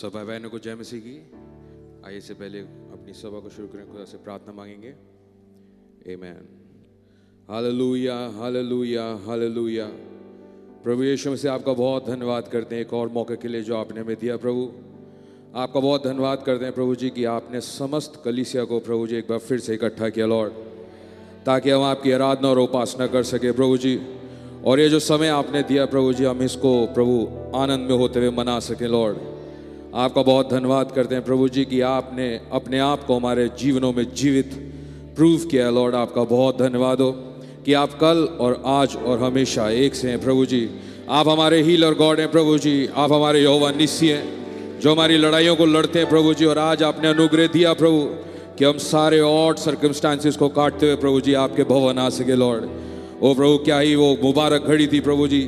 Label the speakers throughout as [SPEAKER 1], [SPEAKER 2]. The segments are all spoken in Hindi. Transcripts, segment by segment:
[SPEAKER 1] सभा बहनों को जय मसीह की आइए से पहले अपनी सभा को शुरू करें खुदा से प्रार्थना मांगेंगे आमेन हालेलुया हालेलुया हालेलुया प्रभु यीशु से आपका बहुत धन्यवाद करते हैं एक और मौके के लिए जो आपने हमें दिया प्रभु आपका बहुत धन्यवाद करते हैं प्रभु जी कि आपने समस्त कलीसिया को प्रभु जी एक बार फिर से इकट्ठा किया लॉर्ड ताकि हम आपकी आराधना और उपासना कर सके प्रभु जी और ये जो समय आपने दिया प्रभु जी हम इसको प्रभु आनंद में होते हुए मना सकें लॉर्ड आपका बहुत धन्यवाद करते हैं प्रभु जी कि आपने अपने आप को हमारे जीवनों में जीवित प्रूव किया है लॉर्ड आपका बहुत धन्यवाद हो कि आप कल और आज और हमेशा एक से हैं प्रभु जी आप हमारे हील और गॉड हैं प्रभु जी आप हमारे यहोवा निस्सी हैं जो हमारी लड़ाइयों को लड़ते हैं प्रभु जी और आज आपने अनुग्रह दिया प्रभु कि हम सारे और सर्कमस्टांसिस को काटते हुए प्रभु जी आपके भवन आ सके लॉर्ड ओ प्रभु क्या ही वो मुबारक घड़ी थी प्रभु जी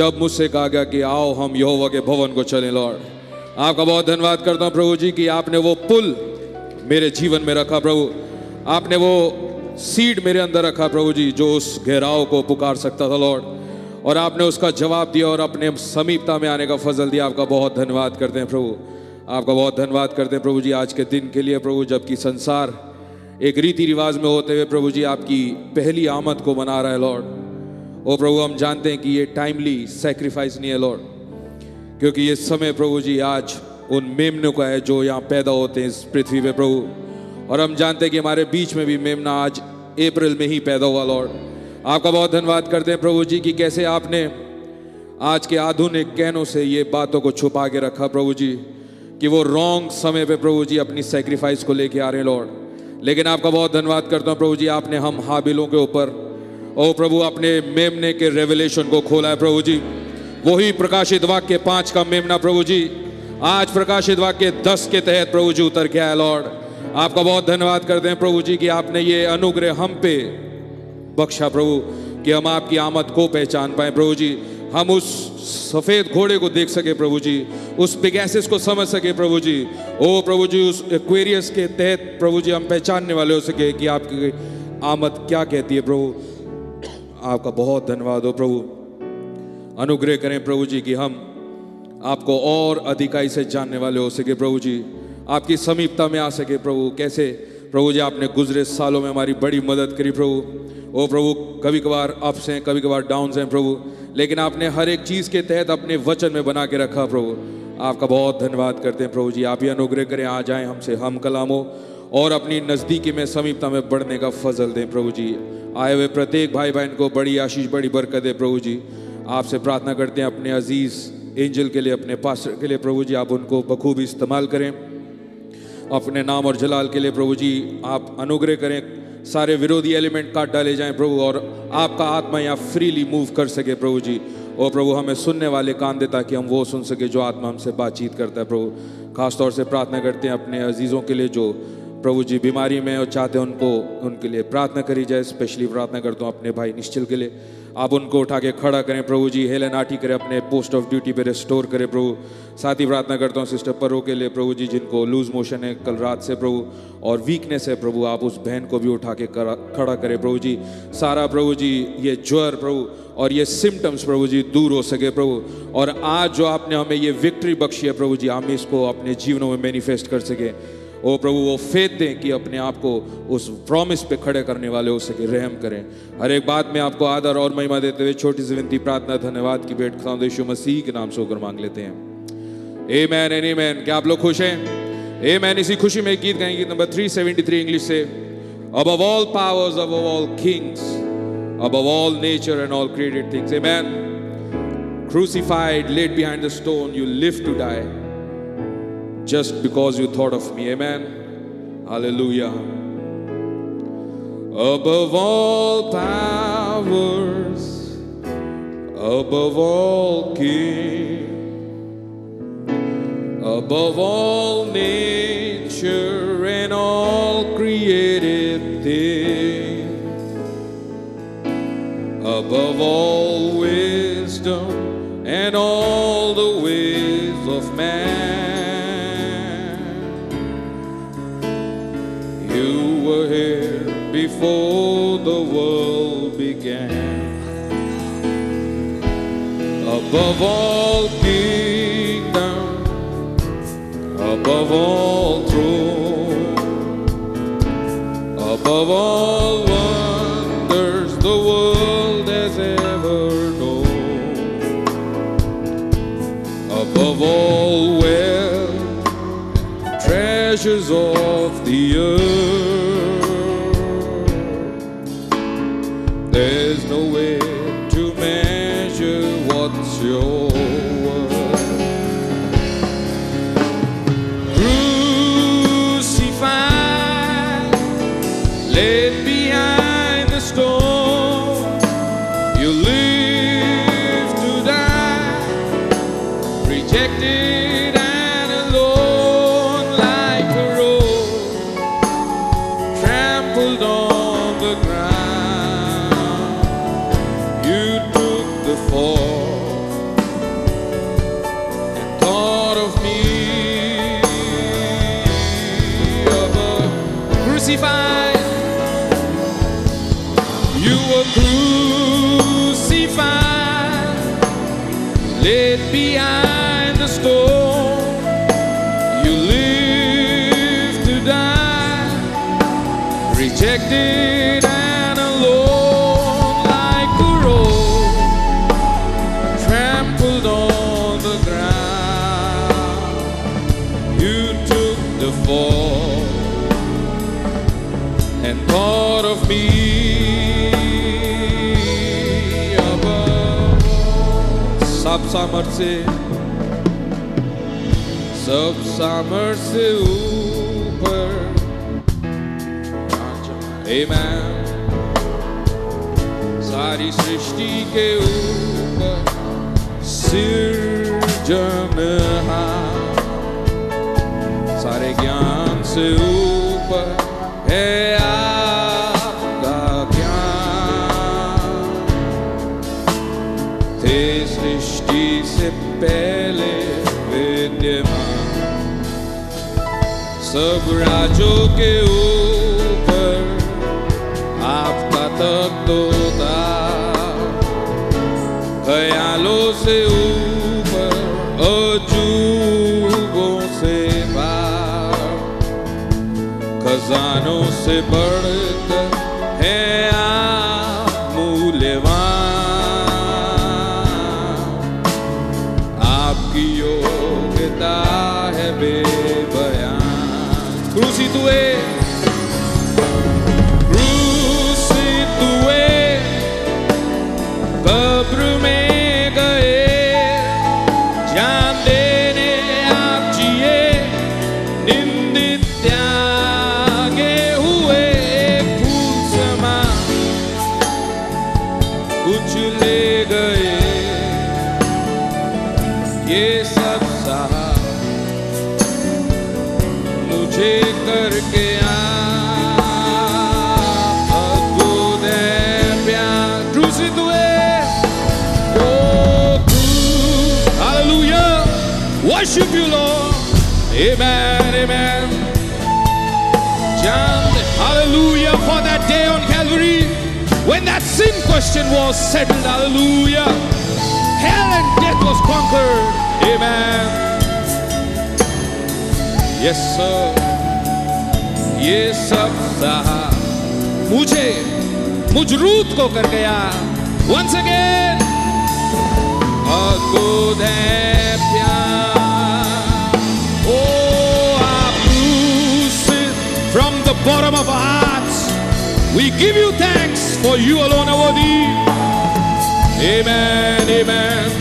[SPEAKER 1] जब मुझसे कहा गया कि आओ हम यहोवा के भवन को चलें लॉर्ड आपका बहुत धन्यवाद करता हूँ प्रभु जी कि आपने वो पुल मेरे जीवन में रखा प्रभु आपने वो सीड मेरे अंदर रखा प्रभु जी जो उस घेराव को पुकार सकता था लॉर्ड और आपने उसका जवाब दिया और अपने समीपता में आने का फजल दिया आपका बहुत धन्यवाद करते हैं प्रभु आपका बहुत धन्यवाद करते हैं प्रभु जी आज के दिन के लिए प्रभु जबकि संसार एक रीति रिवाज में होते हुए प्रभु जी आपकी पहली आमद को मना रहा है लॉर्ड ओ प्रभु हम जानते हैं कि ये टाइमली सेक्रीफाइस नहीं है लॉर्ड क्योंकि ये समय प्रभु जी आज उन मेमनों का है जो यहाँ पैदा होते हैं इस पृथ्वी पे प्रभु और हम जानते हैं कि हमारे बीच में भी मेमना आज अप्रैल में ही पैदा हुआ लॉर्ड आपका बहुत धन्यवाद करते हैं प्रभु जी कि कैसे आपने आज के आधुनिक कहनों से ये बातों को छुपा के रखा प्रभु जी कि वो रॉन्ग समय पे प्रभु जी अपनी सेक्रीफाइस को लेके आ रहे हैं लॉर्ड लेकिन आपका बहुत धन्यवाद करता हूँ प्रभु जी आपने हम हाबिलों के ऊपर ओ प्रभु अपने मेमने के रेवलेशन को खोला है प्रभु जी वही प्रकाशित वाक्य पाँच का मेमना प्रभु जी आज प्रकाशित वाक्य दस के तहत प्रभु जी उतर के आया लॉर्ड आपका बहुत धन्यवाद करते हैं प्रभु जी कि आपने ये अनुग्रह हम पे बख्शा प्रभु कि हम आपकी आमद को पहचान पाए प्रभु जी हम उस सफेद घोड़े को देख सके प्रभु जी उस पिगैसिस को समझ सके प्रभु जी ओ प्रभु जी उस एक्वेरियस के तहत प्रभु जी हम पहचानने वाले हो सके कि आपकी आमद क्या कहती है प्रभु आपका बहुत धन्यवाद हो प्रभु अनुग्रह करें प्रभु जी कि हम आपको और अधिकाई से जानने वाले हो सके प्रभु जी आपकी समीपता में आ सके प्रभु कैसे प्रभु जी आपने गुजरे सालों में हमारी बड़ी मदद करी प्रभु ओ प्रभु कभी कभार अप्स हैं कभी कभार डाउन्स हैं प्रभु लेकिन आपने हर एक चीज़ के तहत अपने वचन में बना के रखा प्रभु आपका बहुत धन्यवाद करते हैं प्रभु जी आप ही अनुग्रह करें आ जाएं हमसे हम कलाम हो और अपनी नज़दीकी में समीपता में बढ़ने का फजल दें प्रभु जी आए हुए प्रत्येक भाई बहन को बड़ी आशीष बड़ी बरकत दे प्रभु जी आपसे प्रार्थना करते हैं अपने अजीज़ एंजल के लिए अपने पास्टर के लिए प्रभु जी आप उनको बखूबी इस्तेमाल करें अपने नाम और जलाल के लिए प्रभु जी आप अनुग्रह करें सारे विरोधी एलिमेंट काट डाले जाएं प्रभु और आपका आत्मा यहाँ फ्रीली मूव कर सके प्रभु जी और प्रभु हमें सुनने वाले कान दे ताकि हम वो सुन सके जो आत्मा हमसे बातचीत करता है प्रभु खासतौर से प्रार्थना करते हैं अपने अजीज़ों के लिए जो प्रभु जी बीमारी में हैं और चाहते हैं उनको उनके लिए प्रार्थना करी जाए स्पेशली प्रार्थना करता हूँ अपने भाई निश्चल के लिए आप उनको उठा के खड़ा करें प्रभु जी हेलन आठी करें अपने पोस्ट ऑफ ड्यूटी पे रिस्टोर करें प्रभु साथ ही प्रार्थना करता हूँ सिस्टर परो के लिए प्रभु जी जिनको लूज मोशन है कल रात से प्रभु और वीकनेस है प्रभु आप उस बहन को भी उठा के करा- खड़ा करें प्रभु जी सारा प्रभु जी ये ज्वर प्रभु और ये सिम्टम्स प्रभु जी दूर हो सके प्रभु और आज जो आपने हमें ये विक्ट्री बख्शी है प्रभु जी हम इसको अपने जीवनों में मैनिफेस्ट कर सकें ओ प्रभु वो फेथ दें कि अपने आप को उस प्रॉमिस पे खड़े करने वाले हो सके रहम करें हर एक बात में आपको आदर और महिमा देते हुए छोटी सी विनती प्रार्थना धन्यवाद की भेंट खाऊ यीशु मसीह के नाम से होकर मांग लेते हैं ए मैन एन क्या आप लोग खुश हैं ए मैन इसी खुशी में एक गीत गाएंगे नंबर 373 इंग्लिश से above all powers above all kings above all nature and all created things amen crucified laid behind the stone you live to die just because you thought of me. Amen. Hallelujah. Above all powers, above all kings, above all nature and all created things, above all wisdom and all the ways of man. You were here before the world began. Above all kingdoms, above all throne, above all wonders the world has ever known, above all wealth, treasures of the earth. There's no way to measure what's your worth. Crucified, laid behind the stone. You live to die, rejected and alone like a rose trampled on the ground. You took the fall and thought of me above crucified. You were crucified, laid behind the stone. You live to die rejected and alone like a rose trampled on the ground you took the fall and thought of me above sab se sab se upar Amen. सारी सृष्टि के ऊपर सिर्जनहार सारे ज्ञान से ऊपर है आपका ज्ञान थे सृष्टि से पहले विद्यमान सब राजों के ऊपर आपका तख्तोता ख्यालों से ऊपर अजूबों से बाहर खजानों से बढ़कर है आप मूल्यवान आपकी योग्यता है बेबयान क्रूसी तुए क्रूसी तुए कब्र में गए जान देने आप जिए निंदित त्यागे हुए एक फूल समान कुछ ले गए ये सब सहा मुझे करके आप अद्भुत है प्यार। क्रूसित हुए, ओ क्रूस, hallelujah, Worship you, Lord. Amen, amen. Chant hallelujah for that day on Calvary when that sin question was settled. Hallelujah. Hell and death was conquered. Amen. Yes, sir. ये सब सहा मुझे मुजरूद को कर गया वंस अगेन अद्भुत है प्यार ओ आप lucid from the bottom of our hearts we give you thanks for you alone are worthy amen amen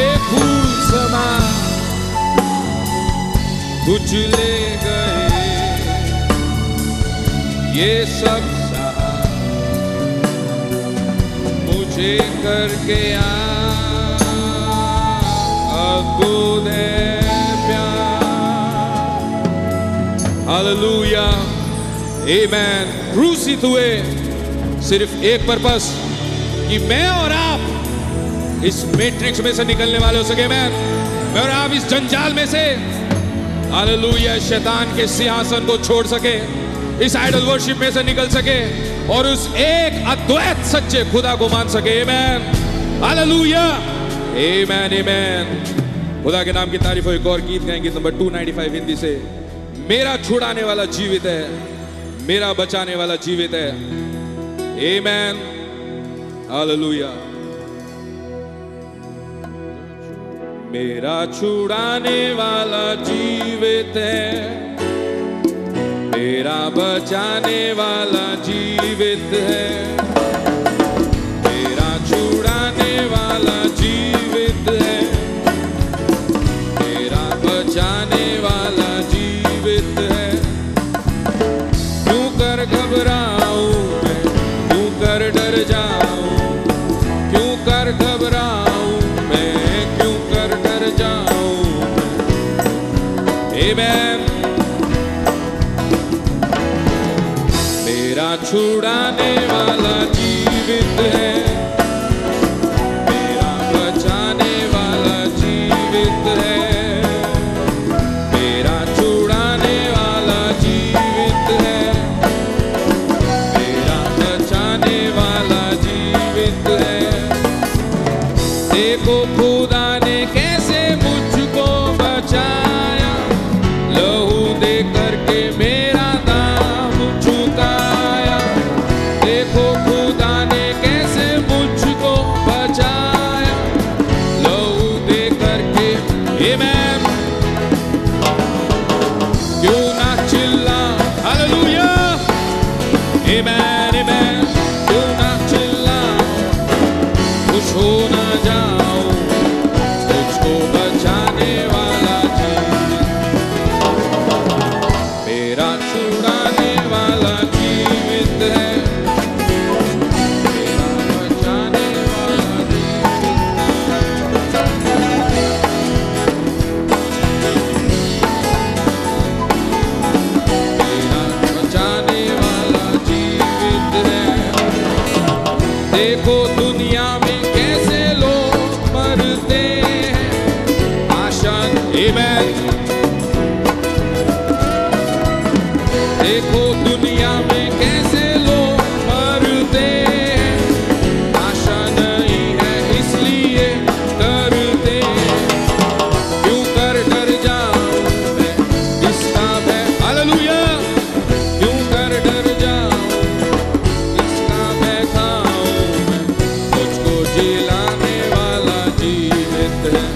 [SPEAKER 1] एक फूल समा कुछ ले गए ये सब सहा मुझे करके अद्भुत है प्यार हालेलुया आमेन क्रूसित हुए सिर्फ एक पर्पस कि मैं और आप इस मैट्रिक्स में से निकलने वाले हो सके मैन मैं और आप इस जंजाल में से हालेलुया शैतान के सिंहासन को छोड़ सके इस आइडल वर्शिप में से निकल सके और उस एक अद्वैत सच्चे खुदा को मान सके मैन हालेलुया Amen, amen. खुदा के नाम की तारीफ हो एक और गीत गाएंगे नंबर 295 हिंदी से मेरा छुड़ाने वाला जीवित है मेरा बचाने वाला जीवित है amen हालेलुया मेरा छुड़ाने वाला जीवित है मेरा बचाने वाला जीवित है मेरा छुड़ाने वाला जीवित है मेरा बचाने वाला जीवित है क्यों कर घबराऊं मैं क्यों कर डर जाऊं क्यों कर घबराऊं मैं क्यों कर डर जाऊं Amen. मेरा छुड़ाने वाला जीवित है मेरा बचाने वाला जीवित है मेरा छुड़ाने वाला जीवित है मेरा बचाने वाला जीवित है देखो खुदा ने कैसे मुझको बचाया लहू दे करके मेरा नाम चुकाया देखो खुदा ने कैसे मुझको बचाया लहू दे करके ये मैं क्यों ना चिल्ला हालेलुया Amen, amen. क्यों ना चिल्ला खुश हो ना जाओ मुझको बचाने वाला जीवित मेरा छुड़ाने वाला जीवित है मेरा बचाने वाला जीवित है। मेरा बचाने वाला जीवित है देखो दुनिया में कैसे लोग मरते हैं आशा Amen. देखो दुनिया में कैसे लोग मरते हैं आशा नहीं है इसलिए करते हैं क्यों कर डर जाऊं मैं इसका मैं हालेलुया क्यों कर डर जाऊं इसका मैं खाऊं मैं मुझको जिलाने वाला जीवित है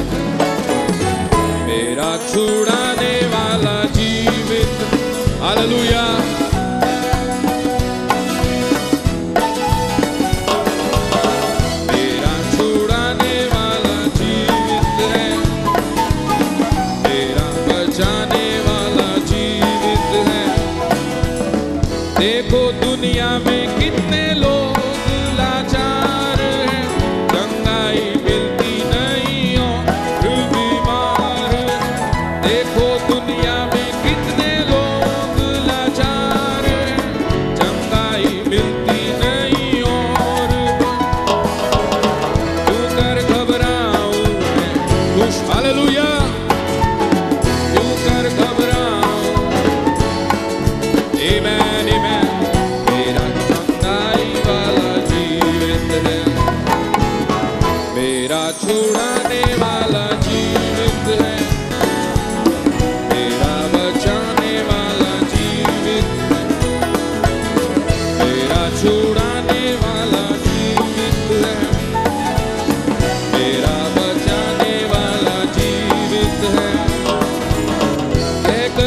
[SPEAKER 1] मेरा छुड़ाने वाला जीवित हालेलुया मेरा छुड़ाने वाला जीवित है मेरा बचाने वाला जीवित है देखो दुनिया में कितने लोग लाचार हैं चंगाई मिलती नहीं और फिर बीमार हैं। देखो दुनिया में कितने लोग लाचार हैं चंगाई मिलती नहीं और क्यों कर घबराऊं मैं खुश हालेलुया क्यों कर घबराऊं Amen, amen. मेरा चंगाई वाला जीवित है मेरा छुड़ाने वाला जीवित है मेरा बचाने वाला जीवित है मेरा छुड़ाने वाला जीवित है मेरा बचाने वाला तो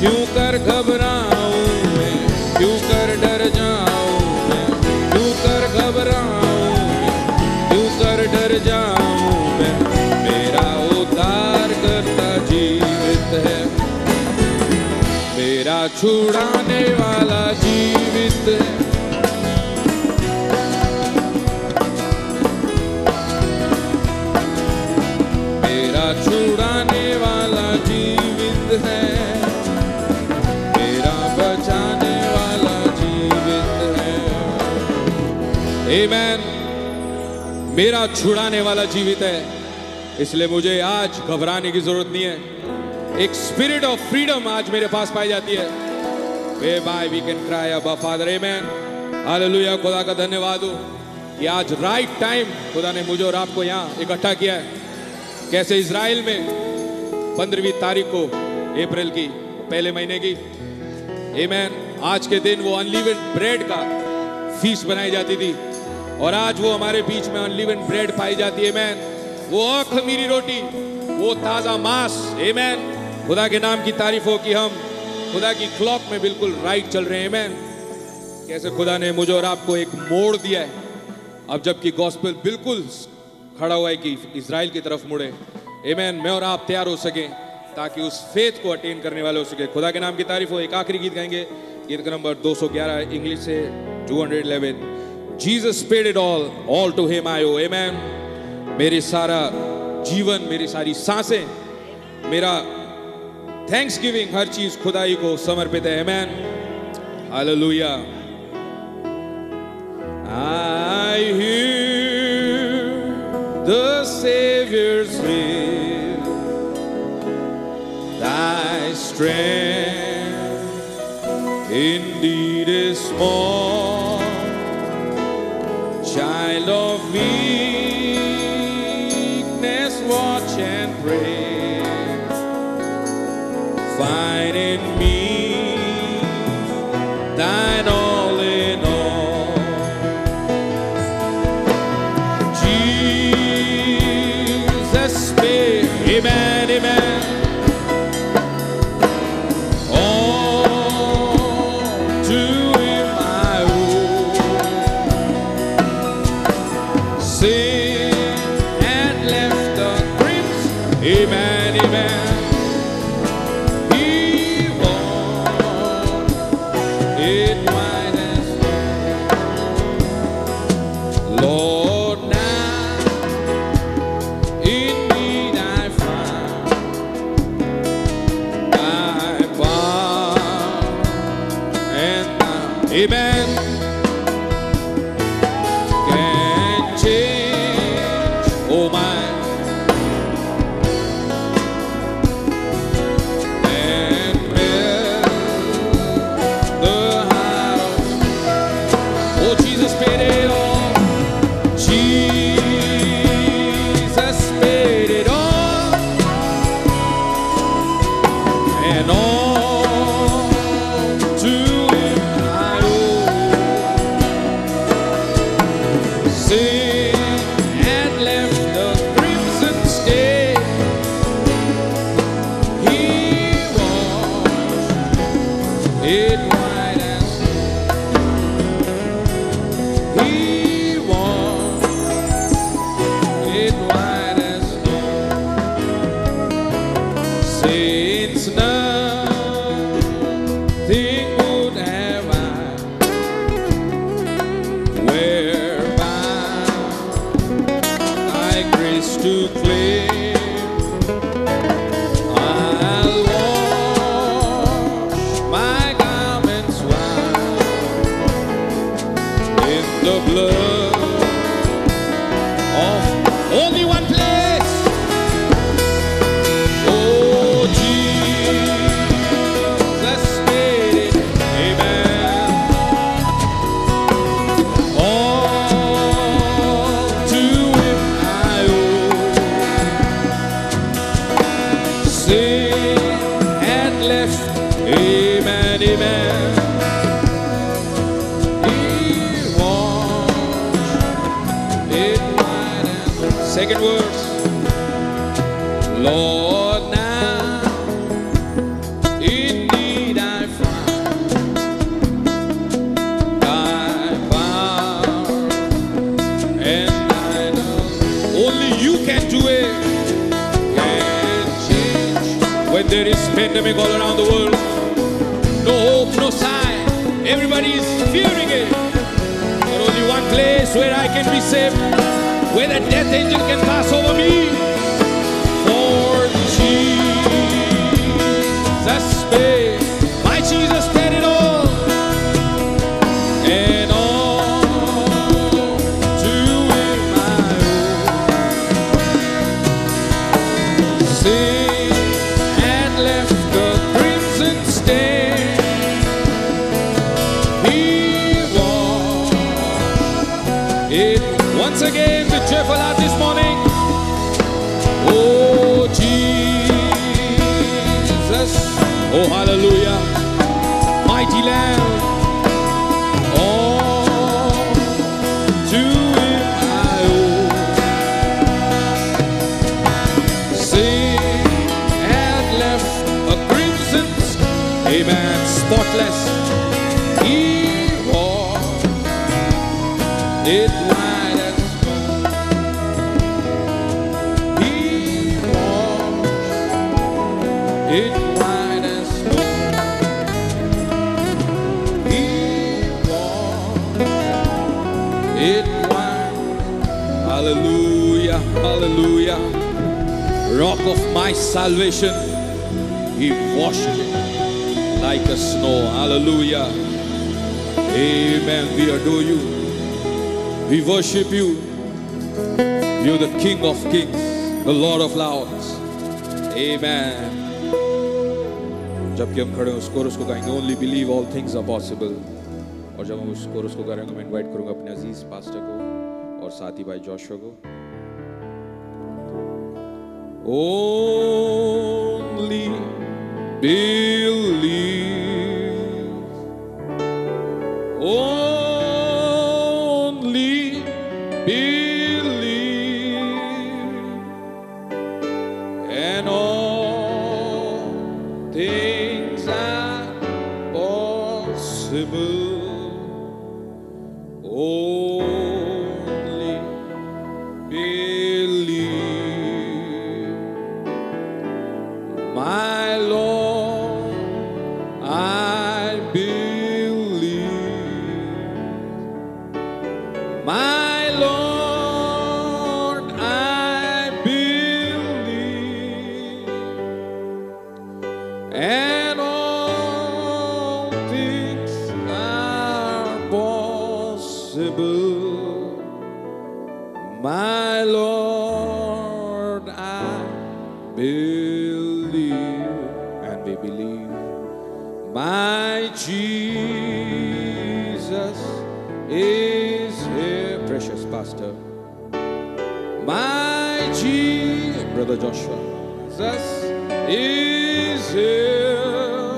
[SPEAKER 1] क्यों कर घबराऊं मैं क्यों कर डर जाऊं मैं क्यों कर घबराऊं मैं क्यों कर डर जाऊं मैं मेरा उद्धार करता जीवित है मेरा छुड़ाने वाला जीवित है मेरा छुड़ाने वाला जीवित है मेरा बचाने वाला जीवित है Amen. मेरा छुड़ाने वाला जीवित है इसलिए मुझे आज घबराने की जरूरत नहीं है एक स्पिरिट ऑफ फ्रीडम आज मेरे पास पाई जाती है whereby we can cry अब फादर amen हालेलुया खुदा का धन्यवाद हो कि आज राइट टाइम खुदा ने मुझे और आपको यहाँ इकट्ठा किया है कैसे इसराइल में पंद्रहवीं तारीख को अप्रैल की पहले महीने की Amen. आज के दिन वो अनलिवेड ब्रेड का फीस बनाई जाती थी और आज वो हमारे बीच में अनलिवेड ब्रेड पाई जाती है मैन वो अखमीरी रोटी वो ताज़ा मांस Amen. खुदा के नाम की तारीफ हो कि हम खुदा की क्लॉक में बिल्कुल राइट चल रहे हैं मैन कैसे खुदा ने मुझे और आपको एक मोड़ दिया है अब जबकि गॉस्पेल बिल्कुल खड़ा हुआ है कि इसराइल की तरफ मुड़े एमेन मैं और आप तैयार हो सके ताकि उस फेथ को अटेन करने वाले हो सके खुदा के नाम की तारीफ हो एक आखिरी गीत गाएंगे गीत का नंबर 211 इंग्लिश से 211 Jesus paid it all all to him I owe amen मेरे सारा जीवन मेरी सारी सांसें मेरा थैंक्स गिविंग हर चीज खुदाई को समर्पित है amen hallelujah I hear the Savior's whisper, Thy strength indeed is small, child of weakness, watch and pray. Find in me thine all in all. Jesus, be amen, amen. All to Him I owe. Sin had left the crimson, amen, amen. He bore it mine as Lord, now indeed I find thy power and thy Amen. Can change, oh my, and melt the heart. Oh, Jesus, paid it all. Jesus paid it all and all to him I owe. Sin had left the crimson stain. He washed it white as snow. He won it white as snow. Since nothing would have I, whereby thy grace to claim, I'll wash my garments white in the blood of only one place. Oh, Jesus made it. Amen. All to Him I owe. Sin and left. Amen. Amen. Second verse. Lord, now in thee When there is pandemic all around the world, no hope, no sign. Everybody is fearing it. There only one place where I can be safe, where the death angel can pass over me. For Jesus paid, my Jesus paid it all, and all to Him I owe. Sing and left the crimson stain. He walked in once again. The cheerful out this morning. Oh Jesus, oh hallelujah, mighty Lamb. All to Him I owe. Sing and left a crimson, a man spotless. He wore it white as snow. He wore it white as snow. He wore it white. Hallelujah, hallelujah rock of my salvation. He washed it like a snow. Hallelujah. Amen. We adore you. We worship you. You're the King of kings, the Lord of lords. Amen. जबकि हम खड़े हैं उस कोरस को गाएंगे only believe all things are possible और जब हम उस कोरस को गा रहे होंगे मैं इनवाइट करूंगा अपने अजीज पास्टर को और साथी भाई जोशो को only believe. Only believe, and all things are possible. Only believe. My Lord, I believe. My Lord, I believe. And all things are possible. My Lord, I believe, and we believe. My Jesus is here, precious pastor. My Jesus, brother Joshua, Jesus is here,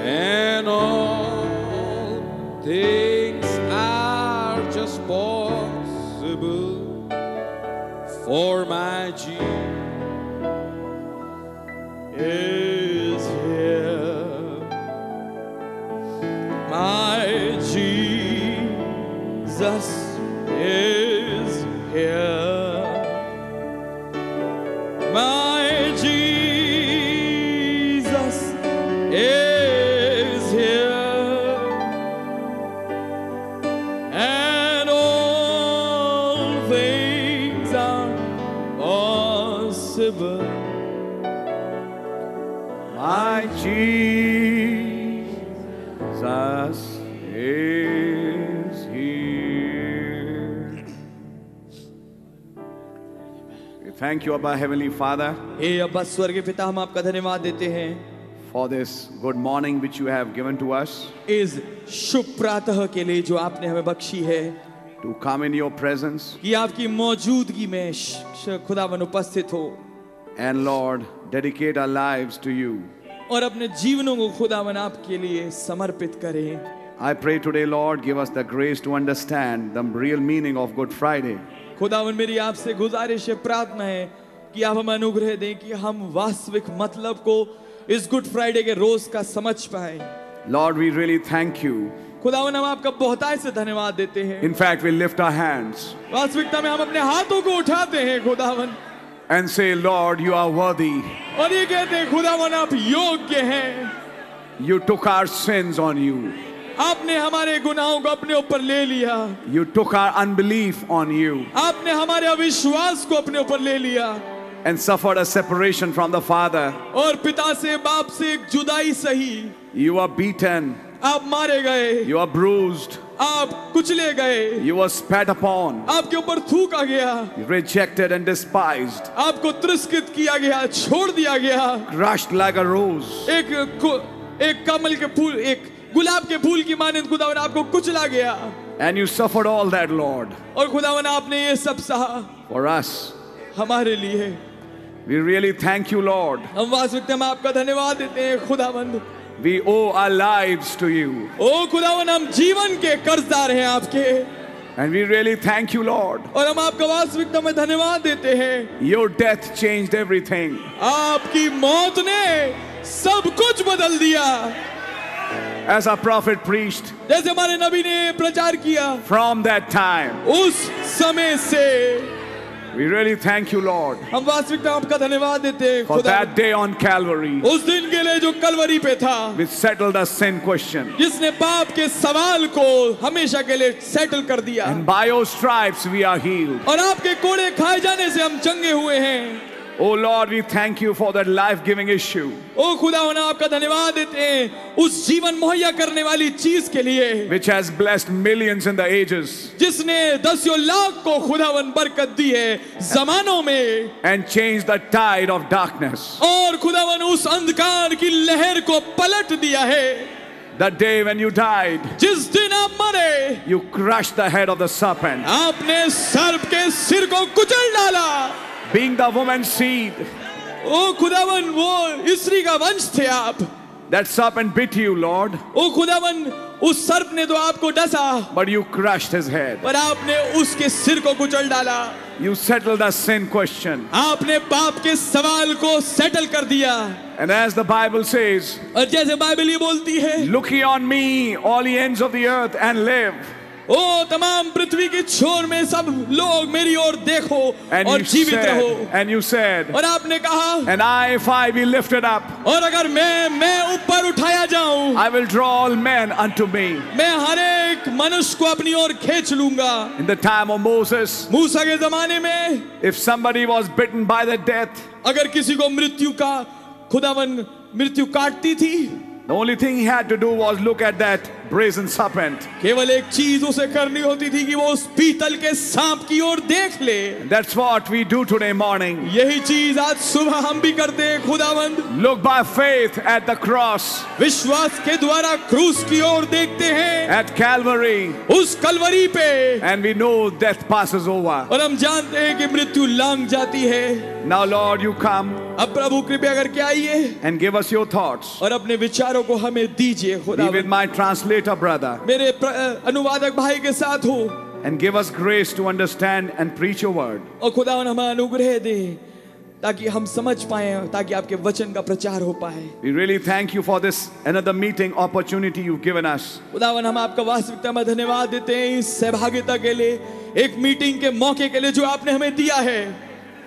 [SPEAKER 1] and all things are just possible for my Jesus.
[SPEAKER 2] is here. My Jesus is here. My Jesus is here. And all things are possible. My Jesus is here. We thank you, Abba Heavenly Father,
[SPEAKER 3] हे अब्बा स्वर्गीय पिता हम आपका धन्यवाद देते हैं
[SPEAKER 2] for this good morning which you have given to us
[SPEAKER 3] इस शुभ प्रातः के लिए जो आपने हमें बख्शी है
[SPEAKER 2] to come in your presence
[SPEAKER 3] कि आपकी मौजूदगी में श- श- खुदावन उपस्थित हो
[SPEAKER 2] and, Lord, dedicate our lives to you.
[SPEAKER 3] और अपने जीवनों को खुदावन आपके लिए समर्पित करें
[SPEAKER 2] I pray today, Lord, give us the grace to understand the real meaning of Good Friday.
[SPEAKER 3] खुदावन मेरी आपसे गुजारिश है प्रार्थना है कि आप हमें अनुग्रह दें कि हम वास्तविक मतलब को इस गुड फ्राइडे के रोज का समझ पाए
[SPEAKER 2] Lord, we really thank you.
[SPEAKER 3] खुदावन हम आपका बहुताय से धन्यवाद देते हैं
[SPEAKER 2] In fact, we lift our hands
[SPEAKER 3] वास्तविकता में हम अपने हाथों को उठाते हैं खुदावन
[SPEAKER 2] and say, Lord, you are worthy.
[SPEAKER 1] और ये कहते हैं खुदावन आप योग्य हैं
[SPEAKER 2] You took our sins on you.
[SPEAKER 1] आपने हमारे गुनाहों को अपने ऊपर ले लिया
[SPEAKER 2] You took our unbelief on you
[SPEAKER 1] आपने हमारे अविश्वास को अपने ऊपर ले लिया
[SPEAKER 2] and suffered a separation from the Father.
[SPEAKER 1] और पिता से बाप से एक जुदाई सही
[SPEAKER 2] You were beaten.
[SPEAKER 1] आप मारे गए
[SPEAKER 2] You were bruised.
[SPEAKER 1] आप कुचले गए
[SPEAKER 2] You were spat upon,
[SPEAKER 1] आपके ऊपर थूका गया
[SPEAKER 2] rejected and despised,
[SPEAKER 1] आपको तिरस्कृत किया गया छोड़ दिया गया
[SPEAKER 2] crushed like a rose.
[SPEAKER 1] एक कु- एक कमल के फूल एक गुलाब के फूल की मानंद खुदावन आपको कुचला गया
[SPEAKER 2] And you suffered all that, Lord,
[SPEAKER 1] और खुदावन आपने ये सब सहा
[SPEAKER 2] for us.
[SPEAKER 1] हमारे लिए
[SPEAKER 2] We really thank you, Lord.
[SPEAKER 1] हम वास्तविकता में आपका धन्यवाद देते हैं खुदावंद
[SPEAKER 2] We owe our lives to you.
[SPEAKER 1] ओ खुदावन हम जीवन के कर्जदार हैं आपके
[SPEAKER 2] And we really thank you, Lord.
[SPEAKER 1] और हम आपका वास्तविकता में धन्यवाद देते हैं
[SPEAKER 2] Your death changed everything.
[SPEAKER 1] आपकी मौत ने सब कुछ बदल दिया
[SPEAKER 2] As our prophet preached,
[SPEAKER 1] जैसे हमारे नबी ने प्रचार किया
[SPEAKER 2] from that time,
[SPEAKER 1] उस समय से
[SPEAKER 2] we really thank you, Lord,
[SPEAKER 1] हम वास्तविकता में आपका धन्यवाद देते हैं
[SPEAKER 2] for
[SPEAKER 1] खुदा
[SPEAKER 2] that day on Calvary,
[SPEAKER 1] उस दिन के लिए जो कलवरी पे था
[SPEAKER 2] which settled the sin question.
[SPEAKER 1] जिसने पाप के सवाल को हमेशा के लिए सेटल कर दिया
[SPEAKER 2] And by your stripes we are healed.
[SPEAKER 1] और आपके कोड़े खाए जाने से हम चंगे हुए हैं
[SPEAKER 2] Oh Lord, we thank you for that life giving issue
[SPEAKER 1] ओ खुदा होना आपका धन्यवाद देते हैं उस जीवन मुहैया करने वाली चीज के लिए
[SPEAKER 2] which has blessed millions in the ages
[SPEAKER 1] जिसने दसियों लाख को खुदावन बरकत दी है जमानों में
[SPEAKER 2] and changed the tide of darkness.
[SPEAKER 1] और खुदावन उस अंधकार की लहर को पलट दिया है
[SPEAKER 2] The day when you died,
[SPEAKER 1] जिस दिन आप मरे
[SPEAKER 2] you crushed the head of the serpent.
[SPEAKER 1] आपने सर्प के सिर को कुचल डाला
[SPEAKER 2] Being the woman's seed,
[SPEAKER 1] ओ खुदावन वो स्त्री का वंश थे आप
[SPEAKER 2] that serpent bit you, Lord,
[SPEAKER 1] ओ खुदावन उस सर्प ने तो आपको डसा
[SPEAKER 2] but you crushed his head.
[SPEAKER 1] पर आपने उसके सिर को कुचल डाला
[SPEAKER 2] You settled the sin question.
[SPEAKER 1] आपने पाप के सवाल को सेटल कर दिया
[SPEAKER 2] And as the Bible says,
[SPEAKER 1] और जैसे बाइबल ये बोलती है
[SPEAKER 2] Look ye on me, all ye ends of the earth, and live.
[SPEAKER 1] ओ तमाम पृथ्वी की छोर में सब लोग मेरी ओर देखो
[SPEAKER 2] And
[SPEAKER 1] और
[SPEAKER 2] you
[SPEAKER 1] जीवित
[SPEAKER 2] said,
[SPEAKER 1] रहो
[SPEAKER 2] and you said,
[SPEAKER 1] और आपने कहा
[SPEAKER 2] and I, if I be lifted up,
[SPEAKER 1] और अगर मैं मैं ऊपर उठाया जाऊं
[SPEAKER 2] I will draw all men unto me.
[SPEAKER 1] मैं हर एक मनुष्य को अपनी ओर खींच लूंगा
[SPEAKER 2] In the time of Moses,
[SPEAKER 1] मूसा के जमाने में
[SPEAKER 2] if somebody was bitten by the death,
[SPEAKER 1] अगर किसी को मृत्यु का खुदावन मृत्यु काटती थी
[SPEAKER 2] the only thing he had to do was look at that brazen serpent.
[SPEAKER 1] केवल एक चीज उसे करनी होती थी कि वो उस पीतल के सांप की ओर देख ले
[SPEAKER 2] That's what we do today morning.
[SPEAKER 1] यही चीज आज सुबह हम भी करते हैं खुदावंद
[SPEAKER 2] Look by faith at the cross,
[SPEAKER 1] विश्वास के द्वारा क्रूस की ओर देखते हैं
[SPEAKER 2] at Calvary,
[SPEAKER 1] उस कलवरी पे
[SPEAKER 2] and we know death passes over.
[SPEAKER 1] और हम जानते हैं कि मृत्यु लांग जाती है
[SPEAKER 2] Now, Lord, you come
[SPEAKER 1] अब प्रभु कृपया करके आइए
[SPEAKER 2] and give us your thoughts.
[SPEAKER 1] और अपने विचारों को हमें दीजिए
[SPEAKER 2] Be with
[SPEAKER 1] खुदावंद
[SPEAKER 2] my translator, brother.
[SPEAKER 1] मेरे प्र- अनुवादक भाई के साथ हो
[SPEAKER 2] and give us grace to understand and preach your word.
[SPEAKER 1] और खुदावन हमें अनुग्रह दे ताकि हम समझ पाए ताकि आपके वचन का प्रचार हो पाए
[SPEAKER 2] We really thank you for this another meeting opportunity you've given us.
[SPEAKER 1] खुदावन हम आपका वास्तविकता में धन्यवाद देते हैं इस सहभागिता के लिए एक मीटिंग के मौके के लिए जो आपने हमें दिया है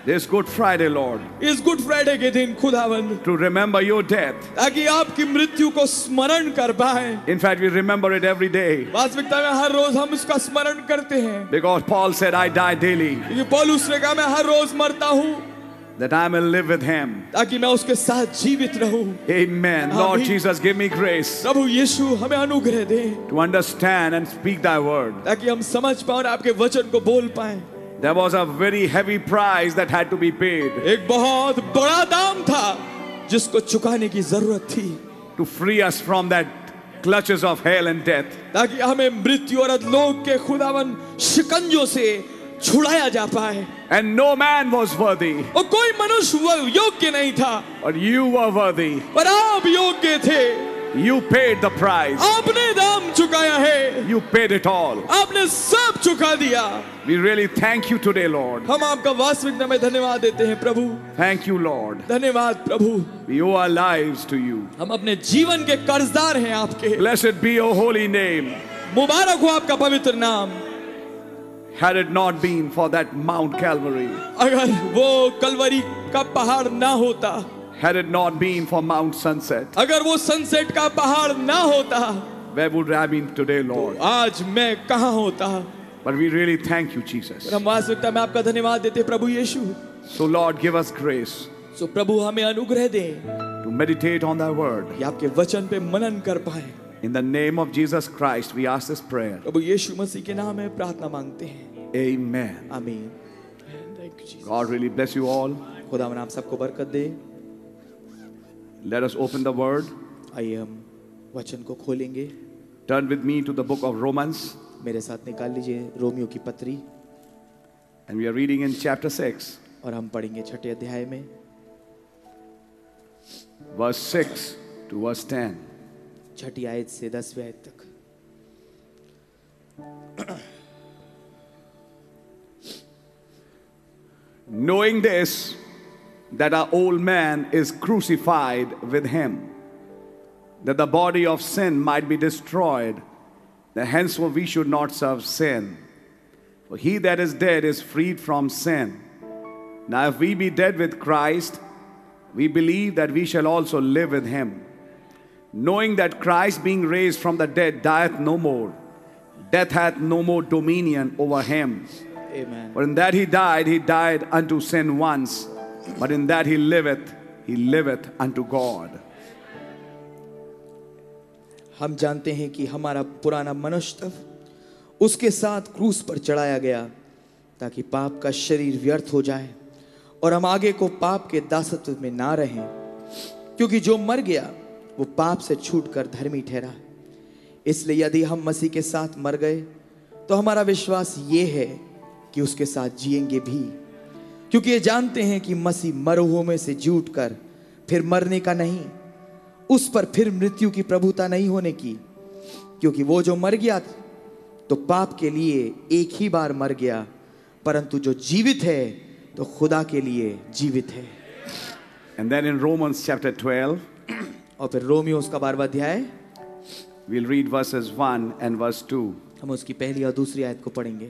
[SPEAKER 2] This Good Friday, Lord,
[SPEAKER 1] इस गुड फ्राइडे के दिन खुदावन
[SPEAKER 2] to remember your death.
[SPEAKER 1] ताकि आपकी मृत्यु को स्मरण कर पाए
[SPEAKER 2] In fact, we remember it every day
[SPEAKER 1] वास्तविकता में हर रोज हम उसका स्मरण करते हैं
[SPEAKER 2] because Paul said, I die daily
[SPEAKER 1] क्योंकि पौलुस ने कहा मैं हर रोज मरता हूँ
[SPEAKER 2] that I may live with him.
[SPEAKER 1] ताकि मैं उसके साथ जीवित रहूं
[SPEAKER 2] Amen. Lord
[SPEAKER 1] Amen.
[SPEAKER 2] Jesus, give me grace
[SPEAKER 1] प्रभु यीशु हमें अनुग्रह दे
[SPEAKER 2] to understand and speak thy word.
[SPEAKER 1] ताकि हम समझ पाए और आपके वचन को बोल पाए
[SPEAKER 2] There was a very heavy price that had to be paid
[SPEAKER 1] एक बहुत बड़ा दाम था जिसको चुकाने की जरूरत थी
[SPEAKER 2] to free us from that clutches of hell and death.
[SPEAKER 1] ताकि हमें मृत्यु और अधलोक के खुदावन शिकंजों से छुड़ाया जा पाए
[SPEAKER 2] And no man was worthy,
[SPEAKER 1] और कोई मनुष्य वो योग्य नहीं था
[SPEAKER 2] but you were worthy.
[SPEAKER 1] पर आप योग्य थे
[SPEAKER 2] You paid the price.
[SPEAKER 1] आपने दाम चुकाया है
[SPEAKER 2] You paid it all.
[SPEAKER 1] आपने सब चुका दिया
[SPEAKER 2] We really thank you today, Lord.
[SPEAKER 1] हम आपका वास्तविकता में धन्यवाद देते हैं प्रभु
[SPEAKER 2] Thank you, Lord.
[SPEAKER 1] धन्यवाद प्रभु
[SPEAKER 2] We owe our lives to you.
[SPEAKER 1] हम अपने जीवन के कर्जदार हैं आपके
[SPEAKER 2] Blessed be your holy name.
[SPEAKER 1] मुबारक हो आपका पवित्र नाम
[SPEAKER 2] Had it not been for that Mount Calvary,
[SPEAKER 1] अगर वो कलवरी का पहाड़ ना होता
[SPEAKER 2] had it not been for Mount Sunset,
[SPEAKER 1] अगर वो सनसेट का पहाड़ ना होता
[SPEAKER 2] where would I have been today, Lord?
[SPEAKER 1] आज मैं कहा होता
[SPEAKER 2] But we really thank you, Jesus.
[SPEAKER 1] हम वास्तविकता में आपका धन्यवाद देते हैं, प्रभु यीशु
[SPEAKER 2] So, Lord, give us grace
[SPEAKER 1] सो प्रभु हमें अनुग्रह दें
[SPEAKER 2] to meditate on thy word.
[SPEAKER 1] कि आपके वचन पे मनन कर पाए
[SPEAKER 2] In the name of Jesus Christ, we ask this prayer.
[SPEAKER 1] प्रभु यीशु मसीह के नाम में प्रार्थना मांगते हैं
[SPEAKER 2] Amen.
[SPEAKER 1] आमीन Thank you, Jesus.
[SPEAKER 2] God really bless you all.
[SPEAKER 1] खुदा नाम सबको बरकत दे
[SPEAKER 2] Let us open the word.
[SPEAKER 1] आइए हम वचन को खोलेंगे
[SPEAKER 2] Turn with me to the book of Romans,
[SPEAKER 1] मेरे साथ निकाल लीजिए रोमियो की पत्री
[SPEAKER 2] and we are reading in chapter 6,
[SPEAKER 1] और हम पढ़ेंगे छठे अध्याय में
[SPEAKER 2] verse 6 to verse 10.
[SPEAKER 1] छठी आयत से दसवीं आयत तक
[SPEAKER 2] Knowing this, that our old man is crucified with him, that the body of sin might be destroyed, that henceforth we should not serve sin. For he that is dead is freed from sin. Now, if we be dead with Christ, we believe that we shall also live with him, knowing that Christ, being raised from the dead, dieth no more. Death hath no more dominion over him.
[SPEAKER 1] Amen.
[SPEAKER 2] For in that he died, he died unto sin once, but in that he liveth, he liveth unto God.
[SPEAKER 1] हम जानते हैं कि हमारा पुराना मनुष्य उसके साथ क्रूस पर चढ़ाया गया ताकि पाप का शरीर व्यर्थ हो जाए और हम आगे को पाप के दासत्व में ना रहें क्योंकि जो मर गया वो पाप से छूट कर धर्मी ठहरा इसलिए यदि हम मसीह के साथ मर गए तो हमारा विश्वास ये है कि उसके साथ जिएंगे भी क्योंकि ये जानते हैं कि मसीह मरहुओं में से जी उठकर फिर मरने का नहीं उस पर फिर मृत्यु की प्रभुता नहीं होने की क्योंकि वो जो मर गया तो पाप के लिए एक ही बार मर गया परंतु जो जीवित है तो खुदा के लिए जीवित है
[SPEAKER 2] And then in Romans chapter 12,
[SPEAKER 1] और फिर रोमियो उसका बारवा अध्याय
[SPEAKER 2] we'll read verses 1 and verse 2.
[SPEAKER 1] हम उसकी पहली और दूसरी आयत को पढ़ेंगे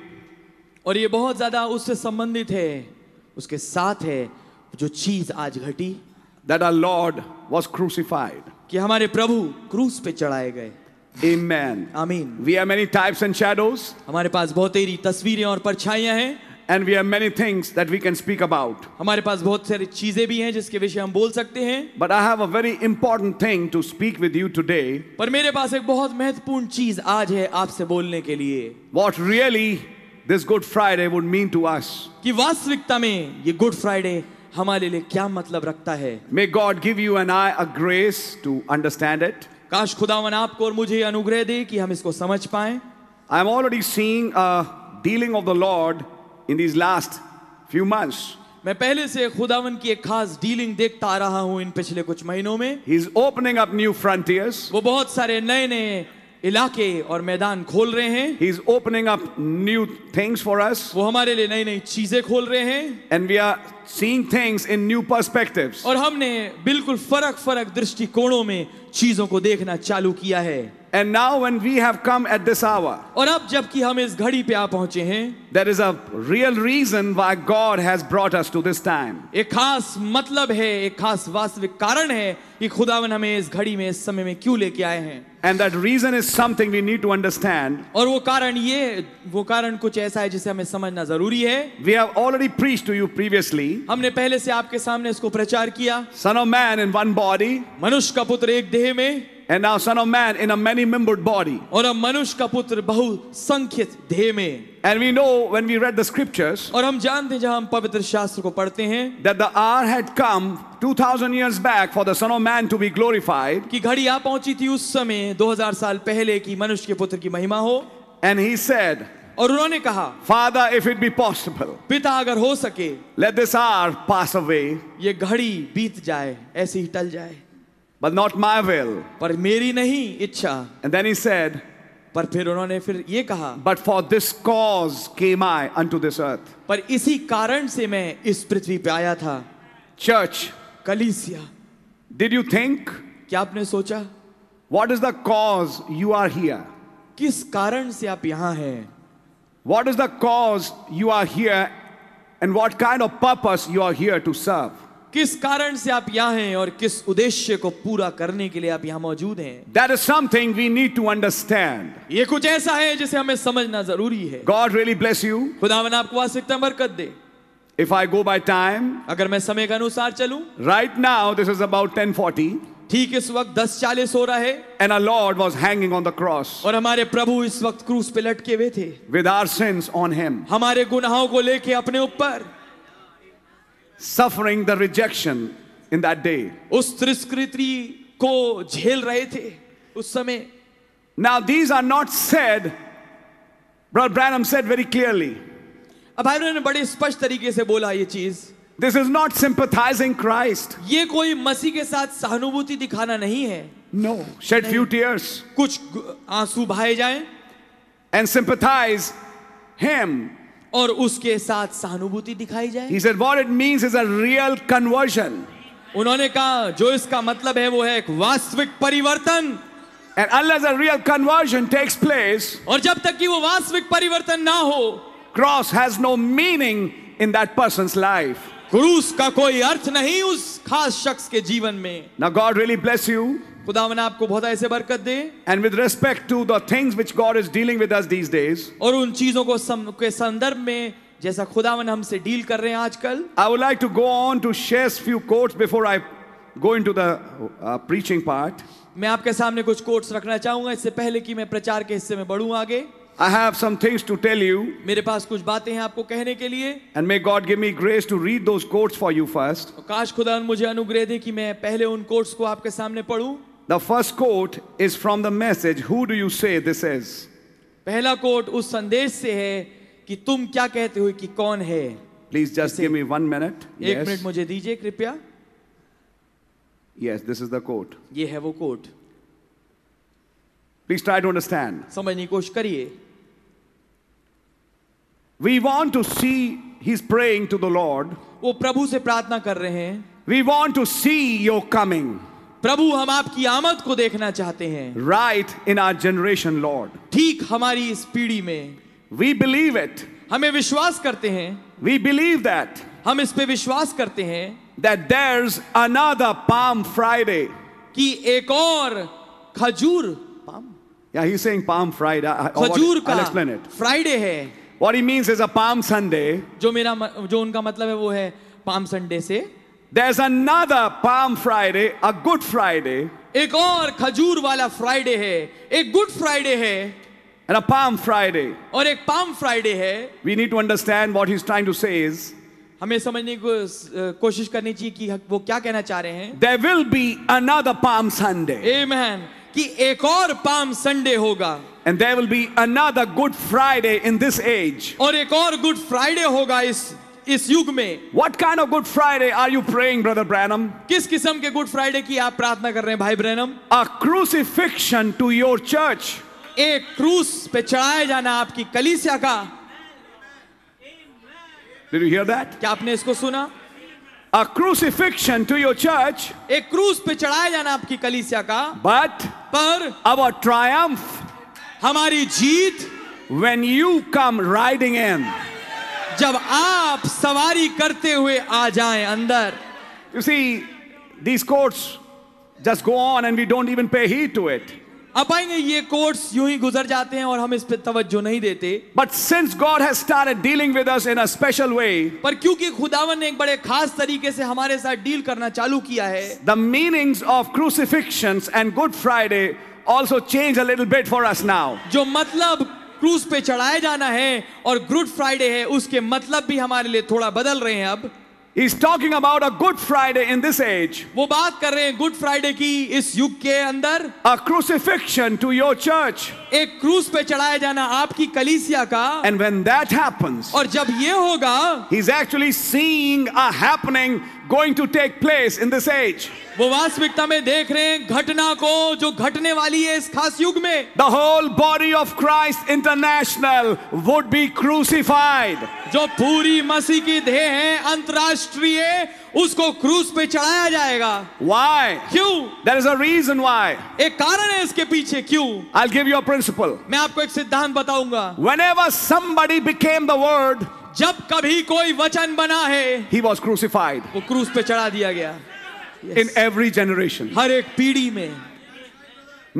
[SPEAKER 1] और ये बहुत ज्यादा उससे संबंधित है उसके साथ है जो चीज आज घटी
[SPEAKER 2] that our Lord was crucified.
[SPEAKER 1] कि हमारे प्रभु क्रूस पे चढ़ाए गए
[SPEAKER 2] Amen.
[SPEAKER 1] आमीन
[SPEAKER 2] We have many types and shadows,
[SPEAKER 1] हमारे पास बहुत ही तस्वीरें और परछाइयां हैं
[SPEAKER 2] and we have many things that we can speak about.
[SPEAKER 1] हमारे पास बहुत सारी चीजें भी हैं जिसके विषय हम बोल सकते हैं
[SPEAKER 2] But I have a very important thing to speak with you today.
[SPEAKER 1] पर मेरे पास एक बहुत महत्वपूर्ण चीज आज है आपसे बोलने के लिए
[SPEAKER 2] What really this Good Friday would mean to us.
[SPEAKER 1] कि वास्तविकता में ये गुड फ्राइडे हमारे लिए क्या मतलब रखता है
[SPEAKER 2] May God give you and I a grace to understand it.
[SPEAKER 1] काश खुदावन आपको और मुझे ये अनुग्रह दे कि हम इसको समझ पाए
[SPEAKER 2] I'm already seeing a dealing of the Lord in these last few months.
[SPEAKER 1] मैं पहले से खुदावन की एक खास डीलिंग देखता आ रहा हूं इन पिछले कुछ महीनों में
[SPEAKER 2] He's opening up new frontiers.
[SPEAKER 1] वो बहुत सारे नए नए इलाके और मैदान खोल रहे हैं
[SPEAKER 2] He's opening up new things for us.
[SPEAKER 1] वो हमारे लिए नई नई चीजें खोल रहे हैं
[SPEAKER 2] And we are seeing things in new perspectives.
[SPEAKER 1] और हमने बिल्कुल फर्क फर्क दृष्टिकोणों में चीजों को देखना चालू किया है
[SPEAKER 2] And now, when we have come at this hour,
[SPEAKER 1] और अब जबकि हम इस घड़ी पे आ पहुंचे हैं
[SPEAKER 2] there is a real reason why God has brought us to this time.
[SPEAKER 1] एक खास मतलब है एक खास वास्तविक कारण है कि खुदावन हमें इस घड़ी में इस समय में क्यों लेके आए हैं
[SPEAKER 2] And that reason is something we need to understand.
[SPEAKER 1] और वो कारण ये वो कारण कुछ ऐसा है जिसे हमें समझना जरूरी है
[SPEAKER 2] We have already preached to you previously
[SPEAKER 1] हमने पहले से आपके सामने इसको प्रचार किया
[SPEAKER 2] Son of Man in one body,
[SPEAKER 1] मनुष्य का पुत्र एक देह में
[SPEAKER 2] and now Son of Man in a many membered body.
[SPEAKER 1] और अब मनुष्य का पुत्र बहुसंख्यक देह में
[SPEAKER 2] And we know when we read the scriptures
[SPEAKER 1] और हम जानते हैं जहां हम पवित्र शास्त्र को पढ़ते हैं
[SPEAKER 2] that the hour had come 2000 years back for the Son of Man to be glorified.
[SPEAKER 1] कि घड़ी आ पहुंची थी उस समय 2000 साल पहले की मनुष्य के पुत्र की महिमा हो
[SPEAKER 2] And he said,
[SPEAKER 1] और उन्होंने कहा
[SPEAKER 2] Father, if it be possible,
[SPEAKER 1] पिता अगर हो सके
[SPEAKER 2] let this hour pass away,
[SPEAKER 1] ये घड़ी बीत जाए ऐसे ही टल जाए
[SPEAKER 2] but not my will.
[SPEAKER 1] पर मेरी नहीं इच्छा
[SPEAKER 2] And then he said,
[SPEAKER 1] पर फिर उन्होंने फिर ये कहा
[SPEAKER 2] But for this cause came I unto this earth.
[SPEAKER 1] पर इसी कारण से मैं इस पृथ्वी पे आया था
[SPEAKER 2] Church,
[SPEAKER 1] कलीसिया
[SPEAKER 2] did you think?
[SPEAKER 1] क्या आपने सोचा
[SPEAKER 2] What is the cause you are here?
[SPEAKER 1] किस कारण से आप यहाँ हैं
[SPEAKER 2] What is the cause you are here? And what kind of purpose you are here to serve?
[SPEAKER 1] किस कारण से आप यहाँ हैं और किस उद्देश्य को पूरा करने के लिए आप यहाँ मौजूद हैं
[SPEAKER 2] That is something we need to understand.
[SPEAKER 1] ये कुछ ऐसा है जिसे हमें समझना जरूरी है
[SPEAKER 2] God really bless you.
[SPEAKER 1] खुदावन आपको वास्तविकता में बरकत दे
[SPEAKER 2] If I go by time,
[SPEAKER 1] अगर मैं समय के अनुसार चलूं
[SPEAKER 2] right now this is about 1040
[SPEAKER 1] ठीक इस वक्त दस चालीस हो रहा है
[SPEAKER 2] and our Lord was hanging on the cross
[SPEAKER 1] और हमारे प्रभु इस वक्त क्रूस पे लटके हुए थे
[SPEAKER 2] with our sins on him,
[SPEAKER 1] हमारे गुनाहों को लेके अपने ऊपर
[SPEAKER 2] suffering the rejection in that day.
[SPEAKER 1] उस तिरस्कृति को झेल रहे थे उस समय
[SPEAKER 2] Now, these are not said, Brother Branham said very clearly.
[SPEAKER 1] अब भाई ने बड़े स्पष्ट तरीके से बोला ये चीज
[SPEAKER 2] This is not sympathizing Christ.
[SPEAKER 1] ये कोई मसीह के साथ सहानुभूति दिखाना नहीं है
[SPEAKER 2] No. Shed few tears
[SPEAKER 1] कुछ गु- आंसू बहाए जाएं
[SPEAKER 2] and sympathize him.
[SPEAKER 1] और उसके साथ सहानुभूति दिखाई जाए
[SPEAKER 2] He said, What it means is a real conversion.
[SPEAKER 1] उन्होंने कहा जो इसका मतलब है वो है एक वास्तविक परिवर्तन
[SPEAKER 2] And unless a real conversion takes place,
[SPEAKER 1] और जब तक कि वो वास्तविक परिवर्तन ना हो
[SPEAKER 2] cross has no meaning in that person's life.
[SPEAKER 1] क्रूस का कोई अर्थ नहीं उस खास शख्स के जीवन में
[SPEAKER 2] Now, God really bless you.
[SPEAKER 1] खुदावन आपको बहुत ऐसे बरकत दे
[SPEAKER 2] And with respect to the things which God is dealing with us these days,
[SPEAKER 1] और उन चीजों को सम, के संदर्भ में जैसा खुदावन हमसे डील कर रहे हैं आजकल
[SPEAKER 2] I would like to go on to share few quotes before I go into the uh, preaching part.
[SPEAKER 1] मैं आपके सामने कुछ कोट्स रखना चाहूंगा इससे पहले कि मैं प्रचार के हिस्से में बढ़ूं आगे
[SPEAKER 2] I have some things to tell you.
[SPEAKER 1] मेरे पास कुछ बातें हैं आपको कहने के लिए
[SPEAKER 2] And may God give me grace to read those quotes for you first.
[SPEAKER 1] और काश खुदावन मुझे अनुग्रह दे कि मैं पहले उन कोट्स को आपके सामने पढूं
[SPEAKER 2] The first quote is from the message Who do you say this is?
[SPEAKER 1] पहला कोट उस संदेश से है कि तुम क्या कहते हो कि कौन है एक
[SPEAKER 2] Please just give me one minute.
[SPEAKER 1] Minute
[SPEAKER 2] Yes.
[SPEAKER 1] मुझे दीजिए कृपया
[SPEAKER 2] Yes, this is the quote.
[SPEAKER 1] ये है वो quote
[SPEAKER 2] Please try to understand.
[SPEAKER 1] समझने की कोशिश करिए
[SPEAKER 2] We want to see, he's praying to the Lord.
[SPEAKER 1] वो प्रभु से प्रार्थना कर रहे हैं
[SPEAKER 2] We want to see your coming.
[SPEAKER 1] प्रभु हम आपकी आमद को देखना चाहते हैं
[SPEAKER 2] right in our generation, Lord.
[SPEAKER 1] ठीक हमारी इस पीढ़ी में
[SPEAKER 2] We believe it.
[SPEAKER 1] हमें विश्वास करते हैं
[SPEAKER 2] We believe that
[SPEAKER 1] हम इस पे विश्वास करते हैं
[SPEAKER 2] that there's another Palm Friday.
[SPEAKER 1] कि एक और खजूर
[SPEAKER 2] Yeah, he's saying Palm Friday. I- I- or Oh, what-
[SPEAKER 1] खजूर
[SPEAKER 2] I'll explain it.
[SPEAKER 1] का फ्राइडे है
[SPEAKER 2] What he means is a Palm Sunday.
[SPEAKER 1] जो मेरा म- जो उनका मतलब है वो है पाम संडे से
[SPEAKER 2] There's another Palm Friday, a Good Friday,
[SPEAKER 1] एक और खजूर वाला फ्राइडे है एक गुड फ्राइडे है
[SPEAKER 2] and a Palm Friday.
[SPEAKER 1] और एक पाम फ्राइडे है
[SPEAKER 2] We need to understand what he's trying to say is
[SPEAKER 1] हमें समझने को अ, कोशिश करनी चाहिए कि वो क्या कहना चाह रहे हैं
[SPEAKER 2] there will be another Palm Sunday,
[SPEAKER 1] Amen. कि एक और पाम संडे होगा
[SPEAKER 2] and there will be another Good Friday in this age.
[SPEAKER 1] और एक और गुड फ्राइडे होगा इस इस युग में
[SPEAKER 2] What kind of Good Friday are you praying, Brother Branham?
[SPEAKER 1] किस किस्म के गुड फ्राइडे की आप प्रार्थना कर रहे हैं भाई Branham
[SPEAKER 2] A crucifixion to your church.
[SPEAKER 1] एक क्रूस पे चढ़ाया जाना आपकी कलीसिया का
[SPEAKER 2] Did you hear that?
[SPEAKER 1] क्या आपने इसको सुना
[SPEAKER 2] A crucifixion to your church,
[SPEAKER 1] एक क्रूस पे चढ़ाया जाना आपकी कलीसिया का
[SPEAKER 2] but
[SPEAKER 1] पर
[SPEAKER 2] our triumph
[SPEAKER 1] हमारी जीत
[SPEAKER 2] when you come riding in.
[SPEAKER 1] जब आप सवारी करते हुए आ जाएं अंदर
[SPEAKER 2] You see, these courts just go on and we don't even pay heed to it.
[SPEAKER 1] आप पाएंगे ये कोर्स यूं ही गुजर जाते हैं और हम इस पे तवज्जो नहीं देते
[SPEAKER 2] But since God has started dealing with us in a special way,
[SPEAKER 1] पर क्योंकि खुदावन ने एक बड़े खास तरीके से हमारे साथ डील करना चालू किया है
[SPEAKER 2] the meanings of crucifixions and Good Friday also change a little bit for us now.
[SPEAKER 1] जो मतलब क्रूज पे चढ़ाया जाना है और गुड फ्राइडे है उसके मतलब भी हमारे लिए थोड़ा बदल रहे हैं अब
[SPEAKER 2] He's talking about a Good Friday in this age,
[SPEAKER 1] वो बात कर रहे हैं गुड फ्राइडे की इस युग के अंदर
[SPEAKER 2] a crucifixion to your church.
[SPEAKER 1] एक क्रूज पे चढ़ाया जाना आपकी कलीसिया का
[SPEAKER 2] And when that happens,
[SPEAKER 1] और जब ये होगा
[SPEAKER 2] He's actually seeing a happening going to take place in this age.
[SPEAKER 1] वो वास्तविकता में देख रहे हैं घटना को जो घटने वाली है इस खास युग में
[SPEAKER 2] The whole body of Christ International would be crucified.
[SPEAKER 1] जो पूरी मसीह की देह है अंतरराष्ट्रीय उसको क्रूज पे चढ़ाया जाएगा
[SPEAKER 2] Why?
[SPEAKER 1] क्यों
[SPEAKER 2] There is a reason why.
[SPEAKER 1] एक कारण है इसके पीछे क्यों
[SPEAKER 2] I'll give you a principle.
[SPEAKER 1] मैं आपको एक सिद्धांत बताऊंगा
[SPEAKER 2] Whenever somebody became the Word,
[SPEAKER 1] जब कभी कोई वचन बना है
[SPEAKER 2] he was crucified
[SPEAKER 1] वो क्रूस पे चढ़ा दिया गया
[SPEAKER 2] in every generation.
[SPEAKER 1] हर एक पीढ़ी में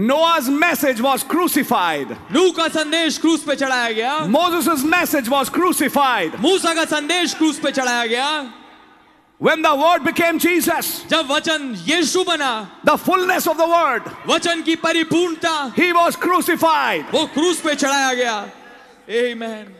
[SPEAKER 2] Noah's message was crucified.
[SPEAKER 1] नू का संदेश क्रूस पे चढ़ाया गया
[SPEAKER 2] Moses' message was crucified.
[SPEAKER 1] मूसा का संदेश क्रूस पे चढ़ाया गया
[SPEAKER 2] When the Word became Jesus,
[SPEAKER 1] जब वचन यीशु बना
[SPEAKER 2] the fullness of the Word,
[SPEAKER 1] वचन की परिपूर्णता
[SPEAKER 2] he was crucified.
[SPEAKER 1] वो क्रूस पे चढ़ाया गया Amen.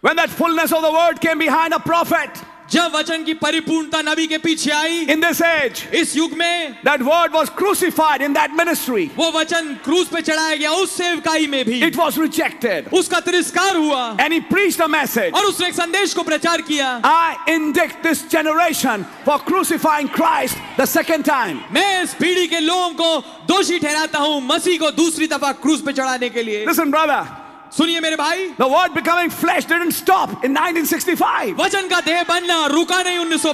[SPEAKER 2] When that fullness of the Word came behind a prophet
[SPEAKER 1] जब वचन की परिपूर्णता नबी के पीछे आई
[SPEAKER 2] in this age,
[SPEAKER 1] इस युग में
[SPEAKER 2] that Word was crucified in that ministry.
[SPEAKER 1] वो वचन क्रूस पे चढ़ाया गया उस सेवकाई में भी
[SPEAKER 2] It was rejected.
[SPEAKER 1] उसका तिरस्कार हुआ
[SPEAKER 2] And he preached a message.
[SPEAKER 1] और उसने एक संदेश को प्रचार किया
[SPEAKER 2] I indict this generation for crucifying Christ the second time.
[SPEAKER 1] मैं इस पीढ़ी के लोगों को दोषी ठहराता हूँ मसीह को दूसरी दफा क्रूस पे चढ़ाने के लिए
[SPEAKER 2] Listen, brother,
[SPEAKER 1] सुनिए मेरे भाई
[SPEAKER 2] the word becoming flesh didn't stop in 1965.
[SPEAKER 1] वचन का देह बनना रुका नहीं उन्नीस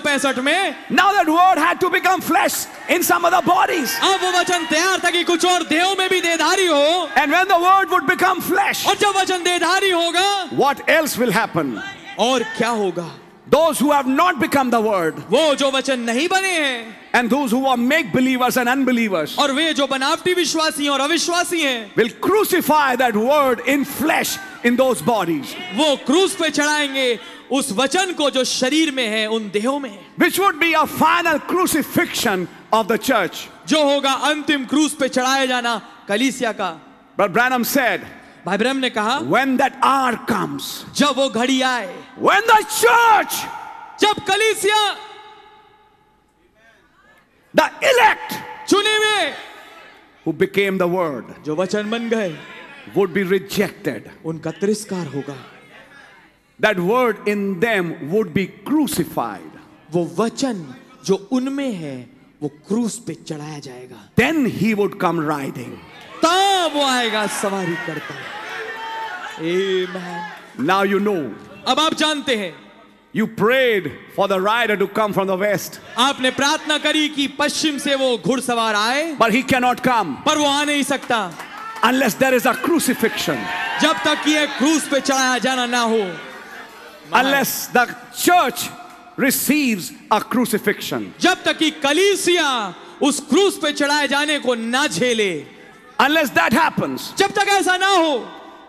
[SPEAKER 1] में
[SPEAKER 2] Now that word had to become flesh in some other bodies.
[SPEAKER 1] अब वो वचन तैयार था कि कुछ और देहों में भी देहधारी हो
[SPEAKER 2] And when the word would become flesh,
[SPEAKER 1] और जब वचन देहधारी होगा
[SPEAKER 2] what else will happen?
[SPEAKER 1] और क्या होगा
[SPEAKER 2] Those who have not become the word
[SPEAKER 1] वो जो वचन नहीं बने हैं
[SPEAKER 2] and those who are make believers and unbelievers
[SPEAKER 1] और वे जो बनावटी विश्वासी हैं और अविश्वासी हैं
[SPEAKER 2] will crucify that word in flesh in those bodies,
[SPEAKER 1] वो क्रूस पे चढ़ाएंगे उस वचन को जो शरीर में है उन देहों में है।
[SPEAKER 2] which would be a final crucifixion of the church.
[SPEAKER 1] जो होगा अंतिम क्रूस पे चढ़ाया जाना कलीसिया का
[SPEAKER 2] But Branham said,
[SPEAKER 1] भाई ब्रह्म ने कहा
[SPEAKER 2] when that hour comes,
[SPEAKER 1] जब वो घड़ी आए
[SPEAKER 2] when the church,
[SPEAKER 1] जब कलीसिया
[SPEAKER 2] the elect
[SPEAKER 1] चुने हुए
[SPEAKER 2] who became the word,
[SPEAKER 1] जो वचन बन गए
[SPEAKER 2] would be rejected.
[SPEAKER 1] उनका तिरस्कार होगा
[SPEAKER 2] That word in them would be crucified.
[SPEAKER 1] वो वचन जो उनमें है वो क्रूस पे चढ़ाया जाएगा
[SPEAKER 2] Then he would come riding.
[SPEAKER 1] तब वो आएगा सवारी करता Amen.
[SPEAKER 2] Now you know
[SPEAKER 1] अब आप जानते हैं
[SPEAKER 2] You prayed for the rider to come from the west,
[SPEAKER 1] आपने प्रार्थना करी कि पश्चिम से वो घुड़सवार आए
[SPEAKER 2] but he cannot come
[SPEAKER 1] पर वो आ नहीं सकता
[SPEAKER 2] unless there is a crucifixion,
[SPEAKER 1] जब तक कि यह क्रूज पे चढ़ाया जाना ना हो
[SPEAKER 2] unless the church receives a crucifixion,
[SPEAKER 1] जब तक कि कलीसिया उस क्रूज पे चढ़ाए जाने को ना झेले
[SPEAKER 2] unless that happens,
[SPEAKER 1] जब तक ऐसा ना हो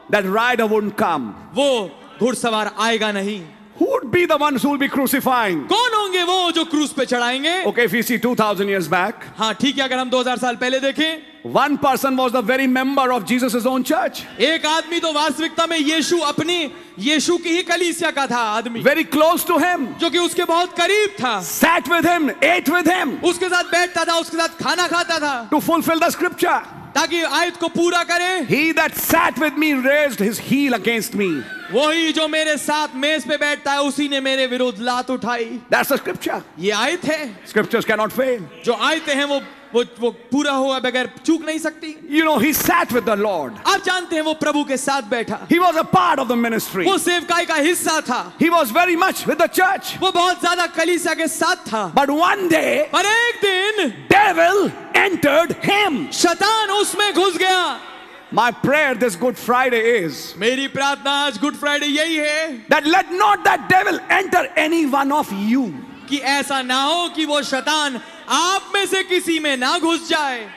[SPEAKER 2] that rider won't come.
[SPEAKER 1] वो घुड़सवार आएगा नहीं
[SPEAKER 2] Who would be the ones who will be crucifying?
[SPEAKER 1] कौन होंगे वो जो क्रूज पे चढ़ाएंगे
[SPEAKER 2] Okay, if we see 2000 years back,
[SPEAKER 1] हाँ ठीक है अगर हम 2000 साल पहले देखें
[SPEAKER 2] one person was the very member of Jesus' own church,
[SPEAKER 1] एक आदमी तो वास्तविकता में यीशु अपनी यीशु की ही कलीसिया का था आदमी
[SPEAKER 2] very close to him,
[SPEAKER 1] जो कि उसके बहुत करीब था
[SPEAKER 2] sat with him, ate with him
[SPEAKER 1] उसके साथ बैठता था उसके साथ खाना खाता था
[SPEAKER 2] to fulfill the scripture.
[SPEAKER 1] ताकि आयत को पूरा करे
[SPEAKER 2] He that sat with me raised his heel against me.
[SPEAKER 1] वही जो मेरे साथ मेज पे बैठता है उसी ने मेरे विरुद्ध लात उठाई
[SPEAKER 2] That's the scripture.
[SPEAKER 1] ये आयत है
[SPEAKER 2] Scriptures cannot fail.
[SPEAKER 1] जो आयतें हैं वो वो वो पूरा हुआ बगैर चूक नहीं सकती
[SPEAKER 2] You know, he sat with the Lord.
[SPEAKER 1] आप जानते हैं वो प्रभु के साथ बैठा
[SPEAKER 2] He was a part of the ministry.
[SPEAKER 1] वो सेवकाई का हिस्सा था
[SPEAKER 2] He was very much with the church.
[SPEAKER 1] वो बहुत ज्यादा कलीसिया के साथ था
[SPEAKER 2] But one day,
[SPEAKER 1] पर एक दिन
[SPEAKER 2] devil entered him.
[SPEAKER 1] शतान उसमें घुस गया
[SPEAKER 2] My prayer this Good Friday is
[SPEAKER 1] मेरी प्रार्थना आज गुड फ्राइडे यही है
[SPEAKER 2] that let not that devil enter any one of you.
[SPEAKER 1] कि ऐसा ना हो कि वो शतान आप में से किसी में ना घुस जाए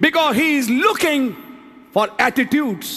[SPEAKER 2] Because he is looking for attitudes.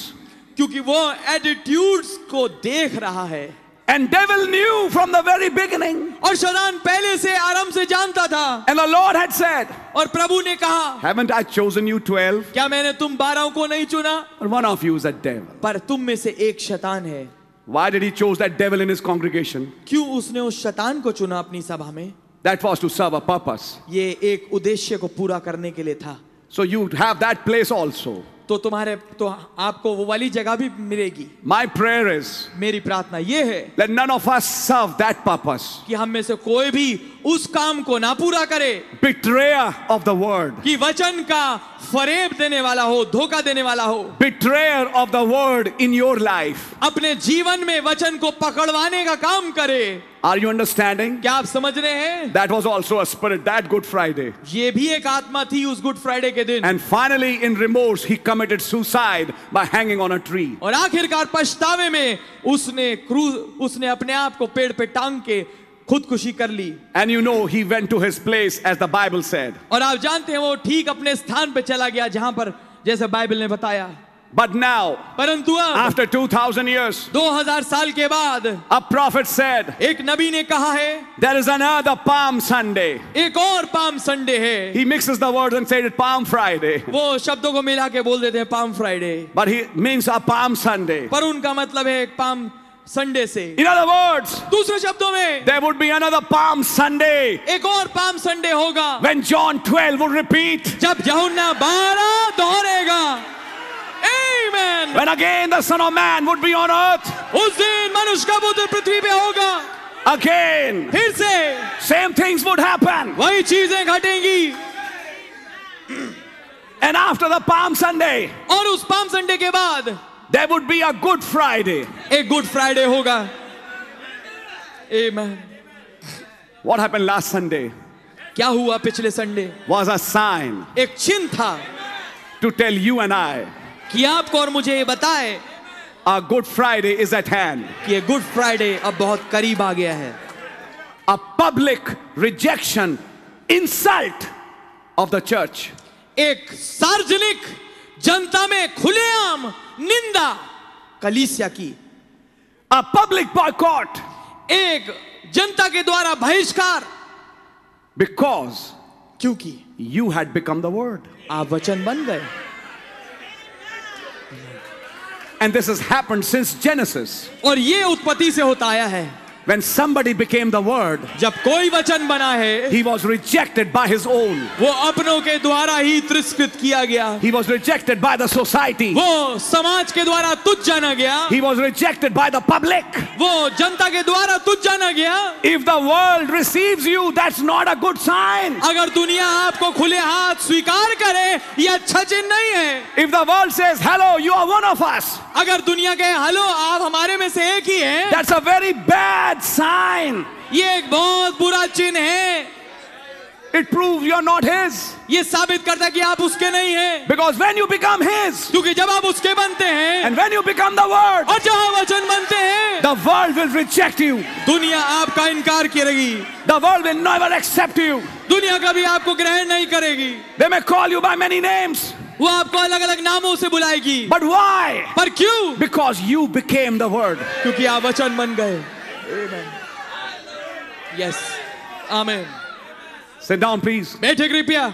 [SPEAKER 1] क्योंकि वो एटीट्यूड्स को देख रहा है
[SPEAKER 2] And devil knew from the very beginning.
[SPEAKER 1] और शतान पहले से आराम से जानता था
[SPEAKER 2] And the Lord had said,
[SPEAKER 1] और प्रभु ने कहा
[SPEAKER 2] Haven't I chosen you twelve?
[SPEAKER 1] क्या मैंने तुम बारह को नहीं चुना
[SPEAKER 2] But one of you is a devil.
[SPEAKER 1] पर तुम में से एक शतान है
[SPEAKER 2] Why did he choose that devil in his congregation?
[SPEAKER 1] क्यों उसने उस शतान को चुना अपनी सभा में
[SPEAKER 2] That was to serve a purpose.
[SPEAKER 1] ये एक उद्देश्य को पूरा करने के लिए था
[SPEAKER 2] So you have that place also.
[SPEAKER 1] तो तुम्हारे तो आपको वो वाली जगह भी मिलेगी
[SPEAKER 2] My prayer is
[SPEAKER 1] मेरी प्रार्थना ये है
[SPEAKER 2] let none of us serve that purpose.
[SPEAKER 1] कि हम में से कोई भी उस काम को ना पूरा करे
[SPEAKER 2] Betrayer of the word,
[SPEAKER 1] कि वचन का फरेब देने वाला हो धोखा देने वाला हो
[SPEAKER 2] betrayer of the word in your life.
[SPEAKER 1] अपने जीवन में वचन को पकड़वाने का काम करे
[SPEAKER 2] Are you understanding?
[SPEAKER 1] क्या आप समझ रहे हैं
[SPEAKER 2] That was also a spirit that Good Friday.
[SPEAKER 1] ये भी एक आत्मा थी उस गुड फ्राइडे के दिन
[SPEAKER 2] And finally, in remorse, he committed suicide by hanging on a tree.
[SPEAKER 1] और आखिरकार पछतावे में उसने क्रूज उसने अपने आप को पेड़ पे टांग के खुदकुशी कर ली
[SPEAKER 2] And you know, he went to his place as the Bible said.
[SPEAKER 1] और आप जानते हैं वो ठीक अपने स्थान पे चला गया जहां पर जैसे बाइबल ने बताया
[SPEAKER 2] But now,
[SPEAKER 1] परंतु अब
[SPEAKER 2] after 2000 years,
[SPEAKER 1] 2000 साल के बाद
[SPEAKER 2] a prophet said,
[SPEAKER 1] एक नबी ने कहा है
[SPEAKER 2] There is another Palm Sunday.
[SPEAKER 1] एक और पाम संडे है
[SPEAKER 2] He mixes the words and said it Palm Friday.
[SPEAKER 1] वो शब्दों को मिला के बोल देते हैं palm Friday
[SPEAKER 2] But he means a Palm Sunday.
[SPEAKER 1] पर उनका मतलब है एक पाम संडे से
[SPEAKER 2] In other words,
[SPEAKER 1] दूसरे शब्दों में
[SPEAKER 2] there would be another Palm Sunday
[SPEAKER 1] एक और पाम संडे होगा
[SPEAKER 2] when John 12 would repeat,
[SPEAKER 1] जब यहुन्ना बारह दोहरेगा Amen.
[SPEAKER 2] when again the Son of Man would be on earth.
[SPEAKER 1] उस दिन मनुष्य का पुत्र पृथ्वी पे होगा
[SPEAKER 2] Again,
[SPEAKER 1] फिर से
[SPEAKER 2] same things would happen.
[SPEAKER 1] वही चीजें घटेंगी
[SPEAKER 2] And after the Palm Sunday,
[SPEAKER 1] और उस पाम संडे के बाद
[SPEAKER 2] there would be a Good Friday.
[SPEAKER 1] एक गुड फ्राइडे होगा Amen.
[SPEAKER 2] What happened last Sunday
[SPEAKER 1] क्या हुआ पिछले संडे
[SPEAKER 2] was a sign
[SPEAKER 1] एक चिन्ह था
[SPEAKER 2] to tell you and I
[SPEAKER 1] कि आपको और मुझे ये बताए
[SPEAKER 2] a Good Friday is at hand.
[SPEAKER 1] कि ये गुड फ्राइडे अब बहुत करीब आ गया है
[SPEAKER 2] a public rejection, insult of the church.
[SPEAKER 1] एक सार्वजनिक जनता में खुलेआम निंदा कलीसिया की
[SPEAKER 2] A public boycott
[SPEAKER 1] एक जनता के द्वारा बहिष्कार
[SPEAKER 2] because
[SPEAKER 1] क्योंकि
[SPEAKER 2] you had become the word.
[SPEAKER 1] आप वचन बन गए
[SPEAKER 2] And this has happened since Genesis.
[SPEAKER 1] और ये उत्पत्ति से होता आया है
[SPEAKER 2] When somebody became the word,
[SPEAKER 1] जब कोई वचन बना है
[SPEAKER 2] he was rejected by his own.
[SPEAKER 1] वो अपनों के द्वारा ही तिरस्कृत किया गया
[SPEAKER 2] He was rejected by the society.
[SPEAKER 1] वो समाज के द्वारा तुझ जाना गया
[SPEAKER 2] He was rejected by the public.
[SPEAKER 1] वो जनता के द्वारा तुझ जाना गया
[SPEAKER 2] If the world receives you, that's not a good sign.
[SPEAKER 1] अगर दुनिया आपको खुले हाथ स्वीकार करे ये अच्छा चिन्ह नहीं है
[SPEAKER 2] If the world says, hello, you are one of us,
[SPEAKER 1] अगर दुनिया के हलो आप हमारे में से एक ही हैं
[SPEAKER 2] that's a very bad bad sign.
[SPEAKER 1] ये एक बहुत बुरा चिन्ह है
[SPEAKER 2] It proves you're not His.
[SPEAKER 1] ये साबित करता है कि आप उसके नहीं हैं
[SPEAKER 2] Because when you become His
[SPEAKER 1] क्योंकि जब आप उसके बनते हैं
[SPEAKER 2] and when you become the Word,
[SPEAKER 1] और जब आप वचन बनते हैं
[SPEAKER 2] the world will reject you.
[SPEAKER 1] दुनिया आपका इनकार करेगी
[SPEAKER 2] The world will never accept you.
[SPEAKER 1] दुनिया कभी आपको ग्रहण नहीं करेगी
[SPEAKER 2] They may call you by many names,
[SPEAKER 1] वो आपको अलग अलग नामों से बुलाएगी
[SPEAKER 2] but why?
[SPEAKER 1] पर क्यों
[SPEAKER 2] Because you became the Word.
[SPEAKER 1] क्योंकि आप वचन बन गए yes amen
[SPEAKER 2] Sit down, please.
[SPEAKER 1] बैठे कृपया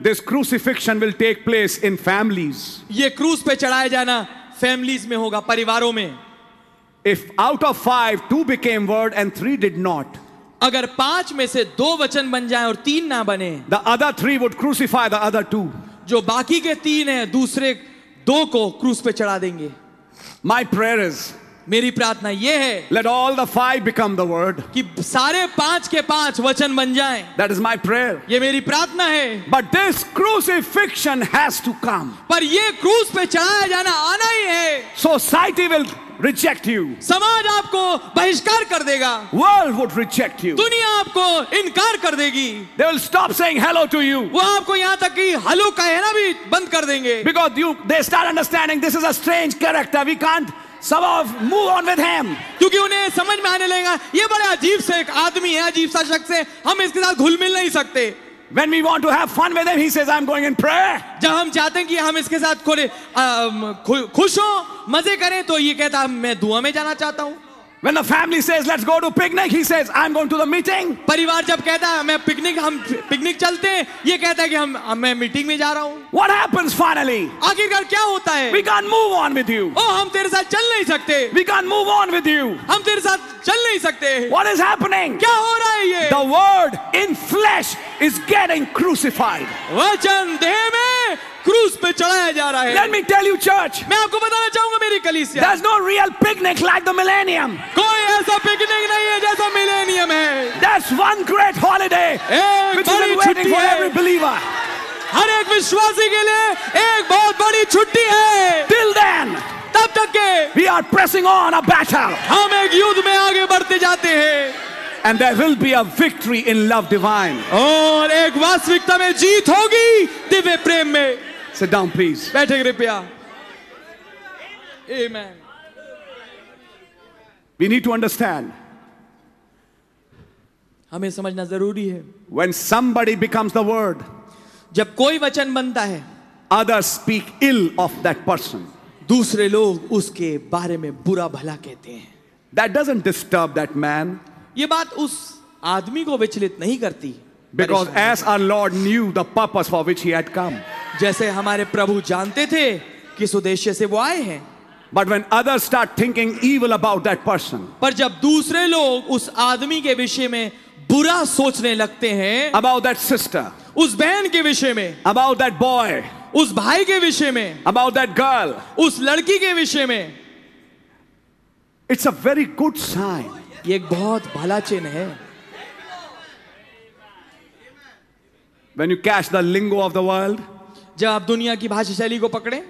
[SPEAKER 2] This crucifixion will take place in families.
[SPEAKER 1] ये क्रूज पे चढ़ाया जाना फैमिलीज में होगा परिवारों में
[SPEAKER 2] If out of five, two became Word and three did not,
[SPEAKER 1] अगर पांच में से दो वचन बन जाएं और तीन ना बने
[SPEAKER 2] the other three would crucify the other two.
[SPEAKER 1] जो बाकी के तीन हैं दूसरे दो को क्रूज पे चढ़ा देंगे
[SPEAKER 2] My prayer is
[SPEAKER 1] मेरी प्रार्थना यह है
[SPEAKER 2] let all the five become the Word.
[SPEAKER 1] कि सारे पांच के पांच वचन बन जाएं
[SPEAKER 2] That is my prayer.
[SPEAKER 1] ये मेरी प्रार्थना है
[SPEAKER 2] But this crucifixion has to come.
[SPEAKER 1] पर ये क्रूज पे चढ़ाया जाना आना ही है
[SPEAKER 2] Society will reject you.
[SPEAKER 1] समाज आपको बहिष्कार कर देगा
[SPEAKER 2] World would reject you.
[SPEAKER 1] दुनिया आपको इनकार कर देगी
[SPEAKER 2] They will stop saying hello to you
[SPEAKER 1] वो आपको यहाँ तक कि हलो कहना भी बंद कर देंगे
[SPEAKER 2] because you they start understanding this is a strange character. We can't somehow move on with him.
[SPEAKER 1] क्योंकि उन्हें समझ में आने लगेगा ये बड़े अजीब से एक आदमी है अजीब सा शख्स है हम इसके साथ घुल मिल नहीं सकते
[SPEAKER 2] When we want to have fun with him, he says, I'm going in prayer.
[SPEAKER 1] जब हम चाहते हैं कि हम इसके साथ थोड़े अम, खु- खुश हो मजे करें तो ये कहता है मैं धुआं में जाना चाहता हूँ
[SPEAKER 2] When the family says, let's go to picnic, he says, I'm going to the meeting.
[SPEAKER 1] परिवार जब कहता है मैं पिकनिक हम पिकनिक चलते हैं ये कहता है कि हम हम- मैं मीटिंग में जा रहा हूँ
[SPEAKER 2] What happens finally?
[SPEAKER 1] आखिरकार क्या होता है
[SPEAKER 2] We can't move on with you.
[SPEAKER 1] ओ हम तेरे साथ चल नहीं सकते
[SPEAKER 2] We can't move on with you.
[SPEAKER 1] हम तेरे साथ चल नहीं सकते
[SPEAKER 2] What is happening?
[SPEAKER 1] क्या हो रहा है ये
[SPEAKER 2] The word in flesh is getting crucified.
[SPEAKER 1] वचन देह में क्रूस पे चढ़ाया जा रहा है
[SPEAKER 2] Let me tell you, church,
[SPEAKER 1] मैं आपको बताना चाहूंगा मेरी कलीसिया
[SPEAKER 2] there's no real picnic like the millennium.
[SPEAKER 1] कोई ऐसा पिकनिक नहीं है जैसा मिलेनियम है
[SPEAKER 2] That's one great holiday
[SPEAKER 1] एक
[SPEAKER 2] which has
[SPEAKER 1] बड़ी
[SPEAKER 2] been waiting
[SPEAKER 1] छुट्टी
[SPEAKER 2] for
[SPEAKER 1] है
[SPEAKER 2] every believer.
[SPEAKER 1] हर एक विश्वासी के लिए एक बहुत बड़ी छुट्टी है
[SPEAKER 2] Till then,
[SPEAKER 1] तब तक के
[SPEAKER 2] we are pressing on a battle,
[SPEAKER 1] हम एक युद्ध में आगे बढ़ते जाते हैं
[SPEAKER 2] and there will be a victory in love divine.
[SPEAKER 1] और एक वास्तविकता में जीत होगी दिव्य प्रेम में
[SPEAKER 2] Sit down, please.
[SPEAKER 1] बैठे कृपया Amen.
[SPEAKER 2] We need to understand
[SPEAKER 1] हमें समझना जरूरी है
[SPEAKER 2] when somebody becomes the word,
[SPEAKER 1] जब कोई वचन बनता है
[SPEAKER 2] others speak ill of that person.
[SPEAKER 1] दूसरे लोग उसके बारे में बुरा भला कहते हैं
[SPEAKER 2] That doesn't disturb that man
[SPEAKER 1] ये बात उस आदमी को विचलित नहीं करती
[SPEAKER 2] because
[SPEAKER 1] परेशान
[SPEAKER 2] as our Lord knew the purpose for which he had come.
[SPEAKER 1] नहीं। जैसे हमारे प्रभु जानते थे किस उद्देश्य से वो आए हैं
[SPEAKER 2] But when others start thinking evil about that person,
[SPEAKER 1] पर जब दूसरे लोग उस आदमी के विषय में बुरा सोचने लगते हैं
[SPEAKER 2] about that sister,
[SPEAKER 1] उस बहन के विषय में
[SPEAKER 2] about that boy,
[SPEAKER 1] उस भाई के विषय में
[SPEAKER 2] about that girl,
[SPEAKER 1] उस लड़की के विषय में
[SPEAKER 2] it's a very good sign.
[SPEAKER 1] ये एक बहुत भला चिन्ह है
[SPEAKER 2] When you catch the lingo of the world
[SPEAKER 1] जब आप दुनिया की भाषा शैली को पकड़े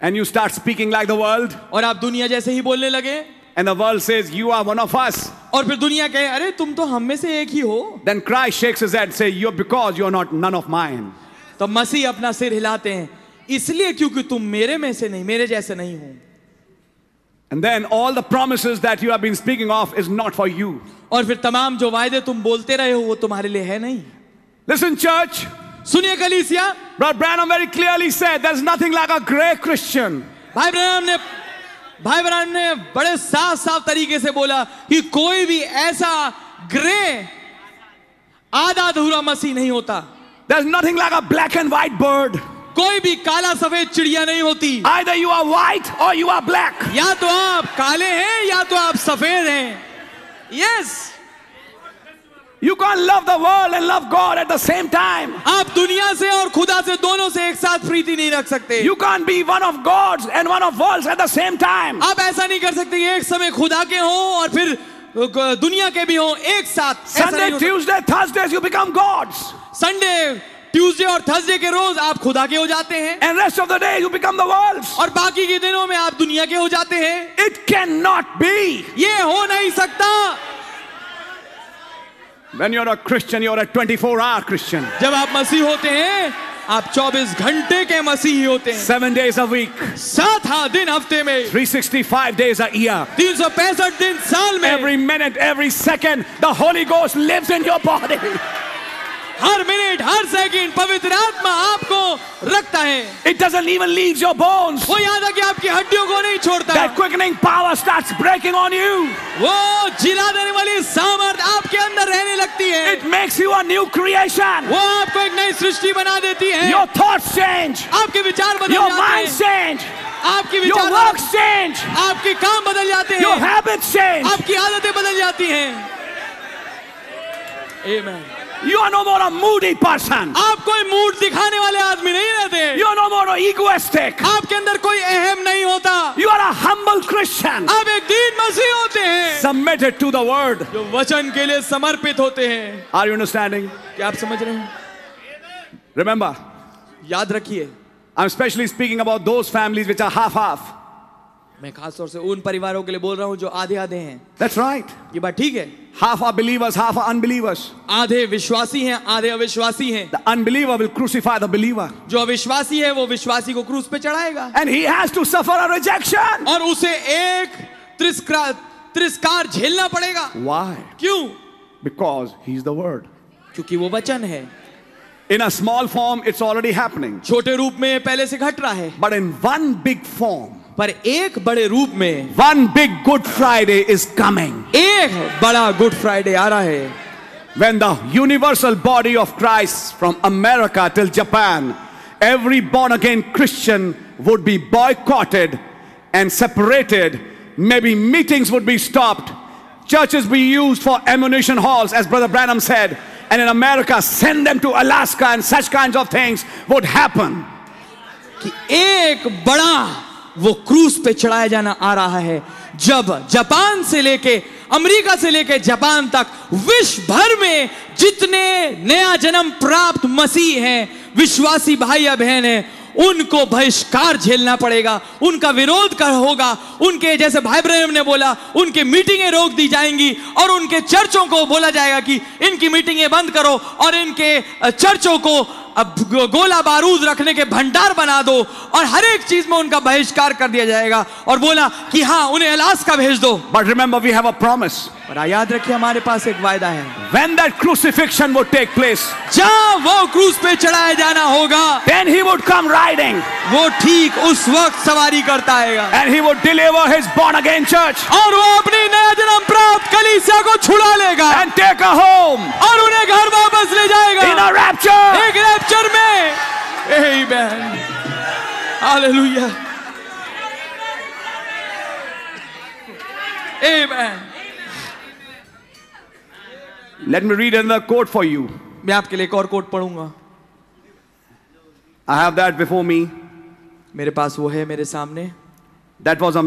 [SPEAKER 2] and you start speaking like the world,
[SPEAKER 1] और आप दुनिया जैसे ही बोलने लगे
[SPEAKER 2] and the world says, You are one of us,
[SPEAKER 1] और फिर दुनिया कहे अरे तुम तो हम में से एक ही हो
[SPEAKER 2] then Christ shakes his head and says, You're because you're not none of mine.
[SPEAKER 1] तो मसीह अपना सिर हिलाते हैं इसलिए क्योंकि तुम मेरे में से नहीं मेरे जैसे नहीं हो
[SPEAKER 2] And then all the promises that you have been speaking of is not for you.
[SPEAKER 1] और फिर तमाम जो वायदे तुम बोलते रहे हो वो तुम्हारे लिए है नहीं
[SPEAKER 2] Listen, church,
[SPEAKER 1] सुनिए कलीसिया
[SPEAKER 2] Brother Branham very clearly said, There's nothing like a grey Christian.
[SPEAKER 1] भाई ब्रहण ने भाई ब्रहण ने बड़े साफ साफ तरीके से बोला कि कोई भी ऐसा ग्रे आधा अधूरा मसीह नहीं होता
[SPEAKER 2] There's nothing like a black and white bird.
[SPEAKER 1] कोई भी काला सफेद चिड़िया नहीं होती
[SPEAKER 2] Either you are white or you are black.
[SPEAKER 1] या तो आप काले हैं या तो आप सफेद हैं yes
[SPEAKER 2] You can't love the world and love God at the same time.
[SPEAKER 1] आप दुनिया से और खुदा से दोनों से एक साथ प्रीति नहीं रख सकते
[SPEAKER 2] You can't be one of God's and one of worlds at the same time.
[SPEAKER 1] आप ऐसा नहीं कर सकते कि एक समय खुदा के हो और फिर दुनिया के भी हो एक साथ ऐसा नहीं
[SPEAKER 2] Sunday,
[SPEAKER 1] हो सकता।
[SPEAKER 2] Tuesday, Thursdays, you become gods.
[SPEAKER 1] Sunday Tuesday और थर्सडे के रोज आप खुदा के हो जाते हैं
[SPEAKER 2] and rest of the day you become the world's.
[SPEAKER 1] और बाकी के दिनों में आप दुनिया के हो जाते हैं
[SPEAKER 2] It cannot be.
[SPEAKER 1] ये हो नहीं सकता
[SPEAKER 2] When you're a Christian, you're a 24 hour Christian.
[SPEAKER 1] जब आप मसीह होते हैं आप 24 घंटे के मसीही होते हैं
[SPEAKER 2] Seven days a week,
[SPEAKER 1] सातवां दिन हफ्ते में
[SPEAKER 2] 365 days a year.
[SPEAKER 1] तीन सौ पैंसठ दिन साल में
[SPEAKER 2] Every minute, every second, the Holy Ghost lives in your body.
[SPEAKER 1] Her minute हर सेकंड पवित्र आत्मा आपको रखता है
[SPEAKER 2] It doesn't even leave your bones.
[SPEAKER 1] वो यहाँ तक कि आपकी हड्डियों को नहीं छोड़ता
[SPEAKER 2] That quickening power starts breaking on you.
[SPEAKER 1] वो जिला देने वाली सामर्थ आपके अंदर रहने लगती है
[SPEAKER 2] It makes you a new creation.
[SPEAKER 1] वो आपको एक नई सृष्टि बना देती है
[SPEAKER 2] Your thoughts change.
[SPEAKER 1] आपके विचार बदल
[SPEAKER 2] Your
[SPEAKER 1] जाते
[SPEAKER 2] minds
[SPEAKER 1] हैं
[SPEAKER 2] change.
[SPEAKER 1] आपके
[SPEAKER 2] Your
[SPEAKER 1] विचार
[SPEAKER 2] works change.
[SPEAKER 1] आपके काम बदल जाते
[SPEAKER 2] Your
[SPEAKER 1] हैं
[SPEAKER 2] habits change.
[SPEAKER 1] आपकी आदतें बदल जाती हैं Amen.
[SPEAKER 2] You are no more a moody person.
[SPEAKER 1] आप कोई मूड दिखाने वाले आदमी नहीं रहते
[SPEAKER 2] You are no more egoistic.
[SPEAKER 1] आपके अंदर कोई अहम नहीं होता
[SPEAKER 2] You are a humble Christian.
[SPEAKER 1] आप एक दीन मसीह होते हैं
[SPEAKER 2] Submitted to the word.
[SPEAKER 1] जो वचन के लिए समर्पित होते हैं
[SPEAKER 2] Are you understanding?
[SPEAKER 1] क्या आप समझ रहे हैं
[SPEAKER 2] Remember,
[SPEAKER 1] याद रखिए
[SPEAKER 2] I'm especially speaking about those families which are half half.
[SPEAKER 1] मैं खास तौर से उन परिवारों के लिए बोल रहा हूँ जो आधे आधे हैं
[SPEAKER 2] That's right.
[SPEAKER 1] ये बात ठीक है
[SPEAKER 2] Half are believers, half are unbelievers.
[SPEAKER 1] आधे विश्वासी हैं आधे अविश्वासी हैं
[SPEAKER 2] The unbeliever will crucify the believer.
[SPEAKER 1] जो अविश्वासी है वो विश्वासी को क्रूस पे चढ़ाएगा
[SPEAKER 2] And he has to suffer a rejection.
[SPEAKER 1] और उसे एक तिरस्कार तिरस्कार झेलना पड़ेगा
[SPEAKER 2] Why?
[SPEAKER 1] क्यों
[SPEAKER 2] Because he's the word.
[SPEAKER 1] क्योंकि वो वचन है
[SPEAKER 2] In a small form, it's already happening.
[SPEAKER 1] छोटे रूप में ये पहले से घट रहा है
[SPEAKER 2] But in one big form,
[SPEAKER 1] पर एक बड़े रूप में
[SPEAKER 2] one big Good Friday is coming.
[SPEAKER 1] एक बड़ा गुड फ्राइडे आ रहा है
[SPEAKER 2] When the universal body of Christ from America till Japan, every born again Christian would be boycotted and separated. Maybe meetings would be stopped. Churches be used for ammunition halls, as Brother Branham said. And in America, send them to Alaska and such kinds of things would happen.
[SPEAKER 1] कि एक बड़ा वो क्रूस पे चढ़ाया जाना आ रहा है जब जापान से लेके अमेरिका से लेके जापान तक विश्व भर में जितने नया जन्म प्राप्त मसीह हैं विश्वासी भाई या बहन हैं उनको बहिष्कार झेलना पड़ेगा उनका विरोध कर होगा उनके जैसे भाई ब्रहम ने बोला उनके मीटिंगें रोक दी जाएंगी और उनके चर्चों को बोला जाएगा कि इनकी मीटिंगें बंद करो और इनके अ, चर्चों को अब गो- गोला बारूद रखने के भंडार बना दो और हर एक चीज में उनका बहिष्कार कर दिया जाएगा और बोला कि हाँ उन्हें अलास्का भेज दो
[SPEAKER 2] But remember, we have a promise.
[SPEAKER 1] पर याद रखिए हमारे पास एक वायदा है
[SPEAKER 2] When that crucifixion would take place,
[SPEAKER 1] जहाँ वो क्रूज पे चढ़ाया जाना होगा
[SPEAKER 2] then he would come riding
[SPEAKER 1] वो ठीक उस वक्त सवारी करता आएगा
[SPEAKER 2] and he would deliver his born again church
[SPEAKER 1] और वो अपनी नया जन्म प्राप्त कलीसिया को छुड़ा लेगा
[SPEAKER 2] and take her home.
[SPEAKER 1] और उन्हें घर वापस ले जाएगा
[SPEAKER 2] in a rapture.
[SPEAKER 1] एक रैप्चर में amen hallelujah amen
[SPEAKER 2] Let me read another quote for you.
[SPEAKER 1] मैं आपके लिए एक और कोट पढ़ूंगा
[SPEAKER 2] I have that before me.
[SPEAKER 1] मेरे पास वो है मेरे सामने
[SPEAKER 2] That was a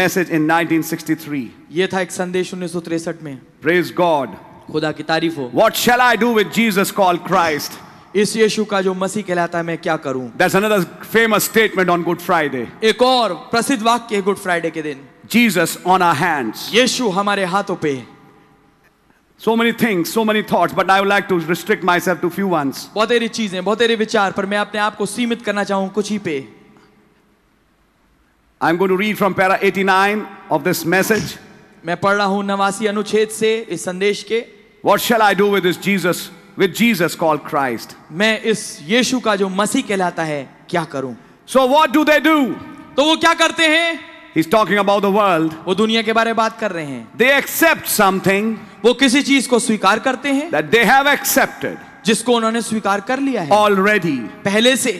[SPEAKER 2] message in 1963.
[SPEAKER 1] ये था एक संदेश 1963 में
[SPEAKER 2] Praise God.
[SPEAKER 1] खुदा की तारीफ हो
[SPEAKER 2] What shall I do with Jesus called Christ?
[SPEAKER 1] इस यीशु का जो मसीह कहलाता है मैं क्या करूं
[SPEAKER 2] That's another famous statement on Good Friday.
[SPEAKER 1] एक और प्रसिद्ध वाक्य है गुड फ्राइडे के दिन
[SPEAKER 2] Jesus on our hands.
[SPEAKER 1] यीशु हमारे हाथों पे है।
[SPEAKER 2] So many things, so many thoughts, but I would like to restrict myself to few ones.
[SPEAKER 1] बहुत सारी चीजें बहुत सारे विचार पर मैं अपने आप को सीमित करना चाहूं कुछ ही पे
[SPEAKER 2] I'm going to read from para 89 of this message.
[SPEAKER 1] मैं पढ़ रहा हूं नवासी अनुच्छेद से इस संदेश के
[SPEAKER 2] What shall I do with this Jesus, with Jesus called Christ?
[SPEAKER 1] मैं इस यीशु का जो मसीह कहलाता है क्या करूं
[SPEAKER 2] So what do they do?
[SPEAKER 1] तो वो क्या करते हैं
[SPEAKER 2] He's talking about the world.
[SPEAKER 1] वो दुनिया के बारे में बात कर रहे हैं
[SPEAKER 2] They accept something
[SPEAKER 1] वो किसी चीज को स्वीकार करते हैं
[SPEAKER 2] that they have accepted
[SPEAKER 1] जिसको उन्होंने स्वीकार कर लिया है
[SPEAKER 2] already
[SPEAKER 1] पहले से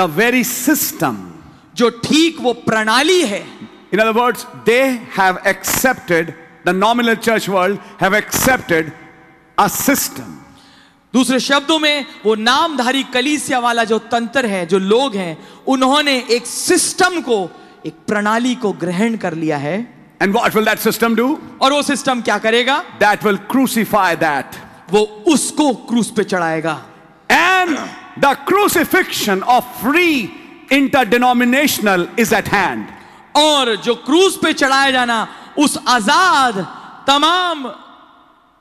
[SPEAKER 2] the very system.
[SPEAKER 1] जो ठीक वो प्रणाली है
[SPEAKER 2] In other words, they have accepted, the nominal church world have accepted a system.
[SPEAKER 1] दूसरे शब्दों में वो नामधारी कलीसिया वाला जो तंत्र है जो लोग हैं उन्होंने एक सिस्टम को एक प्रणाली को ग्रहण कर लिया है
[SPEAKER 2] And what will that system do?
[SPEAKER 1] और वो सिस्टम क्या करेगा
[SPEAKER 2] That will crucify that.
[SPEAKER 1] वो उसको क्रूस पे चढ़ाएगा
[SPEAKER 2] And the crucifixion of free interdenominational is at hand.
[SPEAKER 1] और जो क्रूस पे चढ़ाया जाना उस आजाद तमाम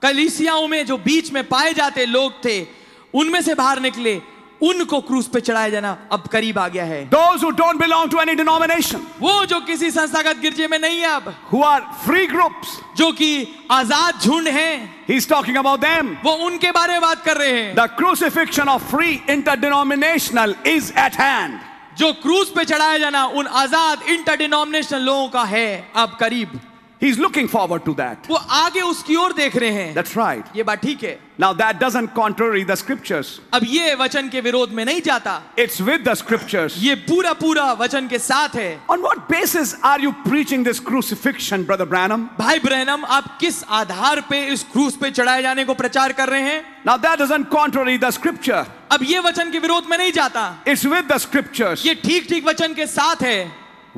[SPEAKER 1] कलीसियाओं में जो बीच में पाए जाते लोग थे उनमें से बाहर निकले उनको क्रूस पे चढ़ाया जाना अब करीब आ गया है
[SPEAKER 2] Those who don't belong to any denomination,
[SPEAKER 1] वो जो किसी संस्थागत गिरजे में नहीं है अब
[SPEAKER 2] who are free groups,
[SPEAKER 1] जो कि आजाद झुंड हैं
[SPEAKER 2] he's talking about them.
[SPEAKER 1] वो उनके बारे में बात कर रहे हैं
[SPEAKER 2] The crucifixion of free interdenominational is at hand.
[SPEAKER 1] जो क्रूस पे चढ़ाया जाना उन आजाद इंटर डिनोमिनेशन लोगों का है अब करीब
[SPEAKER 2] He's looking forward to that.
[SPEAKER 1] वो आगे उसकी ओर देख रहे हैं
[SPEAKER 2] That's right.
[SPEAKER 1] ये बात ठीक है
[SPEAKER 2] Now, that doesn't contrary the scriptures,
[SPEAKER 1] अब ये वचन के विरोध में नहीं जाता
[SPEAKER 2] it's with the scriptures.
[SPEAKER 1] ये पूरा पूरा वचन के साथ है
[SPEAKER 2] On what basis are you preaching this crucifixion, Brother Branham?
[SPEAKER 1] भाई ब्रहनम आप किस आधार पे इस क्रूस पे चढ़ाए जाने को प्रचार कर रहे हैं
[SPEAKER 2] Now, that doesn't contrary the scripture,
[SPEAKER 1] अब ये वचन के विरोध में नहीं जाता
[SPEAKER 2] it's with the scriptures.
[SPEAKER 1] ये ठीक ठीक वचन के साथ है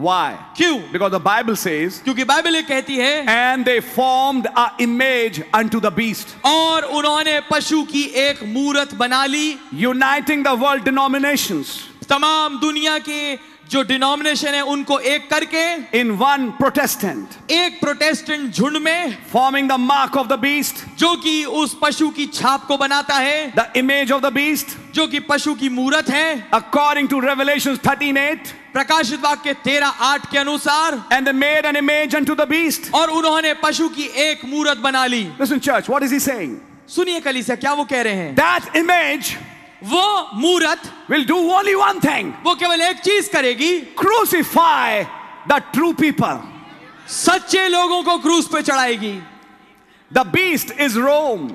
[SPEAKER 2] Why?
[SPEAKER 1] क्यों
[SPEAKER 2] Because the Bible says,
[SPEAKER 1] क्योंकि बाइबल ये कहती है
[SPEAKER 2] and they formed a image unto the beast,
[SPEAKER 1] और उन्होंने पशु की एक मूरत बना ली
[SPEAKER 2] uniting the world denominations
[SPEAKER 1] तमाम दुनिया के जो डिनोमिनेशन है उनको एक करके
[SPEAKER 2] in one Protestant,
[SPEAKER 1] एक प्रोटेस्टेंट झुंड में
[SPEAKER 2] forming the mark of the beast,
[SPEAKER 1] जो कि उस पशु की छाप को बनाता है
[SPEAKER 2] the image of the beast,
[SPEAKER 1] जो कि पशु की मूरत है
[SPEAKER 2] according to Revelations 13:8,
[SPEAKER 1] प्रकाशित वाक्य तेरह आठ के अनुसार
[SPEAKER 2] and they made an image unto the beast.
[SPEAKER 1] और उन्होंने पशु की एक मूरत बना ली
[SPEAKER 2] Listen, church, what is he saying?
[SPEAKER 1] सुनिए कलीसिया क्या वो कह रहे हैं
[SPEAKER 2] That image
[SPEAKER 1] वो मूरत
[SPEAKER 2] will do only one thing:
[SPEAKER 1] वो केवल एक चीज करेगी
[SPEAKER 2] crucify the true people.
[SPEAKER 1] सच्चे लोगों को क्रूस पे चढ़ाएगी
[SPEAKER 2] The beast is Rome.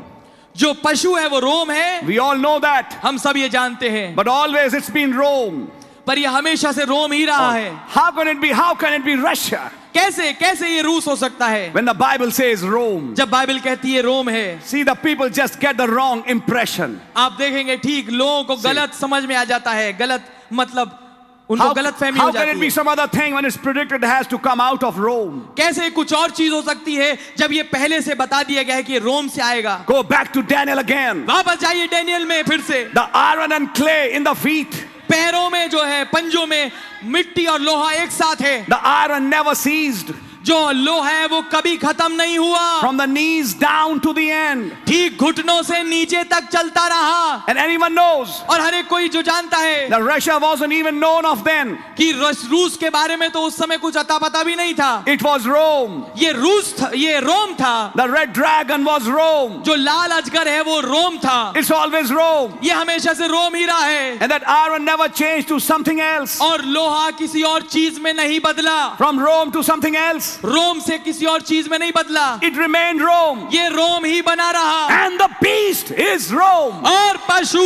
[SPEAKER 1] जो पशु है वो रोम है
[SPEAKER 2] We all know that.
[SPEAKER 1] हम सब ये जानते हैं
[SPEAKER 2] But always it's been Rome.
[SPEAKER 1] पर ये हमेशा से रोम ही रहा है
[SPEAKER 2] How can it be? How can it be Russia
[SPEAKER 1] कैसे कैसे ये रूस हो सकता है
[SPEAKER 2] when the Bible says Rome?
[SPEAKER 1] जब बाइबल कहती है रोम है
[SPEAKER 2] See, the people just get the wrong impression.
[SPEAKER 1] आप देखेंगे ठीक लोगों को गलत समझ में आ जाता है गलत मतलब उनको
[SPEAKER 2] How,
[SPEAKER 1] गलत फहमी हो
[SPEAKER 2] how can it
[SPEAKER 1] जाती
[SPEAKER 2] be
[SPEAKER 1] है
[SPEAKER 2] some other thing when it's predicted has to come out of Rome?
[SPEAKER 1] कैसे कुछ और चीज हो सकती है जब ये पहले से बता दिया गया है कि ये रोम से आएगा
[SPEAKER 2] Go back to Daniel again.
[SPEAKER 1] वापस जाइए डेनियल में फिर से
[SPEAKER 2] The iron and clay in the feet.
[SPEAKER 1] पैरों में जो है पंजों में मिट्टी और लोहा एक साथ है
[SPEAKER 2] The iron never ceased
[SPEAKER 1] जो लोहा है वो कभी खत्म नहीं हुआ
[SPEAKER 2] from the knees down to the end.
[SPEAKER 1] ठीक घुटनों से नीचे तक चलता रहा
[SPEAKER 2] And anyone knows
[SPEAKER 1] और हर एक कोई जो जानता है
[SPEAKER 2] that Russia wasn't even known of then.
[SPEAKER 1] कि रस- रूस के बारे में तो उस समय कुछ अता पता भी नहीं था
[SPEAKER 2] It was Rome.
[SPEAKER 1] ये रूस था, ये रोम था
[SPEAKER 2] The red dragon was Rome.
[SPEAKER 1] जो लाल अजगर है वो रोम था
[SPEAKER 2] It's always Rome.
[SPEAKER 1] ये हमेशा से रोम ही रहा है
[SPEAKER 2] And that iron never changed to something else.
[SPEAKER 1] और लोहा किसी और चीज में नहीं बदला
[SPEAKER 2] From Rome to something else.
[SPEAKER 1] रोम से किसी और चीज में नहीं बदला
[SPEAKER 2] It remained Rome.
[SPEAKER 1] ये रोम ही बना रहा
[SPEAKER 2] And the beast is Rome.
[SPEAKER 1] और पशु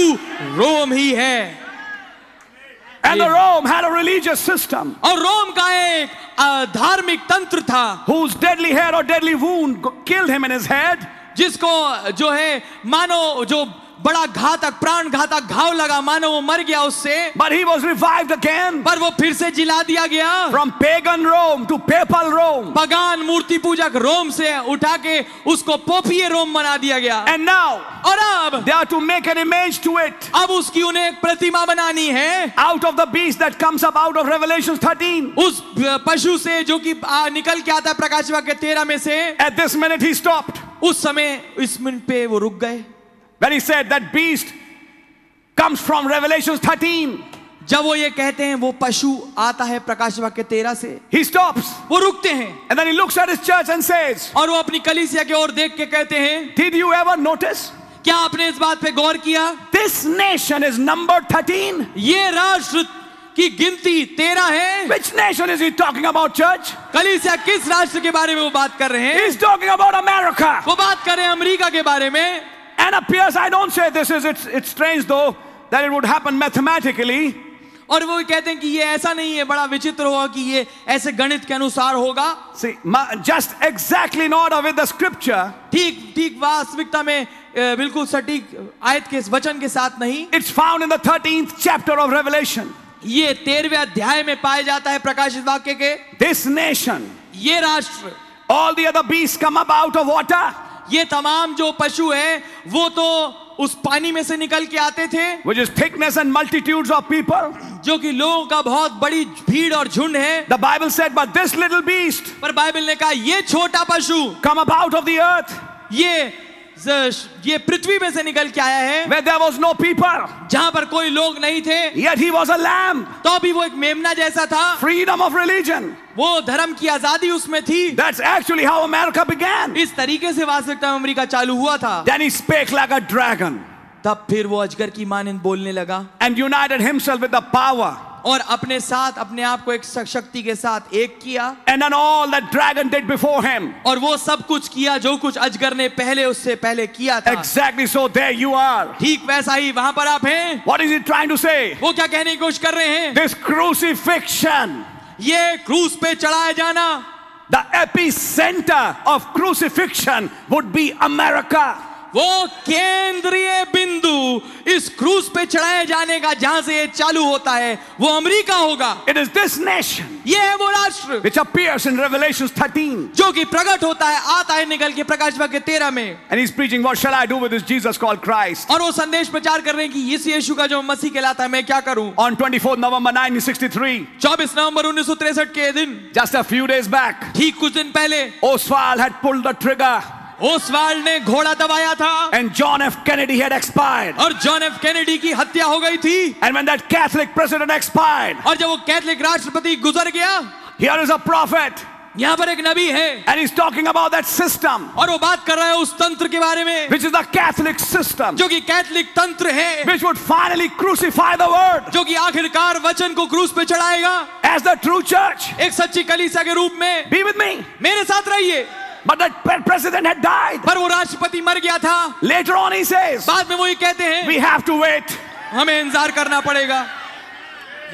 [SPEAKER 1] रोम ही है
[SPEAKER 2] And the Rome had a religious system
[SPEAKER 1] और रोम का एक अ, धार्मिक तंत्र था
[SPEAKER 2] whose deadly hair or deadly wound go- killed him in his head.
[SPEAKER 1] जिसको जो है मानो जो बड़ा घातक प्राण घातक घाव लगा मानो वो मर गया उससे
[SPEAKER 2] But he was revived again
[SPEAKER 1] पर वो फिर से जिला दिया गया
[SPEAKER 2] from pagan Rome to papal Rome.
[SPEAKER 1] पगान मूर्ति पूजक रोम से उठा के उसको पोपिए रोम बना दिया गया
[SPEAKER 2] And now
[SPEAKER 1] और अब
[SPEAKER 2] they are to make an image to it
[SPEAKER 1] अब उसकी उन्हें एक प्रतिमा बनानी है
[SPEAKER 2] out of the beast that comes up out of Revelation 13.
[SPEAKER 1] उस पशु से जो कि आ, निकल के आता है प्रकाश वाक्य तेरह में से
[SPEAKER 2] At this minute he stopped.
[SPEAKER 1] उस समय इस मिनट पे वो रुक गए
[SPEAKER 2] When he said that beast comes from Revelation 13,
[SPEAKER 1] जब वो ये कहते हैं वो पशु आता है प्रकाश वाक्य तेरह से
[SPEAKER 2] he stops
[SPEAKER 1] वो रुकते हैं
[SPEAKER 2] and then he looks at his church and says,
[SPEAKER 1] और वो अपनी कलीसिया की ओर देख के कहते हैं
[SPEAKER 2] Did you ever notice?
[SPEAKER 1] क्या आपने इस बात पे गौर किया
[SPEAKER 2] This nation is number 13.
[SPEAKER 1] ये राष्ट्र की गिनती तेरह है
[SPEAKER 2] Which nation is he talking about, church?
[SPEAKER 1] कलीसिया किस राष्ट्र के बारे में वो बात कर रहे हैं
[SPEAKER 2] He's talking about America.
[SPEAKER 1] वो बात कर रहे हैं अमेरिका के बारे में
[SPEAKER 2] And appears, I don't say this is, it's, it's strange though, that it would happen mathematically.
[SPEAKER 1] और वो कहते हैं कि ये ऐसा नहीं है बड़ा विचित्र होगा कि ये ऐसे गणित के अनुसार होगा
[SPEAKER 2] See, ma- just exactly in order with the scripture,
[SPEAKER 1] ठीक ठीक वास्तविकता में अ, बिल्कुल सटीक आयत के इस वचन के साथ नहीं
[SPEAKER 2] it's found in the 13th chapter of Revelation.
[SPEAKER 1] ये तेरहवें अध्याय में पाया जाता है प्रकाशित वाक्य के
[SPEAKER 2] This nation,
[SPEAKER 1] ये राष्ट्र
[SPEAKER 2] all the other beasts come up out of water.
[SPEAKER 1] ये तमाम जो पशु है वो तो उस पानी में से निकल के आते थे
[SPEAKER 2] which is thickness and multitudes of people.
[SPEAKER 1] जो कि लोगों का बहुत बड़ी भीड़ और झुंड है
[SPEAKER 2] The Bible said, But this little beast
[SPEAKER 1] पर बाइबल ने कहा ये छोटा पशु
[SPEAKER 2] come up out of the earth
[SPEAKER 1] ये ज- ये पृथ्वी में से निकल के आया है
[SPEAKER 2] where there was no people,
[SPEAKER 1] जहां पर कोई लोग नहीं थे
[SPEAKER 2] yet he was a lamb.
[SPEAKER 1] तो भी वो एक मेमना जैसा था
[SPEAKER 2] Freedom of religion.
[SPEAKER 1] वो धर्म की आजादी उसमें थी
[SPEAKER 2] That's actually how America began.
[SPEAKER 1] इस तरीके से वास्तविकता में अमेरिका चालू हुआ था
[SPEAKER 2] Then he spake like a dragon
[SPEAKER 1] तब फिर वो अजगर की मानंद बोलने लगा
[SPEAKER 2] and united himself with the power.
[SPEAKER 1] और अपने साथ अपने आप को एक श- शक्ति के साथ एक किया
[SPEAKER 2] And then all that dragon did before him.
[SPEAKER 1] और वो सब कुछ किया जो कुछ अजगर ने पहले उससे पहले किया था
[SPEAKER 2] Exactly so, there you are.
[SPEAKER 1] ठीक वैसा ही वहां पर आप हैं
[SPEAKER 2] What is he trying to say?
[SPEAKER 1] वो क्या कहने की कोशिश कर रहे हैं
[SPEAKER 2] This crucifixion,
[SPEAKER 1] ये क्रूज पे चढ़ाया जाना
[SPEAKER 2] the epicenter of crucifixion would be America.
[SPEAKER 1] वो केंद्रीय बिंदु इस क्रूज पे चढ़ाए जाने का जहां से ये चालू होता है वो अमेरिका होगा
[SPEAKER 2] It is this nation
[SPEAKER 1] ये है वो राष्ट्र
[SPEAKER 2] which appears in Revelations 13.
[SPEAKER 1] जो कि प्रकट होता है आता है निकल के प्रकाश भाग के तेरह में
[SPEAKER 2] And he's preaching, What shall I do with this Jesus called Christ?
[SPEAKER 1] और वो संदेश प्रचार कर रहे हैं कि इस यीशु का जो मसीह कहलाता है मैं क्या करूं
[SPEAKER 2] On 24 November 1963,
[SPEAKER 1] 24 नवंबर 1963 के दिन
[SPEAKER 2] just a few days back,
[SPEAKER 1] ठीक कुछ दिन पहले
[SPEAKER 2] Oswald had pulled the trigger
[SPEAKER 1] Oswald ने घोड़ा दबाया था
[SPEAKER 2] and John F. Kennedy had expired.
[SPEAKER 1] और जॉन एफ कैनेडी की हत्या हो गई थी
[SPEAKER 2] And when that Catholic president expired,
[SPEAKER 1] और जब वो कैथलिक राष्ट्रपति गुजर गया
[SPEAKER 2] here is a prophet
[SPEAKER 1] यहाँ पर एक नबी है
[SPEAKER 2] and he's talking about that system,
[SPEAKER 1] और वो बात कर रहा है उस तंत्र के बारे में
[SPEAKER 2] which is the Catholic system,
[SPEAKER 1] जो कि कैथलिक तंत्र है
[SPEAKER 2] which would finally crucify the word
[SPEAKER 1] जो कि आखिरकार वचन को क्रूस पे चढ़ाएगा
[SPEAKER 2] as the true church.
[SPEAKER 1] एक सच्ची कलीसिया के रूप में
[SPEAKER 2] Be with me.
[SPEAKER 1] मेरे साथ रहिए
[SPEAKER 2] But that pre- president had died.
[SPEAKER 1] पर वो राष्ट्रपति मर गया था
[SPEAKER 2] Later on, he says,
[SPEAKER 1] बाद में वो ये कहते हैं
[SPEAKER 2] We have to wait.
[SPEAKER 1] हमें इंतजार करना पड़ेगा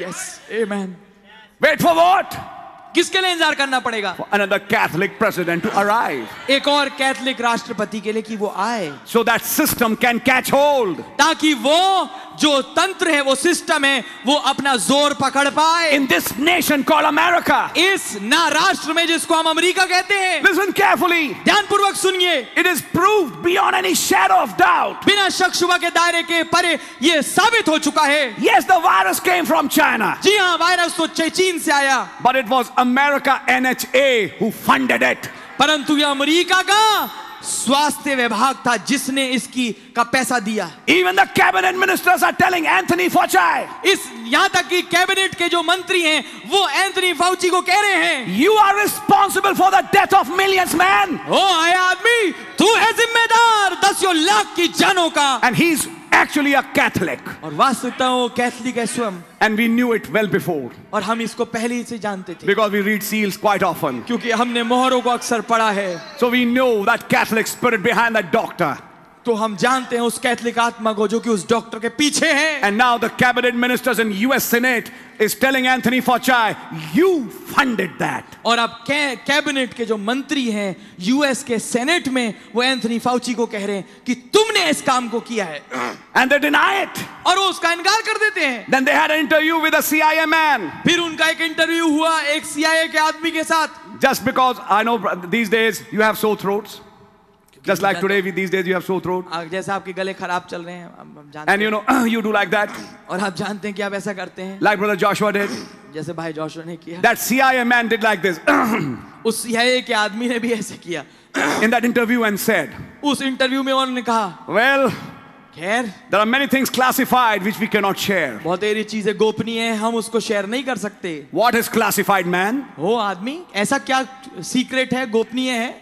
[SPEAKER 1] yes amen
[SPEAKER 2] Wait for what?
[SPEAKER 1] किसके लिए इंतजार करना पड़ेगा
[SPEAKER 2] For another Catholic president to arrive.
[SPEAKER 1] एक और कैथलिक राष्ट्रपति के लिए कि वो आए
[SPEAKER 2] So that system can catch hold.
[SPEAKER 1] ताकि वो जो तंत्र है वो सिस्टम है वो अपना जोर पकड़ पाए
[SPEAKER 2] In this nation called America.
[SPEAKER 1] इस ना राष्ट्र में जिसको हम अमेरिका कहते हैं
[SPEAKER 2] Listen carefully.
[SPEAKER 1] ध्यान पूर्वक सुनिए
[SPEAKER 2] It is proved beyond any shadow of doubt.
[SPEAKER 1] बिना शक शुबा के दायरे के परे ये साबित हो चुका है
[SPEAKER 2] Yes, the virus came from China,
[SPEAKER 1] जी हाँ वायरस तो चे- चीन से आया
[SPEAKER 2] but it was America NHA who funded it.
[SPEAKER 1] परंतु यह अमेरिका का स्वास्थ्य विभाग था जिसने इसकी का पैसा दिया
[SPEAKER 2] Even the cabinet ministers are telling Anthony Fauci,
[SPEAKER 1] इस यहाँ तक कि कैबिनेट के जो मंत्री हैं वो एंथनी फाउची को कह रहे हैं
[SPEAKER 2] you are responsible for the death of millions, man.
[SPEAKER 1] ओ आया आदमी तू है जिम्मेदार दसियों लाख की जानों का
[SPEAKER 2] And he's actually a Catholic.
[SPEAKER 1] और वास्तविकता वो कैथलिक है स्वयं
[SPEAKER 2] And we knew it well before
[SPEAKER 1] और हम इसको पहले ही से जानते थे
[SPEAKER 2] because we read seals quite often.
[SPEAKER 1] क्योंकि हमने मोहरों को अक्सर पढ़ा है
[SPEAKER 2] So we know that Catholic spirit behind that doctor.
[SPEAKER 1] तो हम जानते हैं उस कैथलिक आत्मा को जो कि उस डॉक्टर के पीछे है
[SPEAKER 2] And now the cabinet ministers in US Senate is telling Anthony Fauci, you funded that.
[SPEAKER 1] और अब कै, कैबिनेट के जो मंत्री हैं यूएस के सेनेट में वो एंथनी फाउची को कह रहे हैं कि तुमने इस काम को किया है
[SPEAKER 2] and they deny it.
[SPEAKER 1] और वो उसका इनकार कर देते हैं
[SPEAKER 2] Then they had an interview with a CIA man.
[SPEAKER 1] फिर उनका एक इंटरव्यू हुआ एक सीआईए के आदमी के साथ
[SPEAKER 2] Just because I know br- these days you have sore throats. Just like today, we, these days you have sore throat.
[SPEAKER 1] आ, जैसे आपके गले खराब चल रहे हैं हम हम जानते
[SPEAKER 2] And you know, you do like that,
[SPEAKER 1] हैं। और आप जानते हैं कि आप ऐसा करते हैं
[SPEAKER 2] like Brother Joshua did.
[SPEAKER 1] जैसे भाई जोशुआ ने किया
[SPEAKER 2] That CIA man did like this
[SPEAKER 1] उस सीआईए के आदमी ने भी ऐसे किया
[SPEAKER 2] in that interview and said,
[SPEAKER 1] उस इंटरव्यू में उन्होंने कहा
[SPEAKER 2] Well,
[SPEAKER 1] खैर
[SPEAKER 2] there are many things classified which we cannot share.
[SPEAKER 1] बहुत सारी चीजें गोपनीय है हम उसको शेयर नहीं कर सकते
[SPEAKER 2] What is classified, man?
[SPEAKER 1] हो आदमी ऐसा क्या सीक्रेट है गोपनीय है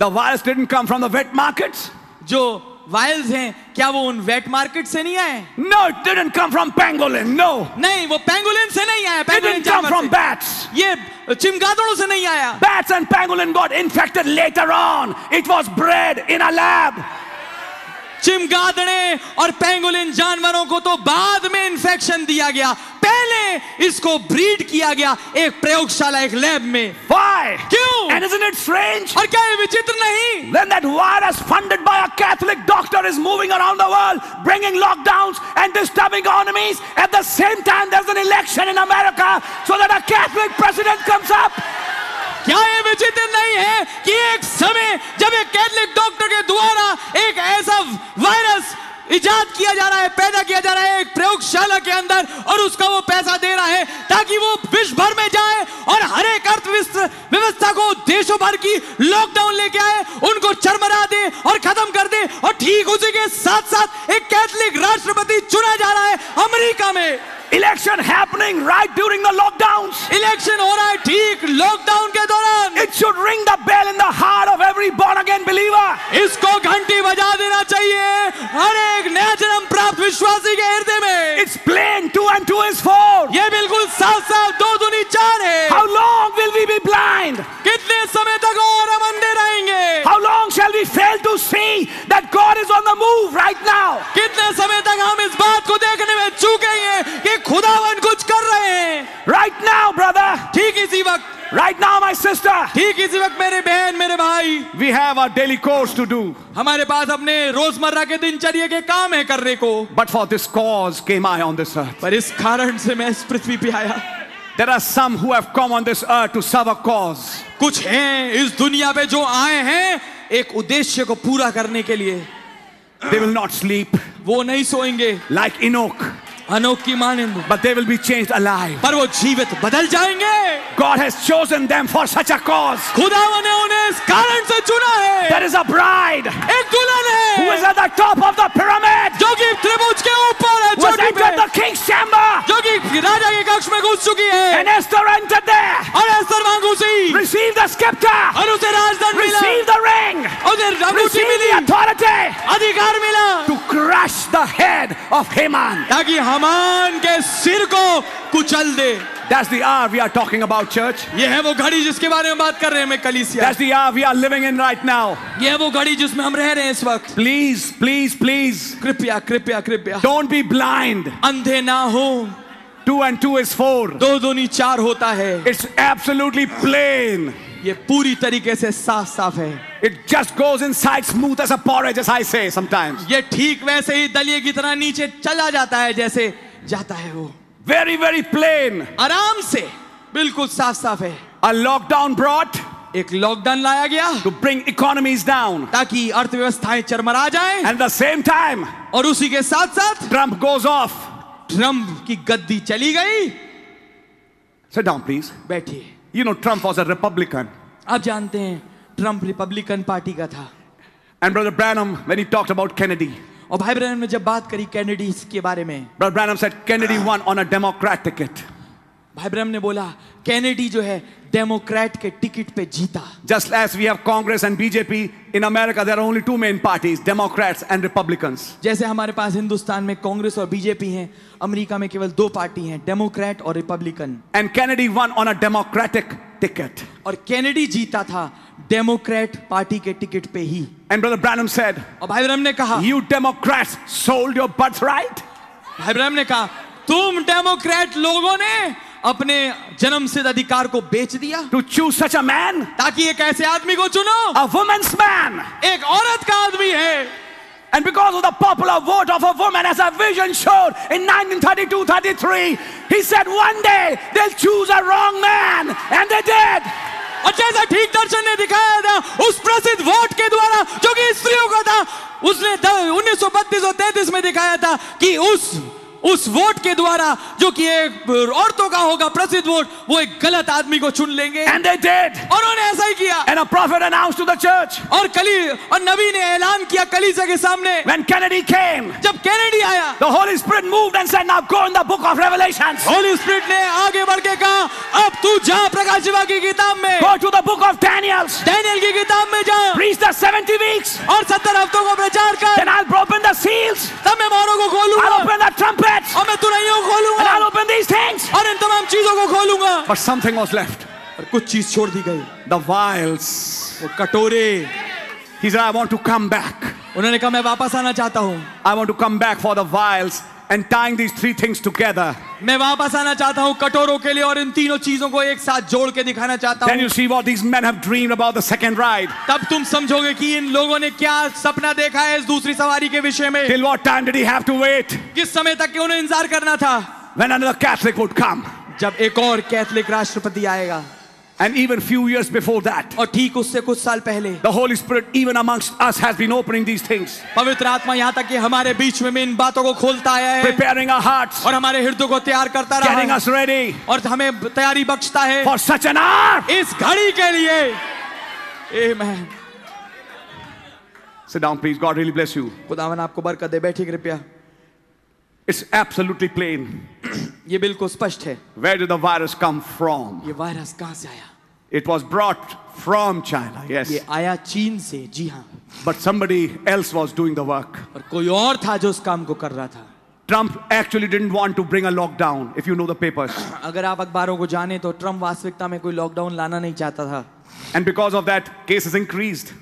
[SPEAKER 2] The virus didn't come from the wet markets.
[SPEAKER 1] जो वायल्स हैं क्या वो उन वेट मार्केट से नहीं आए
[SPEAKER 2] No, it didn't come from pangolin. No,
[SPEAKER 1] नहीं वो पेंगुलिन से नहीं आया
[SPEAKER 2] it
[SPEAKER 1] पेंगुलिन
[SPEAKER 2] didn't come
[SPEAKER 1] जानवर
[SPEAKER 2] from
[SPEAKER 1] से।
[SPEAKER 2] bats.
[SPEAKER 1] ये चिमगादड़ों से नहीं आया
[SPEAKER 2] Bats and pangolin got infected later on. It was bred in a lab.
[SPEAKER 1] चिमगादड़े और पेंगुलिन जानवरों को तो बाद में इन्फेक्शन दिया गया पहले इसको ब्रीड किया गया एक प्रयोगशाला एक लैब में
[SPEAKER 2] Why?
[SPEAKER 1] क्यों?
[SPEAKER 2] And isn't it strange?
[SPEAKER 1] और क्या ये विचित्र नहीं
[SPEAKER 2] Then that virus funded by a Catholic doctor is moving around the world, bringing lockdowns and disturbing economies. At the same time, there's an election in America so that a Catholic president comes up.
[SPEAKER 1] क्या ये विचित्र नहीं है कि एक समय जब एक कैथलिक डॉक्टर के द्वारा एक ऐसा वायरस इजाद किया जा रहा है पैदा किया जा रहा है एक प्रयोगशाला के अंदर और उसका वो पैसा दे रहा है ताकि वो विश्व भर में जाए और हर एक अर्थव्यवस्था व्यवस्था को देशों भर की लॉकडाउन लेके आए उनको चरमरा दे और खत्म कर दे और ठीक उसी के साथ साथ एक कैथलिक राष्ट्रपति चुना जा रहा है अमेरिका में
[SPEAKER 2] Election happening right during the lockdowns.
[SPEAKER 1] Election हो रहा है ठीक लॉकडाउन के दौरान
[SPEAKER 2] It should ring the bell in the heart of every born again believer.
[SPEAKER 1] इसको घंटी बजा देना चाहिए हर एक नया जन्म प्राप्त विश्वासी के हृदय में
[SPEAKER 2] It's plain two and two is four.
[SPEAKER 1] ये बिल्कुल साफ साफ दो दुनी चार है
[SPEAKER 2] How long will we be blind?
[SPEAKER 1] कितने समय तक और हम अंधे रहेंगे
[SPEAKER 2] How long shall we fail to see that God is on the move right now?
[SPEAKER 1] कितने समय तक हम इस बात को देखने में चूकेंगे कि खुदावन कुछ कर रहे हैं
[SPEAKER 2] Right now, brother.
[SPEAKER 1] ठीक इसी वक्त
[SPEAKER 2] Right now, my sister.
[SPEAKER 1] ठीक इसी वक्त मेरे बहन मेरे भाई
[SPEAKER 4] We have our daily course to do.
[SPEAKER 1] हमारे पास अपने रोजमर्रा के दिनचर्या के काम है करने को
[SPEAKER 4] But for this cause came I on this earth.
[SPEAKER 1] पर इस कारण से मैं इस पृथ्वी पे आया
[SPEAKER 4] There are some who have come on this earth to serve a cause.
[SPEAKER 1] कुछ हैं इस दुनिया पे जो आए हैं एक उद्देश्य को पूरा करने के लिए
[SPEAKER 4] They will not sleep
[SPEAKER 1] वो नहीं सोएंगे
[SPEAKER 4] like Enoch,
[SPEAKER 1] अनोख की मानिंद
[SPEAKER 4] but they will be changed alive.
[SPEAKER 1] पर वो जीवित बदल जाएंगे
[SPEAKER 4] God has chosen them for such a cause.
[SPEAKER 1] खुदावन ने उन्हें इस कारण से चुना है
[SPEAKER 2] There is a bride
[SPEAKER 1] एक दुल्हन
[SPEAKER 2] who is
[SPEAKER 1] है
[SPEAKER 2] at the top of the pyramid.
[SPEAKER 1] जो कि त्रिभुज के ऊपर है
[SPEAKER 2] Who has
[SPEAKER 1] चोटी
[SPEAKER 2] entered
[SPEAKER 1] पे
[SPEAKER 2] the king's chamber.
[SPEAKER 1] जो कि राजा के कक्ष में घुस चुकी है
[SPEAKER 2] And Esther entered there.
[SPEAKER 1] और एस्तर वहां घुसी
[SPEAKER 2] Receive the scepter.
[SPEAKER 1] और उसे राजदंड मिला
[SPEAKER 2] Receive the ring.
[SPEAKER 1] और उसे अंगूठी
[SPEAKER 2] Receive
[SPEAKER 1] मिली
[SPEAKER 2] the authority
[SPEAKER 1] अधिकार मिला
[SPEAKER 2] to crush the head of Haman.
[SPEAKER 1] ताकि हमान के सिर को कुचल दे
[SPEAKER 4] That's the hour we are talking about, church.
[SPEAKER 1] ये है वो घड़ी जिसके बारे में बात कर रहे हैं मैं कलीसिया
[SPEAKER 4] That's the hour we are living in right now.
[SPEAKER 1] ये है वो घड़ी जिसमें हम रह रहे हैं इस वक्त
[SPEAKER 4] Please, please, please
[SPEAKER 1] कृपया कृपया कृपया
[SPEAKER 4] don't be blind.
[SPEAKER 1] अंधे ना हो
[SPEAKER 4] Two and two is four.
[SPEAKER 1] दो दूनी चार होता है
[SPEAKER 4] It's absolutely plain.
[SPEAKER 1] ये पूरी तरीके से साफ साफ है
[SPEAKER 4] It just goes inside smooth as a porridge, as I say sometimes.
[SPEAKER 1] ये ठीक वैसे ही दलिये की तरह नीचे चला जाता है जैसे जाता है वो
[SPEAKER 4] Very, very plain.
[SPEAKER 1] आराम से बिल्कुल साफ साफ है
[SPEAKER 4] A lockdown brought
[SPEAKER 1] एक लॉकडाउन लाया गया
[SPEAKER 4] to bring economies down.
[SPEAKER 1] ताकि अर्थव्यवस्थाएं चरमरा जाएं
[SPEAKER 4] And at the same time,
[SPEAKER 1] और उसी के साथ साथ
[SPEAKER 4] Trump goes off.
[SPEAKER 1] ट्रम्प की गद्दी चली गई
[SPEAKER 4] Sit down, please.
[SPEAKER 1] बैठिए
[SPEAKER 4] You know, Trump was a Republican.
[SPEAKER 1] आप जानते हैं ट्रम्प रिपब्लिकन पार्टी का था
[SPEAKER 4] And Brother Branham, when he talked about Kennedy,
[SPEAKER 1] और भाई ब्रहण ने जब बात करी कैनेडी के बारे में
[SPEAKER 4] Brother Branham said Kennedy won on a Democrat ticket.
[SPEAKER 1] भाई ब्रहण ने बोला कैनेडी जो है डेमोक्रेट के टिकट पे जीता
[SPEAKER 4] Just as we have Congress and BJP, in America there are only two main parties, Democrats and Republicans.
[SPEAKER 1] जैसे हमारे पास हिंदुस्तान में कांग्रेस और बीजेपी हैं अमेरिका में केवल दो पार्टी हैं डेमोक्रेट और Republican
[SPEAKER 4] And Kennedy won on a Democratic ticket.
[SPEAKER 1] और कैनेडी जीता था डेमोक्रेट पार्टी के टिकट पे ही
[SPEAKER 4] And Brother Branham said,
[SPEAKER 1] और भाई ब्रहण ने कहा
[SPEAKER 4] You Democrats sold your birthright?
[SPEAKER 1] भाई ब्रहण ने कहा तुम डेमोक्रेट लोगों ने अपने जन्म सिद्ध अधिकार को बेच दिया
[SPEAKER 4] to choose such a man,
[SPEAKER 1] ताकि एक ऐसे आदमी को चुनो
[SPEAKER 4] a woman's man.
[SPEAKER 1] एक औरत का आदमी है
[SPEAKER 2] And because of the popular vote of a woman, as a vision showed in 1932 33, he said, One day they'll choose a wrong man. And they did.
[SPEAKER 1] और जैसा ठीक दर्शन ने दिखाया था उस प्रसिद्ध वोट के द्वारा जो कि स्त्रियों का था उसने उन्नीस सौ बत्तीस और तैतीस में दिखाया था कि उस उस वोट के द्वारा जो कि एक औरतों का होगा प्रसिद्ध वोट वो एक गलत आदमी को चुन लेंगे
[SPEAKER 2] And they did.
[SPEAKER 1] और उन्होंने ऐसा ही किया
[SPEAKER 2] And a prophet announced to the church
[SPEAKER 1] और कली और नबी ने ऐलान किया कलीसा के सामने
[SPEAKER 2] when Kennedy came,
[SPEAKER 1] जब कैनेडी आया
[SPEAKER 2] the Holy Spirit moved and said, Now go in the book of Revelations,
[SPEAKER 1] Holi spirit ने आगे बढ़ के कहा अब तू जा प्रकाश शिवा की किताब में
[SPEAKER 2] go to the book of Daniel's,
[SPEAKER 1] Daniel की किताब में जा
[SPEAKER 2] preach the 70 weeks.
[SPEAKER 1] और सत्तर हफ्तों का प्रचार कर
[SPEAKER 2] Then I'll open the seals,
[SPEAKER 1] तब मैं मोहरों को खोलूंगा
[SPEAKER 2] I'll open the trumpets,
[SPEAKER 1] और मैं तुरहियों को
[SPEAKER 2] and
[SPEAKER 1] खोलूंगा
[SPEAKER 2] I'll open these things.
[SPEAKER 1] और इन तमाम चीजों को खोलूंगा
[SPEAKER 4] But something was left
[SPEAKER 1] और कुछ चीज छोड़ दी गई
[SPEAKER 4] the vials.
[SPEAKER 1] वो कटोरे
[SPEAKER 4] He said, I want to come back.
[SPEAKER 1] उन्होंने कहा मैं वापस आना चाहता हूँ
[SPEAKER 4] I want to come back for the vials and tying these three things together.
[SPEAKER 1] मैं वापस आना चाहता हूँ कटोरों के लिए और इन तीनों चीजों को एक साथ जोड़ के दिखाना चाहता
[SPEAKER 4] Then
[SPEAKER 1] हूँ
[SPEAKER 4] you see what these men have dreamed about the second ride.
[SPEAKER 1] तब तुम समझोगे कि इन लोगों ने क्या सपना देखा है इस दूसरी सवारी के विषय में
[SPEAKER 4] Till what time did he have to wait?
[SPEAKER 1] किस समय तक के उन्हें इंतजार करना था
[SPEAKER 4] When another Catholic would come.
[SPEAKER 1] जब एक और कैथलिक राष्ट्रपति आएगा
[SPEAKER 2] And even few years before that,
[SPEAKER 1] और ठीक उससे कुछ साल पहले
[SPEAKER 2] the Holy Spirit, even amongst us, has been opening these things,
[SPEAKER 1] पवित्र आत्मा यहाँ तक कि हमारे बीच में भी इन बातों को खोलता आया है
[SPEAKER 2] preparing our hearts,
[SPEAKER 1] और हमारे हृदय को तैयार करता रहा
[SPEAKER 2] getting
[SPEAKER 1] है
[SPEAKER 2] us ready
[SPEAKER 1] और हमें तैयारी बख्शता है
[SPEAKER 2] for such an hour.
[SPEAKER 1] इस घड़ी के लिए Amen.
[SPEAKER 2] Sit down, please. God really bless you.
[SPEAKER 1] खुदावन आपको बरकत दे बैठिए कृपया
[SPEAKER 2] It's absolutely plain.
[SPEAKER 1] ये बिल्कुल स्पष्ट है
[SPEAKER 2] Where did the virus come from?
[SPEAKER 1] ये वायरस कहाँ से आया
[SPEAKER 2] It was brought from China, yes.
[SPEAKER 1] ये आया चीन से जी हाँ
[SPEAKER 2] But somebody else was doing the work.
[SPEAKER 1] और कोई और था जो उस काम को कर रहा था
[SPEAKER 2] Trump actually didn't want to bring a lockdown, if you know the papers.
[SPEAKER 1] अगर आप अखबारों को जाने तो ट्रम्प वास्तविकता में कोई लॉकडाउन लाना नहीं चाहता था
[SPEAKER 2] And because of that, cases increased.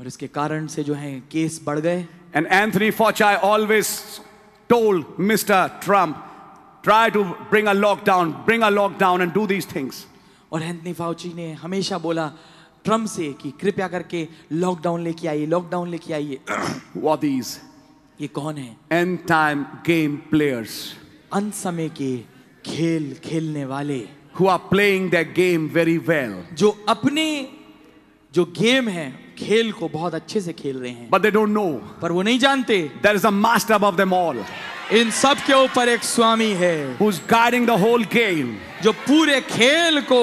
[SPEAKER 1] और इसके कारण से जो है केस बढ़ गए
[SPEAKER 2] And Anthony Fauci always told Mr. Trump, try to bring a lockdown, bring a lockdown, and do these things.
[SPEAKER 1] और एंथनी फाउची ने हमेशा बोला ट्रम्प से कि कृपया करके लॉकडाउन लेके आइए लॉकडाउन लेके आइए
[SPEAKER 2] Who are these?
[SPEAKER 1] ये कौन है
[SPEAKER 2] End time game players
[SPEAKER 1] अंत समय के खेल खेलने वाले
[SPEAKER 2] who are playing their game very well,
[SPEAKER 1] जो अपने जो गेम है खेल को बहुत अच्छे से खेल रहे हैं
[SPEAKER 2] but they don't know.
[SPEAKER 1] पर वो नहीं जानते
[SPEAKER 2] There is a master above them all
[SPEAKER 1] इन सब के ऊपर एक स्वामी है
[SPEAKER 2] who's guiding the whole game.
[SPEAKER 1] जो पूरे खेल को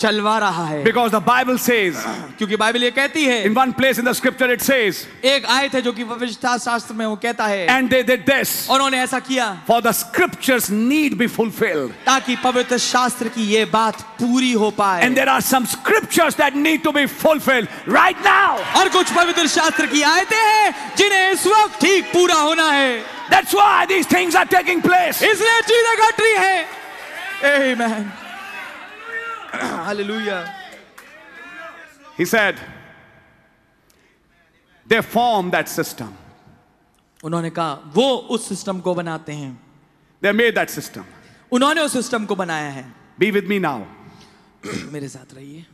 [SPEAKER 1] चलवा रहा है
[SPEAKER 2] Because the Bible says,
[SPEAKER 1] क्योंकि बाइबल ये कहती है
[SPEAKER 2] in one place in the scripture, it says,
[SPEAKER 1] एक आयत है जो कि पवित्रता शास्त्र में वो कहता है
[SPEAKER 2] and they did this.
[SPEAKER 1] और उन्होंने ऐसा किया
[SPEAKER 2] For the scriptures need be fulfilled.
[SPEAKER 1] ताकि पवित्र शास्त्र की ये बात पूरी हो पाए
[SPEAKER 2] And there are some scriptures that need to be fulfilled right now.
[SPEAKER 1] और कुछ पवित्र शास्त्र की आयतें हैं जिन्हें इस वक्त ठीक पूरा होना है
[SPEAKER 2] That's why these things are taking place.
[SPEAKER 1] इसलिए चीजें घट रही है Amen. Hallelujah.
[SPEAKER 2] He said, they formed that system.
[SPEAKER 1] उन्होंने कहा वो उस सिस्टम को बनाते हैं
[SPEAKER 2] They made that system.
[SPEAKER 1] उन्होंने उस सिस्टम को बनाया है
[SPEAKER 2] Be with me now.
[SPEAKER 1] मेरे साथ रहिए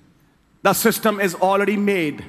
[SPEAKER 2] The system is already made,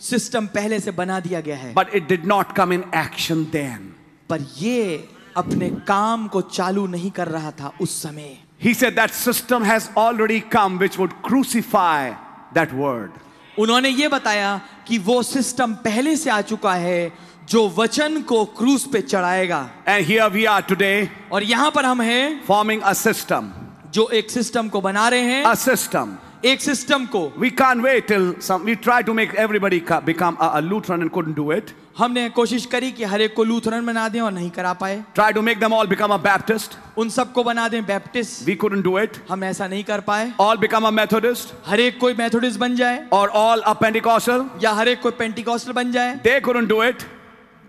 [SPEAKER 1] system पहले से बना दिया गया है
[SPEAKER 2] but it did not come in action then.
[SPEAKER 1] पर ये अपने काम को चालू नहीं कर रहा था उस समय
[SPEAKER 2] He said that system has already come, which would crucify that word.
[SPEAKER 1] उन्होंने ये बताया कि वो सिस्टम पहले से आ चुका है जो वचन को क्रूस पे चढ़ाएगा
[SPEAKER 2] And here we are today,
[SPEAKER 1] और यहाँ पर हम हैं
[SPEAKER 2] forming a system.
[SPEAKER 1] जो एक सिस्टम को बना रहे हैं
[SPEAKER 2] A system.
[SPEAKER 1] एक सिस्टम को
[SPEAKER 2] We can't wait till some. We tried to make everybody ca- become a, a Lutheran and couldn't do it.
[SPEAKER 1] हमने कोशिश करी कि हर एक को लूथरन बना दें और नहीं करा पाए
[SPEAKER 2] Tried to make them all become a Baptist.
[SPEAKER 1] उन सबको बना दें Baptist
[SPEAKER 2] We couldn't do it.
[SPEAKER 1] हम ऐसा नहीं कर पाए
[SPEAKER 2] All become a Methodist
[SPEAKER 1] हर एक कोई मेथोडिस्ट बन जाए
[SPEAKER 2] or all a Pentecostal.
[SPEAKER 1] या हर एक कोई पेंटिकॉस्टल बन जाए
[SPEAKER 2] They couldn't do it.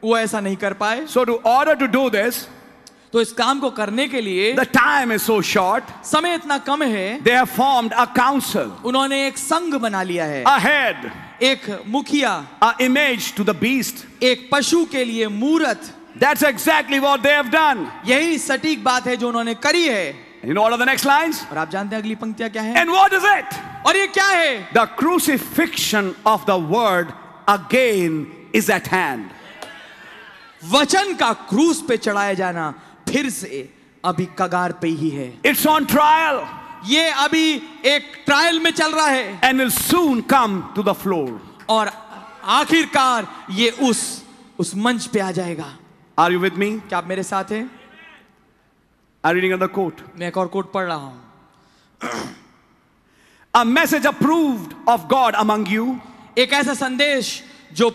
[SPEAKER 1] वो ऐसा नहीं कर पाए
[SPEAKER 2] So, to order to do this,
[SPEAKER 1] तो इस काम को करने के लिए
[SPEAKER 2] the time is so short.
[SPEAKER 1] समय इतना कम है
[SPEAKER 2] They have formed a council,
[SPEAKER 1] उन्होंने एक संघ बना लिया है
[SPEAKER 2] a head,
[SPEAKER 1] एक मुखिया
[SPEAKER 2] a image to the beast.
[SPEAKER 1] एक पशु के लिए मूरत
[SPEAKER 2] That's exactly what they have done.
[SPEAKER 1] यही सटीक बात है जो उन्होंने करी है
[SPEAKER 2] You know what are the next lines?
[SPEAKER 1] और आप जानते हैं अगली पंक्तियां क्या है
[SPEAKER 2] And what is it?
[SPEAKER 1] और ये क्या है
[SPEAKER 2] The crucifixion of the word again is at hand.
[SPEAKER 1] वचन का क्रूस पे चढ़ाया जाना फिर से अभी कगार पे ही है
[SPEAKER 2] It's on trial
[SPEAKER 1] ये अभी एक ट्रायल में चल रहा है
[SPEAKER 2] and will soon come to the floor.
[SPEAKER 1] और आखिरकार ये उस उस मंच पे आ जाएगा
[SPEAKER 2] Are you with me?
[SPEAKER 1] क्या आप मेरे साथ हैं
[SPEAKER 2] I'm reading another quote.
[SPEAKER 1] मैं एक और कोट पढ़ रहा हूं
[SPEAKER 2] A message approved of God among you,
[SPEAKER 1] एक ऐसा संदेश जो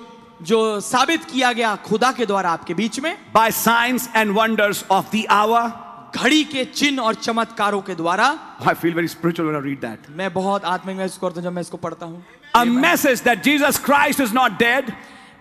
[SPEAKER 1] जो साबित किया गया खुदा के द्वारा आपके बीच में
[SPEAKER 2] by signs and wonders of the hour. Oh,
[SPEAKER 1] घड़ी के चिन्ह और चमत्कारों के द्वारा
[SPEAKER 2] I feel very spiritual when I read that.
[SPEAKER 1] मैं बहुत आत्मिक महसूस करता हूं जब मैं इसको पढ़ता हूं
[SPEAKER 2] A message that Jesus Christ is not dead,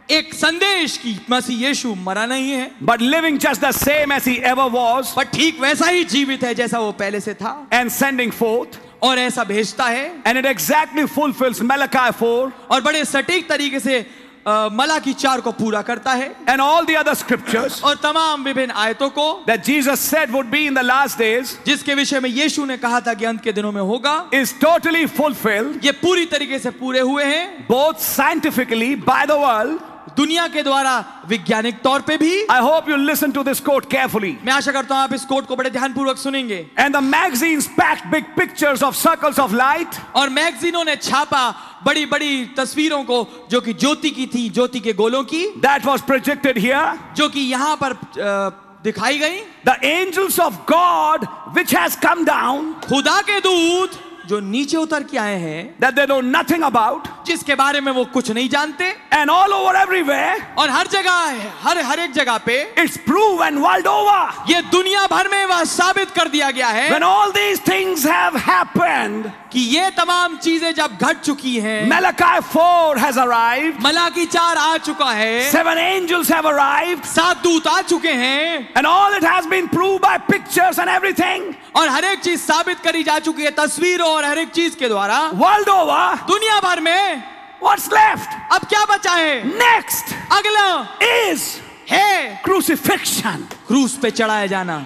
[SPEAKER 1] एक संदेश कि मसीह यीशु मरा नहीं है
[SPEAKER 2] but living just the same as he ever was,
[SPEAKER 1] पर ठीक वैसा ही जीवित है जैसा वो पहले से था
[SPEAKER 2] and sending forth.
[SPEAKER 1] और ऐसा भेजता है
[SPEAKER 2] And it exactly fulfills Malachi 4
[SPEAKER 1] और बड़े सटीक तरीके से अ, मला की चार को पूरा करता है
[SPEAKER 2] and all the other scriptures
[SPEAKER 1] और तमाम विभिन्न आयतों को
[SPEAKER 2] that Jesus said would be in the last days
[SPEAKER 1] जिसके विषय में यीशु ने कहा था कि अंत के दिनों में होगा
[SPEAKER 2] is totally fulfilled,
[SPEAKER 1] ये पूरी तरीके से पूरे हुए हैं
[SPEAKER 2] both scientifically by the world
[SPEAKER 1] दुनिया के द्वारा वैज्ञानिक तौर पे भी
[SPEAKER 2] I hope you listen to this quote carefully.
[SPEAKER 1] मैं आशा करता हूं आप इस कोट को बड़े ध्यानपूर्वक सुनेंगे
[SPEAKER 2] And the magazines packed big pictures of circles of light,
[SPEAKER 1] और मैगजीनों ने छापा बड़ी बड़ी तस्वीरों को जो कि ज्योति की थी ज्योति के गोलों की
[SPEAKER 2] that was projected here.
[SPEAKER 1] जो कि यहाँ पर अ, दिखाई गई
[SPEAKER 2] The angels of God, which has come down,
[SPEAKER 1] खुदा के दूत जो नीचे उतर के आए हैं
[SPEAKER 2] that they know nothing about,
[SPEAKER 1] जिसके बारे में वो कुछ नहीं जानते
[SPEAKER 2] and all over everywhere,
[SPEAKER 1] और हर जगह हर हर एक जगह पे
[SPEAKER 2] it's proven world over.
[SPEAKER 1] ये दुनिया भर में वह साबित कर दिया गया है
[SPEAKER 2] When all these things have happened,
[SPEAKER 1] कि ये तमाम चीजें जब घट चुकी हैं
[SPEAKER 2] Malachi 4 has arrived,
[SPEAKER 1] मलाकी चार आ चुका है
[SPEAKER 2] seven angels have arrived,
[SPEAKER 1] सात दूत आ चुके हैं
[SPEAKER 2] and all it has been proved by pictures and everything.
[SPEAKER 1] और हर एक चीज साबित करी जा चुकी है तस्वीरों और हर एक चीज के द्वारा
[SPEAKER 2] World over,
[SPEAKER 1] दुनिया भर में
[SPEAKER 2] what's left?
[SPEAKER 1] अब क्या बचा है
[SPEAKER 2] Next
[SPEAKER 1] अगला
[SPEAKER 2] is
[SPEAKER 1] है
[SPEAKER 2] crucifixion,
[SPEAKER 1] क्रूस पे चढ़ाया जाना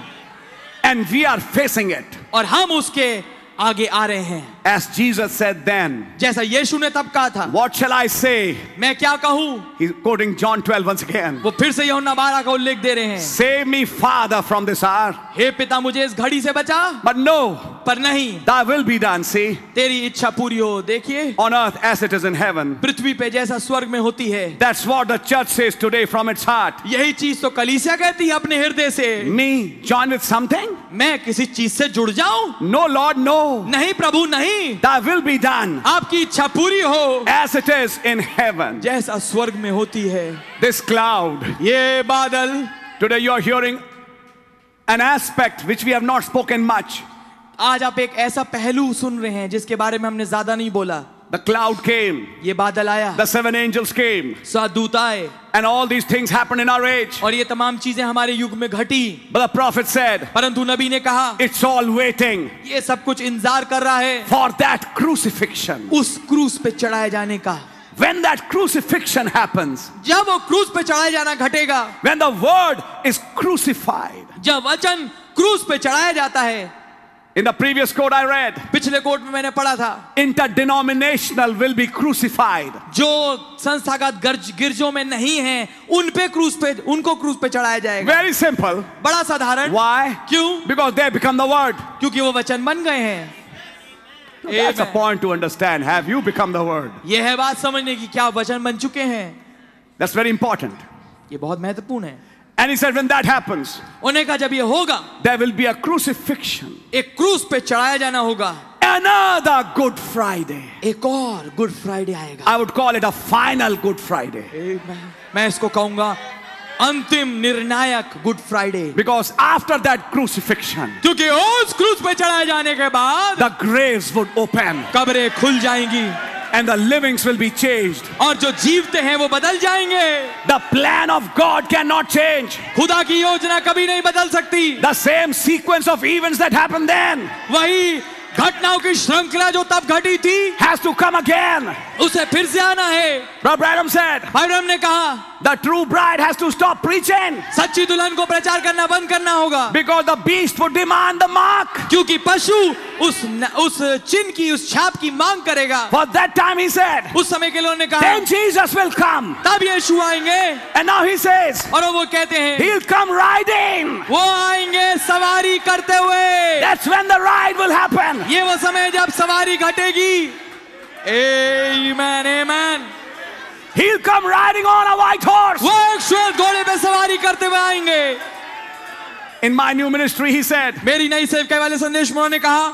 [SPEAKER 2] and we are facing it.
[SPEAKER 1] और हम उसके आगे आ रहे हैं
[SPEAKER 2] As Jesus said then,
[SPEAKER 1] जैसा यीशु ने तब कहा था
[SPEAKER 2] What shall I say?
[SPEAKER 1] मैं क्या कहूं
[SPEAKER 2] He's quoting John 12 once again.
[SPEAKER 1] वो फिर से यहोन्ना बारह का उल्लेख दे रहे हैं
[SPEAKER 2] Save me, Father, from this hour.
[SPEAKER 1] हे पिता मुझे इस घड़ी से बचा
[SPEAKER 2] But no,
[SPEAKER 1] पर नहीं
[SPEAKER 2] thy will be done, see,
[SPEAKER 1] तेरी इच्छा पूरी हो देखिए
[SPEAKER 2] on earth as it is in heaven.
[SPEAKER 1] पृथ्वी पे जैसा स्वर्ग में होती है
[SPEAKER 2] That's what the church says today from its heart.
[SPEAKER 1] यही चीज तो कलीसिया कहती है अपने हृदय से
[SPEAKER 2] Me, join with something?
[SPEAKER 1] मैं किसी चीज से जुड़ जाऊं
[SPEAKER 2] No, Lord, no.
[SPEAKER 1] नहीं प्रभु नहीं
[SPEAKER 2] Thy will be done
[SPEAKER 1] आपकी इच्छा पूरी हो
[SPEAKER 2] as it is in heaven.
[SPEAKER 1] जैसा स्वर्ग में होती है
[SPEAKER 2] This cloud,
[SPEAKER 1] ये बादल
[SPEAKER 2] today you are hearing an aspect which we have not spoken much.
[SPEAKER 1] आज आप एक ऐसा पहलू सुन रहे हैं जिसके बारे में हमने ज्यादा नहीं बोला
[SPEAKER 2] The cloud came,
[SPEAKER 1] ये बादल आया
[SPEAKER 2] the seven angels came,
[SPEAKER 1] सात दूत आए
[SPEAKER 2] and all these things happened in our age.
[SPEAKER 1] और ये तमाम चीजें हमारे युग में घटी
[SPEAKER 2] But the prophet said,
[SPEAKER 1] परंतु नबी ने कहा
[SPEAKER 2] It's all waiting
[SPEAKER 1] ये सब कुछ इंतजार कर रहा है
[SPEAKER 2] for that crucifixion.
[SPEAKER 1] उस क्रूस पे चढ़ाए जाने का
[SPEAKER 2] When that crucifixion happens,
[SPEAKER 1] जब वो क्रूस पे चढ़ाए जाना घटेगा
[SPEAKER 2] when the word is crucified.
[SPEAKER 1] जब वचन क्रूस पे चढ़ाया जाता है
[SPEAKER 2] In the previous quote I read,
[SPEAKER 1] पिछले कोर्ट में मैंने पढ़ा था
[SPEAKER 2] interdenominational will be crucified.
[SPEAKER 1] जो संस्थागत गर्ज गिरजों में नहीं है उन पे क्रूस पे उनको क्रूस पे चढ़ाया जाएगा
[SPEAKER 2] Very simple.
[SPEAKER 1] बड़ा साधारण
[SPEAKER 2] Why?
[SPEAKER 1] क्यों
[SPEAKER 2] Because they become the word.
[SPEAKER 1] क्योंकि वो वचन बन गए हैं
[SPEAKER 2] That's a
[SPEAKER 1] Amen.
[SPEAKER 2] point to understand. Have you become the word?
[SPEAKER 1] यह है बात समझने की क्या वचन बन चुके हैं
[SPEAKER 2] That's very important.
[SPEAKER 1] ये बहुत महत्वपूर्ण है
[SPEAKER 2] And he said, when that happens,
[SPEAKER 1] उन्हें कहा जब ये होगा
[SPEAKER 2] there will be a crucifixion.
[SPEAKER 1] एक क्रूस पे चढ़ाया जाना होगा
[SPEAKER 2] Another Good Friday.
[SPEAKER 1] एक और गुड फ्राइडे आएगा
[SPEAKER 2] I would call it a final Good Friday.
[SPEAKER 1] मैं इसको कहूंगा अंतिम निर्णायक good Friday
[SPEAKER 2] Because after that crucifixion,
[SPEAKER 1] क्योंकि उस क्रूस पे चढ़ाए जाने के बाद
[SPEAKER 2] the graves would open
[SPEAKER 1] कब्रें खुल जाएंगी
[SPEAKER 2] and the livings will be changed.
[SPEAKER 1] और जो जीवते हैं वो बदल जाएंगे
[SPEAKER 2] The plan of God cannot change.
[SPEAKER 1] खुदा की योजना कभी नहीं बदल सकती
[SPEAKER 2] The same sequence of events that happened then
[SPEAKER 1] वही घटनाओं की श्रृंखला जो तब घटी थी
[SPEAKER 2] has to come again.
[SPEAKER 1] उसे फिर से आना है
[SPEAKER 2] Brother Adam said,
[SPEAKER 1] भाई ने कहा
[SPEAKER 2] The true bride has to stop preaching
[SPEAKER 1] सच्ची दुल्हन को प्रचार करना बंद करना होगा
[SPEAKER 2] because the beast would demand the mark.
[SPEAKER 1] क्योंकि पशु उस न, उस चिन्ह की उस छाप की मांग करेगा
[SPEAKER 2] For that time he said,
[SPEAKER 1] उस समय के लोगों ने कहा
[SPEAKER 2] Then Jesus will come.
[SPEAKER 1] तब यीशु आएंगे
[SPEAKER 2] And now he says,
[SPEAKER 1] और वो कहते हैं
[SPEAKER 2] He'll come riding.
[SPEAKER 1] वो आएंगे सवारी करते हुए
[SPEAKER 2] That's when the ride will happen.
[SPEAKER 1] ये वो समय जब सवारी घटेगी Amen, amen.
[SPEAKER 2] He'll come riding on a white horse.
[SPEAKER 1] वो एक श्वेत घोड़े पे सवारी करते हुए आएंगे
[SPEAKER 2] In my new ministry, he said,
[SPEAKER 1] मेरी नई सेवकाई वाले संदेश में उन्होंने कहा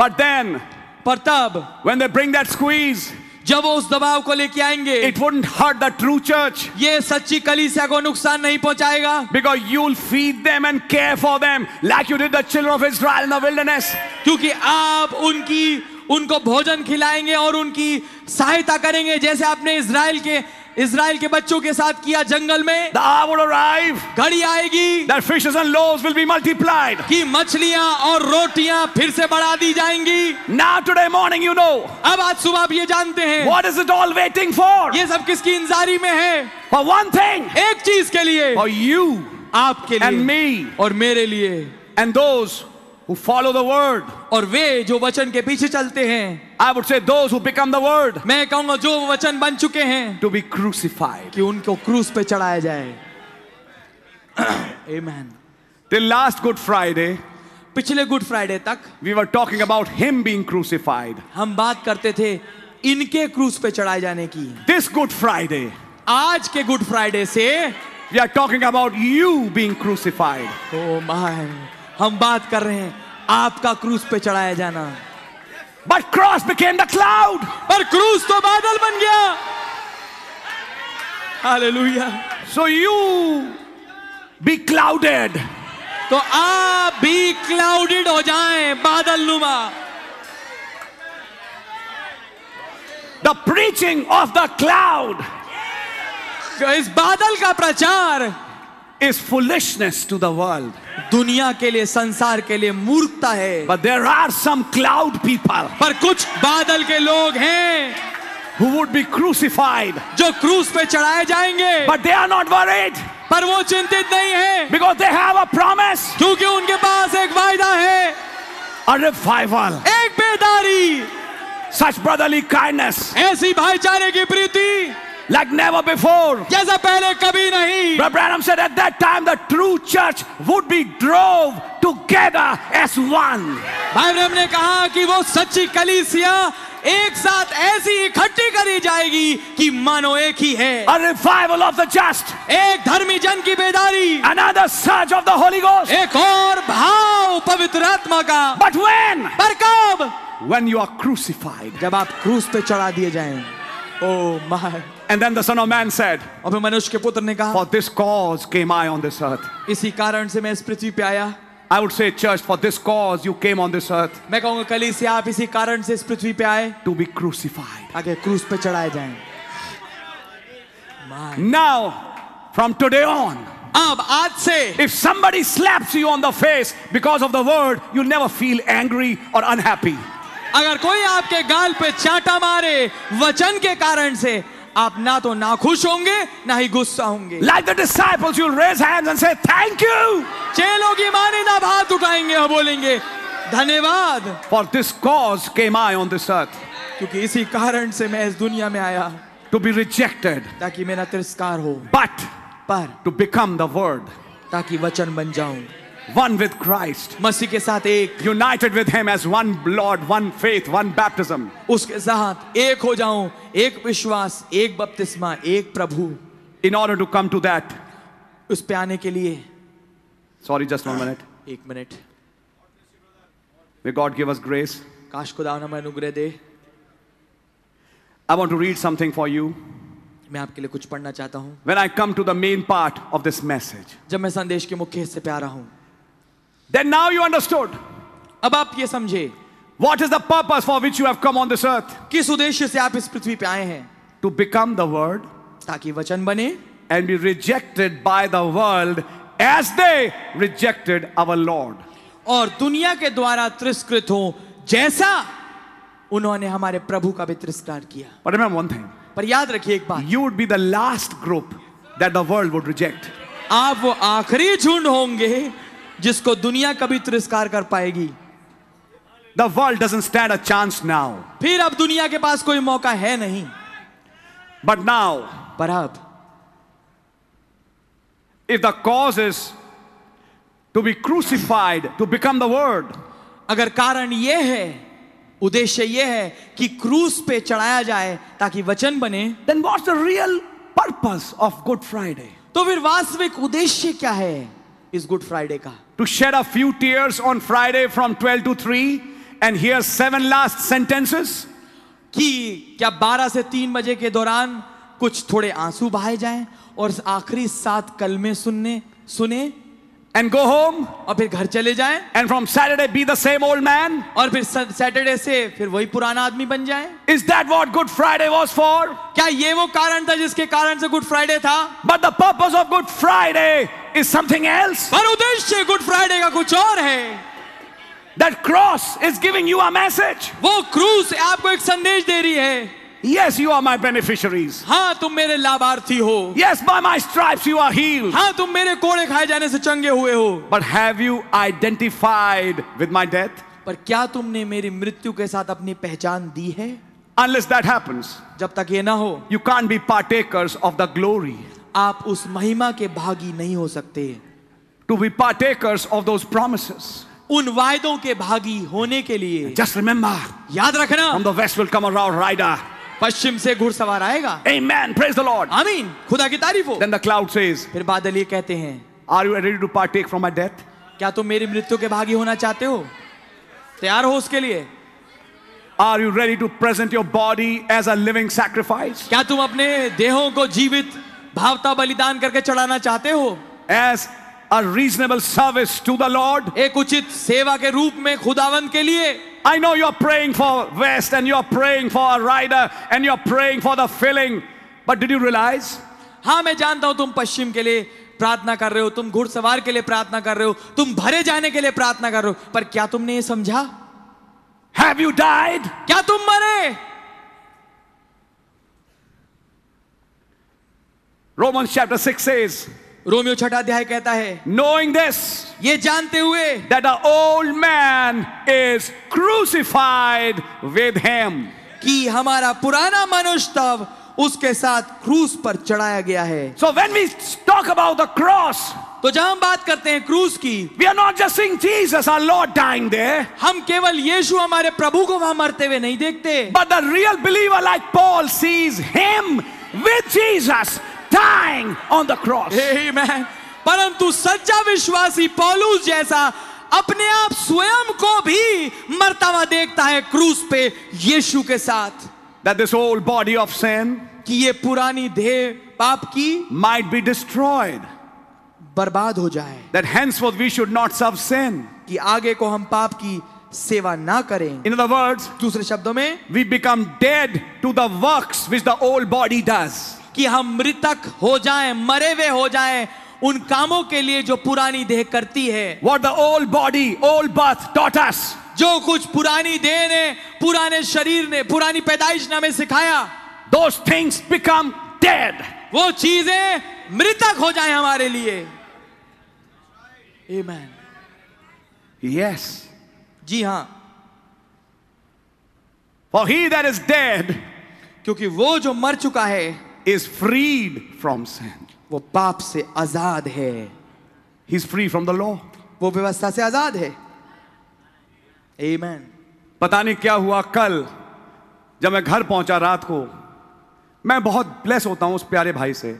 [SPEAKER 2] But then,
[SPEAKER 1] पर तब
[SPEAKER 2] when they bring that squeeze,
[SPEAKER 1] जब वो उस दबाव को लेके आएंगे
[SPEAKER 2] it wouldn't hurt the true church
[SPEAKER 1] ये सच्ची कलीसिया को नुकसान नहीं पहुंचाएगा
[SPEAKER 2] because you'll feed them and care for them like you did the children of Israel in the wilderness.
[SPEAKER 1] क्योंकि आप उनकी उनको भोजन खिलाएंगे और उनकी सहायता करेंगे जैसे आपने इसराइल के इसराइल के बच्चों के साथ किया जंगल में
[SPEAKER 2] The hour will arrive
[SPEAKER 1] घड़ी आएगी
[SPEAKER 2] that fishes and loaves will be multiplied.
[SPEAKER 1] कि मछलियां और रोटियां फिर से बढ़ा दी जाएंगी
[SPEAKER 2] Now, today morning, you know
[SPEAKER 1] अब आज सुबह आप ये जानते हैं
[SPEAKER 2] what is it all waiting for?
[SPEAKER 1] ये सब किसकी इंजारी में है
[SPEAKER 2] For one thing,
[SPEAKER 1] एक चीज के लिए
[SPEAKER 2] for you
[SPEAKER 1] आपके
[SPEAKER 2] and
[SPEAKER 1] लिए
[SPEAKER 2] me
[SPEAKER 1] और मेरे लिए
[SPEAKER 2] and those
[SPEAKER 5] who follow the word.
[SPEAKER 1] और वे जो वचन के पीछे चलते हैं
[SPEAKER 5] I would say those who become the word
[SPEAKER 1] मैं कहूंगा जो वचन बन चुके हैं
[SPEAKER 5] to be crucified.
[SPEAKER 1] कि उनको क्रूस पे चढ़ाया जाए Amen.
[SPEAKER 2] Till last Good Friday,
[SPEAKER 1] पिछले गुड फ्राइडे तक
[SPEAKER 2] we were talking about him being crucified.
[SPEAKER 1] हम बात करते थे इनके क्रूस पे चढ़ाए जाने की
[SPEAKER 2] This Good Friday,
[SPEAKER 1] आज के गुड फ्राइडे से
[SPEAKER 2] we are talking about you being crucified.
[SPEAKER 1] Oh my तो हम बात कर रहे हैं आपका क्रूस पे चढ़ाया जाना
[SPEAKER 5] But cross became the cloud.
[SPEAKER 1] पर क्रूस तो बादल बन गया hallelujah
[SPEAKER 5] So you be clouded.
[SPEAKER 1] तो आप भी क्लाउडेड हो जाएं बादल नुमा
[SPEAKER 5] The preaching of the cloud
[SPEAKER 1] तो इस बादल का प्रचार
[SPEAKER 5] is foolishness to the world.
[SPEAKER 1] दुनिया के लिए संसार के लिए मूर्खता है
[SPEAKER 5] But there are some cloud people
[SPEAKER 1] पर कुछ बादल के लोग हैं
[SPEAKER 5] who would be crucified.
[SPEAKER 1] जो क्रूस पे चढ़ाए जाएंगे
[SPEAKER 5] But they are not worried
[SPEAKER 1] पर वो चिंतित नहीं है
[SPEAKER 5] because they have a promise,
[SPEAKER 1] क्योंकि उनके पास एक वायदा है
[SPEAKER 5] a revival,
[SPEAKER 1] एक बेदारी
[SPEAKER 5] such brotherly kindness
[SPEAKER 1] ऐसी भाईचारे की प्रीति
[SPEAKER 5] like never before.
[SPEAKER 1] जैसा पहले कभी नहीं
[SPEAKER 5] Brother Branham said at that time the true church would be drove together as one.
[SPEAKER 1] भाई ब्रह्म ने कहा कि वो सच्ची कलीसिया एक साथ ऐसी इकट्ठी करी जाएगी कि मानो एक ही है
[SPEAKER 5] A revival of the just,
[SPEAKER 1] एक धर्मी जन की बेदारी
[SPEAKER 5] another surge of the Holy Ghost.
[SPEAKER 1] एक और भाव पवित्र आत्मा का
[SPEAKER 5] But when?
[SPEAKER 1] पर कब
[SPEAKER 5] When you are crucified.
[SPEAKER 1] जब आप क्रूस पे चढ़ा दिए जाएं oh my
[SPEAKER 2] And then the Son of Man said,
[SPEAKER 1] और फिर मनुष्य के पुत्र ने कहा
[SPEAKER 2] For this cause came I on this earth.
[SPEAKER 1] इसी कारण से मैं इस पृथ्वी पे आया
[SPEAKER 2] I would say, church, for this cause you came on this earth
[SPEAKER 1] मैं कहूंगा कलीसिया आप इसी कारण से इस पृथ्वी पे आए
[SPEAKER 2] to be crucified.
[SPEAKER 1] ताकि क्रूस पे चढ़ाए जाएं My.
[SPEAKER 2] Now, from today on,
[SPEAKER 1] अब आज से
[SPEAKER 2] if somebody slaps you on the face because of the word, you'll never feel angry or unhappy.
[SPEAKER 1] अगर कोई आपके गाल पे चांटा मारे वचन के कारण से आप ना तो नाखुश होंगे ना ही गुस्सा होंगे
[SPEAKER 5] Like the disciples, you'll raise hands and say, Thank you.
[SPEAKER 1] चेलों की माने ना हाथ उठाएंगे और बोलेंगे धन्यवाद
[SPEAKER 2] For this cause came I on this earth
[SPEAKER 1] क्योंकि इसी कारण से मैं इस दुनिया में आया
[SPEAKER 2] to be rejected,
[SPEAKER 1] ताकि मेरा तिरस्कार हो
[SPEAKER 2] but
[SPEAKER 1] पर
[SPEAKER 2] to become the word,
[SPEAKER 1] ताकि वचन बन जाऊं
[SPEAKER 2] one with Christ,
[SPEAKER 1] मसीह के साथ एक
[SPEAKER 2] united with him as one Lord, one faith, one baptism.
[SPEAKER 1] उसके साथ एक हो जाऊं एक विश्वास एक बपतिस्मा एक प्रभु
[SPEAKER 2] In order to come to that,
[SPEAKER 1] उस पे आने के लिए
[SPEAKER 2] sorry, just one minute.
[SPEAKER 1] एक minute
[SPEAKER 2] May God give us grace.
[SPEAKER 1] काश खुदा हमें अनुग्रह दे
[SPEAKER 2] I want to read something for you
[SPEAKER 1] मैं आपके लिए कुछ पढ़ना चाहता हूं
[SPEAKER 2] when I come to the main part of this message.
[SPEAKER 1] जब मैं संदेश के मुख्य हिस्से पे आ रहा हूं
[SPEAKER 2] Then now you understood
[SPEAKER 1] अब आप ये समझे
[SPEAKER 2] what is the purpose for which you have come on this earth
[SPEAKER 1] किस उद्देश्य से आप इस पृथ्वी पे आए हैं
[SPEAKER 2] to become the word
[SPEAKER 1] ताकि वचन बने
[SPEAKER 2] and be rejected by the world as they rejected our Lord.
[SPEAKER 1] और दुनिया के द्वारा तिरस्कृत हो जैसा उन्होंने हमारे प्रभु का भी तिरस्कार किया
[SPEAKER 2] But remember one thing
[SPEAKER 1] पर याद रखिए एक बात
[SPEAKER 2] you would be the last group that the world would reject.
[SPEAKER 1] आप वो आखिरी झुंड होंगे जिसको दुनिया कभी तिरस्कार कर पाएगी
[SPEAKER 2] The world doesn't stand a chance now.
[SPEAKER 1] फिर अब दुनिया के पास कोई मौका है नहीं
[SPEAKER 2] But now,
[SPEAKER 1] पर अब
[SPEAKER 2] if the cause is to be crucified, to become the word,
[SPEAKER 1] अगर कारण यह है उद्देश्य यह है कि क्रूस पे चढ़ाया जाए ताकि वचन बने
[SPEAKER 2] then what's the real purpose of Good Friday?
[SPEAKER 1] तो फिर वास्तविक उद्देश्य क्या है इस गुड फ्राइडे का
[SPEAKER 2] to shed a few tears on Friday from 12 to 3 and hear seven last sentences?
[SPEAKER 1] कि क्या 12 से 3 बजे के दौरान कुछ थोड़े आंसू बहाए जाएं और आखिरी सात कलमे सुनने सुने
[SPEAKER 2] And go home
[SPEAKER 1] और फिर घर चले जाएं
[SPEAKER 2] and from Saturday be the same old man?
[SPEAKER 1] और फिर स- सैटरडे से फिर वही पुराना आदमी बन जाए
[SPEAKER 2] Is that what Good Friday was for?
[SPEAKER 1] क्या ये वो कारण था जिसके कारण से गुड फ्राइडे था
[SPEAKER 2] But the purpose of Good Friday is something else.
[SPEAKER 1] पर उद्देश्य गुड फ्राइडे का कुछ और है
[SPEAKER 2] That cross is giving you a message.
[SPEAKER 1] वो क्रूस आपको एक संदेश दे रही है
[SPEAKER 6] Yes, you are my beneficiaries.
[SPEAKER 1] हाँ तुम मेरे लाभार्थी हो
[SPEAKER 6] Yes, by my stripes you are healed.
[SPEAKER 1] हाँ तुम मेरे कोड़े खाए जाने से चंगे हुए हो
[SPEAKER 2] But have you identified with my death?
[SPEAKER 1] पर क्या तुमने मेरी मृत्यु के साथ अपनी पहचान दी है
[SPEAKER 2] Unless that happens,
[SPEAKER 1] जब तक ये ना हो
[SPEAKER 2] you can't be partakers of the glory.
[SPEAKER 1] आप उस महिमा के भागी नहीं हो सकते
[SPEAKER 2] To be partakers of those promises.
[SPEAKER 1] उन वायदों के भागी होने के लिए
[SPEAKER 6] Just remember,
[SPEAKER 1] याद रखना
[SPEAKER 6] from the west will come a round rider.
[SPEAKER 1] पश्चिम से घुड़सवार आएगा
[SPEAKER 6] Amen. Praise the Lord.
[SPEAKER 1] आमीन खुदा की तारीफ हो
[SPEAKER 2] Then the cloud says,
[SPEAKER 1] फिर बादल ये कहते हैं
[SPEAKER 2] Are you ready to partake from my death?
[SPEAKER 1] क्या तुम मेरी मृत्यु के भागी होना चाहते हो तैयार हो उसके लिए
[SPEAKER 2] Are you ready to present your body as a living sacrifice?
[SPEAKER 1] क्या तुम अपने देहों को जीवित भावता बलिदान करके चढ़ाना चाहते हो
[SPEAKER 2] As a reasonable service to the Lord?
[SPEAKER 1] एक उचित सेवा के रूप में खुदावंत के लिए
[SPEAKER 2] I know you're praying for West and you're praying for a rider and you're praying for the filling. But did you realize
[SPEAKER 1] हाँ मैं जानता हूं तुम पश्चिम के लिए प्रार्थना कर रहे हो तुम घुड़सवार के लिए प्रार्थना कर रहे हो तुम भरे जाने के लिए प्रार्थना कर रहे हो पर क्या तुमने ये समझा
[SPEAKER 6] Have you died?
[SPEAKER 1] क्या तुम मरे
[SPEAKER 2] Romans chapter 6 says,
[SPEAKER 1] रोमियो छठा अध्याय कहता है
[SPEAKER 2] knowing this,
[SPEAKER 1] ये जानते हुए
[SPEAKER 2] that the old man is crucified with him.
[SPEAKER 1] कि हमारा पुराना मनुष्य तब उसके साथ क्रूस पर चढ़ाया गया है
[SPEAKER 6] So when we talk about the cross,
[SPEAKER 1] तो जब हम बात करते हैं क्रूस की
[SPEAKER 6] we are not just seeing Jesus, our Lord, dying there,
[SPEAKER 1] हम केवल यीशु हमारे प्रभु को वहां मरते हुए नहीं देखते
[SPEAKER 6] but the real believer, like Paul, sees him with Jesus dying on the cross.
[SPEAKER 1] Amen. परंतु सच्चा विश्वासी पौलुस जैसा अपने आप स्वयं को भी मरता हुआ देखता है क्रूस पे यीशु के साथ
[SPEAKER 2] That this old body of sin
[SPEAKER 1] कि ये पुरानी देह पाप की
[SPEAKER 2] might be destroyed.
[SPEAKER 1] बर्बाद हो जाए
[SPEAKER 2] That henceforth we should not serve sin.
[SPEAKER 1] कि आगे को हम पाप की सेवा ना करें
[SPEAKER 2] In other words,
[SPEAKER 1] दूसरे शब्दों में
[SPEAKER 2] we become dead to the works which the old body does.
[SPEAKER 1] कि हम मृतक हो जाएं मरे हुए हो जाएं उन कामों के लिए जो पुरानी देह करती है
[SPEAKER 2] What the old body, old birth taught us.
[SPEAKER 1] जो कुछ पुरानी देह ने पुराने शरीर ने पुरानी पैदाइश ने हमें सिखाया
[SPEAKER 6] Those things become dead.
[SPEAKER 1] वो चीजें मृतक हो जाए हमारे लिए Amen.
[SPEAKER 2] Yes.
[SPEAKER 1] जी हाँ
[SPEAKER 2] For he that is dead
[SPEAKER 1] क्योंकि वो जो मर चुका है
[SPEAKER 2] is freed from sin.
[SPEAKER 1] वो पाप से आजाद है
[SPEAKER 2] He's free from the law.
[SPEAKER 1] वो व्यवस्था से आजाद है Amen.
[SPEAKER 2] पता नहीं क्या हुआ कल जब मैं घर पहुंचा रात को मैं बहुत ब्लेस होता हूं उस प्यारे भाई से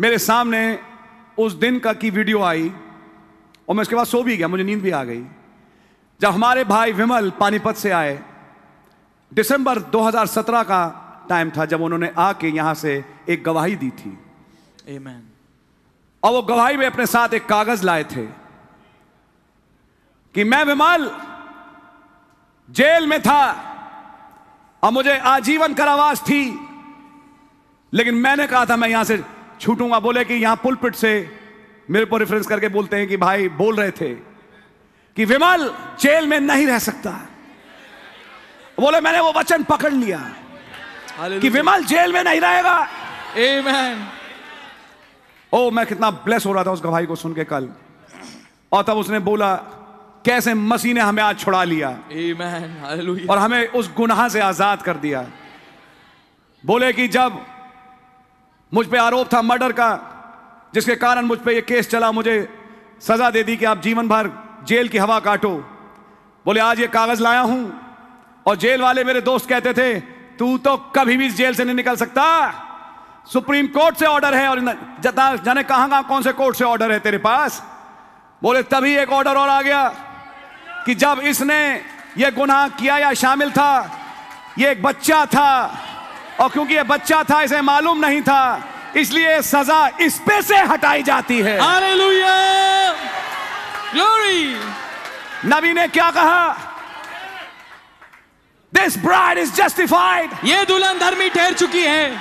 [SPEAKER 2] मेरे सामने उस दिन का की वीडियो आई और मैं उसके बाद सो भी गया मुझे नींद भी आ गई जब हमारे भाई विमल पानीपत से आए दिसंबर 2017 का टाइम था जब उन्होंने आके यहाँ से एक गवाही दी थी
[SPEAKER 1] Amen.
[SPEAKER 2] और वो गवाही में अपने साथ एक कागज लाए थे कि मैं विमल जेल में था और मुझे आजीवन कारावास थी लेकिन मैंने कहा था मैं यहां से छूटूंगा बोले कि यहां पुलपिट से मेरे को रेफरेंस करके बोलते हैं कि भाई बोल रहे थे कि विमल जेल में नहीं रह सकता
[SPEAKER 6] बोले मैंने वो वचन पकड़ लिया कि
[SPEAKER 1] Hallelujah.
[SPEAKER 6] विमल जेल में नहीं रहेगा
[SPEAKER 1] Amen.
[SPEAKER 2] ओ मैं कितना ब्लेस हो रहा था उस गवाही को सुन के कल और तब उसने बोला कैसे मसीह ने हमें आज छुड़ा लिया
[SPEAKER 1] Amen. Hallelujah.
[SPEAKER 2] और हमें उस गुनाह से आजाद कर दिया बोले कि जब मुझ पे आरोप था मर्डर का जिसके कारण मुझ पे ये केस चला मुझे सजा दे दी कि आप जीवन भर जेल की हवा काटो बोले आज ये कागज लाया हूं और जेल वाले मेरे दोस्त कहते थे तू तो कभी भी इस जेल से नहीं निकल सकता सुप्रीम कोर्ट से ऑर्डर है और न- जता जाने कहां कहां कौन से कोर्ट से ऑर्डर है तेरे पास बोले तभी एक ऑर्डर और आ गया कि जब इसने ये गुनाह किया या शामिल था ये एक बच्चा था और क्योंकि ये बच्चा था इसे मालूम नहीं था इसलिए सजा इस पे से हटाई जाती है
[SPEAKER 1] हाँ। Hallelujah. Glory.
[SPEAKER 2] नबी ने क्या कहा
[SPEAKER 6] This bride is justified.
[SPEAKER 1] ये दुल्हन धर्मी ठहर चुकी है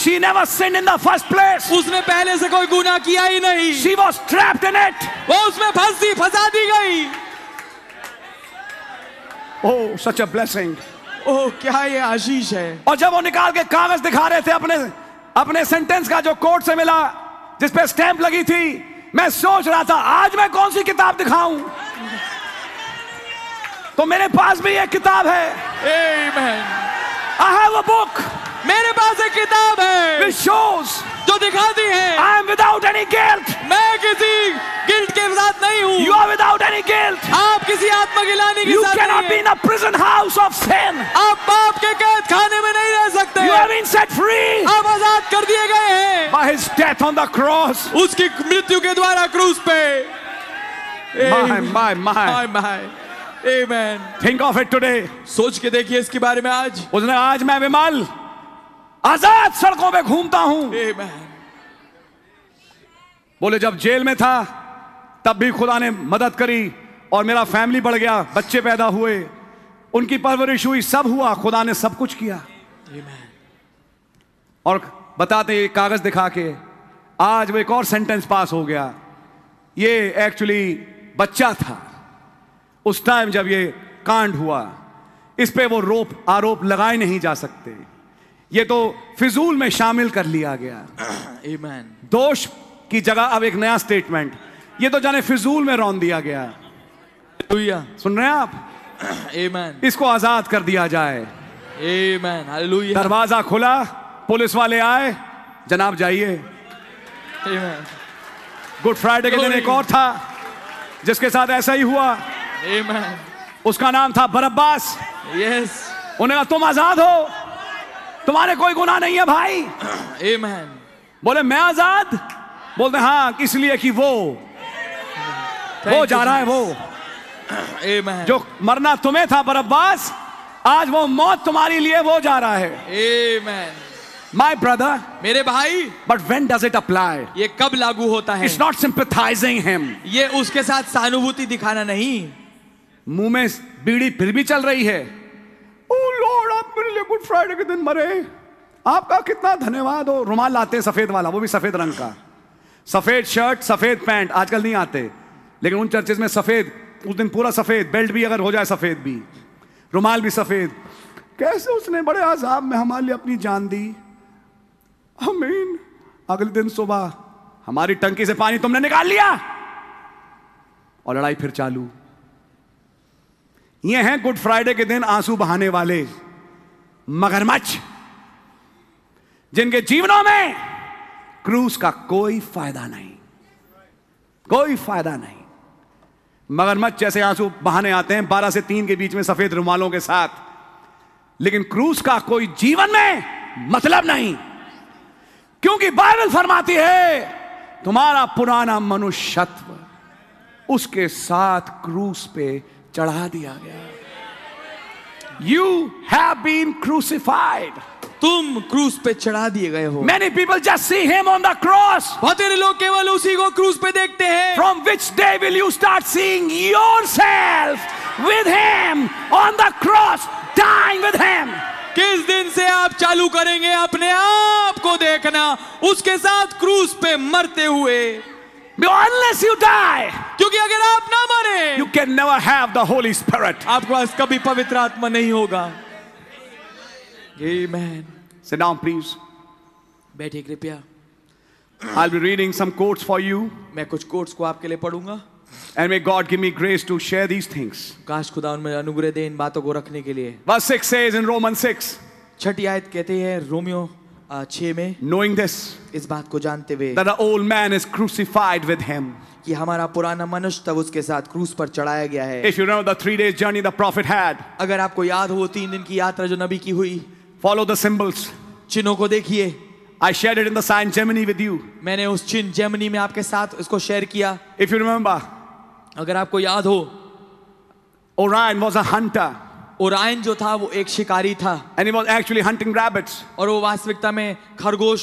[SPEAKER 6] She never sinned in the first place.
[SPEAKER 1] उसने पहले से कोई गुनाह किया ही नहीं
[SPEAKER 6] She was trapped in it.
[SPEAKER 1] वो उसमें फंसी फंसा दी गई
[SPEAKER 2] oh such a blessing
[SPEAKER 1] oh क्या ये आशीष है
[SPEAKER 2] और जब वो निकाल के कागज दिखा रहे थे अपने अपने सेंटेंस का जो कोर्ट से मिला जिस पे स्टैंप लगी थी मैं सोच रहा था आज मैं कौन सी किताब दिखाऊं तो मेरे पास भी एक किताब है
[SPEAKER 1] Amen.
[SPEAKER 2] I have a book
[SPEAKER 1] मेरे पास एक किताब है
[SPEAKER 2] विच शोज
[SPEAKER 1] जो दिखाती है
[SPEAKER 2] I am without any guilt
[SPEAKER 1] मैं किसी गिल्ट के साथ नहीं
[SPEAKER 2] यू
[SPEAKER 1] हूँ
[SPEAKER 2] आर विदाउट एनी गिल्ट
[SPEAKER 1] आप किसी आत्मा गिलानी के
[SPEAKER 2] यू
[SPEAKER 1] साथ
[SPEAKER 2] कैन
[SPEAKER 1] नहीं
[SPEAKER 2] बी
[SPEAKER 1] हैं।
[SPEAKER 2] In a prison house of sin
[SPEAKER 1] आप बाप के कैद खाने में नहीं रह सकते
[SPEAKER 2] you have been set free
[SPEAKER 1] आप आजाद कर दिए गए हैं
[SPEAKER 2] by his death on the cross
[SPEAKER 1] उसकी मृत्यु के द्वारा क्रूस पे
[SPEAKER 2] my my my
[SPEAKER 1] हाय हाय आमेन
[SPEAKER 2] think of it today
[SPEAKER 1] सोच के देखिए इसके बारे में आज
[SPEAKER 2] उसने आज मैं विमल आजाद सड़कों पे घूमता हूं
[SPEAKER 1] आमेन
[SPEAKER 2] बोले जब जेल में था तब भी खुदा ने मदद करी और मेरा फैमिली बढ़ गया बच्चे पैदा हुए उनकी परवरिश हुई सब हुआ खुदा ने सब कुछ किया और बताते ये कागज दिखा के आज वो एक और सेंटेंस पास हो गया ये एक्चुअली बच्चा था उस टाइम जब ये कांड हुआ इस पे वो रोप आरोप लगाए नहीं जा सकते ये तो फिजूल में शामिल कर लिया गया
[SPEAKER 1] आमेन
[SPEAKER 2] दोष की जगह अब एक नया स्टेटमेंट ये तो जाने फिजूल में रौन दिया गया
[SPEAKER 1] हालेलुया
[SPEAKER 2] सुन रहे हैं आप
[SPEAKER 1] आमेन
[SPEAKER 2] इसको आजाद कर दिया जाए
[SPEAKER 1] आमेन हालेलुया
[SPEAKER 2] दरवाजा खुला पुलिस वाले आए जनाब जाइए
[SPEAKER 1] आमेन
[SPEAKER 2] गुड फ्राइडे के दिन एक और था जिसके साथ ऐसा ही हुआ
[SPEAKER 1] आमेन
[SPEAKER 2] उसका नाम था बरब्बास
[SPEAKER 1] यस
[SPEAKER 2] उन्हें कहा तुम आजाद हो तुम्हारे कोई गुनाह नहीं है भाई
[SPEAKER 1] आमेन
[SPEAKER 2] बोले मैं आजाद बोलते हाँ इसलिए कि वो वो जा रहा है वो
[SPEAKER 1] आमेन
[SPEAKER 2] जो मरना तुम्हें था बरब्बास आज वो मौत तुम्हारे लिए वो जा रहा है
[SPEAKER 1] आमेन
[SPEAKER 2] My brother,
[SPEAKER 1] मेरे भाई
[SPEAKER 2] but when does it apply?
[SPEAKER 1] ये कब लागू होता है
[SPEAKER 2] It's not sympathizing him.
[SPEAKER 1] ये उसके साथ सहानुभूति दिखाना नहीं
[SPEAKER 2] मुंह में बीड़ी फिर भी चल रही है ओ लॉर्ड Oh आप मेरे लिए गुड फ्राइडे के दिन मरे आपका कितना धन्यवाद हो रुमाल लाते हैं सफेद वाला वो भी सफेद रंग का सफेद शर्ट सफेद पैंट आजकल नहीं आते लेकिन उन चर्चेज में सफेद उस दिन पूरा सफेद बेल्ट भी अगर हो जाए सफेद भी रुमाल भी सफेद कैसे उसने बड़े आजाब में हमारे लिए अपनी जान दी अमीन अगले दिन सुबह हमारी टंकी से पानी तुमने निकाल लिया और लड़ाई फिर चालू ये हैं गुड फ्राइडे के दिन आंसू बहाने वाले मगरमच्छ जिनके जीवनों में क्रूस का कोई फायदा नहीं कोई फायदा नहीं मगरमच्छ जैसे आंसू बहाने आते हैं बारह से तीन के बीच में सफेद रुमालों के साथ लेकिन क्रूस का कोई जीवन में मतलब नहीं क्योंकि बाइबल फरमाती है तुम्हारा पुराना मनुष्यत्व उसके साथ क्रूस पे चढ़ा दिया गया यू हैव बीन क्रूसिफाइड
[SPEAKER 1] तुम क्रूस पे चढ़ा दिए गए हो
[SPEAKER 2] many people just see him on the cross
[SPEAKER 1] बहुत सारे लोग केवल उसी को क्रूस पे देखते हैं
[SPEAKER 2] from which day will you start seeing yourself with him on the cross dying with him
[SPEAKER 1] किस दिन से आप चालू करेंगे अपने आप को देखना उसके साथ क्रूस पे मरते हुए
[SPEAKER 2] unless you die
[SPEAKER 1] क्योंकि अगर आप ना मरे
[SPEAKER 2] you can never have the holy spirit
[SPEAKER 1] आपके पास कभी पवित्र आत्मा नहीं होगा Amen.
[SPEAKER 2] sit down please
[SPEAKER 1] बैठिए कृपया
[SPEAKER 2] i'll be reading some quotes for you
[SPEAKER 1] मैं कुछ कोट्स को आपके लिए पढ़ूंगा
[SPEAKER 2] and may god give me grace to share these things
[SPEAKER 1] काश खुदा उनमें अनुग्रह दे इन बातों को रखने के लिए
[SPEAKER 2] verse 6 says in romans 6
[SPEAKER 1] छठी आयत कहती है रोमियो अ, छः में
[SPEAKER 2] knowing this
[SPEAKER 1] इस बात को जानते हुए
[SPEAKER 2] that the old man is crucified with him.
[SPEAKER 1] कि हमारा पुराना मनुष्य तब उसके साथ क्रूस पर चढ़ाया गया है
[SPEAKER 2] If you remember the three days journey the prophet had,
[SPEAKER 1] अगर आपको याद हो वो तीन दिन की यात्रा जो नबी की हुई
[SPEAKER 2] follow the symbols.
[SPEAKER 1] चिन्हों को देखिए
[SPEAKER 2] I shared it in the sign Gemini with you.
[SPEAKER 1] मैंने उस चिन्ह जर्मनी में आपके साथ इसको शेयर किया
[SPEAKER 2] If you remember,
[SPEAKER 1] अगर आपको याद हो
[SPEAKER 2] Orion was a hunter
[SPEAKER 1] Orion जो था वो एक शिकारी था
[SPEAKER 2] and he was actually hunting rabbits.
[SPEAKER 1] और वो वास्तविकता में खरगोश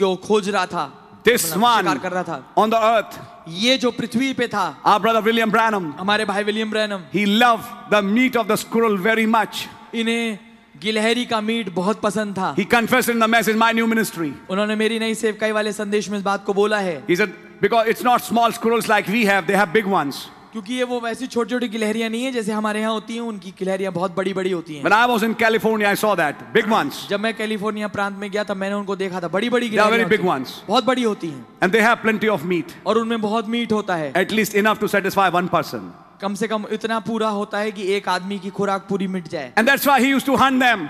[SPEAKER 1] को खोज रहा था
[SPEAKER 2] This
[SPEAKER 1] मतलब
[SPEAKER 2] one
[SPEAKER 1] शिकार कर रहा था
[SPEAKER 2] on the earth,
[SPEAKER 1] ये जो पृथ्वी पे था
[SPEAKER 2] our brother William Branham,
[SPEAKER 1] हमारे भाई William Branham
[SPEAKER 2] he loved the meat of the squirrel very much.
[SPEAKER 1] इन्हें गिलहरी का मीट बहुत पसंद था
[SPEAKER 2] He confessed in the message, My New Ministry.
[SPEAKER 1] उन्होंने मेरी नई सेवकाई वाले संदेश में इस बात को बोला है
[SPEAKER 2] He said, Because it's not small squirrels like we have, they have big ones.
[SPEAKER 1] क्योंकि ये वो वैसी छोटी छोटी गिलहरियां नहीं है जैसे हमारे यहाँ होती हैं उनकी गिलहरियां बहुत बड़ी बड़ी होती हैं
[SPEAKER 2] When I was in California, I saw that. Big ones.
[SPEAKER 1] जब मैं कैलिफोर्निया प्रांत में गया तब मैंने उनको देखा था बड़ी बड़ी
[SPEAKER 2] They are very
[SPEAKER 1] गिलहरियां
[SPEAKER 2] big
[SPEAKER 1] होती हैं।
[SPEAKER 2] ones.
[SPEAKER 1] बहुत बड़ी होती हैं
[SPEAKER 2] And they have plenty of meat.
[SPEAKER 1] और उनमें बहुत मीट होता है
[SPEAKER 2] At least enough to satisfy one person.
[SPEAKER 1] कम से कम इतना पूरा होता है कि एक आदमी की खुराक पूरी मिट जाए
[SPEAKER 2] And that's why he used to hunt them.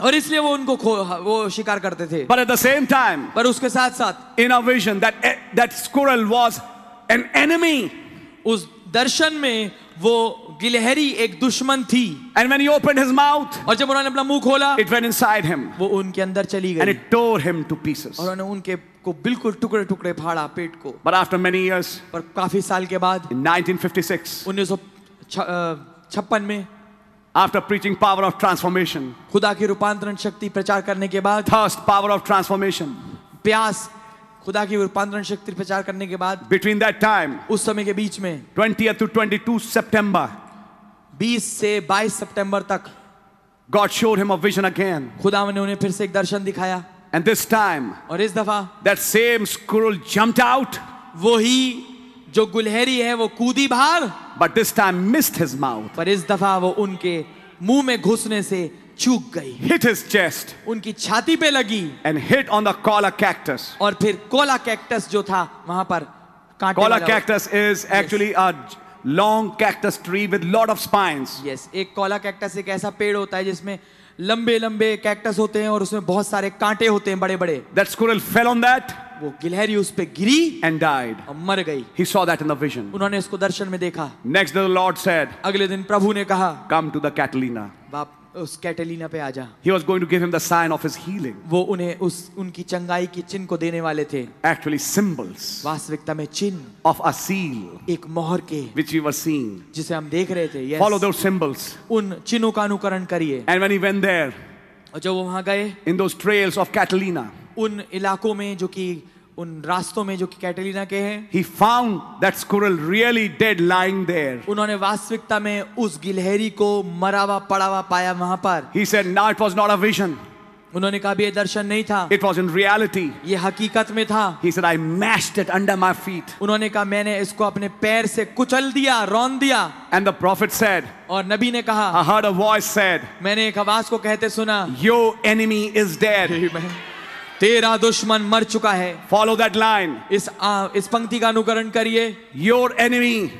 [SPEAKER 1] और इसलिए वो उनको खो, हाँ, वो शिकार करते थे
[SPEAKER 2] But at the same time,
[SPEAKER 1] पर उसके साथ साथ
[SPEAKER 2] in a vision, that, eh, that squirrel was an enemy.
[SPEAKER 1] उस दर्शन में वो गिलहरी एक दुश्मन थी
[SPEAKER 2] And when he opened his mouth,
[SPEAKER 1] और जब उन्होंने अपना मुंह खोला
[SPEAKER 2] it went inside him
[SPEAKER 1] वो उनके अंदर चली
[SPEAKER 2] and
[SPEAKER 1] गई
[SPEAKER 2] it tore him to pieces.
[SPEAKER 1] और उन्होंने उनके को बिल्कुल टुकड़े टुकड़े फाड़ा पेट को
[SPEAKER 2] But after many years,
[SPEAKER 1] पर काफी साल के बाद
[SPEAKER 2] in 1956,
[SPEAKER 1] उन्नीस छप्पन में
[SPEAKER 2] after preaching power of transformation,
[SPEAKER 1] खुदा की रूपांतरण शक्ति प्रचार करने के बाद
[SPEAKER 2] thirst, power of transformation,
[SPEAKER 1] प्यास खुदा की रूपांतरण शक्ति प्रचार करने के बाद
[SPEAKER 2] between that time,
[SPEAKER 1] उस समय के बीच में
[SPEAKER 2] 20th to 22 September,
[SPEAKER 1] 20 से 22 सितंबर तक
[SPEAKER 2] God showed him a vision again.
[SPEAKER 1] खुदा ने उन्हें फिर से एक दर्शन दिखाया
[SPEAKER 2] And this time,
[SPEAKER 1] और इस दफा
[SPEAKER 2] that same squirrel jumped out,
[SPEAKER 1] वही जो गुलहरी है वो कूदी बाहर
[SPEAKER 2] but this time missed his mouth,
[SPEAKER 1] पर इस दफा वो उनके मुंह में घुसने से चूक गई
[SPEAKER 2] hit his chest,
[SPEAKER 1] उनकी छाती पे लगी
[SPEAKER 2] and hit on the collar cactus.
[SPEAKER 1] और फिर कोला कैक्टस जो था वहां पर कांटे
[SPEAKER 2] Collar
[SPEAKER 1] वाला-
[SPEAKER 2] cactus is actually a j- long cactus tree with lot of spines.
[SPEAKER 1] Yes एक कोला कैक्टस एक ऐसा पेड़ होता है जिसमें लंबे लंबे कैक्टस होते हैं और उसमें बहुत सारे कांटे होते हैं बड़े बड़े
[SPEAKER 2] That squirrel fell on that
[SPEAKER 1] वो गिलहरी उस पे गिरी
[SPEAKER 2] and died.
[SPEAKER 1] और मर गई
[SPEAKER 2] He saw that in the vision.
[SPEAKER 1] उन्होंने इसको दर्शन में देखा
[SPEAKER 2] Next day, the Lord said,
[SPEAKER 1] अगले दिन प्रभु ने कहा
[SPEAKER 2] Come to the Catalina.
[SPEAKER 1] बाप उस कैटेलिना पे आ जा
[SPEAKER 2] He was going to give him the sign of his healing.
[SPEAKER 1] वो उन्हें उस उनकी चंगाई की चिन्ह को देने वाले थे
[SPEAKER 2] Actually, symbols
[SPEAKER 1] वास्तविकता में चिन्ह
[SPEAKER 2] of a seal
[SPEAKER 1] एक मोहर के
[SPEAKER 2] which we were seeing.
[SPEAKER 1] जिसे हम देख रहे थे yes,
[SPEAKER 2] Follow those symbols.
[SPEAKER 1] उन चिन्हों का अनुकरण करिए
[SPEAKER 2] And when he went there,
[SPEAKER 1] और जब वो वहां गए
[SPEAKER 2] in those trails of Catalina,
[SPEAKER 1] उन इलाकों में जो कि उन रास्तों में जो कि कैटेलिना के हैं
[SPEAKER 2] he found that squirrel really dead lying there.
[SPEAKER 1] उन्होंने वास्तविकता में उस गिलहरी को मरावा पड़ावा पाया वहां पर
[SPEAKER 2] He said, Now it was not a vision,
[SPEAKER 1] उन्होंने कहा भी ये दर्शन नहीं था
[SPEAKER 2] it was in reality.
[SPEAKER 1] ये हकीकत में था
[SPEAKER 2] He said, I mashed it under my feet.
[SPEAKER 1] उन्होंने कहा मैंने इसको अपने पैर से कुचल दिया रौन दिया
[SPEAKER 2] And the prophet said,
[SPEAKER 1] और नबी ने कहा
[SPEAKER 2] I heard a voice said,
[SPEAKER 1] मैंने एक आवाज को कहते सुना
[SPEAKER 2] Your enemy is dead.
[SPEAKER 1] "Amen, तेरा दुश्मन मर चुका है
[SPEAKER 2] Follow that line.
[SPEAKER 1] इस आ, इस पंक्ति का अनुकरण करिए
[SPEAKER 2] Your enemy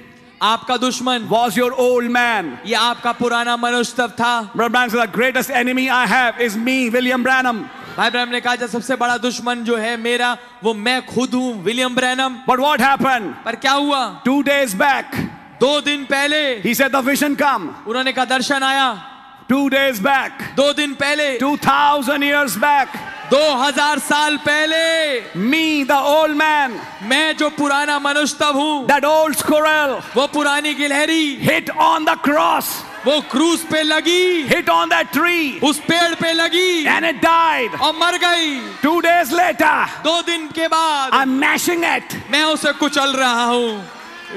[SPEAKER 1] आपका दुश्मन
[SPEAKER 2] was your old man.
[SPEAKER 1] ये आपका पुराना मनुष्यत्व था
[SPEAKER 2] Brother Branham said, The greatest enemy I have is me, William Branham.
[SPEAKER 1] भाई ब्रैनम ने कहा जब सबसे बड़ा दुश्मन जो है मेरा वो मैं खुद हूँ William Branham
[SPEAKER 2] But what happened?
[SPEAKER 1] पर क्या हुआ
[SPEAKER 2] Two days back,
[SPEAKER 1] दो दिन पहले
[SPEAKER 2] he said, The vision come.
[SPEAKER 1] उन्होंने कहा दर्शन आया
[SPEAKER 2] Two days back,
[SPEAKER 1] दो दिन पहले
[SPEAKER 2] 2000 years back,
[SPEAKER 1] दो हजार साल पहले
[SPEAKER 2] me, the old man,
[SPEAKER 1] मैं जो पुराना मनुष्यत्व हूँ
[SPEAKER 2] that old squirrel
[SPEAKER 1] वो पुरानी गिलहरी
[SPEAKER 2] hit on the cross,
[SPEAKER 1] वो क्रूज पे लगी
[SPEAKER 2] hit on that tree,
[SPEAKER 1] उस पेड़ पे लगी
[SPEAKER 2] and it died.
[SPEAKER 1] और मर गई
[SPEAKER 2] Two days later,
[SPEAKER 1] दो दिन के बाद
[SPEAKER 2] I'm mashing it
[SPEAKER 1] मैं उसे कुचल रहा हूँ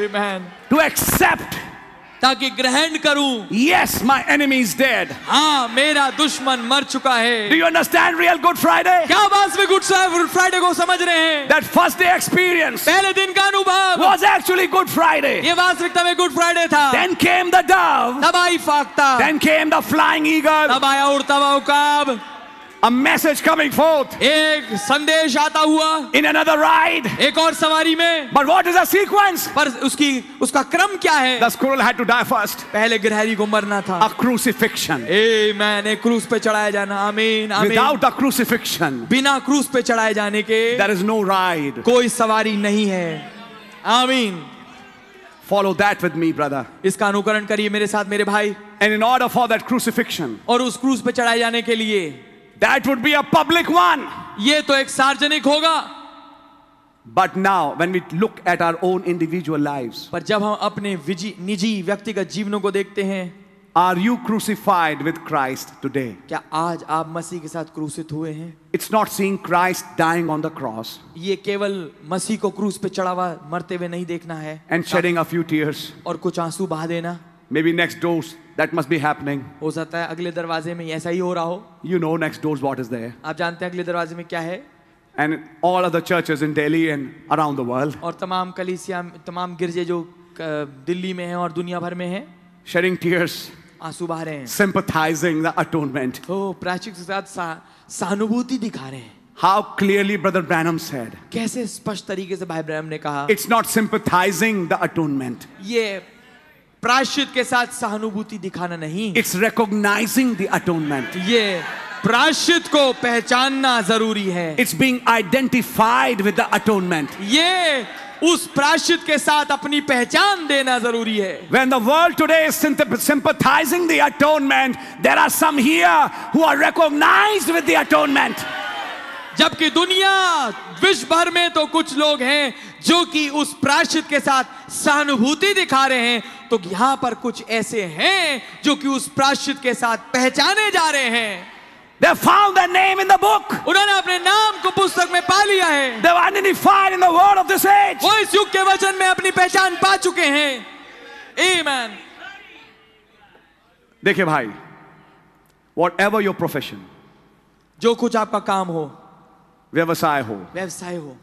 [SPEAKER 1] Amen.
[SPEAKER 2] to accept.
[SPEAKER 1] ताकि ग्रहण करूं
[SPEAKER 2] Yes, my enemy is dead.
[SPEAKER 1] हाँ मेरा दुश्मन मर चुका
[SPEAKER 2] Do
[SPEAKER 1] है
[SPEAKER 2] you understand real Good Friday?
[SPEAKER 1] क्या वास्तविक गुड फ्राइडे को समझ रहे हैं
[SPEAKER 2] That first day experience
[SPEAKER 1] पहले दिन का अनुभव
[SPEAKER 2] was actually Good Friday.
[SPEAKER 1] ये वास्तविकता में गुड फ्राइडे था
[SPEAKER 2] Then came the dove.
[SPEAKER 1] तब आई फाकता
[SPEAKER 2] Then came the flying eagle.
[SPEAKER 1] तब आया उड़ता हुआ उकाब
[SPEAKER 2] A message coming forth
[SPEAKER 1] एक संदेश आता हुआ
[SPEAKER 2] in another ride.
[SPEAKER 1] एक और सवारी में
[SPEAKER 2] But what is the sequence?
[SPEAKER 1] पर उसकी उसका क्रम क्या है
[SPEAKER 2] The squirrel had to die first.
[SPEAKER 1] पहले गिरहरी को मरना था
[SPEAKER 2] A crucifixion.
[SPEAKER 1] आमीन एक क्रूस पे चढ़ाया जाना आमीन आमीन
[SPEAKER 2] Without a crucifixion,
[SPEAKER 1] बिना क्रूस पे चढ़ाए जाने के
[SPEAKER 2] there is no ride.
[SPEAKER 1] कोई सवारी नहीं है आमीन
[SPEAKER 2] Follow that with me, brother.
[SPEAKER 1] इसका अनुकरण करिए मेरे साथ मेरे भाई
[SPEAKER 2] And in order for that crucifixion,
[SPEAKER 1] और उस क्रूस पे चढ़ाए जाने के लिए
[SPEAKER 2] that would be a public one.
[SPEAKER 1] ये तो एक सार्वजनिक होगा
[SPEAKER 2] But now, when we look at our own individual lives,
[SPEAKER 1] पर जब हम अपने विजी- निजी व्यक्तिगत जीवनों को देखते हैं
[SPEAKER 2] are you crucified with Christ today?
[SPEAKER 1] क्या आज आप मसीह के साथ क्रूसित हुए हैं
[SPEAKER 2] It's not seeing Christ dying on the cross
[SPEAKER 1] ये केवल मसीह को क्रूस पे चढ़ा हुआ मरते हुए नहीं देखना है
[SPEAKER 2] and shedding a few tears.
[SPEAKER 1] और कुछ आंसू बहा देना
[SPEAKER 2] Maybe next doors, that must be happening.
[SPEAKER 1] हो सकता है अगले दरवाजे में ऐसा ही हो रहा हो
[SPEAKER 2] You know, next doors, what is there.
[SPEAKER 1] आप जानते हैं अगले दरवाजे में क्या है
[SPEAKER 2] And all other churches in Delhi and around the world.
[SPEAKER 1] और तमाम कलीसिया तमाम गिरजे जो क- दिल्ली में हैं और दुनिया भर में हैं
[SPEAKER 2] shedding tears,
[SPEAKER 1] आंसू बहा रहे हैं
[SPEAKER 2] sympathizing the atonement.
[SPEAKER 1] तो प्राचिक के साथ सा- सहानुभूति दिखा रहे हैं
[SPEAKER 2] How clearly Brother Branham said,
[SPEAKER 1] कैसे स्पष्ट तरीके से भाई ब्रैम ने कहा
[SPEAKER 2] it's not sympathizing the atonement,
[SPEAKER 1] ये प्राश्चित के साथ सहानुभूति दिखाना नहीं
[SPEAKER 2] it's recognizing the atonement.
[SPEAKER 1] ये प्राश्चित को पहचानना जरूरी है
[SPEAKER 2] It's being identified with the atonement.
[SPEAKER 1] ये उस प्राश्चित के साथ अपनी पहचान देना जरूरी है
[SPEAKER 2] When the world today is synth- sympathizing the atonement, there are some here who are recognized with the atonement.
[SPEAKER 1] जबकि दुनिया विश्व भर में तो कुछ लोग हैं जो कि उस प्राश्चित के साथ सहानुभूति दिखा रहे हैं तो यहाँ पर कुछ ऐसे हैं जो कि उस प्राश्चित के साथ पहचाने जा रहे हैं
[SPEAKER 2] They found their name in the book.
[SPEAKER 1] उन्होंने अपने नाम को पुस्तक में पा लिया है
[SPEAKER 2] They were identified in the world of this age.
[SPEAKER 1] वो इस युग के वचन में अपनी पहचान पा चुके हैं Amen.
[SPEAKER 2] देखिए भाई, whatever your profession,
[SPEAKER 1] जो कुछ आपका काम हो
[SPEAKER 2] व्यवसाय हो,
[SPEAKER 1] व्यवसाय हो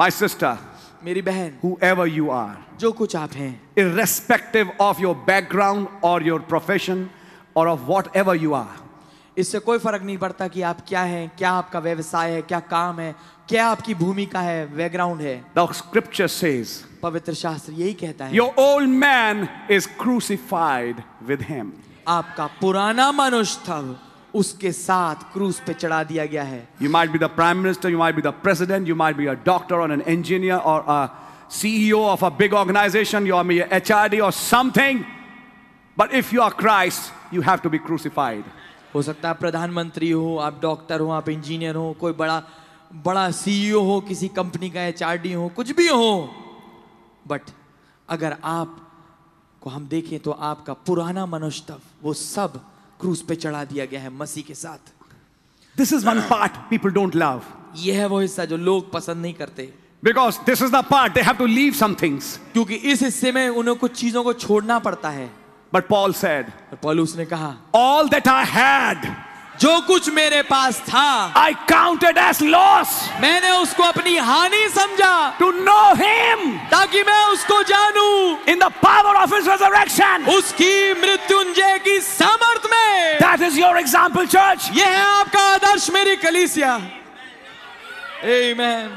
[SPEAKER 2] my sister,
[SPEAKER 1] मेरी बहन
[SPEAKER 2] whoever you are,
[SPEAKER 1] जो कुछ आप हैं
[SPEAKER 2] irrespective of your background or your profession or of whatever you are,
[SPEAKER 1] इससे कोई फर्क नहीं पड़ता कि आप क्या हैं क्या आपका व्यवसाय है क्या काम है क्या आपकी भूमिका है बैकग्राउंड है
[SPEAKER 2] the scripture says,
[SPEAKER 1] पवित्र शास्त्र यही कहता है
[SPEAKER 2] your old man is crucified with him.
[SPEAKER 1] आपका पुराना मनुष्य था उसके साथ क्रूस पे चढ़ा दिया गया है
[SPEAKER 2] You might be the prime minister, you might be the president, you might be a doctor or an engineer or a CEO of a big organization, you may be a HRD or something. But if you are Christ, you have to be crucified.
[SPEAKER 1] हो सकता है आप प्रधानमंत्री हो आप डॉक्टर हो आप इंजीनियर हो कोई बड़ा बड़ा सीईओ हो किसी कंपनी का एचआरडी हो कुछ भी हो बट अगर आप को हम देखें तो आपका पुराना मनुष्यत्व वो सब क्रूस पे चढ़ा दिया गया है मसीह के साथ
[SPEAKER 2] This is one part people don't love
[SPEAKER 1] यह है वो हिस्सा जो लोग पसंद नहीं करते
[SPEAKER 2] because this is the part they have to leave some things.
[SPEAKER 1] क्योंकि इस हिस्से में उन्हें कुछ चीजों को छोड़ना पड़ता है
[SPEAKER 2] But Paul said,
[SPEAKER 1] और पौलुस ने कहा
[SPEAKER 2] All that I had,
[SPEAKER 1] जो कुछ मेरे पास था
[SPEAKER 2] I counted as loss
[SPEAKER 1] मैंने उसको अपनी हानि समझा
[SPEAKER 2] to know him
[SPEAKER 1] ताकि मैं उसको जानूं
[SPEAKER 2] in the power of his resurrection.
[SPEAKER 1] उसकी मृत्युंजय की सामर्थ में
[SPEAKER 2] That is your example, church.
[SPEAKER 1] यह है आपका आदर्श मेरी कलीसिया Amen.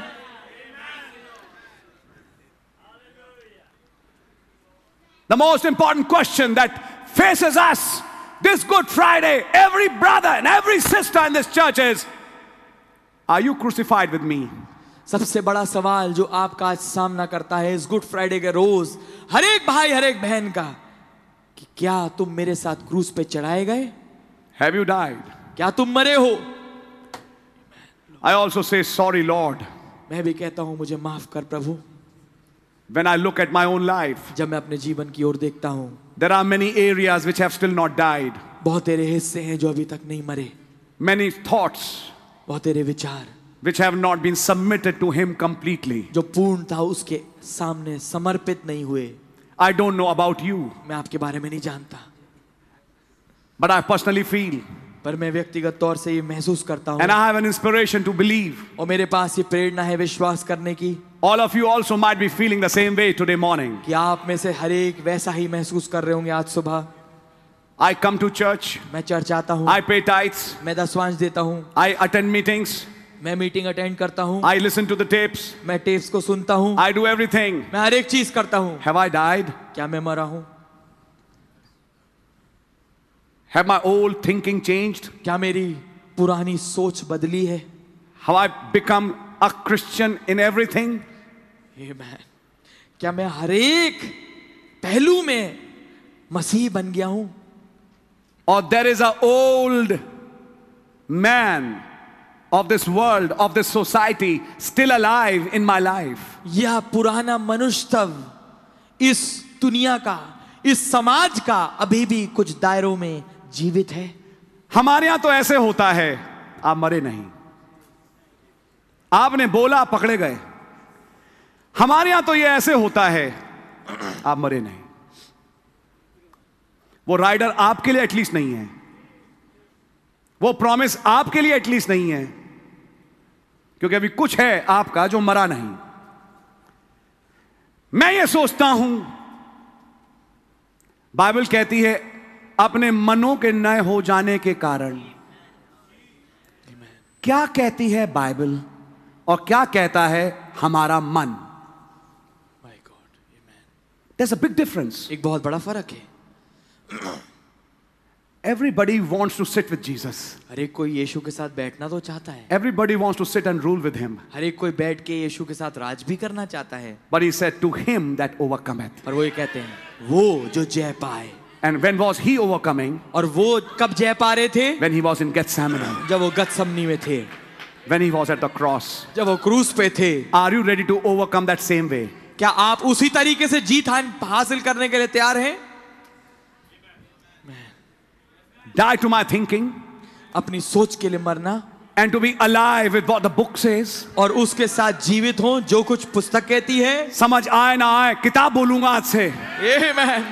[SPEAKER 2] The most important question that faces us this Good Friday, every brother and every sister in this church is Are you crucified with me?
[SPEAKER 1] सबसे बड़ा सवाल जो आपका आज सामना करता है इस गुड फ्राइडे के रोज हर एक भाई हर एक बहन का कि क्या तुम मेरे साथ क्रूज पे चढ़ाए गए
[SPEAKER 2] Have you died?
[SPEAKER 1] क्या तुम मरे हो
[SPEAKER 2] I also say, Sorry, Lord,
[SPEAKER 1] मैं भी कहता हूं मुझे माफ कर प्रभु
[SPEAKER 2] when I look at my own life.
[SPEAKER 1] जब मैं अपने जीवन की ओर देखता हूं
[SPEAKER 2] There are many areas which have still not died,
[SPEAKER 1] बहुत तेरे हिस्से हैं जो अभी तक नहीं मरे
[SPEAKER 2] many thoughts
[SPEAKER 1] बहुत तेरे विचार
[SPEAKER 2] which have not been submitted to Him completely.
[SPEAKER 1] जो पूर्ण था उसके सामने समर्पित नहीं हुए
[SPEAKER 2] I don't know about you,
[SPEAKER 1] मैं आपके बारे में नहीं जानता
[SPEAKER 2] but I personally feel
[SPEAKER 1] पर मैं व्यक्तिगत तौर से ये महसूस करता हूँ
[SPEAKER 2] and I have an inspiration to believe.
[SPEAKER 1] और मेरे पास ये प्रेरणा है विश्वास करने की
[SPEAKER 2] All of you also might be feeling the same way today morning.
[SPEAKER 1] कि आप में से हर एक वैसा ही महसूस कर रहे होंगे आज सुबह
[SPEAKER 2] I come to church.
[SPEAKER 1] मैं चर्च आता हूँ
[SPEAKER 2] I pay tithes.
[SPEAKER 1] मैं दसवांश देता हूँ
[SPEAKER 2] I attend meetings.
[SPEAKER 1] मैं मीटिंग अटेंड करता हूँ
[SPEAKER 2] I listen to the tapes.
[SPEAKER 1] मैं टेप्स को सुनता हूँ
[SPEAKER 2] I do everything.
[SPEAKER 1] मैं हर एक चीज करता हूँ
[SPEAKER 2] Have I died?
[SPEAKER 1] क्या मैं मरा हूँ
[SPEAKER 2] Have my old thinking changed?
[SPEAKER 1] क्या मेरी पुरानी सोच बदली है
[SPEAKER 2] Have I become a Christian in everything?
[SPEAKER 1] Amen. क्या मैं हर एक पहलू में मसीह बन गया हूँ
[SPEAKER 2] Or there is an old man of this world, of this society, still alive in my life?
[SPEAKER 1] यह पुराना मनुष्यत्व इस दुनिया का इस समाज का अभी भी कुछ दायरों में जीवित है
[SPEAKER 2] हमारे यहां तो ऐसे होता है आप मरे नहीं आपने बोला पकड़े गए हमारे यहां तो ये ऐसे होता है आप मरे नहीं वो राइडर आपके लिए एटलीस्ट नहीं है वो प्रॉमिस आपके लिए एटलीस्ट नहीं है क्योंकि अभी कुछ है आपका जो मरा नहीं मैं ये सोचता हूं बाइबल कहती है अपने मनों के नए हो जाने के कारण क्या कहती है बाइबल और क्या कहता है हमारा मन
[SPEAKER 1] my God
[SPEAKER 2] there's a big difference
[SPEAKER 1] एक बहुत बड़ा फर्क है
[SPEAKER 2] everybody wants to sit with jesus
[SPEAKER 1] हर एक कोई यीशु के साथ बैठना तो चाहता है
[SPEAKER 2] everybody wants to sit and rule with him
[SPEAKER 1] हर एक कोई बैठ के यीशु के साथ राज भी करना चाहता है
[SPEAKER 2] but he said to him that overcometh
[SPEAKER 1] पर वो ये कहते हैं वो जो जय पाए
[SPEAKER 2] and when was he overcoming
[SPEAKER 1] और वो कब जय पा रहे थे
[SPEAKER 2] when he was in gethsemane
[SPEAKER 1] जब वो गतसमनी में थे
[SPEAKER 2] when he was at the cross
[SPEAKER 1] जब वो क्रूज पे थे
[SPEAKER 2] are you ready to overcome that same way
[SPEAKER 1] क्या आप उसी तरीके से जीत हान- हासिल करने के लिए तैयार हैं
[SPEAKER 2] die to my thinking
[SPEAKER 1] अपनी सोच के लिए मरना
[SPEAKER 2] and to be alive with what the book says
[SPEAKER 1] और उसके साथ जीवित हो जो कुछ पुस्तक कहती है
[SPEAKER 2] समझ आए ना आए किताब बोलूंगा आज से
[SPEAKER 1] Amen.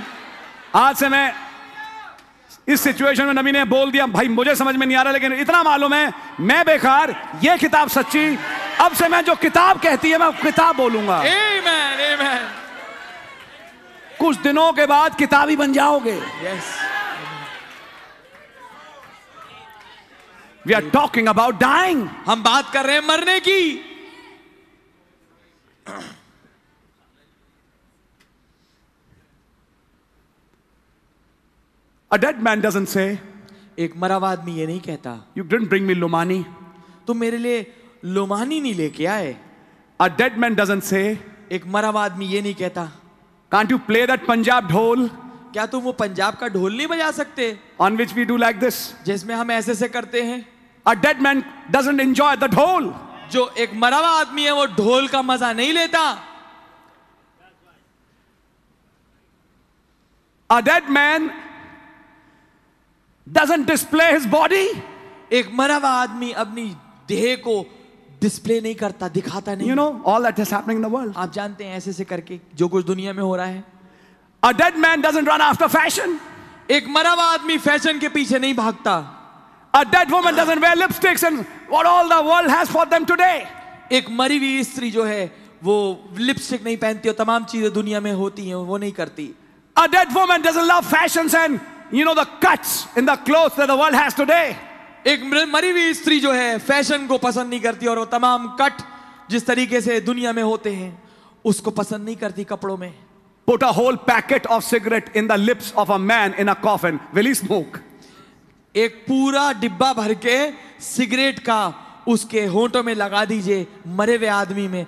[SPEAKER 2] आज से मैं इस सिचुएशन में नबी ने बोल दिया भाई मुझे समझ में नहीं आ रहा लेकिन इतना मालूम है मैं बेकार ये किताब सच्ची अब से मैं जो किताब कहती है मैं किताब बोलूंगा
[SPEAKER 1] Amen. Amen.
[SPEAKER 2] कुछ दिनों के बाद किताब ही बन जाओगे
[SPEAKER 1] Yes.
[SPEAKER 2] We are talking about dying
[SPEAKER 1] हम बात कर रहे हैं मरने की
[SPEAKER 2] अ डेड मैन डजन से
[SPEAKER 1] एक मरा हुआ आदमी ये नहीं कहता
[SPEAKER 2] यू डेंट ब्रिंग मी लुमानी
[SPEAKER 1] तुम मेरे लिए लोमानी नहीं लेके आए
[SPEAKER 2] अ डेड मैन डजन से
[SPEAKER 1] एक मरा हुआ आदमी ये नहीं कहता
[SPEAKER 2] can't you play that Punjab dhol
[SPEAKER 1] क्या तुम वो पंजाब का ढोल नहीं बजा सकते
[SPEAKER 2] on which we do like this
[SPEAKER 1] जिसमें हम ऐसे से करते हैं
[SPEAKER 2] a dead man doesn't enjoy the dhol
[SPEAKER 1] जो एक मरा हुआ आदमी है वो ढोल का मजा नहीं लेता
[SPEAKER 2] A dead man doesn't display his body.
[SPEAKER 1] एक मरा हुआ आदमी अपनी देह को डिस्प्ले नहीं करता दिखाता नहीं
[SPEAKER 2] You know, all that is happening in the world.
[SPEAKER 1] आप जानते हैं ऐसे से करके जो कुछ दुनिया में हो रहा है
[SPEAKER 2] A dead man doesn't run after fashion.
[SPEAKER 1] एक मरा हुआ आदमी फैशन के पीछे नहीं भागता
[SPEAKER 2] A dead woman doesn't wear lipsticks and what all the world has for them today.
[SPEAKER 1] एक मरी हुई स्त्री जो है वो लिपस्टिक नहीं पहनती और तमाम चीजें दुनिया में होती हैं वो नहीं करती
[SPEAKER 2] A dead woman doesn't love fashions and, you know, the cuts in the clothes that the world has today.
[SPEAKER 1] एक मर- मरी हुई स्त्री जो है फैशन को पसंद नहीं करती और वो तमाम कट जिस तरीके से दुनिया में होते हैं उसको पसंद नहीं करती कपड़ों में
[SPEAKER 2] Put a whole packet of cigarette in the lips of a man in a coffin. Will he smoke?
[SPEAKER 1] एक पूरा डिब्बा भर के सिगरेट का उसके होंठों में लगा दीजिए मरे हुए आदमी में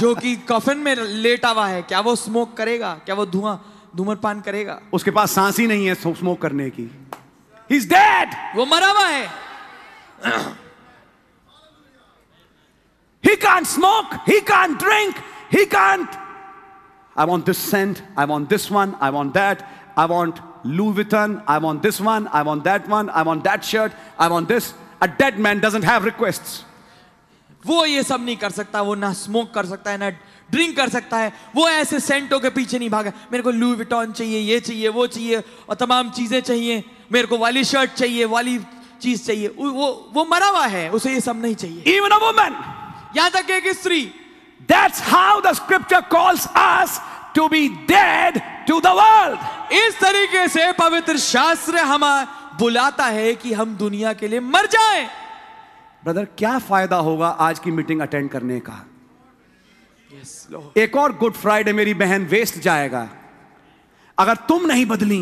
[SPEAKER 1] जो कि कफन में लेटा हुआ है क्या वो स्मोक करेगा क्या वो धुआं धूम्रपान करेगा
[SPEAKER 2] उसके पास सांस ही नहीं है स्मोक करने की. He's dead.
[SPEAKER 1] वो मरा हुआ है
[SPEAKER 2] He can't smoke. He can't drink. He can't. I want this scent. I want this one. I want that. I want Louis Vuitton. I want this one. I want that one. I want that shirt. I want this. A dead man doesn't have requests.
[SPEAKER 1] वो ये सब नहीं कर सकता वो ना स्मोक कर सकता है ना ड्रिंक कर सकता है वो ऐसे सेंटों के पीछे नहीं भागा मेरे को लू विटॉन चाहिए ये चाहिए वो चाहिए और तमाम चीज़ें चाहिए मेरे को वाली शर्ट चाहिए वाली चीज़ चाहिए उ- वो वो मरा हुआ है उसे ये सब नहीं चाहिए
[SPEAKER 2] Even a woman.
[SPEAKER 1] यहाँ तक कि एक स्त्री
[SPEAKER 2] That's how the scripture calls us to be dead to the world.
[SPEAKER 1] इस तरीके से पवित्र शास्त्र हम बुलाता है कि हम दुनिया के लिए मर जाएं
[SPEAKER 2] ब्रदर क्या फायदा होगा आज की मीटिंग अटेंड करने का
[SPEAKER 1] yes, Lord.
[SPEAKER 2] एक और गुड फ्राइडे मेरी बहन वेस्ट जाएगा अगर तुम नहीं बदली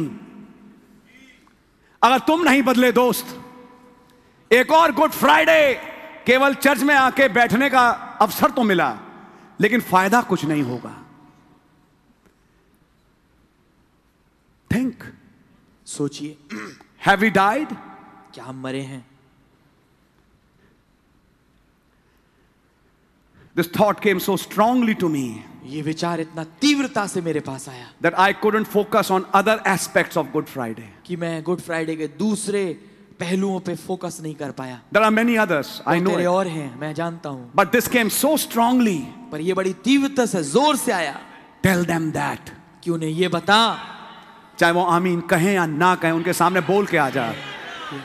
[SPEAKER 2] अगर तुम नहीं बदले दोस्त एक और गुड फ्राइडे केवल चर्च में आके बैठने का अवसर तो मिला लेकिन फायदा कुछ नहीं होगा थिंक
[SPEAKER 1] सोचिए
[SPEAKER 2] हैव वी डाइड
[SPEAKER 1] क्या हम मरे हैं
[SPEAKER 2] this thought came so strongly to me
[SPEAKER 1] ये विचार इतना तीव्रता से मेरे पास आया
[SPEAKER 2] that I couldn't focus on other aspects of Good Friday
[SPEAKER 1] कि मैं गुड फ्राइडे के दूसरे पहलुओं पे फोकस नहीं कर पाया
[SPEAKER 2] there are many others I know
[SPEAKER 1] तेरे और हैं मैं जानता हूं
[SPEAKER 2] but this came so strongly
[SPEAKER 1] पर ये बड़ी तीव्रता से जोर से आया
[SPEAKER 2] टेल देम दैट
[SPEAKER 1] कि उन्हें ये बता
[SPEAKER 2] चाहे वो आमीन कहें या ना कहें उनके सामने बोल के आ जा you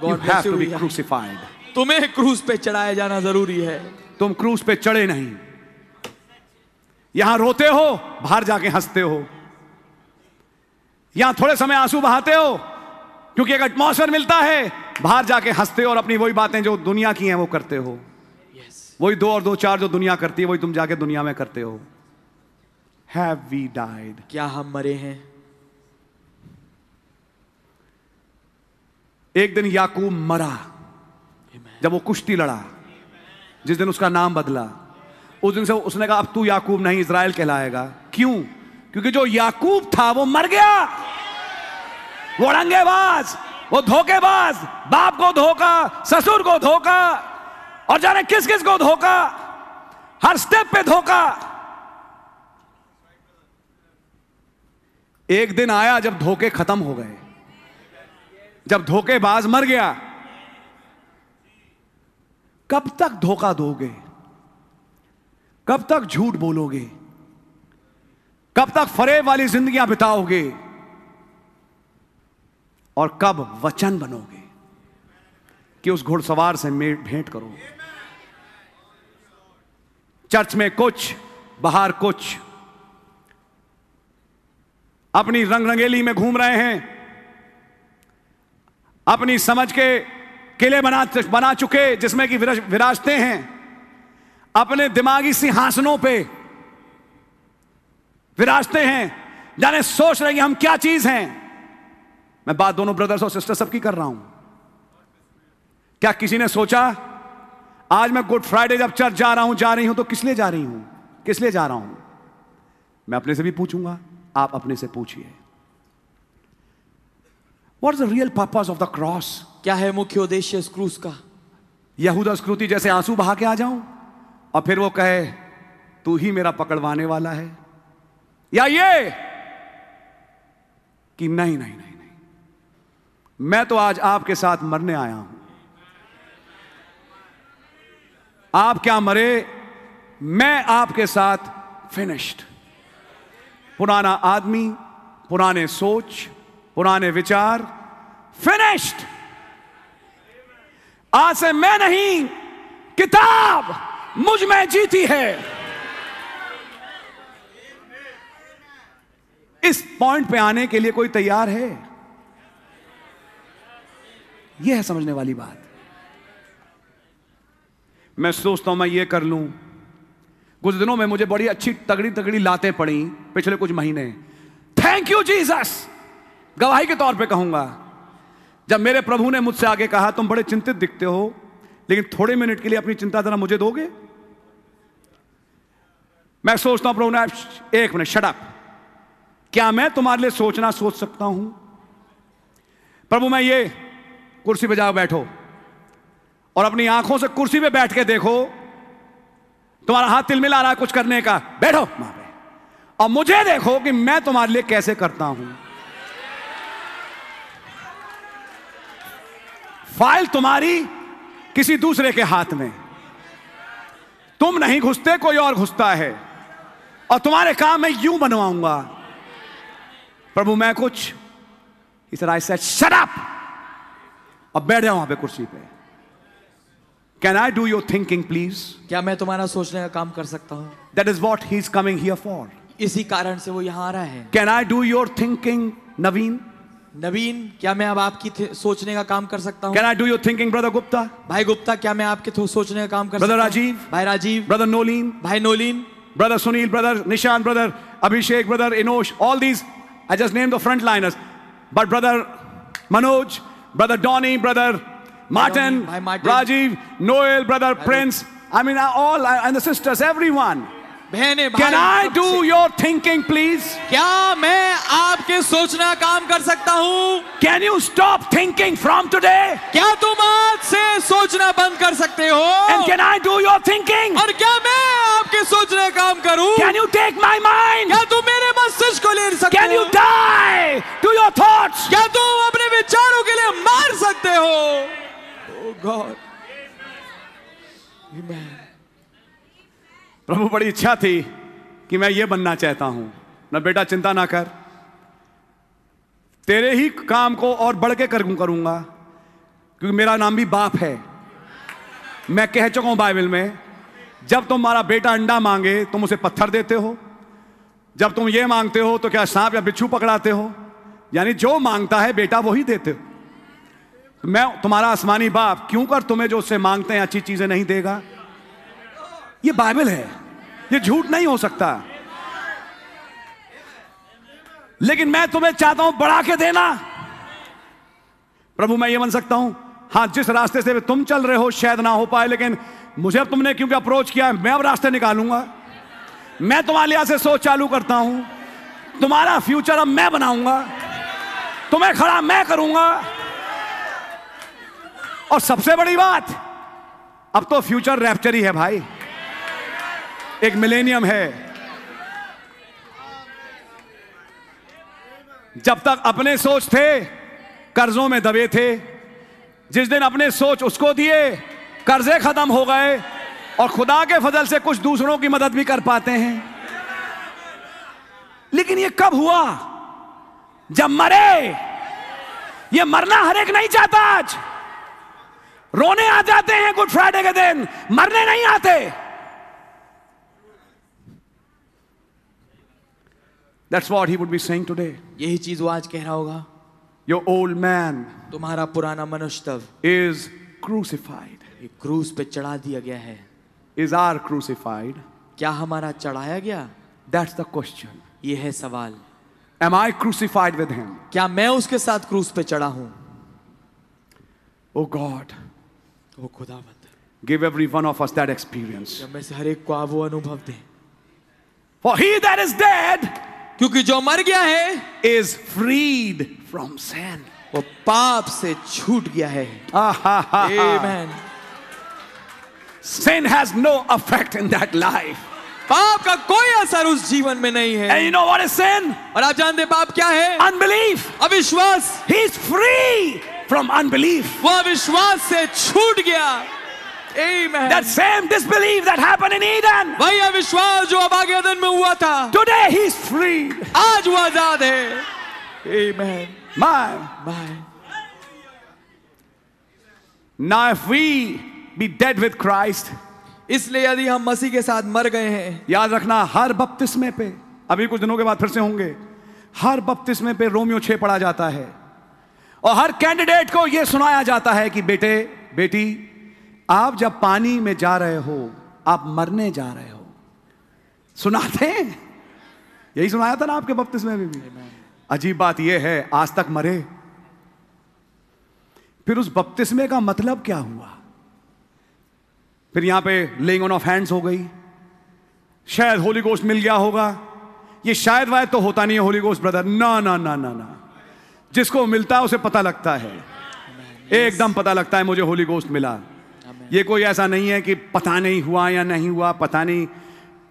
[SPEAKER 1] God
[SPEAKER 2] have to be crucified
[SPEAKER 1] तुम्हें क्रूज पे चढ़ाया जाना जरूरी है
[SPEAKER 2] तुम क्रूस पे चढ़े नहीं यहां रोते हो बाहर जाके हंसते हो यहां थोड़े समय आंसू बहाते हो क्योंकि एक एटमोसफेयर मिलता है बाहर जाके हंसते हो और अपनी वही बातें जो दुनिया की हैं वो करते हो वही दो और दो चार जो दुनिया करती है वही तुम जाके दुनिया में करते हो हैव वी डाइड
[SPEAKER 1] क्या हम मरे हैं
[SPEAKER 2] एक दिन याकूब मरा जब वो कुश्ती लड़ा जिस दिन उसका नाम बदला उस दिन से उसने कहा अब तू याकूब नहीं इसराइल कहलाएगा क्यों क्योंकि जो याकूब था वो मर गया वो रंगेबाज वो धोखेबाज बाप को धोखा ससुर को धोखा और जाने किस किस को धोखा हर स्टेप पे धोखा एक दिन आया जब धोखे खत्म हो गए जब धोखेबाज मर गया कब तक धोखा दोगे कब तक झूठ बोलोगे कब तक फरेब वाली जिंदगियां बिताओगे और कब वचन बनोगे कि उस घुड़सवार से मे- भेंट करो चर्च में कुछ बाहर कुछ अपनी रंग रंगेली में घूम रहे हैं अपनी समझ के किले बना बना चुके जिसमें कि विराज- विराजते हैं अपने दिमागी सिंहासनों पे विराजते हैं जाने सोच रहे हैं कि हम क्या चीज हैं मैं बात दोनों ब्रदर्स और सिस्टर सबकी कर रहा हूं क्या किसी ने सोचा आज मैं गुड फ्राइडे जब चर्च जा रहा हूं जा रही हूं तो किस लिए जा रही हूं किस लिए जा रहा हूं मैं अपने से भी पूछूंगा आप अपने से पूछिए what is the real purpose of the cross
[SPEAKER 1] क्या है मुख्य उद्देश्य इस क्रूस का
[SPEAKER 2] यहूदा स्कृति जैसे आंसू बहा के आ जाऊं और फिर वो कहे तू ही मेरा पकड़वाने वाला है या ये कि नहीं नहीं नहीं नहीं मैं तो आज आपके साथ मरने आया हूं आप क्या मरे मैं आपके साथ फिनिश्ड पुराना आदमी पुराने सोच पुराने विचार फिनिश्ड आज से मैं नहीं किताब मुझ में जीती है इस पॉइंट पे आने के लिए कोई तैयार है यह है समझने वाली बात मैं सोचता हूं मैं ये कर लूं कुछ दिनों में मुझे बड़ी अच्छी तगड़ी तगड़ी लातें पड़ी पिछले कुछ महीने थैंक यू जीसस गवाही के तौर पे कहूंगा जब मेरे प्रभु ने मुझसे आगे कहा तुम बड़े चिंतित दिखते हो लेकिन थोड़े मिनट के लिए अपनी चिंता जरा मुझे दोगे मैं सोचता हूं प्रभु ने एक मिनट शटअप क्या मैं तुम्हारे लिए सोचना सोच सकता हूं प्रभु मैं ये कुर्सी पे जाओ बैठो और अपनी आंखों से कुर्सी पे बैठ के देखो तुम्हारा हाथ तिलमिला रहा है कुछ करने का बैठो वहां पे और मुझे देखो कि मैं तुम्हारे लिए कैसे करता हूं फाइल तुम्हारी किसी दूसरे के हाथ में तुम नहीं घुसते कोई और घुसता है और तुम्हारे काम मैं यूं बनवाऊंगा प्रभु मैं कुछ इस राय से शराब अब बैठ जाओ वहां पे कुर्सी पे can I do your thinking please
[SPEAKER 1] क्या मैं तुम्हारा सोचने का काम कर सकता हूं
[SPEAKER 2] that is what he is coming here for
[SPEAKER 1] इसी कारण से वो यहाँ आ रहा है
[SPEAKER 2] can I do your thinking Naveen
[SPEAKER 1] Naveen क्या मैं अब आपकी थे- सोचने का काम कर सकता हूँ
[SPEAKER 2] can I do your thinking brother Gupta
[SPEAKER 1] भाई गुप्ता क्या मैं आपके थ्रू सोचने का काम कर
[SPEAKER 2] Brother
[SPEAKER 1] सकता हूं?
[SPEAKER 2] राजीव।
[SPEAKER 1] भाई राजीव
[SPEAKER 2] ब्रदर नोलीन
[SPEAKER 1] भाई Noleen
[SPEAKER 2] brother Sunil, brother Nishan, brother Abhishek, brother Inosh, all these, I just named the frontliners. But brother Manoj, brother Donny, brother Martin,
[SPEAKER 1] Donny, bhai Martin.
[SPEAKER 2] Rajiv, Noel, brother Prince, I mean, uh, all, uh, and the sisters, everyone.
[SPEAKER 1] बहने
[SPEAKER 2] Can I do your thinking, please?
[SPEAKER 1] क्या मैं आपके सोचने का काम कर सकता हूँ
[SPEAKER 2] Can you stop thinking from today?
[SPEAKER 1] क्या तुम आज से सोचना बंद कर सकते हो
[SPEAKER 2] And can I do your thinking?
[SPEAKER 1] और क्या मैं आपके सोचने का काम करूं
[SPEAKER 2] Can you take my mind?
[SPEAKER 1] क्या तुम मेरे मस्तिष्क को ले सकते
[SPEAKER 2] Can
[SPEAKER 1] हो
[SPEAKER 2] you die to your thoughts?
[SPEAKER 1] क्या तुम अपने विचारों के लिए मार सकते हो ओ गॉड
[SPEAKER 2] प्रभु बड़ी इच्छा थी कि मैं ये बनना चाहता हूं ना बेटा चिंता ना कर तेरे ही काम को और बढ़ के कर करूंगा क्योंकि मेरा नाम भी बाप है मैं कह चुका हूं बाइबल में जब तुम्हारा बेटा अंडा मांगे तुम उसे पत्थर देते हो जब तुम ये मांगते हो तो क्या सांप या बिच्छू पकड़ाते हो यानी जो मांगता है बेटा वही देते हो मैं तुम्हारा आसमानी बाप क्यों कर तुम्हें जो उससे मांगते हैं अच्छी चीजें नहीं देगा ये बाइबल है ये झूठ नहीं हो सकता लेकिन मैं तुम्हें चाहता हूं बढ़ा के देना प्रभु मैं ये बन सकता हूं हाँ जिस रास्ते से तुम चल रहे हो शायद ना हो पाए लेकिन मुझे अब तुमने क्योंकि अप्रोच किया है मैं अब रास्ते निकालूंगा मैं तुम्हारे लिहाज से सोच चालू करता हूं तुम्हारा फ्यूचर अब मैं बनाऊंगा तुम्हें खड़ा मैं करूंगा और सबसे बड़ी बात अब तो फ्यूचर रैप्चर ही है भाई एक मिलेनियम है जब तक अपने सोच थे कर्जों में दबे थे जिस दिन अपने सोच उसको दिए कर्जे खत्म हो गए और खुदा के फजल से कुछ दूसरों की मदद भी कर पाते हैं लेकिन ये कब हुआ जब मरे ये मरना हर एक नहीं चाहता आज रोने आ जाते हैं गुड फ्राइडे के दिन मरने नहीं आते that's what he would be saying today
[SPEAKER 1] यही चीज वो आज कह रहा होगा
[SPEAKER 2] योर ओल्ड मैन
[SPEAKER 1] तुम्हारा पुराना मनुष्यत्व
[SPEAKER 2] is crucified,
[SPEAKER 1] ये क्रूस पे चढ़ा दिया गया है
[SPEAKER 2] is are crucified.
[SPEAKER 1] क्या हमारा चढ़ाया गया
[SPEAKER 2] That's the question.
[SPEAKER 1] ये है सवाल
[SPEAKER 2] Am I crucified with him?
[SPEAKER 1] क्या मैं उसके साथ क्रूस पे चढ़ा हूं
[SPEAKER 2] Oh God,
[SPEAKER 1] ओ खुदावंद
[SPEAKER 2] give every one of us that experience.
[SPEAKER 1] जब में से हर एक को आप वो अनुभव दे
[SPEAKER 2] For he that is dead
[SPEAKER 1] क्योंकि जो मर गया है
[SPEAKER 2] is freed from sin.
[SPEAKER 1] वो पाप से छूट गया है
[SPEAKER 2] Ah, ha, ha, ha.
[SPEAKER 1] Amen.
[SPEAKER 2] Sin has no effect in that life.
[SPEAKER 1] पाप का कोई असर उस जीवन में नहीं है
[SPEAKER 2] And you know what is sin?
[SPEAKER 1] और आप जानते हैं पाप क्या है
[SPEAKER 2] Unbelief.
[SPEAKER 1] अविश्वास
[SPEAKER 2] He's free from unbelief.
[SPEAKER 1] वो अविश्वास से छूट गया
[SPEAKER 2] That
[SPEAKER 1] Amen.
[SPEAKER 2] same disbelief that happened in Eden.
[SPEAKER 1] वही अविश्वास जो अब आगे में हुआ था
[SPEAKER 2] Today he's free.
[SPEAKER 1] आज वो आजाद है Amen.
[SPEAKER 2] My.
[SPEAKER 1] Bye.
[SPEAKER 2] Now if we be dead with Christ,
[SPEAKER 1] इसलिए यदि हम मसीह के साथ मर गए हैं
[SPEAKER 2] याद रखना हर बपतिस्मे पे अभी कुछ दिनों के बाद फिर से होंगे हर बपतिस्मे पे रोमियो छे पढ़ा जाता है और हर कैंडिडेट को यह सुनाया जाता है कि बेटे बेटी आप जब पानी में जा रहे हो आप मरने जा रहे हो सुनाते हैं यही सुनाया था ना आपके बपतिस्मे में भी अजीब बात यह है आज तक मरे फिर उस बपतिस्मे का मतलब क्या हुआ फिर यहां पे लेइंग ऑन ऑफ हैंड्स हो गई शायद होली गोस्ट मिल गया होगा ये शायद वायद तो होता नहीं है होली गोस्ट ब्रदर ना ना ना ना ना जिसको मिलता है उसे पता लगता है एकदम पता लगता है मुझे होली गोस्ट मिला ये कोई ऐसा नहीं है कि पता नहीं हुआ या नहीं हुआ पता नहीं